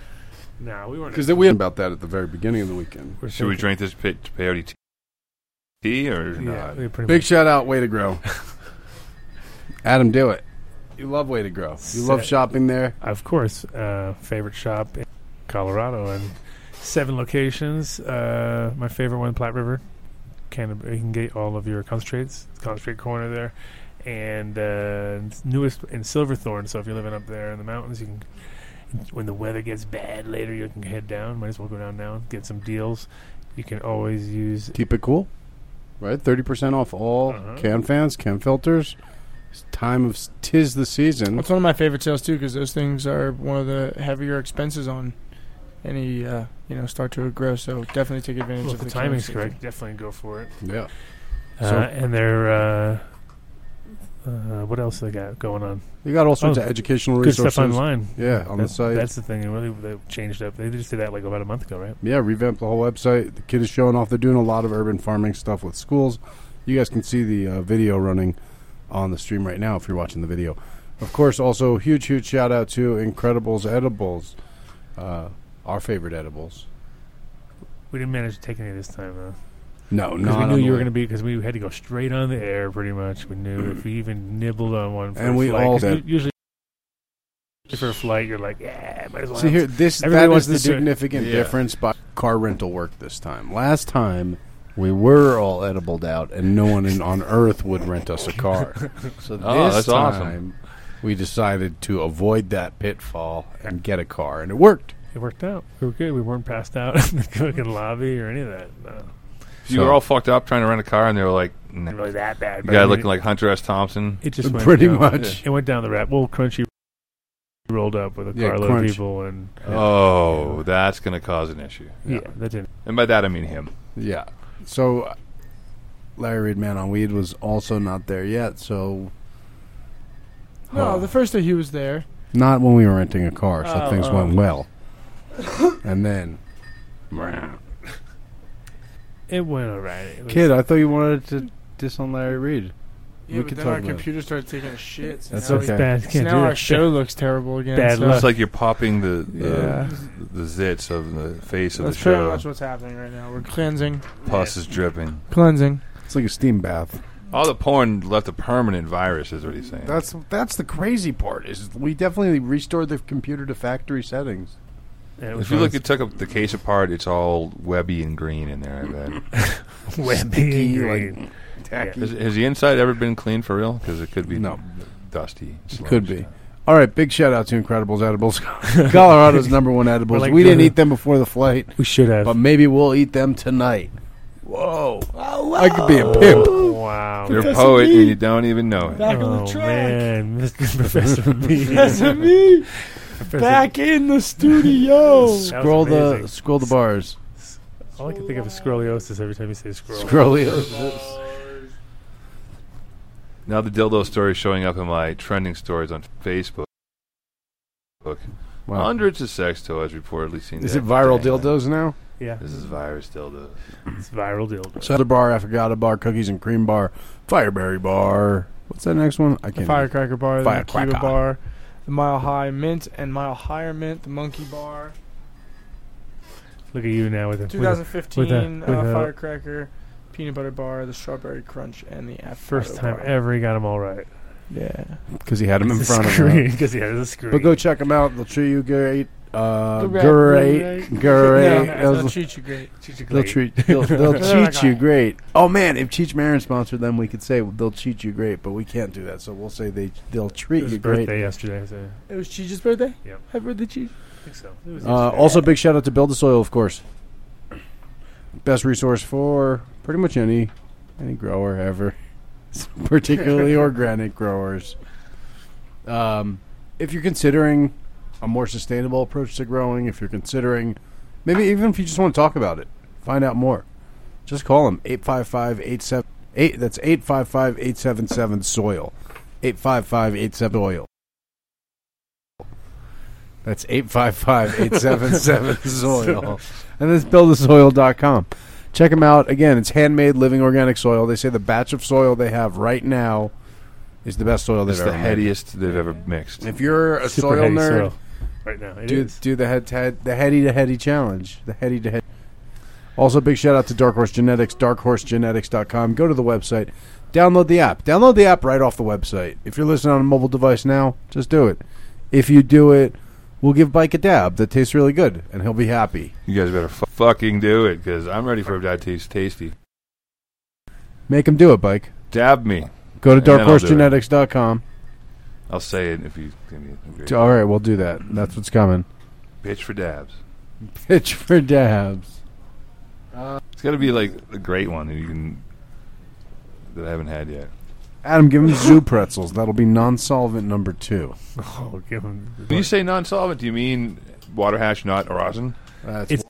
D: No, we weren't.
A: because we had about that at the very beginning of the weekend.
D: we're
C: Should we
D: thinking-
C: drink this pe- peyote tea? Tea or
D: Yeah,
C: not?
D: we pretty
A: Big
D: much.
A: shout out, way to grow. Adam, do it. You love way to grow. You love
D: Sick.
A: shopping there.
D: of course, uh, favorite shop in Colorado and seven locations. Uh, my favorite one, Platte River. Can you can get all of your concentrates, concentrate corner there, and uh, newest in Silverthorne. So if you're living up there in the mountains, you can. When the weather gets bad later, you can head down. Might as well go down now. Get some deals. You can always use
A: Keep it cool. Right? 30% off all
D: Uh-huh.
A: can fans, can filters. It's time of s- tis the season.
E: That's one of my favorite sales too, because those things are one of the heavier expenses on any uh, you know start to grow. So definitely take advantage
D: well,
E: of
D: if
E: the,
D: the timing's
E: canvassing.
D: correct. Definitely go for it.
A: Yeah.
D: Uh,
A: So-
D: and they're uh, uh, what else they got going on?
A: You got all sorts
D: Oh,
A: of educational
D: Good
A: resources.
D: stuff online.
A: Yeah, on
D: that's,
A: the site.
D: That's the thing. They really they changed up. They just did that like about a month ago, right?
A: yeah, revamp the whole website. The kid is showing off. They're doing a lot of urban farming stuff with schools. You guys can see the uh, video running on the stream right now if you're watching the video. Of course, also huge, huge shout out to Incredibles Edibles, uh, our favorite edibles.
D: We didn't manage to take any this time though,
A: No,
D: because
A: no,
D: we knew you were going to be because we had to go straight on the air. Pretty much, we knew if we even nibbled on one. For
A: And
D: a
A: we
D: flight,
A: all
D: 'cause
A: did.
D: u- Usually, for a flight, you're like, yeah, might as well.
A: See
D: have
A: here, this
D: Everybody
A: that
D: wants
A: is the
D: to do it.
A: significant
C: Yeah.
A: difference by car rental work this time. Last time we were all edibled out, and no one in, on earth would rent us a car. So
C: Oh,
A: this
C: that's
A: time
C: awesome.
A: we decided to avoid that pitfall and get a car, and it worked.
D: It worked out. We were good. We weren't passed out in the cooking lobby or any of that. No,
C: You were all fucked up trying to rent a car, and they were like, nah.
D: not really
C: "You
D: that bad. but I
C: guy
D: mean,
C: looking like Hunter S. Thompson."
D: It just went
A: Pretty
D: down.
A: much.
D: It went down the rat. Well, Crunchy rolled up with a
A: Yeah,
D: carload
A: Crunch.
D: of people, and
C: Oh, that's going to cause an issue.
D: yeah, that didn't.
C: And by that I mean him.
A: Yeah. So uh, Larry Reed Man on Weed was also not there yet. So
D: Oh,
A: uh,
E: No, the first day he was there.
A: not when we were renting a car, so
E: Oh,
A: things
E: oh.
A: went well. and then,
D: It went alright. It was-
A: kid, I thought you wanted to diss on Larry Reed.
E: Yeah,
A: We
E: but
A: could
E: then
A: talk
E: our
A: about it.
E: computer started taking a shit. so
A: That's
E: now we-
A: okay.
D: bad.
E: so
D: Can't do
E: now our
D: that.
E: show looks terrible again.
D: Bad
A: Uh,
D: luck.
E: so That's
D: It's
C: It's like you're popping the the,
E: Yeah.
C: the zits of the face of the
E: pretty
C: show.
E: much what's happening right now. We're cleansing,
C: Pus is dripping.
E: cleansing.
A: It's like a steam bath.
C: All the porn left a permanent virus, is what he's saying.
A: That's that's the crazy part is we definitely restored the computer to factory settings. Uh,
D: and it was
C: if you
D: one
C: look
D: of
C: at took up the case apart, it's all webby and green in there. I bet.
D: those webby and
A: sticky,
D: green.
A: tacky.
C: has, has the inside ever been cleaned for real? Because it could be
A: No.
C: dusty. sludge.
A: Could be. All right, big shout out to Incredibles Edibles, Colorado's number one edibles.
D: We're like
A: we didn't
D: doing-
A: eat them before the flight,
D: We should have.
A: but maybe we'll eat them tonight. Whoa! I could be a pimp.
D: wow.
C: You're a poet and you don't even know it.
E: Oh, Back on
D: oh
E: the track.
D: man, Mr. Professor B.
E: That's me.
D: Professor-
E: Back in the studio.
D: That was
A: Scroll the
D: amazing.
A: scroll the bars.
D: All I can think of is scoliosis every time you say scroll.
A: Scrolliosis.
C: Now the dildo story is showing up in my trending stories on Facebook.
A: Wow.
C: Hundreds of sex toys reportedly seen.
A: Is
C: dead.
A: it viral
C: Dang.
A: dildos now?
D: Yeah,
C: This is virus dildo.
D: it's viral dildo.
A: Cider bar, affogato bar, cookies and cream bar, fireberry bar. What's that next one? I
E: The
A: can't.
E: Firecracker Bar, the
A: Firecracker.
E: Cuba Bar, the Mile High Mint and Mile Higher Mint, the Monkey Bar,
D: Look at you now with a, with a
E: 2015
D: with a-
E: uh, Firecracker, Peanut Butter Bar, the Strawberry Crunch, and the Affogato
D: first time
E: Bar.
D: ever. He got them all right.
E: Yeah.
A: Because he had them in front of him.
D: because he has a screen.
A: But go check them out. They'll treat you great. Uh,
E: The rat-
A: great,
E: No,
A: great. That
E: they'll
A: was-
E: treat you great.
A: They'll treat they'll, they'll cheat you great. Oh man, if Cheech Marin sponsored them, we could say they'll cheat you great, but we can't do that. So we'll say they they'll
D: It
A: treat
D: was
A: you
D: his
A: great.
D: birthday yesterday. So
E: It was Cheech's birthday?
D: Yep.
E: Happy birthday, Cheech.
D: I think so. It was
A: Uh,
D: yesterday.
A: also, big shout out to Build the Soil, of course. Best resource for pretty much any any grower ever, particularly organic growers. Um, if you're considering a more sustainable approach to growing, if you're considering maybe even if you just want to talk about it, find out more. Just call them 855 878 that's 855 877 soil. 855 87 oil. That's 855-877-SOIL. and that's buildasoil.com. Check them out. Again, it's handmade living organic soil. They say the batch of soil they have right now is the best soil they've
C: It's
A: ever
C: the
A: made.
C: headiest they've ever mixed.
A: If you're a
D: Super
A: soil
D: heady
A: nerd,
D: soil. Right now, it is.
A: do do the head to head the heady to heady challenge the heady to head also big shout out to dark horse genetics darkhorsegenetics.com go to the website download the app download the app right off the website if you're listening on a mobile device now just do it if you do it we'll give bike a dab that tastes really good and he'll be happy
C: you guys better fu- fucking do it because I'm ready for that taste tasty.
A: make him do it bike
C: Dab me.
A: go to
C: And then I'll do it.
A: darkhorsegenetics.com
C: I'll say it if you give me a great
A: all right we'll do that that's what's coming
C: pitch for dabs.
A: pitch for dabs
C: It's got to be like a great one that you can that I haven't had yet.
A: adam give him zoo pretzels that'll be non-solvent number two
D: Oh, give him-
C: When you say non-solvent, do you mean water hash, not rosin?
A: That's
D: It's-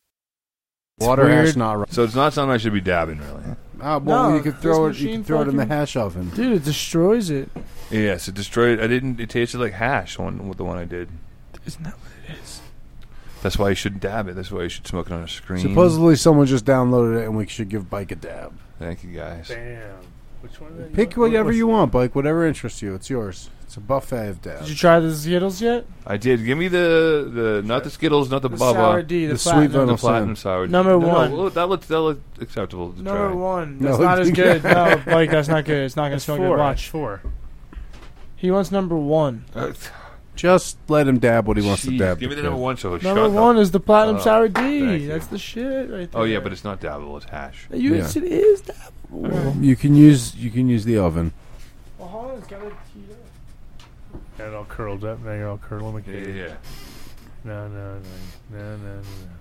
A: water
D: it's
A: hash
D: weird.
A: not right.
C: So it's not something I should be dabbing, really.
A: Ah, well,
E: No,
A: you could
E: this
A: throw it. You
E: machine
A: could throw it in the
E: fucking-
A: hash oven.
E: Dude, it destroys it.
C: Yes, it destroyed. I didn't. It tasted like hash. One with the one I did.
E: Isn't that what it is?
C: That's why you shouldn't dab it. That's why you should smoke it on a screen.
A: Supposedly, someone just downloaded it, and we should give Bike a dab.
C: Thank you guys.
D: Bam. Which one? did I-
A: Pick
D: what-
A: whatever
D: what's-
A: you want, Bike. Whatever interests you, it's yours. It's a buffet of dabs.
E: Did you try the Skittles yet?
C: I did. Give me the the not the Skittles, not the,
E: The sour
C: Bubba,
E: D, the,
A: The sweet
E: platinum.
A: vanilla
C: the platinum sour.
E: Number
C: No,
E: one.
C: No, well, that looks that looks acceptable to
E: Number
C: try.
E: one.
A: No,
E: That's not as
A: it's-
E: good. No, Blake, that's not good. It's not gonna
D: That's
E: smell
D: four. Watch
E: good. Watch.
D: four.
E: He wants number one.
C: Uh,
A: Just let him dab what he wants to
C: jeez,
A: dab.
C: Give me the
A: to.
C: number one. So shut
E: number
C: up.
E: one is the platinum
C: Oh,
E: sour
C: thank
E: D.
C: you.
E: That's the shit right there.
C: Oh yeah, but it's not dabbable. It's hash.
E: You,
A: Yeah.
E: It is that.
A: You can use. You can use the oven.
E: Well, hold on, it's gotta heat up.
D: Got it all curled up. Now you're all curling.
C: Yeah, yeah. yeah.
D: No, no, no, no, no,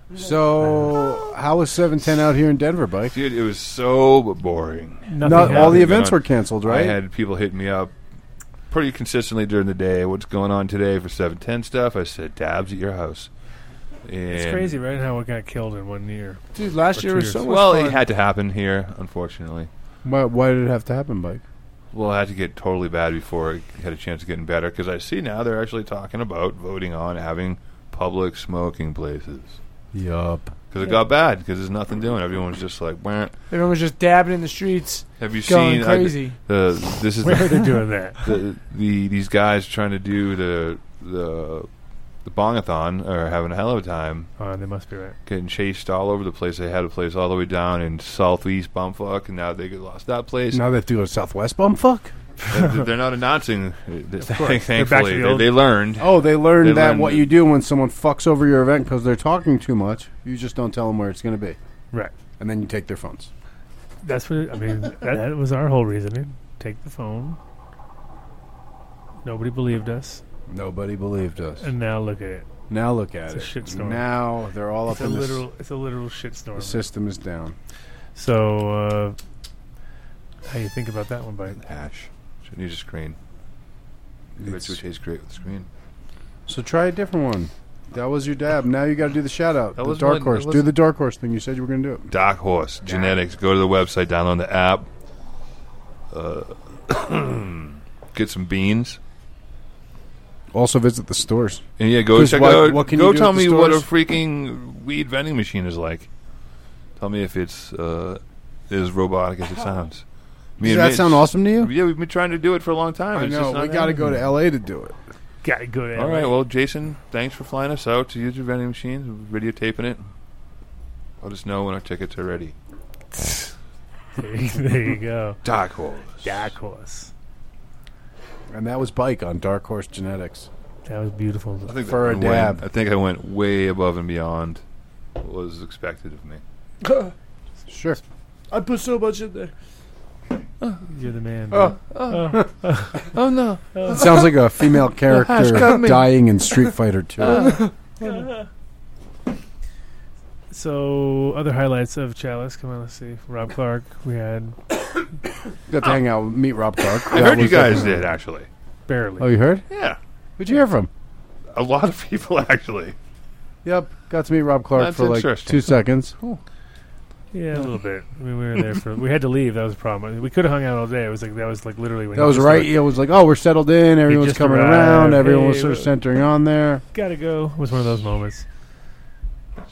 D: no.
A: So, how was seven ten out here in Denver, Bike?
C: Dude, it was so boring.
D: Nothing
A: Not all the
D: happened.
A: events
C: No.
A: were canceled, right?
C: I had people hitting me up pretty consistently during the day. What's going on today for seven ten stuff? I said dabs at your house.
D: It's
C: And-
D: crazy, right? How it got killed in one year.
E: Dude, last
D: For
E: year was
D: two
E: so much
C: Well,
E: fun.
C: it had to happen here, unfortunately.
A: Why, why did it have to happen, Bike?
C: Well, I had to get totally bad before it had a chance of getting better because I see now they're actually talking about voting on having public smoking places.
A: Yup.
C: Because it got bad because there's nothing doing. Everyone's just like, Wah.
E: Everyone was just dabbing in the streets,
C: have you seen
E: going
C: I-
E: crazy.
C: the this is
D: Where are
C: the,
D: they doing that?
C: the, the these guys trying to do the the the bongathon are having a hell of a time
D: Oh, they must be right.
C: getting chased all over the place. They had a place all the way down in southeast bumfuck, and now they get lost that place.
A: Now they do a Southwest bumfuck.
C: They're they're not announcing this thing,
D: They're back to
C: thankfully.
D: the
C: They,
D: old-
C: they learned.
A: Oh, they learned
C: They
A: that
C: learned
A: what
C: that-
A: you do when someone fucks over your event because they're talking too much, you just don't tell them where it's going to be,
D: Right.
A: and then you take their phones.
D: That's what I mean. That, that was our whole reasoning. Take the phone. Nobody believed us,
A: Nobody believed us.
D: and now look at it.
A: now look at
D: It's a
A: it.
D: shitstorm.
A: Now they're all
D: It's
A: up
D: a
A: in the s-
D: literal. It's a literal shitstorm.
A: The system is down.
D: So, uh, how you think about that one, Bite?
C: Hash. Should need a screen. I bet
A: It's-
C: you it tastes great with a screen.
A: So try a different one. That was your dab. Now you got to do the shout out.
C: That
A: The
C: was
A: dark
C: one-
A: horse.
C: that
A: Do
C: was-
A: the dark horse thing. You said you were going to do it.
C: Doc Horse Genetics. Go to the website, download the app. Uh, get some beans.
A: Also visit the stores.
C: And yeah, go
A: Just
C: check
A: what-
C: out.
A: what can you
C: go
A: do
C: tell
A: at the
C: me what a
A: stores?
C: freaking weed vending machine is like. Tell me if it's uh, as robotic as it sounds. Me
A: Does
C: and
A: that
C: Mitch-
A: sound awesome to you?
C: Yeah, we've been trying to do it for a long time.
A: I
C: It's
A: know.
C: just not
A: We got to go
C: happening.
A: to L.A. to do it.
D: Got to go to.
C: All
D: LA.
C: right. Well, Jason, thanks for flying us out to use your vending machines, videotaping it. Let us know when our tickets are ready.
D: there, you- there you go.
C: Dark Horse.
D: Dark horse.
A: And that was Bike on Dark Horse Genetics.
D: That was beautiful.
C: I think
A: For a
C: I went-
A: dab.
C: I think I went way above and beyond what was expected of me.
A: Sure.
E: I put so much in there.
D: You're the man.
C: Oh,
D: man.
C: Oh no!
A: It sounds like a female character dying in Street Fighter 2.
D: Uh-huh. So other highlights of Chalice. Come on, let's see. Rob Clark. We had
A: got to hang out, with meet Rob Clark.
C: I heard you guys did actually.
D: barely.
A: Oh, you heard?
C: Yeah,
A: Who'd you hear from?
C: a lot of people actually.
A: Yep, got to meet Rob Clark
C: That's
A: for like
C: interesting.
A: two seconds. Oh,
D: Yeah, a little bit. I mean, we were there for. We had to leave. That was a problem. We could have hung out all day. It was like that was like literally when
A: that
D: he
A: was
D: just
A: right. It was like, oh, we're settled in. Everyone's
D: just
A: coming
D: arrived.
A: around. Everyone was
D: Hey,
A: sort of
D: uh,
A: centering on there.
D: like, Gotta go. Was one of those moments.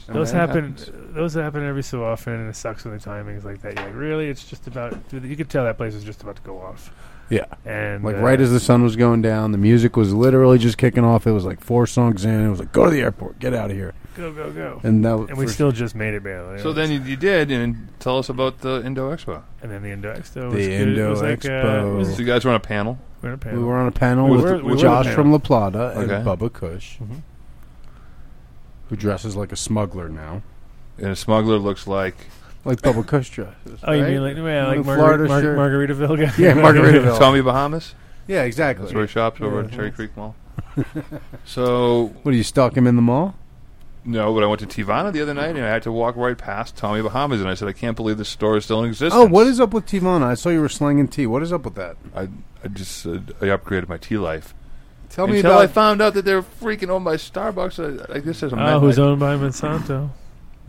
D: Those
C: that
D: happen. Those happen every so often, and it sucks when the timing's like that. You're like, really? It's just about. dude, You could tell that place was just about to go off.
A: Yeah.
D: And
A: Like
D: uh,
A: right as the sun was going down, the music was literally just kicking off. It was like four songs in. It was like, go to the airport, get out of here.
D: go go go.
A: And that
D: And we
A: for-
D: still just made it barely.
C: So then you, you did, and tell us about the Indo Expo.
D: and then the Indo Expo.
A: The
D: was good. It was
A: Indo
D: like, uh, it was-
A: Expo.
C: So you guys were on a panel.
D: we're in a
A: we
D: panel.
A: were on a panel
D: We
A: with
D: were- we were on a
A: Josh
D: panel.
A: from La Plata and
C: Okay.
A: Bubba Kush,
D: Mhm.
A: who dresses like a smuggler now,
C: And a smuggler looks like
A: like Bubba Kush dresses.
D: Oh, you
A: right?
D: mean like, well,
A: Little
D: like
A: Florida
D: Margaret, Mar-
A: shirt.
D: Margaritaville guy?
A: Yeah, Margaritaville. Yeah.
C: Tommy Bahamas.
A: yeah, exactly.
C: That's where he shops over at Cherry Creek Mall. so
A: What do you stalk him in the mall?
C: no, but I went to Tivana the other night, and I had to walk right past Tommy Bahamas, and I said, I can't believe this store is still in existence.
A: Oh, what is up with Tivana? I saw you were slinging tea. What is up with that?
C: I I just uh, I upgraded my tea life.
A: Tell me
C: Until
A: about.
C: I found out that they're freaking owned by Starbucks. I, I guess there's a
D: Oh, who's
C: owned,
D: owned by Monsanto?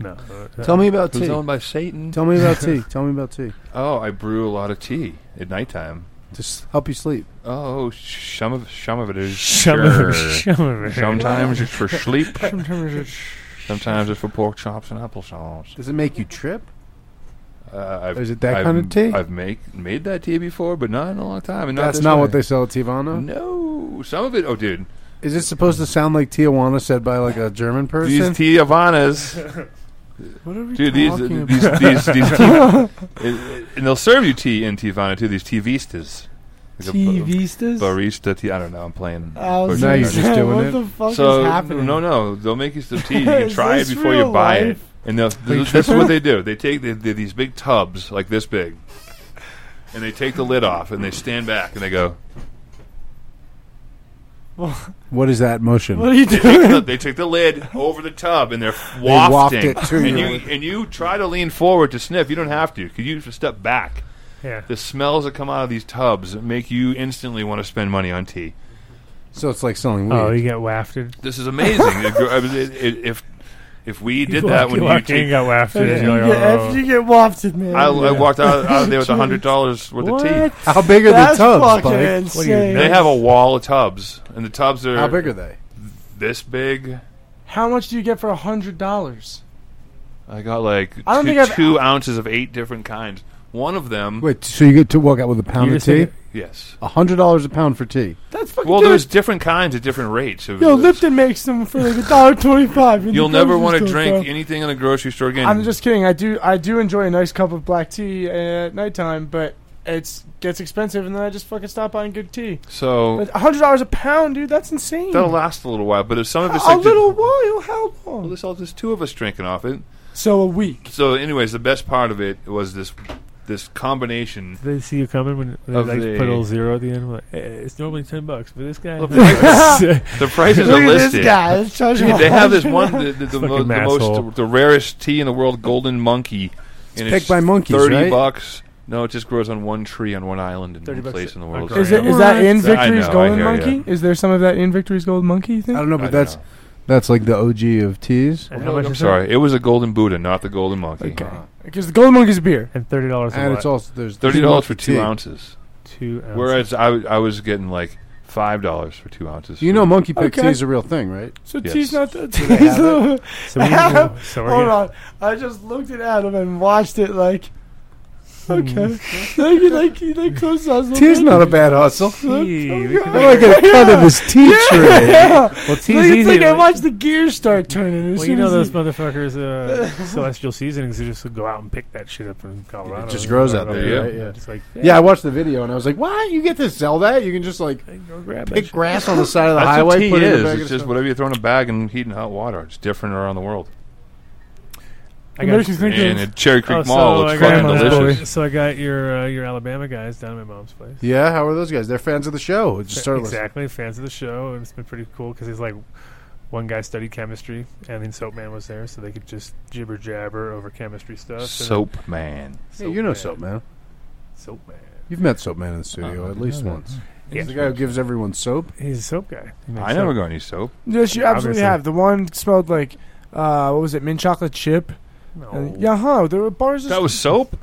D: No.
A: tell me about
C: who's
A: tea.
C: owned by Satan.
A: Tell me about tea. Tell me about tea.
C: Oh, I brew a lot of tea at nighttime.
A: To s- help you sleep.
C: Oh, sh- some of some of it is
D: Shummer-
C: sure.
D: Shummer-
C: Sometimes it's for sleep.
E: Sometimes it's-
C: Sometimes it's for pork chops and applesauce.
A: Does it make you trip?
C: Uh, I've,
A: Is it that
C: I've-
A: kind of tea?
C: I've make, made that tea before, but not in a long time. And not
A: That's
C: this
A: not
C: way.
A: what they sell at Tivana.
C: No, some of it. Oh, dude,
A: Is it supposed to sound like Tijuana said by like a German person?
C: these tea Havanas,
E: What are we
C: dude. These
E: talking
C: these,
E: about?
C: these these these tea, and, and they'll serve you tea in Tivana too. These tea vistas. Like a ba-
E: TVstas?
C: barista tea. I don't know. I'm playing.
E: I was
A: Now
E: gonna
A: you're
E: say,
A: just doing
E: what
A: it.
E: the fuck
C: so
E: is happening?
C: no, no, they'll make you some tea. You can
E: Is
C: try it
E: this
C: before you
E: real
C: buy it,
E: life?
C: and they'll, th- this is what they do. They take the, the, these big tubs like this big, and they take the lid off, and they stand back, and they go.
A: What is that motion?
E: What are you
C: take the-
E: doing?
C: they took the lid over the tub and they're
A: waft
C: wafting.
A: it to
C: and
A: you.
C: you and you try to lean forward to sniff. You don't have to. 'cause you just step back.
D: Yeah.
C: The smells that come out of these tubs make you instantly want to spend money on tea.
A: So it's like selling weed.
D: Oh, you got wafted.
C: This is amazing. if, I mean, it- it- if if we did that when
D: you
C: you
D: walked in,
C: take,
D: got wafted.
E: After,
D: and
E: you
D: you're
E: get,
D: like, oh.
E: after you get wafted, man.
C: I, I walked out, out of there with hundred dollars worth
D: what?
C: of tea.
A: How big are
E: That's
A: the tubs,
E: fucking
A: Spike?
E: insane.
D: What are you-
C: They have a wall of tubs, and the tubs
A: How
C: are
A: big are they?
C: this big.
E: How much do you get for a hundred dollars?
C: I got like
E: I don't
C: two,
E: think I've-
C: two ounces of eight different kinds. One of them,
A: Wait, so you get to walk out with a pound of
D: You just
A: tea?
D: think
C: yes.
A: A hundred dollars a pound for tea.
E: That's fucking
C: Well,
E: dude.
C: there's different kinds at different rates. It
E: Yo,
C: was-
E: Lipton makes them for like a dollar twenty-five. in the
C: You'll never
E: grocery
C: want to
E: store,
C: drink
E: bro.
C: anything in a grocery store again.
E: I'm just kidding. I do. I do enjoy a nice cup of black tea at nighttime, but it's gets expensive, and then I just fucking stop buying good tea.
C: so
E: But hundred dollars a pound, dude. That's insane.
C: that'll last a little while. But if some of
E: a
C: it's like the-
E: little while. How
C: well,
E: long?
C: this all just two of us drinking off it.
E: So a week.
C: So, anyways, the best part of it was this this combination.
D: They see you coming when they
C: Of
D: like,
C: the-
D: put a little zero at the end. Like, eh, it's normally ten bucks, but this guy.
C: Of the- The prices are
E: Look at
C: listed.
E: this guy. Let's charge him
C: Dude, they have this
E: $100.
C: one, the, the, the, mo-
D: Fucking
C: the
D: asshole.
C: most, the rarest tea in the world, Golden Monkey. and
A: picked by monkeys,
C: Thirty
A: right?
C: bucks. No, it just grows on one tree on one island in
E: 30
C: one
E: bucks
C: place in the world.
D: Okay.
E: Is, it, is
D: What?
E: that in
C: I know,
E: Victory's
C: I
E: Golden
C: hear ya.
E: Monkey? Is there some of that in Victory's Golden Monkey? You
A: I
E: think?
A: don't know,
C: I
A: but
C: don't
A: that's
C: know.
A: that's like the OG of teas.
D: and
C: No,
D: how much
C: I'm
D: is
C: sorry, it was a Golden Buddha, not the Golden Monkey.
A: Okay.
E: Because the Golden Monkey's beer.
D: That? And thirty dollars.
A: And it's also there's
C: Thirty dollars for
A: tea.
C: two ounces.
D: Two ounces.
C: Whereas I, w- I was getting like Five dollars for two ounces.
A: You know, monkey pick
E: Okay.
A: tea is a real thing, right?
E: So
C: Yes.
E: tea's not the
A: they
E: tea's
A: have
E: not.
D: So, we need, so we're
E: Hold
D: gonna-
E: on, I just looked at Adam and watched it like. Okay, thank you, thank you, thank you.
A: Tea's not a bad hustle.
D: Gee, we can-
A: I like a cut of his tea tray.
E: Yeah,
D: Well, tea's
E: like, it's
D: easy.
E: like I watched the gears start turning. as
D: well, you
E: soon
D: know those
E: as he-
D: motherfuckers, uh, celestial seasonings, they just go out and pick that shit up in Colorado.
A: It just grows
D: Right
A: out
D: over
A: there, right? Yeah.
D: It's like,
A: Yeah, I watched the video and I was like, "Why you get to sell that? You can just like
D: hey, go grab that
A: pick
D: shit.
A: grass on the side of the
C: That's
A: highway,
C: what tea
A: put it in a
C: is.
A: bag and
C: It's just
A: stuff."
C: whatever you throw in a bag and heat in hot water. It's different around the world.
D: I got
E: Makes you think
C: And
E: of-
C: at Cherry
D: Oh,
C: Creek Mall,
D: I
C: it's
D: got-
C: fucking
E: grandma's
C: delicious.
E: boy.
D: So I got your uh, your Alabama guys down at my mom's place.
A: Yeah, how are those guys? They're fans of the show. Just started listening.
D: exactly, fans of the show, and it's been pretty cool because he's like, one guy studied chemistry, and then Soap Man was there, so they could just gibber jabber over chemistry stuff. and-
C: Soap man.
A: Hey, you know Soap Man.
D: Soap Man.
A: You've met Soap Man in the studio at least once.
D: Yeah.
A: He's the guy who gives everyone soap.
D: He's a soap guy. He makes
C: I
D: soap.
C: never got any soap.
E: Yes, you
D: Yeah, obviously.
E: absolutely have. The one smelled like, uh, what was it, mint chocolate chip?
D: No.
E: And- yeah, huh? There were bars. of-
C: That was soap.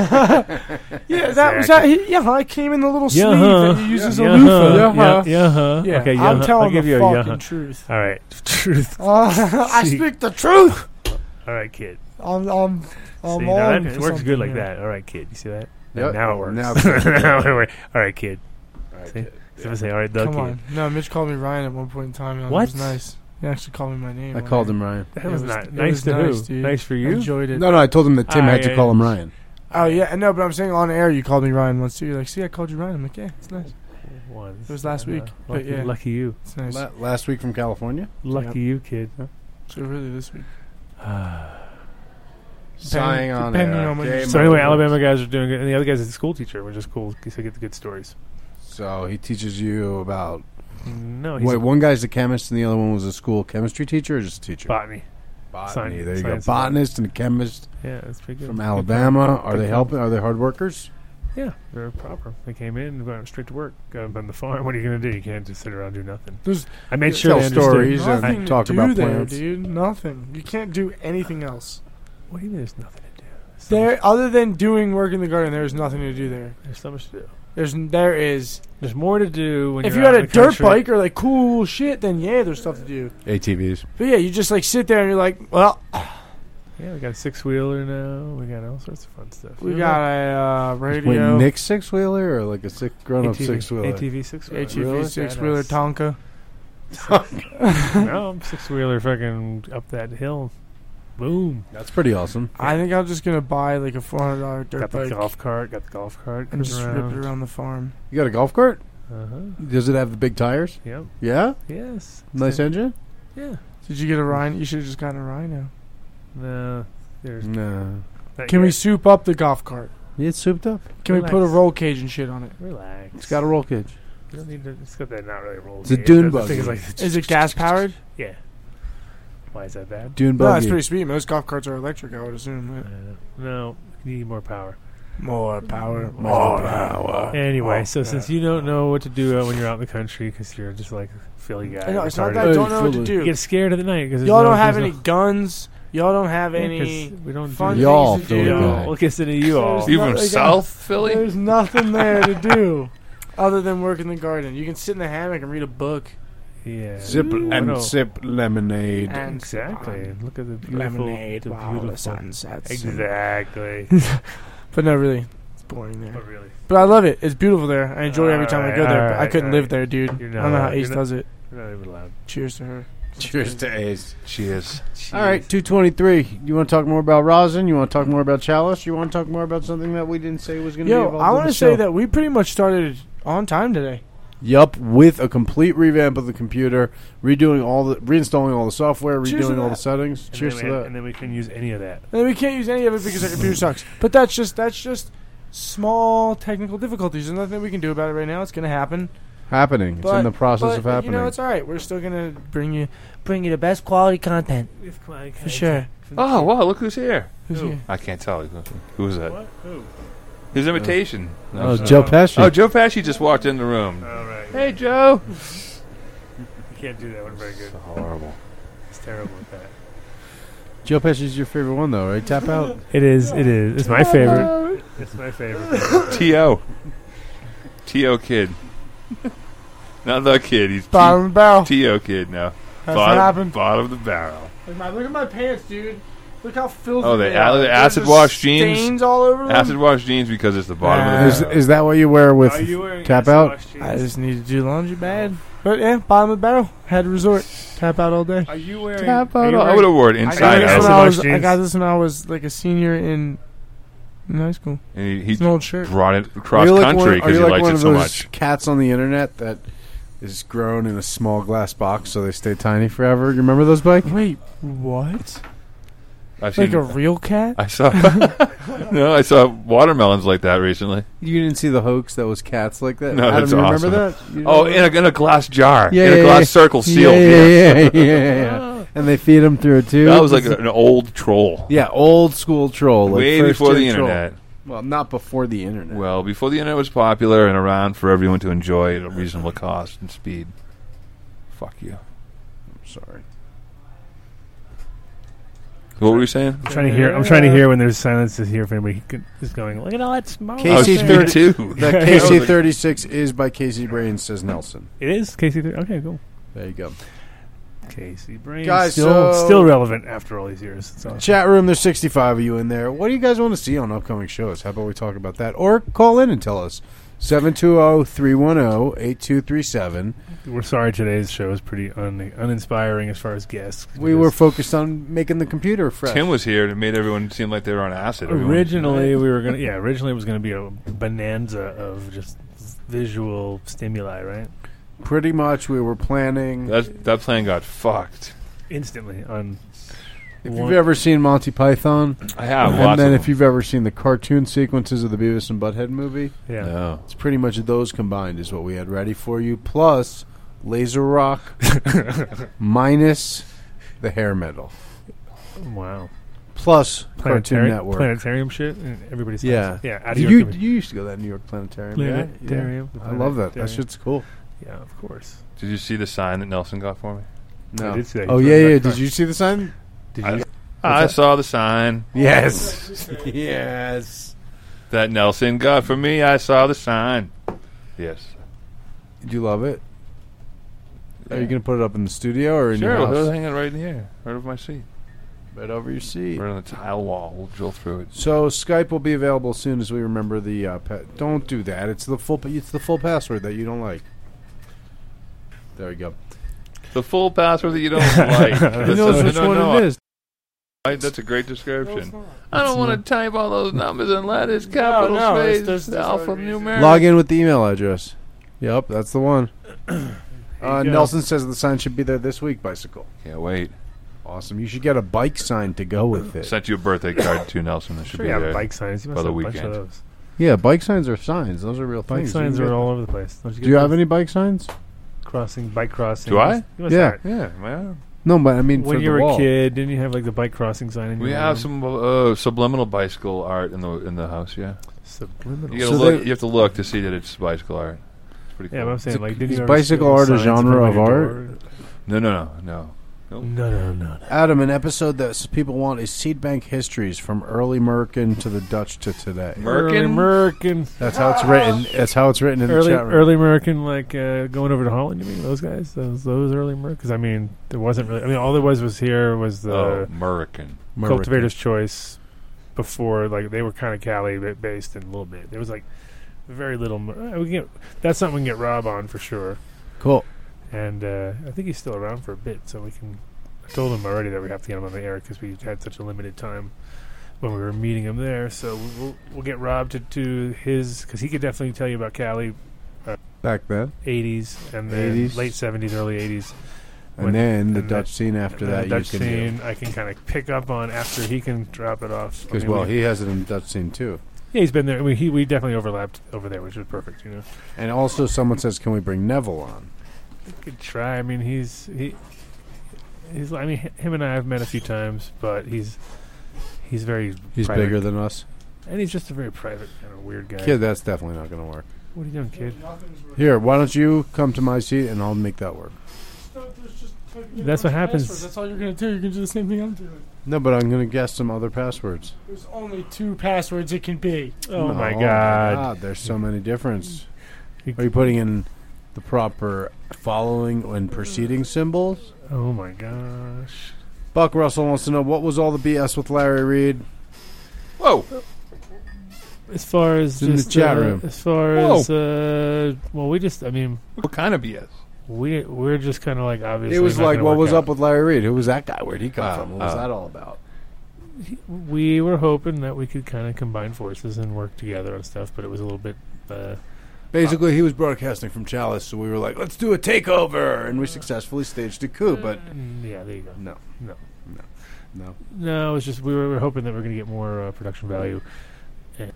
E: yeah, that was that.
D: Exactly.
E: He, yeah, huh? It came in the little
D: Yeah,
E: sleeve
D: huh.
E: that you use as a
D: Yeah,
A: Yeah,
D: huh.
E: loofah.
A: huh.
D: Yeah, yeah, huh.
E: Yeah,
D: Uh, okay, yeah,
E: I'm
D: huh.
E: telling
D: I'll give
E: the
D: you a yeah,
E: fucking
D: huh.
E: truth.
D: All right, truth.
E: Uh, I
D: See.
E: speak the truth.
D: All right, kid.
E: I'm, I'm, I'm
D: see,
E: all
D: now that works
E: into
D: good
E: Oh, something
D: like
E: here.
D: that. All right, kid. You see that?
A: Yep.
D: Now it works.
A: Now-
D: Now it works. All right, kid. See? So I say, all right, the
E: Come
D: kid.
E: on. No, Mitch called me Ryan at one point in time. And
D: What?
E: It was nice. He actually called me my name.
A: I
E: on
A: called
E: it.
A: him Ryan.
D: That
E: It
D: was,
E: was-
D: not
E: it
D: nice
E: was
D: to who?
E: nice, dude.
D: Nice for
E: I
D: you.
E: enjoyed it.
A: No, no, I told him that Tim
D: Ah,
A: had
D: yeah,
A: to call him
D: yeah.
A: Ryan.
E: Oh, yeah. No, but I'm saying on air you called me Ryan once, too. You're like, see, I called you Ryan. I'm like, yeah, it's nice.
D: Once.
E: It was last
D: I know.
E: week, but
D: Uh, Lucky,
E: yeah.
D: lucky you.
E: It's nice.
A: La- last week from California.
D: Lucky you, kid.
E: So really this week.
A: Sighing on
E: depending
A: air.
E: on when
A: Okay,
E: you-
D: So
A: my
D: anyway,
A: lord.
D: Alabama guys are doing good, and the other guy's is a school teacher, which is cool because I get the good stories.
A: So he teaches you about.
D: No, Oh, he's
A: Wait, one guy's a chemist and the other one was a school chemistry teacher or just a teacher?
D: botany.
A: Botany.
D: Science-
A: There you go.
D: science.
A: Botanist and a chemist
D: Yeah, that's pretty good.
A: from Alabama. Are they helping? Are they hard workers?
D: Yeah, very proper. They came in and went straight to work. Got them on the farm. What are you going to do? You can't just sit around and do nothing.
E: There's
D: I
A: Yeah,
D: made sure
A: tell
D: they understood.
A: stories. He's, uh,
E: nothing to
A: talking
E: do
A: about
E: there,
A: plants.
E: dude. Nothing. You can't do anything else.
D: What do you mean? There's nothing to do. There's so much-
E: There, other than doing work in the garden, there's nothing to do there.
D: there's so much to do.
E: There's there is.
D: There's more to do when
E: if you
D: you're
E: had
D: out
E: a
D: in the
E: dirt
D: country.
E: bike or like cool shit, then yeah, there's stuff to do.
A: ATVs.
E: But yeah, you just like sit there and you're like, well,
D: Yeah, we got a six wheeler now. We got all sorts of fun stuff.
E: we got a uh, radio,
A: Wait, Nick six wheeler or like a six grown up
D: ATV,
A: six wheeler?
D: ATV six wheeler.
E: ATV E six wheeler Tonka.
D: no, I'm six wheeler fucking up that hill. Boom.
A: That's pretty awesome.
E: I think I'm just gonna buy like a four hundred dollar dirt
D: got the
E: bike
D: golf cart. Got the golf cart.
E: and
D: cruise
E: just rip it
D: around.
E: around the farm.
A: You got a golf cart?
D: Uh huh.
A: Does it have the big tires?
D: Yep.
A: Yeah,
D: Yes.
A: nice
E: eh?
A: engine.
D: Yeah.
E: Did you get
D: Mm.
E: a rhino? You should have just gotten a rhino.
D: No. There's.
A: No,
D: not
E: Mm. Can we
D: yet.
E: soup up the golf cart?
A: it's souped up.
E: Can we put a
D: Relax.
E: roll cage and shit on it?
D: Relax.
A: It's got a roll cage.
D: You don't need to, it's got that not really rolled.
A: It's a
D: gauge.
A: dune
D: That's the
A: buggy.
D: thing, it's like,
E: Is it gas powered?
D: yeah. Why is that bad?
A: Dune
E: No, that's
A: buggy.
E: pretty sweet. Most golf carts are electric, I would assume.
D: Uh, no. You need more power.
E: More power.
A: power.
E: Oh,
D: Anyway, so since you don't know what to do uh, when you're out in the country because you're just like a Philly guy,
E: I know, it's not
D: retarded.
E: that I
A: retarded.
E: don't know what to
D: you
E: do.
D: get scared at the night because
E: Y'all
D: no,
E: don't have
D: there's
E: any guns. Y'all don't have
D: no, Yeah, 'cause
E: any.
D: We don't
E: fun
D: do
A: Y'all
E: things to
A: Philly
E: do.
A: guy.
D: We'll get into you all.
E: There's
C: You from
E: not like a-
C: South Philly?
E: There's nothing there to do other than work in the garden. You can sit in the hammock and read a book.
D: Yeah.
A: Zip
D: Ooh, I know.
A: and sip lemonade.
E: And
D: Exactly. Look at the beautiful
E: Lemonade
D: the
E: while the
D: beautiful-
E: sun sets.
D: Exactly.
E: But no, really, it's boring
D: But
E: there.
D: really,
E: But I love it. It's beautiful there. I enjoy it every time I go
D: Alright,
E: there. But I
D: alright,
E: couldn't live
D: alright.
E: there, dude. I
D: You're
E: don't
D: not-
E: know how Ace
D: you're not-
E: does it.
D: we're not even allowed.
E: Cheers to her.
A: Cheers to Ace.
C: Cheers.
A: All right, 223. You want to talk more about rosin? You want to talk more about chalice? You want to talk more about something that we didn't say was going to be
E: Yo,
A: involved
E: I
A: want to
E: say that we pretty much started on time today.
A: Yup, with a complete revamp of the computer, redoing all the, reinstalling all the software,
E: Cheers to
A: redoing all the
E: that.
A: settings.
D: And
A: Cheers
D: then
A: to
D: we,
A: that.
D: And then we can use any of that.
E: And we can't use any of it because our computer sucks. But that's just that's just small technical difficulties. There's nothing we can do about it right now. It's gonna happen.
A: happening. It's
E: But-
A: in the process
E: but
A: of happening.
E: you know, it's all right. We're still gonna bring you
F: Bring you the best quality content.
E: for sure.
C: Oh, wow, look who's here.
E: Who's
D: Who?
E: here?
C: I can't tell. Who who was that?
D: What? Who?
C: His invitation.
A: oh,
C: I'm
A: Joe
C: sorry.
A: Pesci.
C: Oh, Joe Pesci just walked in the room.
D: All right.
C: Hey, Joe.
D: You can't do that one very good.
C: Horrible.
D: It's terrible at that.
A: Joe Pesci's your favorite one, though, right? Tap out.
D: It is. It is. It's my favorite. It's my favorite.
C: T.O. T.O. Kid. Not the kid. He's
E: Bottom
C: T-
E: of the barrel.
C: T.O. kid now.
E: That's what
C: bottom,
E: happened.
C: bottom of the barrel.
E: Look at my- look at my pants, dude. Look how filthy.
C: Oh,
E: they,
C: the
E: are.
C: a- the
E: There's
C: acid
E: just
C: wash jeans?
E: Stains all over them.
C: Acid wash jeans because it's the bottom of
A: Is,
C: the barrel.
A: is that what you wear with
D: Are you wearing
A: tap
D: acid
A: out?
D: wash jeans?
E: I just need to do laundry bad.
C: Oh.
E: But yeah, bottom of the barrel. Had to resort. Tap out all day.
D: Are you wearing?
A: Tap
D: are
A: out
D: you
A: all-
C: I
D: wearing-
C: would have worn
E: I
D: got
C: inside
E: got,
D: it.
E: this
D: Acid
E: when
C: out.
E: I
D: wash
E: was, I
D: jeans.
E: got this when I was like a senior in, in high school.
C: And he,
E: It's
C: he
E: an old shirt.
C: brought it
A: Are
C: across
A: you like
C: country
A: one- are
C: because
A: you
C: he
A: like
C: likes
A: one
C: it
A: of
C: so
A: those
C: much.
A: Cats on the internet that is grown in a small glass box so they stay tiny forever. You remember those, Mike?
E: Wait, what?
C: I've seen.
E: Like a real cat?
C: I saw. no, I saw watermelons like that recently.
A: You didn't see the hoax that was cats like that.
C: No,
A: Adam,
C: that's
A: you
C: awesome.
A: remember that? You
C: Oh,
A: remember
C: in a, in a glass jar,
A: Yeah,
C: in a
A: yeah,
C: glass
A: yeah.
C: circle
A: that?
C: sealed.
A: Yeah, yeah, yeah, yeah, yeah, yeah. And they feed them through a tube.
C: That was like a- an old troll,
A: yeah, old school troll, like
C: way
A: first
C: before the
A: gen troll.
C: internet.
A: Well, not before the internet.
C: Well, before the internet was popular and around for everyone to enjoy at a reasonable cost and speed. Fuck you.
A: I'm sorry.
C: What were you saying?
D: I'm trying to hear. I'm trying to hear when there's silence to hear if anybody could- is going. Look at all that smoke.
A: KC
D: out there."
A: thirty-
C: too.
A: The KC36 is by Casey Brain, says Nelson.
D: It is KC three. Okay, cool.
A: There you go.
D: KC Brain.
A: Guys,
D: still,
A: so-
D: still relevant after all these years. It's awesome.
A: Chat room, there's 65 of you in there. What do you guys want to see on upcoming shows? How about we talk about that? Or call in and tell us. 720-310-8237.
D: We're sorry today's show is pretty un- uninspiring as far as guests.
A: We were focused on making the computer fresh.
C: Tim was here and it made everyone seem like they were on acid. Everyone-
D: originally we were gonna. Yeah, originally it was gonna be a bonanza of just visual stimuli, right?
A: Pretty much we were planning.
C: That that plan got fucked.
D: Instantly on.
A: if
D: one-
A: you've ever seen Monty Python,
C: I have
A: and
C: lots
A: then
C: of
A: if you've ever seen the cartoon sequences of the Beavis and Butthead movie,
D: yeah.
C: no.
A: it's pretty much those combined is what we had ready for you. Plus, Laser Rock minus the hair metal.
D: Wow.
A: Plus, Cartoon
D: Planetari-
A: Network.
D: Planetarium shit. and Everybody's
A: Yeah.
D: yeah. Out of your
A: You,
D: commu-
A: you used to go to that New York Planetarium. yeah?
D: Planetarium.
A: Yeah. I love that. That shit's cool.
D: Yeah, of course.
C: Did you see the sign that Nelson got for me?
A: No.
D: I did see that.
A: Oh
D: He
A: yeah,
D: was
A: yeah.
D: in that
A: Did you see the sign?
D: Did
C: I-
D: you?
C: I saw the sign
A: Yes. yes.
C: that Nelson got for me. I saw the sign. Yes.
A: Did you love it? Are you gonna put it up in the studio or in
C: Sure,
A: your
C: it'll
A: house?
C: hang it right in here, right over my seat,
A: Right over your seat.
C: right on the tile wall. We'll drill through it.
A: So Skype will be available as soon as we remember the. Uh, pa- don't do that. It's the full. pa- It's the full password that you don't like. There we go.
C: The full password that you don't like.
A: Who knows which one it is?
C: Right? That's a great description.
E: No, it's
C: I don't want to type all those numbers and letters, capital
E: no, it's-
C: space,
E: there's- there's
C: alpha
E: already-
C: numeric.
A: Log in with the email address. Yep, that's the one. Uh,
D: you go.
A: Nelson says the sign should be there this week. Bicycle.
C: Can't wait.
A: Awesome. You should get a bike sign to go with it.
C: Sent you a birthday card too, Nelson. That should
D: Sure,
C: be
D: you have
C: there.
D: bike signs. You
C: by
D: must
C: the
D: have a bunch of
C: weekend.
D: those.
A: Yeah, bike signs are signs. Those are real
D: Bike
A: things.
D: signs
A: You can
D: are
A: get-
D: all over the place. Don't you
A: Do you
D: get
A: have
D: those
A: any bike signs?
D: crossing bike crossing?
C: Do I?
A: Yeah.
C: Yeah, man.
A: No, but I mean, for
D: When
A: the
D: you were
A: wall.
D: a kid, didn't you have like the bike crossing sign? In
C: We
D: your
C: have
D: room?
C: some uh, subliminal bicycle art in the in the house. Yeah,
D: subliminal.
C: you
D: Yeah,
C: gotta
A: So
C: look.
A: they-
C: you have to look to see that it's bicycle art. It's pretty cool.
D: but I'm saying
A: Is-
D: like, didn't
A: is
D: you ever
A: bicycle
D: see all
A: art a
D: the signs
A: genre
D: above
A: of
D: your
A: art?
D: door?
C: no, no, no, no.
D: No, no, no, no.
A: Adam, an episode that s- people want is seed bank histories from early Merkin to the Dutch to today.
D: Early
C: Merkin.
D: American,
A: That's how it's written. That's how it's written in
D: early,
A: the chat room.
D: early American, like uh, going over to Holland. You mean those guys? Those, those early Because I mean, there wasn't really. I mean, all there was was here was the.
C: oh, Merkin.
A: Merkin.
D: Cultivator's Choice before, like they were kind of Cali ba- based in a little bit. There was like very little. mo- uh, We can get, that's something we can get Rob on for sure,
A: Cool.
D: and uh, I think he's still around for a bit, so we can. I told him already that we have to get him on the air because we had such a limited time when we were meeting him there. So we- we'll we'll get Rob to do his because he could definitely tell you about Cali.
A: Back then,
D: 80s and then
A: 80s.
D: late 70s, early 80s.
A: and
D: When-
A: then the
D: and
A: Dutch scene after
D: And then
A: that.
D: the Dutch
A: you can
D: scene, I can kind of pick up on after he can drop it off. I
A: because
D: mean,
A: well,
D: we-
A: he has it in the Dutch scene too.
D: Yeah, he's been there. I mean, he we definitely overlapped over there, which was perfect. You know,
A: And also, someone says, "Can we bring Neville on?"
D: could try. I mean, he's he he's. I mean, h- him and I have met a few times, but he's he's very
A: He's
D: private.
A: bigger than us.
D: and he's just a very private kind of weird guy.
A: Kid, that's definitely not going to work.
D: What are you doing, kid?
A: Here, why don't you come to my seat and I'll make that work?
E: not- there's just fucking
D: That's what
E: universal
D: happens.
E: passwords. That's all you're gonna do. You're gonna do the same thing I'm doing.
A: No, but I'm going to guess some other passwords.
E: There's only two passwords it can be.
D: Oh
A: No,
D: my god!
A: There's so many different.
D: You-
A: Are you putting in the proper following and preceding symbols.
D: Oh my gosh.
A: Buck Russell wants to know what was all the BS with Larry Reed.
C: Whoa!
D: As far as
A: It's in the
D: just,
A: chat
D: uh,
A: room.
D: As far
C: Whoa.
D: as uh, well, we just. I mean,
C: What kind of BS?
D: we we're just kind of like obviously.
A: It was
D: not
A: like,
D: gonna
A: what
D: work
A: was
D: out.
A: up with Larry Reed? Who was that guy? Where'd he come
D: Oh,
C: Uh,
A: from? What was
C: uh,
A: that all about?
D: we were hoping that we could kind of combine forces and work together on stuff, but it was a little bit. Uh,
A: Basically, he was broadcasting from Chalice, so we were like, let's do a takeover. And we successfully staged a coup, but
D: mm, yeah, there you go.
A: no.
D: No.
A: No. No.
D: No, it was just we were, we were hoping that we are going to get more uh, production value. And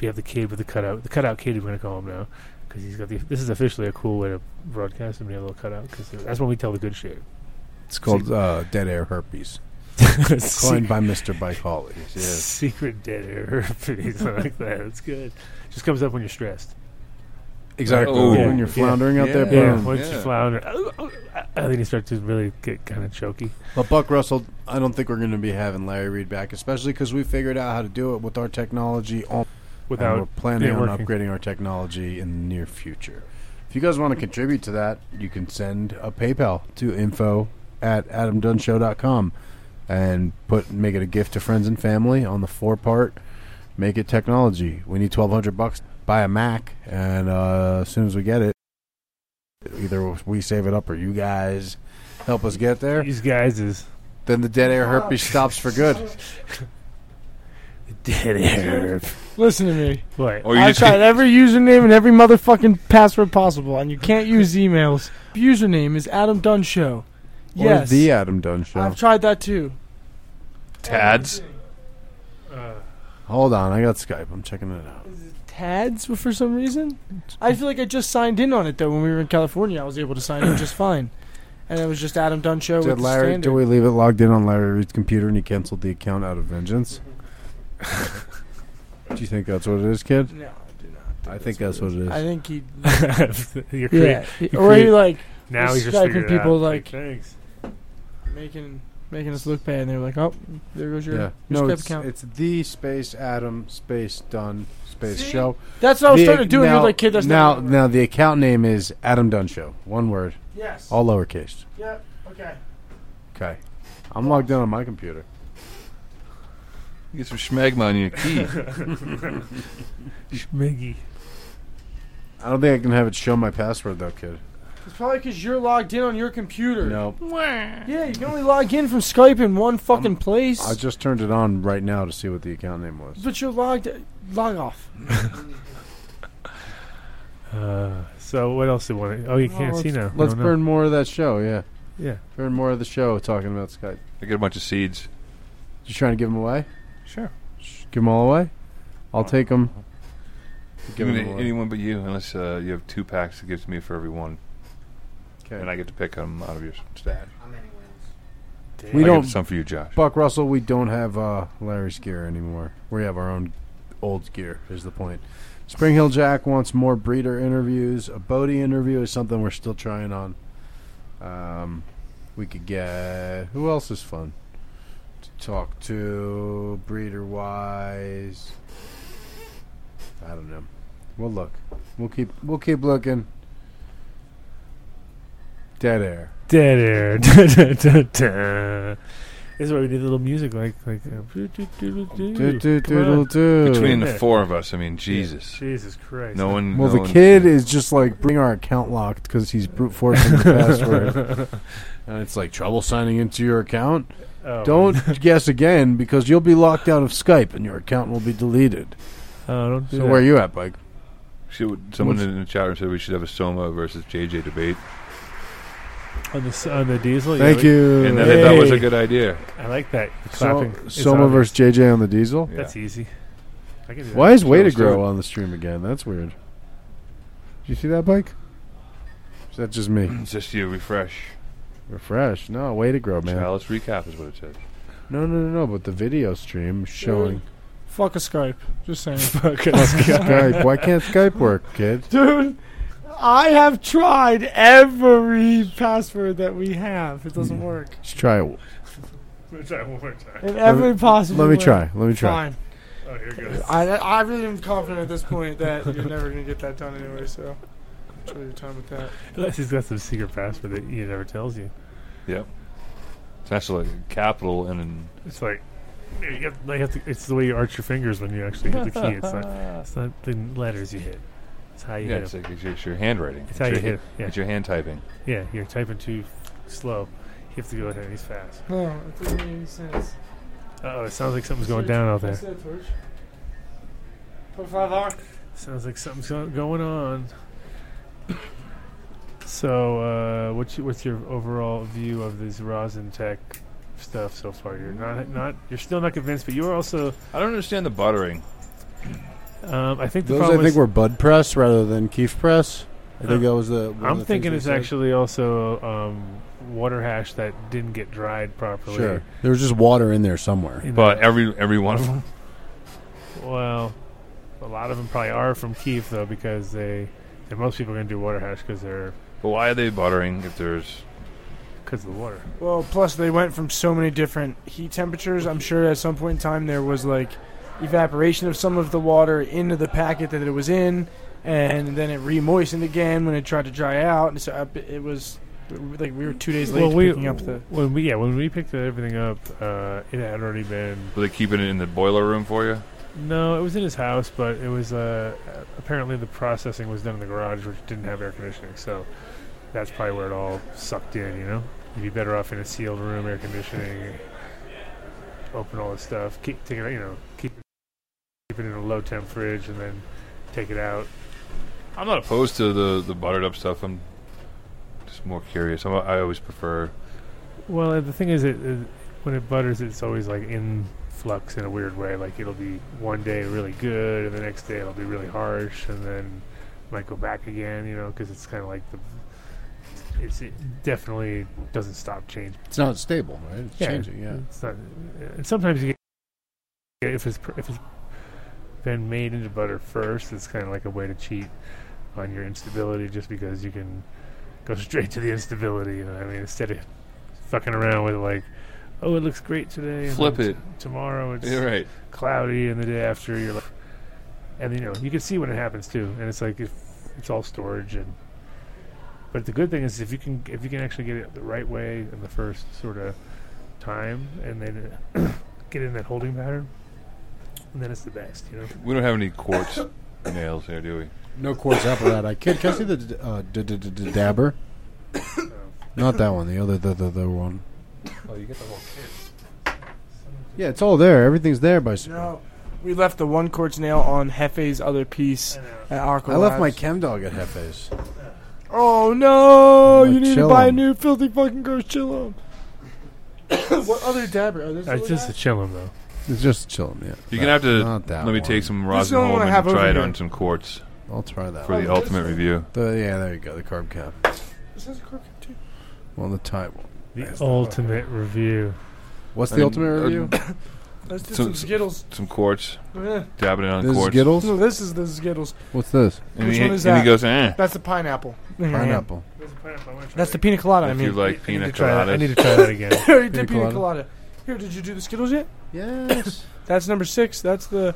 D: we have the kid with the cutout, the cutout kid. We're going to call him now because he's got the. This is officially a cool way to broadcast him. We have a little cutout because that's when we tell the good shit.
A: It's called uh, Dead Air Herpes, coined
D: Se-
A: by Mr. Bike Hawley.
D: Secret dead air, things like that. It's good. Just comes up when you're stressed.
A: Exactly.
C: Oh.
A: When you're
D: Yeah.
A: floundering out there,
D: Yeah,
A: boom.
D: once you
C: Yeah.
D: flounder, I think you start to really get kind of choky.
A: But Buck Russell, I don't think we're going to be having Larry Reed back, especially because we figured out how to do it with our technology. On, and we're
D: Without
A: planning
D: it
A: on
D: working.
A: upgrading our technology in the near future. If you guys want to contribute to that, you can send a PayPal to info at adamdunshow.com and put make it a gift to friends and family on the four part. Make it technology. We need twelve hundred bucks. Buy a Mac, and uh, as soon as we get it, either we save it up or you guys help us get there.
D: these guys is
A: Then the dead air
E: Oh.
A: herpes stops for good.
D: dead air.
E: Listen to me.
C: Or
D: What?
C: Oh, you
E: I've
C: just
E: tried every username and every motherfucking password possible, and you can't use emails. Username is Adam Dunn
A: Or
E: Show. Yes,
A: the Adam Dunn Show.
E: I've tried that too.
C: Tads?
D: Uh,
A: Hold on, I got Skype. I'm checking it out.
E: Tads for some reason. I feel like I just signed in on it though. When we were in California, I was able to sign in just fine, and it was just Adam Dunn Show with
A: Did
E: the
A: Larry?
E: standard.
A: Do we leave it logged in on Larry Reed's computer and he canceled the account out of vengeance? do you think that's what it is, kid?
E: no, I do not.
A: I think that's what it is.
E: I think he.
D: you're crea-
E: Yeah, or he
D: create-
E: like
D: Now he's
E: He's
D: just
E: Skyping
D: figured it
E: people
D: out.
E: like-
D: thanks.
E: making making us look bad, and they were like, "Oh, there goes your,
A: yeah.
E: your
A: No,
E: Skype
A: it's,
E: account."
A: it's the space Adam space done space
E: See?
A: show.
E: that's what I was
A: The-
E: trying to do, and
A: now,
E: you're like, "Kid, that's
A: now
E: not."
A: now the account name is Adam Dunn Show. One word,
E: Yes.
A: all lowercase.
E: Yep. Okay.
A: Okay, I'm logged in on my computer.
C: You get some schmegma on your key.
D: Schmiggy.
A: I don't think I can have it show my password though, kid.
E: It's probably because you're logged in on your computer.
A: Nope.
E: Yeah, you can only log in from Skype in one fucking place.
A: I just turned it on right now to see what the account name was.
E: but you're logged. Log off.
D: Uh, so what else do you want? Oh, you can't
A: let's,
D: see now.
A: Let's
D: I don't know.
A: burn more of that show. Yeah,
D: Yeah.
A: burn more of the show talking about Skype.
C: I get a bunch of seeds.
A: You trying to give them away?
C: Sure.
A: Sh- Give them all away. I'll take them. Give them away.
C: anyone but you, unless uh, you have two packs to give to me for every one, and I
A: Okay.
C: get to pick them out of your stash.
A: We
C: I
A: don't.
C: give some for you, Josh.
A: Buck Russell. We don't have uh, Larry's gear anymore. We have our own old gear. Is the point? Spring Hill Jack wants more breeder interviews. A Bodie interview is something we're still trying on. Um, we could get who else is fun to talk to breeder wise. I don't know. We'll look. We'll keep. We'll keep looking. Dead air.
D: Dead air. Da, da, da, da. This is why we did a little music like like. Uh, doo, doo, doo, doo, doo.
A: Do, do,
D: Come
A: do,
D: on.
A: do, do.
C: Between the
D: Yeah.
C: four of us, I mean, Jesus,
D: Jesus Christ.
C: no one.
A: uh, Well,
C: no
A: the
C: one-
A: kid is just like bring our account locked because he's brute forcing
D: Oh,
A: the password, and it's like trouble signing into your account.
D: Oh.
A: Don't guess again because you'll be locked out of Skype and your account will be deleted.
D: Oh, don't do
A: So
D: that.
A: where are you at, Mike?
C: She would- someone in the chat room said we should have a Soma versus JJ debate,
D: on the s- on the diesel? yeah,
A: Thank
D: we-
A: you.
C: and I thought that was a
D: Hey.
C: good idea.
D: I like that.
A: So,
D: The clapping. It's
A: Soma
D: obvious.
A: versus JJ on the diesel.
C: Yeah.
D: That's easy. I can do that.
A: Why is
C: So
A: Way to
C: let's do
A: Grow
C: it.
A: on the stream again? That's weird. Did you see that, Mike? Is that just me?
C: It's just you refresh.
A: Refresh. No, Way to Grow, man.
C: Now let's recap is what it says.
A: No, no, no, no. But the video stream showing
E: Fuck a Skype. Just saying.
A: Skype. Why can't Skype work, kid?
E: Dude, I have tried every password that we have. It doesn't work.
A: Let's try it.
D: Let me try one more time.
E: In every
A: me-
E: possible
A: Let me
E: way.
A: try. Let me try.
E: Fine.
D: Oh, here goes.
E: I, I really am confident at this point that you're never going to get that done anyway, so enjoy your time with that.
D: Unless he's got some secret password that he never tells you.
C: It's actually like a capital and an
D: It's like you have, like, you have to, it's the way you arch your fingers when you actually hit the key. It's not, it's not the letters you hit. It's how you
C: yeah,
D: hit
C: it's,
D: them.
C: like, it's, your- it's your handwriting.
D: It's how you
C: your,
D: hit. Yeah,
C: It's your hand typing.
D: yeah. You're typing too slow. You have to go ahead. He's fast.
E: No, it doesn't make any sense.
D: Oh, it sounds like something's going down out there.
E: Por favor.
D: Sounds like something's go- going on. So, uh, what's your, what's your overall view of this rosin tech stuff so far? You're not not you're still not convinced, but you're also.
C: I don't understand the buttering.
D: Um, I think the
A: Those
D: problem
A: I think
D: is
A: were Bud Press rather than Keef Press. I think
D: Uh,
A: that was the. one of
D: I'm
A: the
D: thinking
A: things
D: it's
A: they said.
D: actually also um, water hash that didn't get dried properly.
A: sure. Oh, There was just water in there somewhere.
D: In
C: But
D: the-
C: every every one of them.
D: well, a lot of them probably are from Keef though because they, and most people are going to do water hash because they're
C: But why are they buttering if there's
D: because of the water.
E: Well, plus they went from so many different heat temperatures. I'm sure at some point in time there was like evaporation of some of the water into the packet that it was in, and then it remoistened again when it tried to dry out. And so I- it was like we were two days late
D: Well,
E: to
D: we,
E: picking up the.
D: when we yeah when we picked everything up, uh, it had already been
C: were they keeping it in the boiler room for you?
D: no, it was in his house, but it was uh, apparently the processing was done in the garage, which didn't have air conditioning, so that's probably where it all sucked in. You know, you'd be better off in a sealed room, air conditioning, open all this stuff, keep take it, you know, keep keep it in a low temp fridge, and then take it out.
C: I'm not opposed to the the buttered up stuff. I'm just more curious. I'm, I always prefer
D: Well, uh, the thing is, it, it- when it butters, it's always like in flux in a weird way. Like it'll be one day really good, and the next day it'll be really harsh, and then might go back again. You know, because it's kind of like the it's it definitely doesn't stop changing.
A: It's not stable, right? It's changing. Yeah.
D: It's not, and sometimes you get if it's pr- if it's been made into butter first, it's kind of like a way to cheat on your instability, just because you can go straight to the instability. You know, what I mean, instead of fucking around with like, oh, it looks great today, and
C: flip
D: then
C: it.
D: t- tomorrow. It's
C: You're right.
D: cloudy, and the day after you're like, and you know you can see when it happens too, and it's like if it's all storage and. But the good thing is if you can if you can actually get it the right way in the first sort of time, and then get in that holding pattern, and then it's the best, you know.
C: We don't have any quartz nails here, do we?
A: No quartz apparatus. Kid, can I see the d- uh, d- d- d- d- dabber? Not that one. The other, the the, the one.
C: Oh, you get the whole kit.
A: Yeah, it's all there. Everything's there by. s-
E: No, we left the one quartz nail on Hefe's other piece at Arco.
A: I left my
E: Labs.
A: chem dog at Hefe's.
E: Oh no!
A: Oh,
E: you need to
A: chill
E: buy a
A: him.
E: new filthy fucking ghost chillum. what other dabber? Oh, this
D: It's
E: little
D: just a
E: guy?
D: chillum though.
A: It's just chilling. Yeah.
C: You're gonna have to
A: Not that
C: let me
A: one.
C: take some
E: This is
C: rosin
E: the only
C: home
E: one I have
C: and try
E: over
C: it
E: here.
C: on some quartz
A: I'll try that.
C: for
A: One.
C: the
E: Oh, this
C: ultimate
E: one.
C: review.
A: The, yeah, there you go. The carb cap.
E: This has a cork too.
A: Well, the tight one.
D: The
A: That's the
D: ultimate review.
A: What's the
C: And-
A: ultimate
C: uh,
A: review?
E: Let's do
C: So-
E: some
C: so-
E: Skittles.
C: Some quartz,
E: Yeah.
C: dabbing it on
A: This is
C: quartz.
A: Skittles.
E: No, this is the Skittles.
A: What's this?
C: and
E: Which
C: he,
E: one is
C: and
E: that?
C: he goes, eh.
E: That's the pineapple.
A: Pineapple.
E: That's the pina colada. I
C: If you
E: mean,
C: like
D: I need,
C: pina
D: to try that. I need
C: coladas.
D: to try that again.
E: I already
A: Pina
E: did pina
A: colada.
E: colada. Here, did you do the Skittles yet?
A: Yes.
E: That's number six. That's the,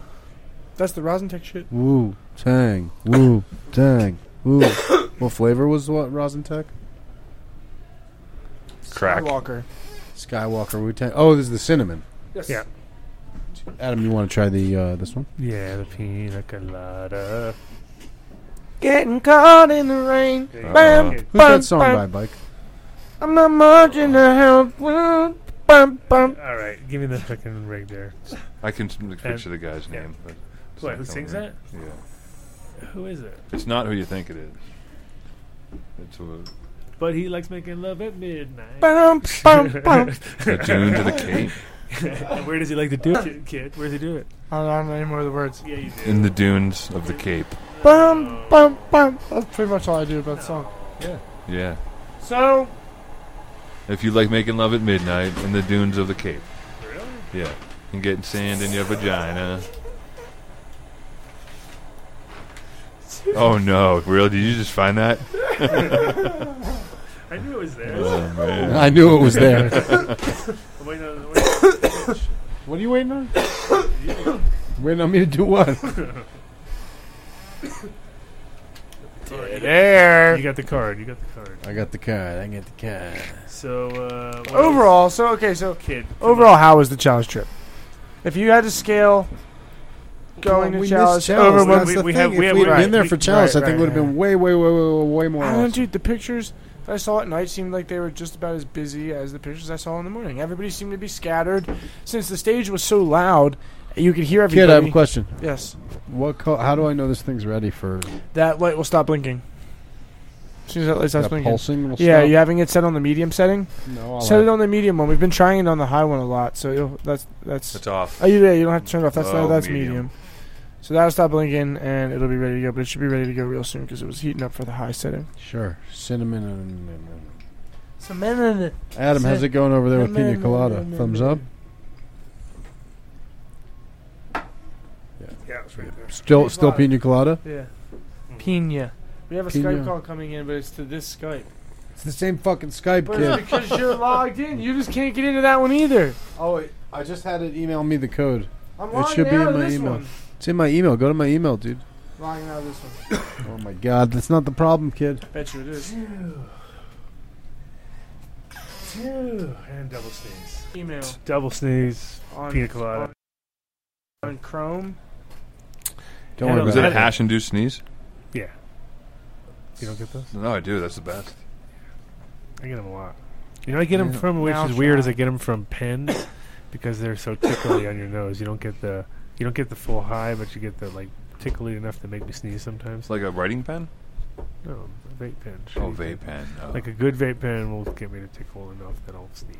E: that's the Rosentech shit.
A: Woo tang. Woo tang. Woo. what flavor was what? Rosentech.
C: Crack.
E: Walker.
A: Skywalker Wu Tang. Oh, this is the cinnamon.
E: Yes.
D: Yeah.
A: Adam, you want to try the uh, this one?
D: Yeah, the pina colada.
E: Getting caught in the rain. Uh-huh.
D: There you
E: Bam.
D: go.
A: Who's that song by, Mike?
E: I'm not much in the help. Bum, bum.
D: All right, give me the fucking rig there.
C: I can s- picture the guy's
D: yeah.
C: name. But it's
D: What,
C: not coming
D: who sings
C: right.
D: that?
C: Yeah.
D: Who is it?
C: It's not who you think it is. It's a,
D: But he likes making love at midnight.
E: Bum, bum, bum.
C: a tune to the cape.
D: and where does he like to do it, kid? Where does he do it?
E: I don't know any more of the words.
D: Yeah, you do.
C: In the dunes of the cape.
E: Bum, bum, bum. That's pretty much all I do about the song.
C: Yeah.
E: So,
C: If you like making love at midnight in the dunes of the cape.
D: Really?
C: Yeah. And getting sand in your vagina. Oh no, really? Did you just find that?
D: I knew it was there.
C: Oh man.
A: I knew it was there.
D: Wait, no, no, wait.
A: what are you waiting on? Waiting on me to do what?
D: You got the card. You got the card.
A: I got the card. I got the card.
D: So uh, what
E: Overall, so okay, so
D: else? kid.
E: overall, how was the challenge trip? If you had to scale
A: Well,
E: going to
A: we
E: challenge
A: missed Chalice.
E: over what
A: That's
D: we-
A: the
D: we
A: thing.
D: have-
A: if
D: we have-
A: we'd
D: right,
A: been there
D: we-
A: for Chalice,
E: right,
A: I think it would have
E: right,
A: been way, way, way, way, way more.
E: I don't know,
A: awesome.
E: dude. The pictures that I saw at night seemed like they were just about as busy as the pictures I saw in the morning. Everybody seemed to be scattered. Since the stage was so loud, you could hear
A: Kid,
E: everybody.
A: I have a question.
E: Yes,
A: What? Co- how do I know this thing's ready for
E: that light will stop blinking. As soon as that light stops
A: that
E: blinking.
A: pulsing? Will
E: Yeah,
A: stop?
E: you having it set on the medium setting?
A: No, I'll
E: Set
A: have-
E: it on the medium one. We've been trying it on the high one a lot, so you'll, that's that's.
C: That's off.
E: Are you there? You don't have to turn it off. That's
D: Oh,
C: Low,
E: that's medium.
C: medium.
E: So that'll stop blinking, and it'll be ready to go. But it should be ready to go real soon because it was heating up for the high setting.
A: Sure. Cinnamon and. and- and-
F: So, man, uh,
A: Adam, how's it going over there with pina colada? Thumbs up.
D: Yeah, it's right there.
A: Still, still pina colada.
E: Yeah.
D: Mm.
F: pina.
E: We have a
A: Pina.
E: Skype call coming in, but it's to this Skype.
A: It's the same fucking Skype
E: But it's because you're logged in, you just can't get into that one either.
A: Oh, wait, I just had it email me the code.
E: I'm
A: It
E: logging
A: should
E: out
A: be in
E: of
A: my
E: this
A: email.
E: one.
A: It's in my email. Go to my email, dude.
E: Logging out of this one.
A: Oh my god, that's not the problem, kid.
E: Bet you it is.
D: And double sneeze.
E: Email
D: Double sneeze.
E: on
D: Pina colada.
E: on Chrome.
A: Don't
D: Adam,
A: worry
C: Was
A: about
C: it
D: I
C: a
A: it.
D: don't-
C: hash induced sneeze?
D: Yeah. You don't get those?
C: No, I do. That's the best.
D: I get them a lot. You know, I get them
A: Yeah.
D: from which
E: Now
D: is weird
E: try.
D: is I get them from pens because they're so tickly on your nose. You don't get the you don't get the full high, but you get the like tickly enough to make me sneeze sometimes.
C: It's like a writing pen.
D: No, a vape pen.
C: Oh,
D: shitty
C: vape
D: pen.
C: pen. Oh.
D: Like a good vape pen will get me to tickle enough that I'll sneeze,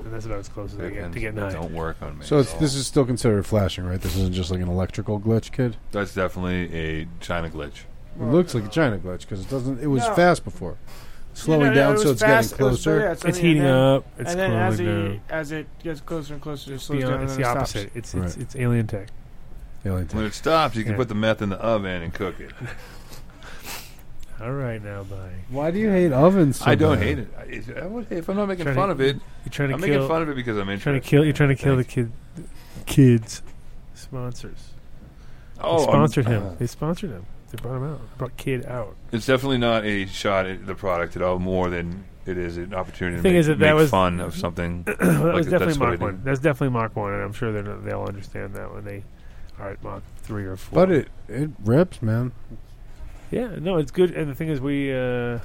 D: and that's about as close as I
C: vape
D: get
C: pens
D: to getting high.
C: don't work on me.
A: So it's, this is still considered flashing, right? This isn't just like an electrical glitch, kid.
C: that's definitely a China glitch.
A: It looks like a China glitch because it doesn't. It was
E: No.
A: fast before, slowing
E: Yeah, no,
A: down,
E: it
A: so
E: was
A: it's
E: fast,
A: getting
E: it was-
A: closer.
E: yeah, it's, on
D: It's
E: the- and
D: heating
E: then-
D: up. It's
E: and then as,
D: cooling
E: it,
D: down.
E: as it gets closer and closer, it slows down.
D: Beyond,
E: and
D: it's the
E: then it stops.
D: opposite. It's it's,
A: Right.
D: it's alien tech.
A: The only thing.
C: When it stops, you can
D: Yeah.
C: put the meth in the oven and cook it.
D: All right, now bye.
A: Why do you hate ovens? So
C: I don't
A: bad?
C: hate it. I, it- I would, if I'm not making
D: Trying
C: fun
D: to-
C: of it,
D: You're trying to
C: I'm
D: kill.
C: making fun of it because I'm
D: you're trying
C: interested.
D: to kill. You're trying to kill the kid. Kids sponsors.
C: Oh,
D: they sponsored
C: I'm- uh.
D: him. they sponsored him. They brought him out. They brought kid out.
C: It's definitely not a shot at the product at all. More than it is an opportunity
D: The thing
C: to make,
D: is that that
C: make
D: was-
C: fun of something.
D: that
C: Like,
D: was definitely
C: that's what I
D: Mach
C: think.
D: one. That's definitely Mach one, and I'm sure they're not, they'll understand that when they are at Mach three or four.
A: But it it rips, man.
D: yeah, no, it's good. And the thing is, we, uh,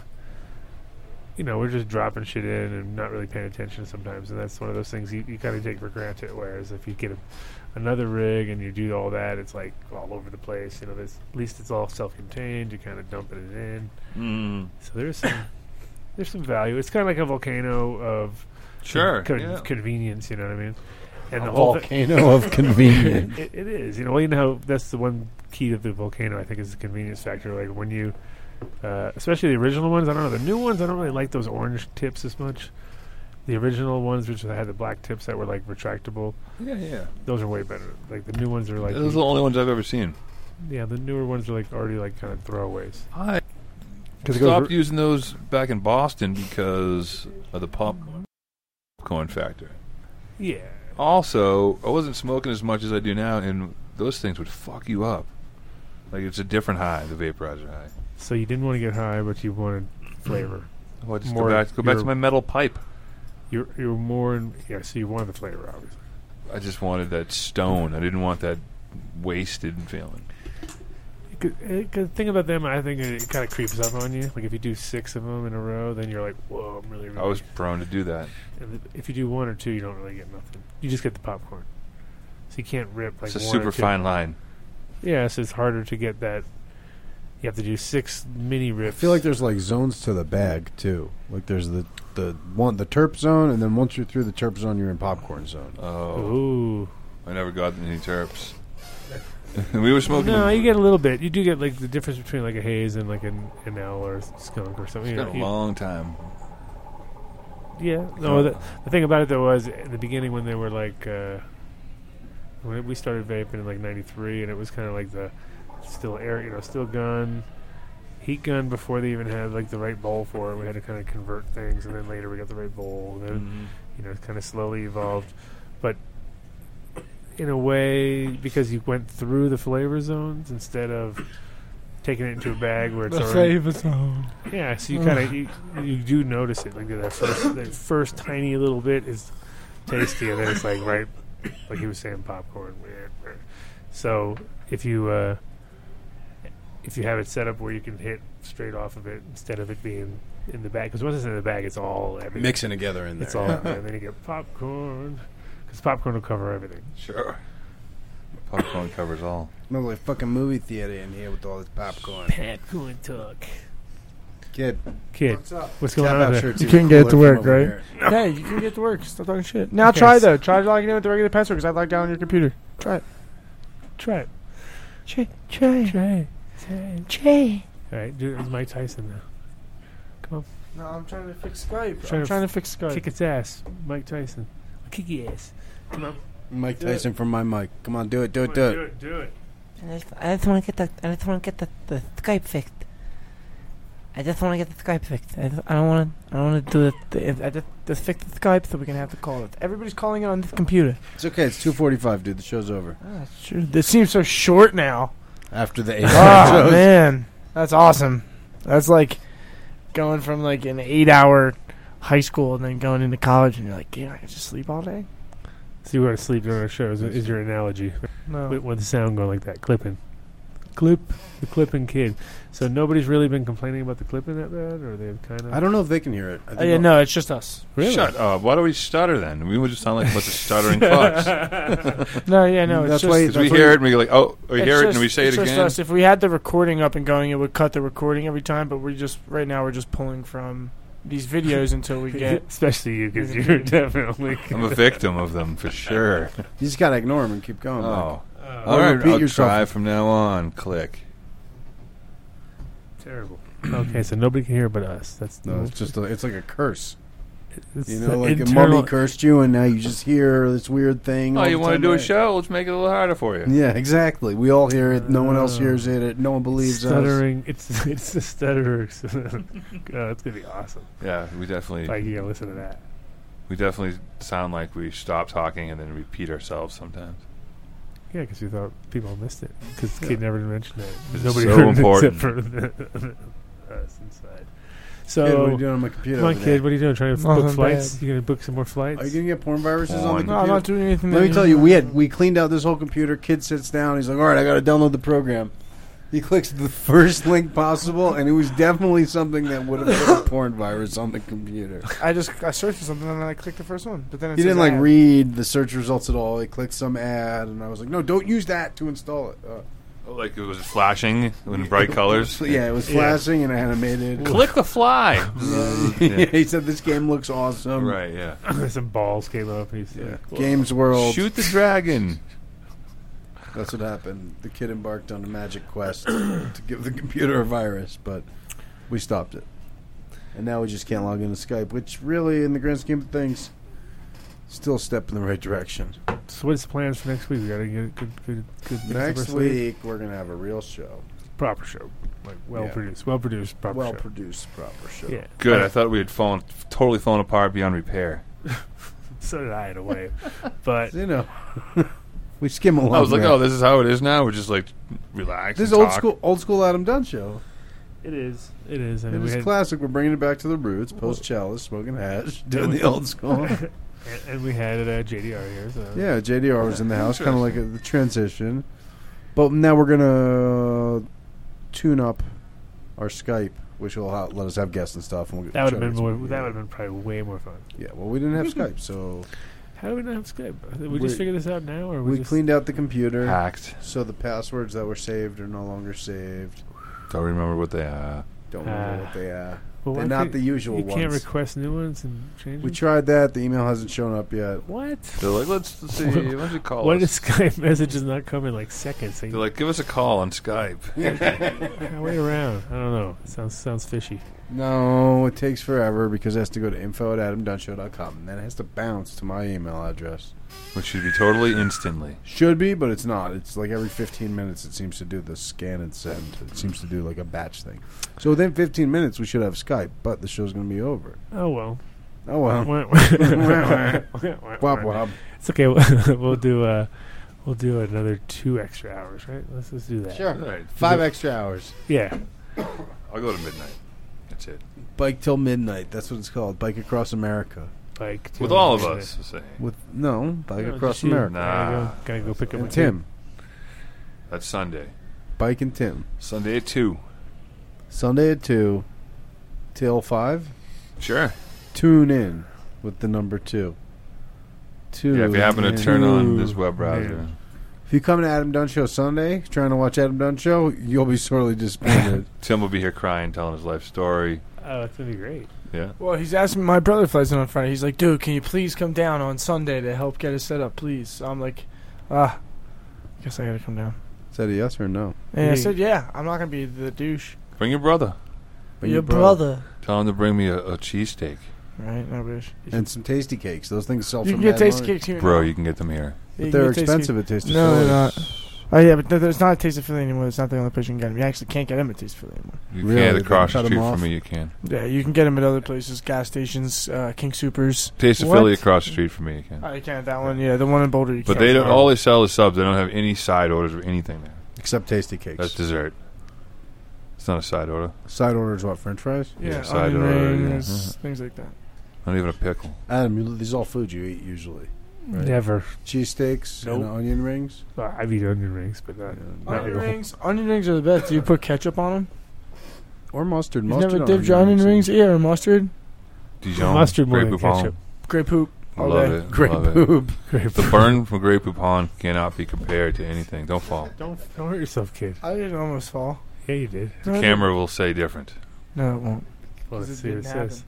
D: you know, we're just dropping shit in and not really paying attention sometimes, and that's one of those things you, you kind of take for granted. Whereas if you get a, another rig and you do all that, it's like all over the place. You know, there's, at least it's all self-contained. You're kind of dumping it in,
C: Mm,
D: so there's some there's some value. It's kind of like a volcano of
C: sure.
D: con-
C: yeah.
D: convenience. You know what I mean? And
A: A
D: the whole thi-
A: volcano of convenience.
D: it, it is. You know, well, you know how that's the one key of the volcano. I think is the convenience factor. Like when you, uh, especially the original ones. I don't know the new ones. I don't really like those orange tips as much. The original ones, which had the black tips that were like retractable,
C: yeah, yeah.
D: those are way better. Like the new ones are like,
C: Those are the only ones I've ever seen.
D: yeah, the newer ones are like already like kind of throwaways.
C: I
D: Because
C: stopped using those back in Boston because of the popcorn factor.
D: yeah,
C: Also, I wasn't smoking as much as I do now, and those things would fuck you up. Like it's a different high, the vaporizer high.
D: so you didn't want to get high, but you wanted flavor.
C: Oh, I just
D: More
C: go back, go back to
D: your-
C: my metal pipe.
D: You're you're more in, yeah. So you wanted the flavor, obviously.
C: I just wanted that stone. I didn't want that wasted feeling.
D: Cause, uh, 'cause the thing about them, I think it kind of creeps up on you. Like if you do six of them in a row, then you're like, "Whoa, I'm really." really
C: I was prone to do that.
D: And th- if you do one or two, you don't really get nothing. You just get the popcorn, so you can't rip like
C: it's a
D: one or
C: super
D: two.
C: fine line.
D: Yeah, so it's harder to get that. You have to do six mini
A: I
D: rips.
A: feel like there's like zones to the bag too. Like there's the the one the terp zone, and then once you're through the terp zone, you're in popcorn zone.
C: Oh,
D: Ooh.
C: I never got any terps. we were smoking.
D: No,
C: them.
D: you get a little bit. You do get like the difference between like a haze and like an, an L or a skunk or something.
C: It's
D: you know,
C: been a
D: you-
C: long time.
D: Yeah. No, the, the thing about it though was in the beginning when they were like uh, when we started vaping in like '93, and it was kind of like the still air, you know, still gun, heat gun before they even had like the right bowl for it. We had to kind of convert things, and then later we got the right bowl, and then you know, kind of slowly evolved. But in a way because you went through the flavor zones instead of taking it into a bag where it's already
E: zone.
D: yeah. So you kind of you, you do notice it like that first that first tiny little bit is tasty, and then it's like right like he was saying popcorn. So if you uh, if you have it set up where you can hit straight off of it instead of it being in the bag because once it's in the bag, it's all everything.
A: Mixing together in there.
D: It's all in there. And then you get popcorn. Because popcorn will cover everything.
C: Sure. Popcorn covers all.
A: Smells like fucking movie theater in here with all this popcorn.
F: Popcorn talk.
A: Kid,
D: Kid,
E: What's up?
D: what's going
A: tap
D: on
A: out
D: there?
A: shirts.
D: You
A: even
D: couldn't get it to
A: cooler
D: work,
A: from over
D: right?
A: here.
E: Hey, you can get to work. Stop talking shit. Now
D: Okay,
E: try
D: s-
E: though. Try logging in with the regular password because I logged down on your computer. Try it.
D: Try it.
E: Try, try,
D: Try
E: try, try.
D: All right, dude, it's Mike Tyson now.
E: No, I'm trying to fix Skype.
D: Trying
E: I'm
D: to
E: trying to fix Skype.
D: Kick its ass. Mike Tyson. Kick your ass.
A: Mike
D: Do it.
A: Tyson from my mic. Come on, do it, do it, do it.
D: it, do it.
F: I just, I just want to get the I just want to get the, the Skype fixed. I just want to get the Skype fixed. I, just, I don't want to I don't want to do the, the
E: I just, just fix the Skype so we can have the call. It. Everybody's calling it on this ah, computer.
A: It's okay. It's two forty-five, dude. The show's over.
E: Sure. This seems so short now.
A: After the eight.
E: oh man, that's awesome. That's like going from like an eight-hour high school and then going into college, and you're like, yeah, I can just sleep all day.
D: So you want to sleep during our show is, is your analogy.
E: No.
D: With, with the sound going like that, clipping. Clip. The clipping kid. So nobody's really been complaining about the clipping that bad? Or they've kind of...
A: I don't know if they can hear it. I
E: Uh, yeah, no, it's just us.
D: Really?
C: Shut up. Why do we stutter then? We would just sound like a bunch of stuttering fucks.
E: No, yeah, no, it's
A: That's
E: just.
A: why-
C: Because we
A: That's what
C: hear it and we go like, oh, we
E: it's
C: hear it
E: just-
C: and we say it
E: it's just
C: again.
E: us. If we had the recording up and going, it would cut the recording every time. But we just right now we're just pulling from these videos until we get.
D: Especially you, because you're definitely...
C: I'm a victim of them for sure.
A: You just gotta ignore him and keep going. Mike.
C: Oh,
D: Uh,
C: all right.
A: repeat
C: I'll
A: yourself.
C: try from now on. Click.
D: Terrible. okay, so nobody can hear but us. That's
A: No, it's just a, it's like a curse.
D: it's
A: You
D: the
A: know, like
D: internal-
A: a mummy cursed you, and now you just hear this weird thing.
C: Oh,
A: all
C: you
A: the
C: want to
A: time,
C: do a
A: right?
C: show? Let's make it a little harder for you.
A: Yeah, exactly. We all hear it. No one else
D: Oh.
A: hears it. it no one believes us.
D: stuttering. It's it's the stutterers. God, it's gonna be awesome.
C: Yeah, we definitely
D: Like you gotta listen to that.
C: we definitely sound like we stop talking and then repeat ourselves sometimes.
D: Yeah, because we thought people missed it because
C: Yeah.
D: kid never mentioned it.
C: 'Cause it's
D: Nobody
C: so
D: heard
C: important.
D: it except for the, us inside.
A: Kid, what are you
D: So
A: doing on my computer?
D: come on,
A: over there?
D: kid. What are you doing? Trying to
E: Nothing
D: book flights?
E: bad.
D: You gonna book some more flights?
A: Are you gonna get porn viruses on, the
C: One.
E: No,
A: computer?
E: I'm not doing anything.
A: Let
E: that
A: me tell you, we had we cleaned out this whole computer. Kid sits down. He's like, "All right, I got to download the program." He clicks the first link possible, and it was definitely something that would have put a porn virus on the computer.
E: I just I searched for something and I clicked the first one, but then it
A: He
E: says
A: didn't like
E: ad.
A: read the search results at all. He clicked some ad, and I was like, "No, don't use that to install it." Uh,
C: Oh, Like it was flashing in bright colors.
A: so yeah, it was flashing and animated.
C: Click the fly.
A: Yeah. he said, "This game looks awesome."
C: Right. Yeah.
D: some balls came up. And he's like, "Well,
A: Games World.
C: Shoot the dragon.
A: That's what happened. The kid embarked on a magic quest to give the computer a virus, but we stopped it. And now we just can't log into Skype, which really, in the grand scheme of things, still a step in the right direction.
D: So what's the plans for next week? We gotta get a good, good, good things up our
A: Next
D: sleeve?
A: week, we're going to have a real show.
D: proper show, like well
A: Yeah.
D: produced, well produced, proper
A: well
D: show.
A: produced, proper show.
D: yeah,
C: Good. I thought we had fallen totally fallen apart beyond repair.
D: so did I in a way, but
A: You know, we skim along.
C: I was like,
A: now.
C: oh, this is how it is now. We're just like relaxed.
A: this is
C: and
A: old
C: talk.
A: school, old school Adam Dunn show.
D: It is. It is. I
A: It
D: mean, we
A: is
D: had,
A: classic. We're bringing it back to the roots. Post chalice, smoking hash, doing the old school.
D: and, and we had uh, JDR here. So
A: Yeah, JDR was in the house, kind of like a the transition. But now we're gonna tune up our Skype, which will ha- let us have guests and stuff. And we'll
D: that would
A: try to
D: have been
A: get
D: more,
A: some-
D: that would have been Mm-hmm. probably way more fun.
A: Yeah, well, we didn't have Skype, so
D: How do we not have Skype? Did we
A: We-
D: just figure this out now, or we,
A: we
D: just, Ah.
A: cleaned out the computer,
C: hacked.
A: so the passwords that were saved are no longer saved.
C: Don't remember what they uh, are.
A: Don't remember
D: Ah.
A: what they are.
D: Well,
A: They're
D: why
A: not
D: can't-
A: the usual
D: You can't
A: ones.
D: request new ones and change.
A: we
D: them?
A: tried that. The email hasn't shown up yet.
D: what?
C: They're like, let's, let's see. Why don't you call
D: Why
C: us?
D: did Skype messages not come in like seconds? They
C: Oh, They're like, give us a call on Skype.
D: way around. I don't know. It sounds sounds fishy.
A: No, it takes forever because it has to go to info at adamdunshow.com, and then it has to bounce to my email address.
C: Which should be totally instantly.
A: Should be, but it's not. It's like every 15 minutes it seems to do the scan and send. It seems to do like a batch thing. So within 15 minutes we should have Skype, but the show's going to be over.
D: Oh well.
A: Oh well.
D: Wah, wah.
A: Wop wop.
D: it's okay. We'll do. Uh, We'll do another two extra hours, right? Let's just do that.
B: All
G: Sure.
C: right,
G: Five extra hours.
D: Yeah.
C: I'll go to midnight. That's it.
A: Bike till midnight. That's what it's called. Bike across America.
D: Like to
C: With all of
D: America.
C: us. say.
A: With no bike
D: No,
A: across
D: just you.
A: America.
D: Gotta
C: Nah.
D: go, gotta go pick up my
A: And Tim,
C: That's Sunday.
A: bike and Tim.
C: Sunday at 2.
A: Sunday at two, till five.
C: Sure.
A: Tune in with the number two. Two.
C: Yeah, if you happen to
A: in.
C: turn on
A: Two.
C: this web browser.
A: If you come to Adam Dunn Show Sunday, trying to watch Adam Dunn Show, you'll be sorely disappointed.
C: Tim will be here crying, telling his life story.
D: Oh, it's gonna be great.
C: Yeah.
E: Well, he's asking my brother flies in on Friday. He's like, dude, can you please come down on Sunday to help get us set up, please? So I'm like, ah, I guess I gotta come down.
A: Is that a yes or no?
E: And I
D: Yeah.
E: said, yeah, I'm not gonna be the douche.
C: Bring your brother.
A: Bring
F: Your brother.
C: Tell him to bring me a, a cheesesteak.
E: Right? No wish.
A: And some tasty cakes. Those things sell for
E: You can get
A: mad
E: taste
A: money.
E: cakes here.
C: Bro, you can get them here.
E: You
A: But
E: can
A: they're
E: get Tasty
A: expensive at Tasty
E: No, they're
A: Cakes.
E: not. Cake. Oh yeah, but th- there's not a taste of Philly anymore. It's not the only place you can get them. You actually can't get them at Taste of Philly anymore.
C: You
A: Really?
C: can't
A: They
C: across
A: cut
C: the
A: 'em
C: street
A: off?
C: from me. You can.
E: Yeah, you can get them at other places, gas stations, uh, King Supers.
C: Taste of
E: What?
C: Philly across the street from me. You can.
E: Oh, you can't that one. Yeah, the one in Boulder. You
C: But
E: can't
C: they don't.
E: find.
C: All they sell is subs. They don't have any side orders or anything there.
A: Except tasty cakes.
C: That's dessert. It's not a side order.
A: Side orders what? French fries?
E: Yeah,
C: Yeah, side
E: onion
C: order, yeah.
E: rings, things like that.
C: Not even a pickle.
A: Adam, you, these are all food you eat usually. Right.
D: Never.
A: Cheesesteaks and
D: Nope.
A: onion rings.
D: Well, I've eaten onion rings, but not. Not
E: Onion
D: the whole-
E: rings, onion rings are the best. Do you put ketchup on them?
A: Or mustard.
E: You
A: mustard
E: never
A: on
E: dipped your onion rings? Yeah, or mustard,
C: Dijon
D: Mustard more
C: Grey
D: than
C: Poupon.
D: ketchup.
E: grape poop.
C: I
E: all
C: love
E: day.
C: it.
A: Great
C: I love it.
A: boob.
D: Grape.
C: The burn from Grey Poupon cannot be compared to anything. Don't fall.
D: Don't don't hurt yourself, kid.
E: I didn't almost fall.
D: Yeah, you did.
E: No, I
C: Camera will say different.
E: didn't. No, it won't.
D: Well, let's
E: Because it
D: see what it
E: didn't happen.
D: says.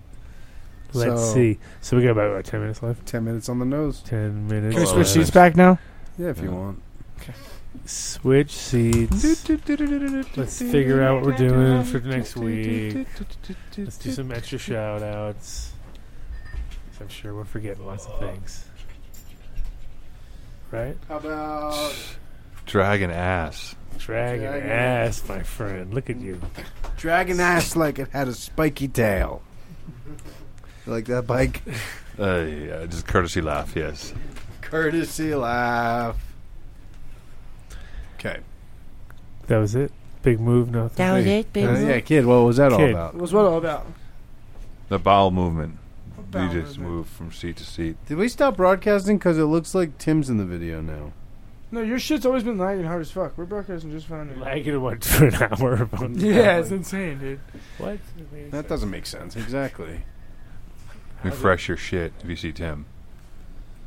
D: Let's
A: So-
D: see. So we got about what, ten minutes left.
A: Ten minutes on the nose.
D: Ten minutes.
E: Can we
C: Well,
E: switch
C: uh,
E: seats back now?
A: Yeah, if you
C: Yeah.
A: want.
D: Switch seats. Let's figure out what we're doing for next week. Let's do some extra shout outs. I'm sure we're forgetting lots of things. Right?
A: How about
C: Dragon ass.
D: Dragon
A: Dragon
D: ass, my friend. Look at you.
A: Dragon ass like it had a spiky tail. You like that bike?
C: Uh, yeah, just courtesy laugh. Yes.
A: Courtesy laugh. Okay.
D: That was it. Big move, nothing.
F: That was
A: Hey.
F: it, baby.
A: Uh, yeah, kid, what was that
D: Kid.
A: all about?
E: What's what all about?
C: The bowel movement.
E: Bowel
C: you just
E: movement.
C: move from seat to seat.
A: Did we stop broadcasting? Because it looks like Tim's in the video now.
E: No, your shit's always been lagging hard as fuck. We're broadcasting just fine. now.
D: Lagging about for an hour. About
E: Yeah, it's insane, dude.
D: What?
A: That doesn't make sense. Exactly.
C: Refresh your shit if you see Tim.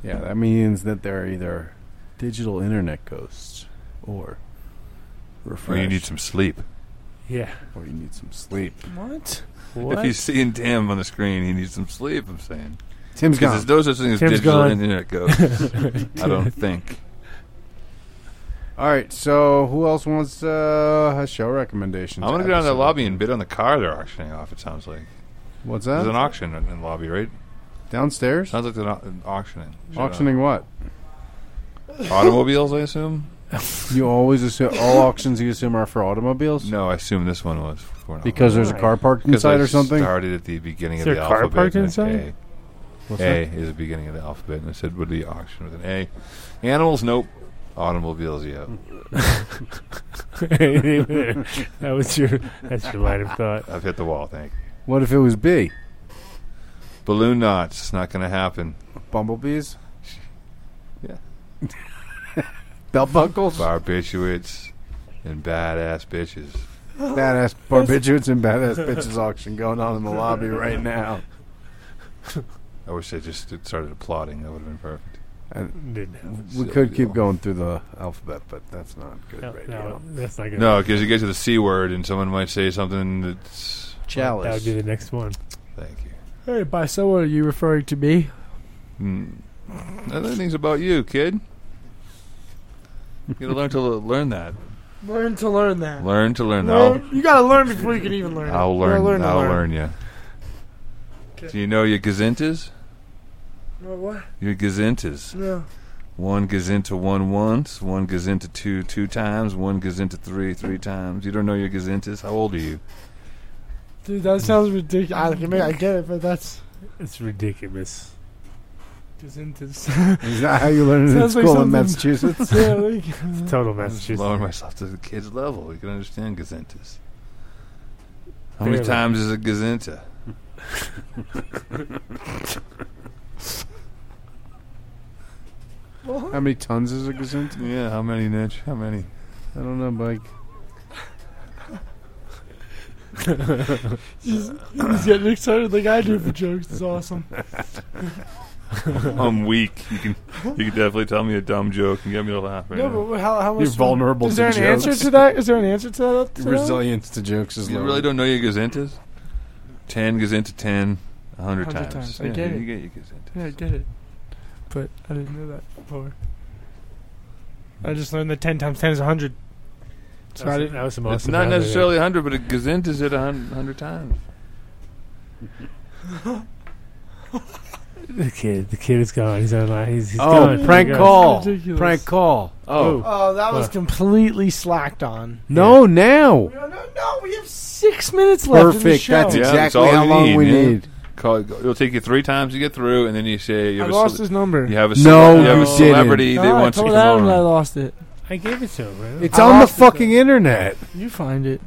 A: Yeah, that means that they're either digital internet ghosts or
C: Or
A: refresh.
C: you need some sleep.
D: Yeah.
A: or you need some sleep.
E: What?
C: If
D: What?
C: he's seeing Tim on the screen, he needs some sleep. I'm saying
A: Tim's
C: because
A: gone.
C: there's no such thing as
D: Tim's
C: digital
D: gone.
C: internet ghosts. I don't think.
A: All right, so who else wants uh, a show recommendation?
C: I'm gonna go down to the lobby and bid on the car they're auctioning off. It sounds like
A: What's
C: there's
A: that?
C: an auction in, in the lobby, right?
A: Downstairs?
C: Sounds like they're not auctioning Should, uh,
A: Auctioning what?
C: automobiles. I assume.
A: You always assume all auctions you assume are for automobiles?
C: No, I assume this one was for an
A: Because there's a car parked
C: Because I
A: inside or something?
C: Started at the beginning
D: Is
C: of
D: there
C: the
D: a car
C: alphabet.
D: parked
C: and
D: inside?
C: A,
A: What's
C: a
A: that?
C: is the beginning of the alphabet, and I said would be auction with an A. Animals, nope. Automobiles, yeah.
D: that was your. That's your line of thought.
C: I've hit the wall. Thank. you.
A: What if it was B?
C: Balloon knots. It's not gonna happen.
A: Bumblebees?
C: Yeah.
A: Belt buckles?
C: Barbiturates and badass bitches.
A: badass barbiturates and badass bitches auction going on in the lobby right now.
C: I wish I just had started applauding. That would have been perfect.
D: Didn't happen.
A: We could keep going through the alphabet, but that's not good
D: No,
A: radio.
D: no, that's not good.
C: No, because you get to the C word and someone might say something that's.
D: that would be the next one.
C: Thank you.
E: Hey, by so are you referring to me?
C: Mm. Other things about you, kid. You gotta learn to l- learn that.
E: Learn to learn that.
C: Learn to learn.
E: Learn- You gotta learn before you can even learn.
C: I'll,
E: it.
C: I'll
E: You
C: learn.
E: gotta to
C: I'll learn you. Do you know your gazintas?
E: No, what?
C: Your gazintas.
E: No.
C: One gazinta one once. One gazinta two two times. One gazinta three three times. You don't know your gazintas. How old are you?
E: Dude, that sounds ridiculous. I, I mean, I get it, but that's.
D: It's ridiculous.
E: is into. s-
A: Is that how you learn it in
E: Sounds like
A: school in
E: something-
A: Massachusetts?
E: yeah, like,
D: Total
C: I'm just lowering
D: Massachusetts.
C: myself to the kid's level. You can understand gazintas. How many
D: Barely.
C: times is a gazinta?
A: How many tons is a gazint?
C: Yeah, how many, Nitch? How many?
A: I don't know, Mike.
E: he's, he's getting excited like I do for jokes. It's awesome.
C: I'm weak. You can you can definitely tell me a dumb joke and get me to laugh. Right
E: No,
C: now.
E: but how, how much?
A: You're vulnerable
E: Is
A: to
E: there an
A: jokes.
E: answer to that? Is there an answer to that? to
A: Your resilience to jokes is
C: you
A: low.
C: really don't know your gazintas? Ten gazinta ten, a hundred
E: 100
C: times.
E: times. I
C: Yeah,
E: get
C: you
E: it.
C: get your
E: that? Yeah, I
C: gazintas.
E: get it, but I didn't know that before. I just learned that ten times ten is hundred.
D: That
E: So I
D: was-
E: didn't.
D: that was some
C: it's
D: awesome
C: not
D: weather.
C: necessarily a hundred, but a gazinta's at a hun- hundred times.
D: The kid, the kid is gone. He's on. my- He's, he's
A: Oh,
D: gone.
A: prank
D: He's gone.
A: call.
E: Ridiculous.
A: Prank call.
D: Oh,
E: Oh, that was
D: Huh.
E: completely slacked on.
A: No, now.
E: No, no, no, we have six minutes left. in the
A: Perfect.
E: show.
A: That's
C: Yeah,
A: exactly
C: that's all
A: how
C: you
A: long
C: need,
A: we
C: man.
A: need.
C: Call, it'll take you three times to get through, and then you say you
E: I
C: have, a,
E: lost
C: cele-
E: his number.
C: you have a
A: No,
C: cele- you have
E: you
C: a
E: didn't.
C: celebrity
E: No,
C: that
E: I
C: wants to
E: told
C: come
E: Adam
C: on.
E: I lost it.
D: I gave it to him. Right?
A: It's
E: I
A: on the
E: lost it, though.
A: fucking internet.
E: You find it.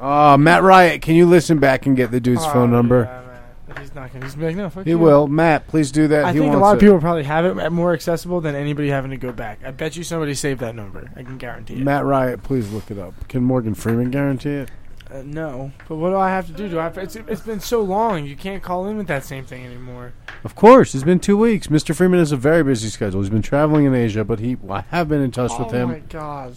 A: Uh, Matt Riot, can you listen back and get the dude's
E: Oh,
A: phone number?
E: yeah, man. He's not gonna. He's gonna be like, no, fuck
A: He
E: you.
A: will. Matt, please do that.
E: I
A: he
E: think a
A: wants
E: lot of
A: it.
E: people probably have it more accessible than anybody having to go back. I bet you somebody saved that number. I can guarantee it.
A: Matt Riot, please look it up. Can Morgan Freeman guarantee it?
E: Uh, no, but what do I have to do? Do I? Have to, it's, it's been so long. You can't call in with that same thing anymore.
A: Of course. It's been two weeks. Mr. Freeman has a very busy schedule. He's been traveling in Asia, but he I have been in touch with
E: oh my
A: him.
E: god!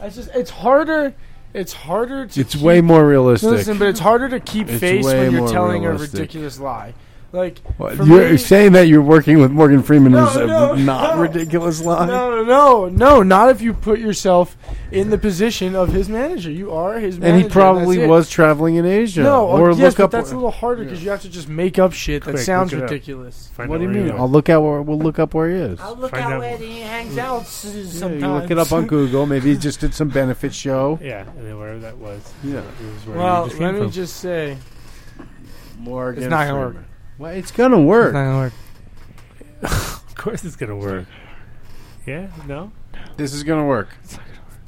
E: It's just it's harder. It's harder to.
A: It's way more realistic.
E: Listen, but it's harder to keep
A: It's
E: face
A: way
E: when you're
A: more
E: telling
A: realistic.
E: a ridiculous lie. Like
A: What,
E: for
A: you're
E: me-
A: saying that you're working with Morgan Freeman
E: No,
A: is a
E: no,
A: not
E: no.
A: ridiculous lie.
E: no, no, no, no, not if you put yourself in the position of his manager. You are his manager.
A: And he probably
E: that's it.
A: was traveling in Asia.
E: No,
A: or
E: or yes,
A: look
E: but
A: up.
E: that's a little harder because you have to just make up shit that
D: Quick,
E: sounds
D: look it up.
E: ridiculous.
D: Find
A: what
D: out
A: do you
D: where
A: mean?
D: he
A: I'll
D: was.
A: look out where we'll look up where he is.
F: I'll look
D: Find
F: out,
D: out.
F: where he hangs out s-
A: Yeah,
F: sometimes.
A: you look it up on Google. Maybe he just did some benefit show.
D: Yeah, and then wherever that was.
A: Yeah.
D: it was where
E: Well,
D: you just
E: let
D: came
E: me
D: from.
E: just say, it's
A: Morgan.
E: It's not gonna
A: Freeman. Well, it's gonna work.
E: gonna work.
D: Of course, it's gonna work. Yeah, no,
A: This is gonna work.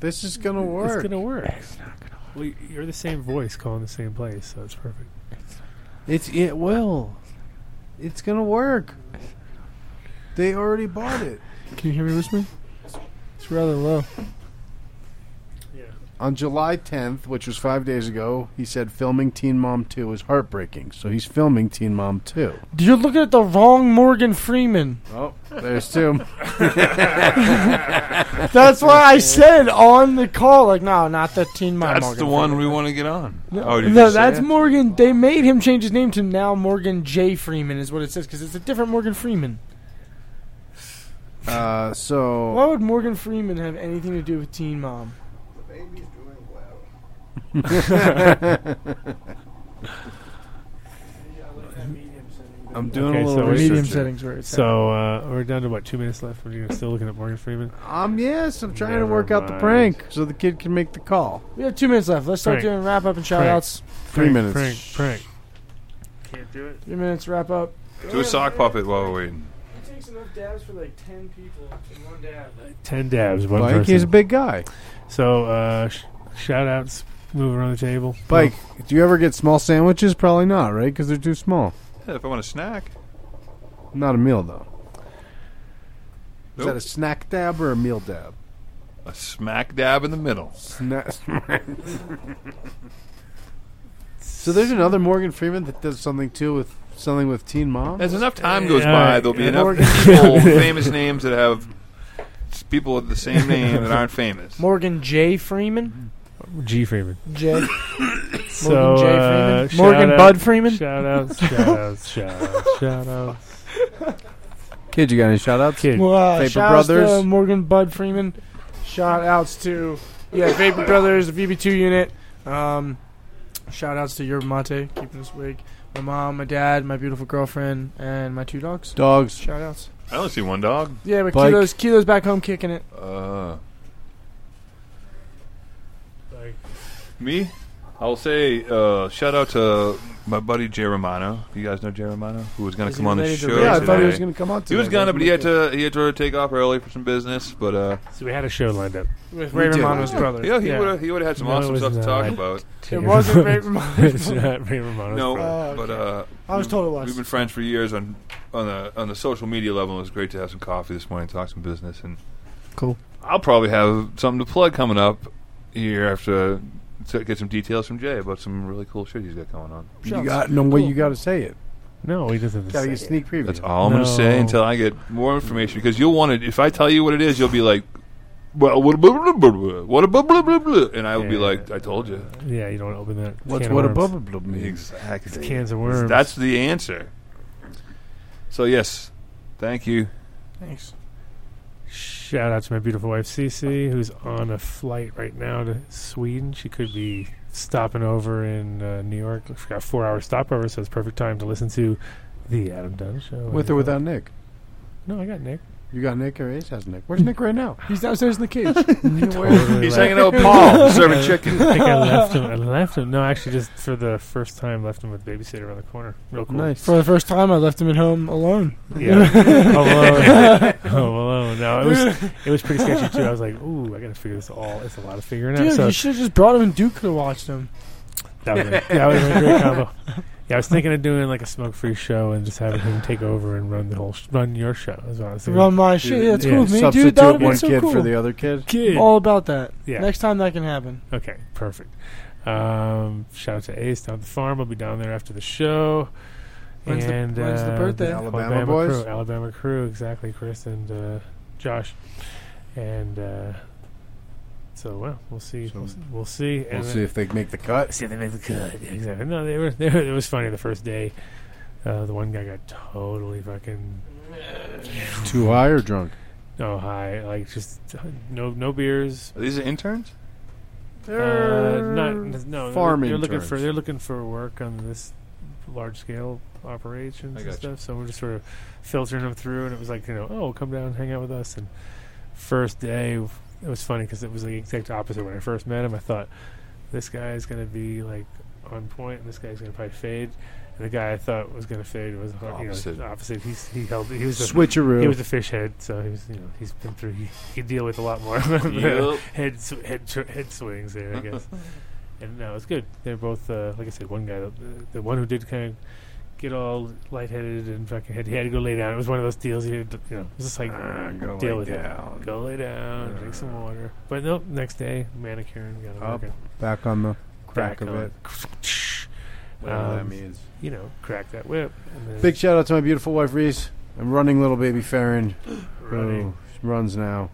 A: This is gonna
D: it's
A: work.
D: gonna work. It's not gonna work. Well, y- you're the same voice calling the same place, so it's perfect.
A: It's it will. It's gonna work. They already bought it
E: Can you hear me whispering? It's rather low.
A: on July 10th, which was five days ago. He said filming Teen Mom 2 is heartbreaking, so he's filming Teen Mom 2.
E: You're looking at the wrong Morgan Freeman.
A: Oh, there's two.
E: That's why I said on the call, like, no, not the Teen Mom.
C: That's
E: Morgan
C: the one we
E: Freeman.
C: want to get on.
E: No,
C: Oh, did
E: no,
C: you say
E: that's
C: it?
E: Morgan. They made him change his name to now Morgan J. Freeman is what it says because it's a different Morgan Freeman.
A: Uh, so
E: Why would Morgan Freeman have anything to do with Teen Mom?
A: I'm doing
D: Okay,
A: a
D: so
A: little
D: we-
A: research.
E: Medium
A: here.
E: settings where it's
D: So uh, we're down to what two minutes left. We're still looking at Morgan Freeman.
A: Um, yes, I'm trying to
D: Never
A: work out the
D: mind.
A: prank so the kid can make the call.
E: We have two minutes left. Let's start
D: Frank.
E: doing wrap up and shout outs.
A: Three
D: Prank,
A: minutes.
D: Prank, prank. Can't do it.
E: Three minutes wrap up.
C: Do a sock puppet while we're waiting.
E: He takes enough dabs for like ten people in one dab.
D: Ten dabs, one
A: Mike,
D: person.
A: he's a big guy.
D: so uh, sh- shout outs, move around the table.
A: Mike, do you ever get small sandwiches? Probably not, right? Because they're too small.
C: Yeah, if I want a snack,
A: Not a meal though. Is
C: Nope.
A: that a snack dab or a meal dab?
C: a smack dab in the middle.
A: Snack. so there's another Morgan Freeman that does something too with something with Teen Mom.
C: As enough time goes
D: Yeah,
C: by,
D: alright.
C: there'll be
D: Yeah.
C: enough
A: Morgan-
C: people, with famous names that have s- people with the same name that aren't famous.
E: Morgan J. Freeman.
D: G Freeman.
E: J. Morgan
D: so uh,
E: J. Freeman.
D: shout
E: Morgan
D: out-
E: Bud Freeman.
D: Shout outs, shout outs, shout outs, shout outs.
A: Kid, you got any shout outs?
D: Kid,
E: Well, uh,
A: Vapor
E: shout outs
A: Brothers.
E: to Morgan Bud Freeman. Shout outs to yeah, Vapor Brothers, the VB2 unit. Um, shout outs to your mate, keeping us awake. My mom, my dad, my beautiful girlfriend, and my two dogs.
A: Dogs.
E: Shout outs.
C: I only see one dog.
E: Yeah, but
A: Bike.
E: Kilo's Kilo's back home kicking it.
C: Uh, me? I will say uh, shout out to my buddy Jay Romano. You guys know Jay Romano, who was going
E: Is
C: to
E: he
C: come on the
E: related to
C: show.
E: Ray?
A: Yeah, I thought he
C: today.
A: was going to come on.
C: He
A: Today,
C: was gonna, but he had
A: wasn't
C: to he had to take off early for some business. But uh,
D: So we had a show lined up.
E: with
B: We
E: Ray
B: did.
E: Romano's
B: Yeah.
E: brother.
C: yeah, he would have he would have had some
D: No, it
C: awesome
D: was
C: stuff to
D: not.
C: talk about.
E: It wasn't Ray
D: it's
E: Romano's.
D: not Ray Romano's
C: No,
D: brother.
E: Oh,
C: but uh,
E: I was
C: we've-
E: told it was.
C: We've been friends for years on on the on the social media level. It was great to have some coffee this morning, talk some business, and
F: Cool.
C: I'll probably have something to plug coming up here after to get some details from Jay about some really cool shit he's got going on.
A: he? You got no way. You got to say it.
D: No, he doesn't.
A: Got to get sneak preview.
C: That's all I'm going to say
D: No.
C: until I get more information because you'll want to. If I tell you what it is, you'll be like, "Well, what a blah blah blah blah, what a blah blah blah blah," and I will be
D: Yeah.
C: like, "I told you."
D: Yeah, you don't open that.
A: What's
D: can
A: what a
D: of worms.
A: bubble blub means?
C: Exactly.
D: It's cans of worms.
C: That's the answer. So yes, thank you.
E: Thanks.
D: Shout out to my beautiful wife Cece, who's on a flight right now to Sweden. She could be stopping over in uh, New York. She's got a four-hour stopover, so it's perfect time to listen to the Adam Dunn Show.
A: With or without Nick?
D: No, I got Nick.
A: You got Nick or Ace has Nick? Where's Nick right now? He's downstairs in the cage.
D: Totally
C: He's
D: left.
C: hanging out with Paul, serving chicken.
D: I think I left him. I left him. No, actually, just for the first time, left him with babysitter around the corner. Real cool.
A: nice.
E: For the first time, I left him at home alone.
D: Yeah. alone. Home alone. No, it was it was pretty sketchy too. I was like, ooh, I gotta figure this all. It's a lot of figuring out.
E: Dude,
D: So
E: you should have just brought him and Duke could have watched him.
D: that was a, that was a great combo. Yeah, I was thinking of doing like a smoke-free show and just having him take over and run the whole sh- run your show as well.
E: Run my shit. Yeah, that's
D: yeah,
E: cool with me, dude.
A: Substitute
E: That would have
A: one
E: been so
A: kid
E: cool.
A: for the other kid.
D: kid.
E: I'm all about that.
D: Yeah.
E: Next time that can happen.
D: Okay, perfect. Um, shout out to Ace down at the farm. I'll be down there after the show.
E: When's the-
D: and
E: when's the
D: uh,
E: birthday?
A: Alabama boys?
D: crew, Alabama crew, exactly. Chris and uh, Josh, and uh, so well, we'll see.
A: So-
D: we'll see. We'll see.
A: We'll
D: and
A: see if they make the cut.
D: see if they make the cut. Yeah, exactly. No, they were. They were it was funny the first day. Uh, the one guy got totally fucking
A: Too high or drunk?
D: no high, like just uh, no no beers.
C: Are these the interns?
D: Uh, not no
A: farm
D: They're looking
A: interns.
D: for they're looking for work on this large scale operations
C: I
D: and
C: gotcha.
D: stuff. So we're just sort of filtering them through, and it was like you know, oh, come down, hang out with us. And first day, it was funny because it was the exact opposite. When I first met him, I thought this guy is going to be like on point, and this guy's going to probably fade. And the guy I thought was going to fade was you
C: Opposite.
D: know, opposite. He's, he held he was a,
A: Switcheroo.
D: he was a fish head, so he was you know he's been through he, he could deal with a lot more head sw- head tr- head swings there, I guess. and no, it's good. They're both uh, like I said. One guy, the, the one who did kind of get all lightheaded and fucking had he had to go lay down. It was one of those deals. He had to, you know, it was just like
A: Ah, go
D: deal
A: lay
D: with
A: down.
D: it. Go lay down, drink some water. But nope, next day manicuring got
A: Up,
D: it working.
A: Back on the crack
D: Back
A: of
D: on.
A: it.
D: Whatever that Um,
A: means.
D: You know, crack that whip. And then
A: Big shout out to my beautiful wife Reese. I'm running little baby Farron.
D: running.
A: Oh, she runs now.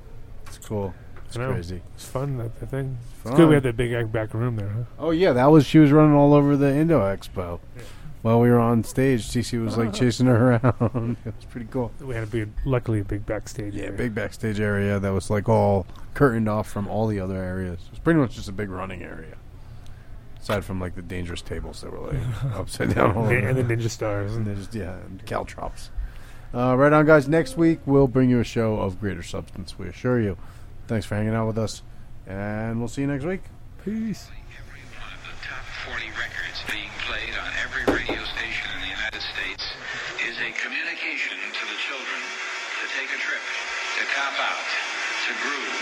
A: It's cool. It's
D: I know.
A: crazy.
D: It's fun that, that thing.
A: Fun.
D: It's good. We had that big uh, back room there. Huh?
A: Oh yeah, that was she was running all over the Indo Expo.
D: Yeah. Ah.
A: While we were on stage, Cece was like chasing her around. it was pretty cool.
D: We had a big, luckily a big backstage.
A: Yeah,
D: area.
A: big backstage area that was like all curtained off from all the other areas. It was pretty much just a big running area. Aside from like the dangerous tables that were like upside down all over.
D: and the ninja stars.
A: And there's yeah, and caltrops. Uh, right on, guys. Next week we'll bring you a show of greater substance. We assure you. Thanks for hanging out with us, and we'll see you next week. Peace.
G: Every one of the top 40 records being played on every radio station in the United States is a communication to the children to take a trip, to cop out, to groove.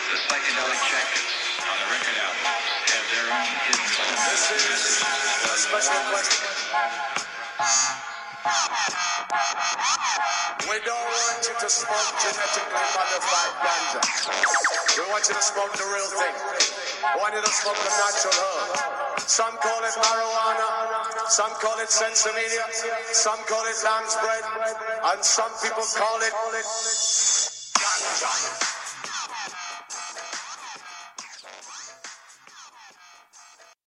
G: The psychedelic jackets on the record albums have their own hidden symbols.
H: We don't want you to smoke genetically modified ganja. We want you to smoke the real thing. We want you to smoke the natural herb. Some call it marijuana, some call it sensimilla, some call it lamb's bread, and some people call it ganja.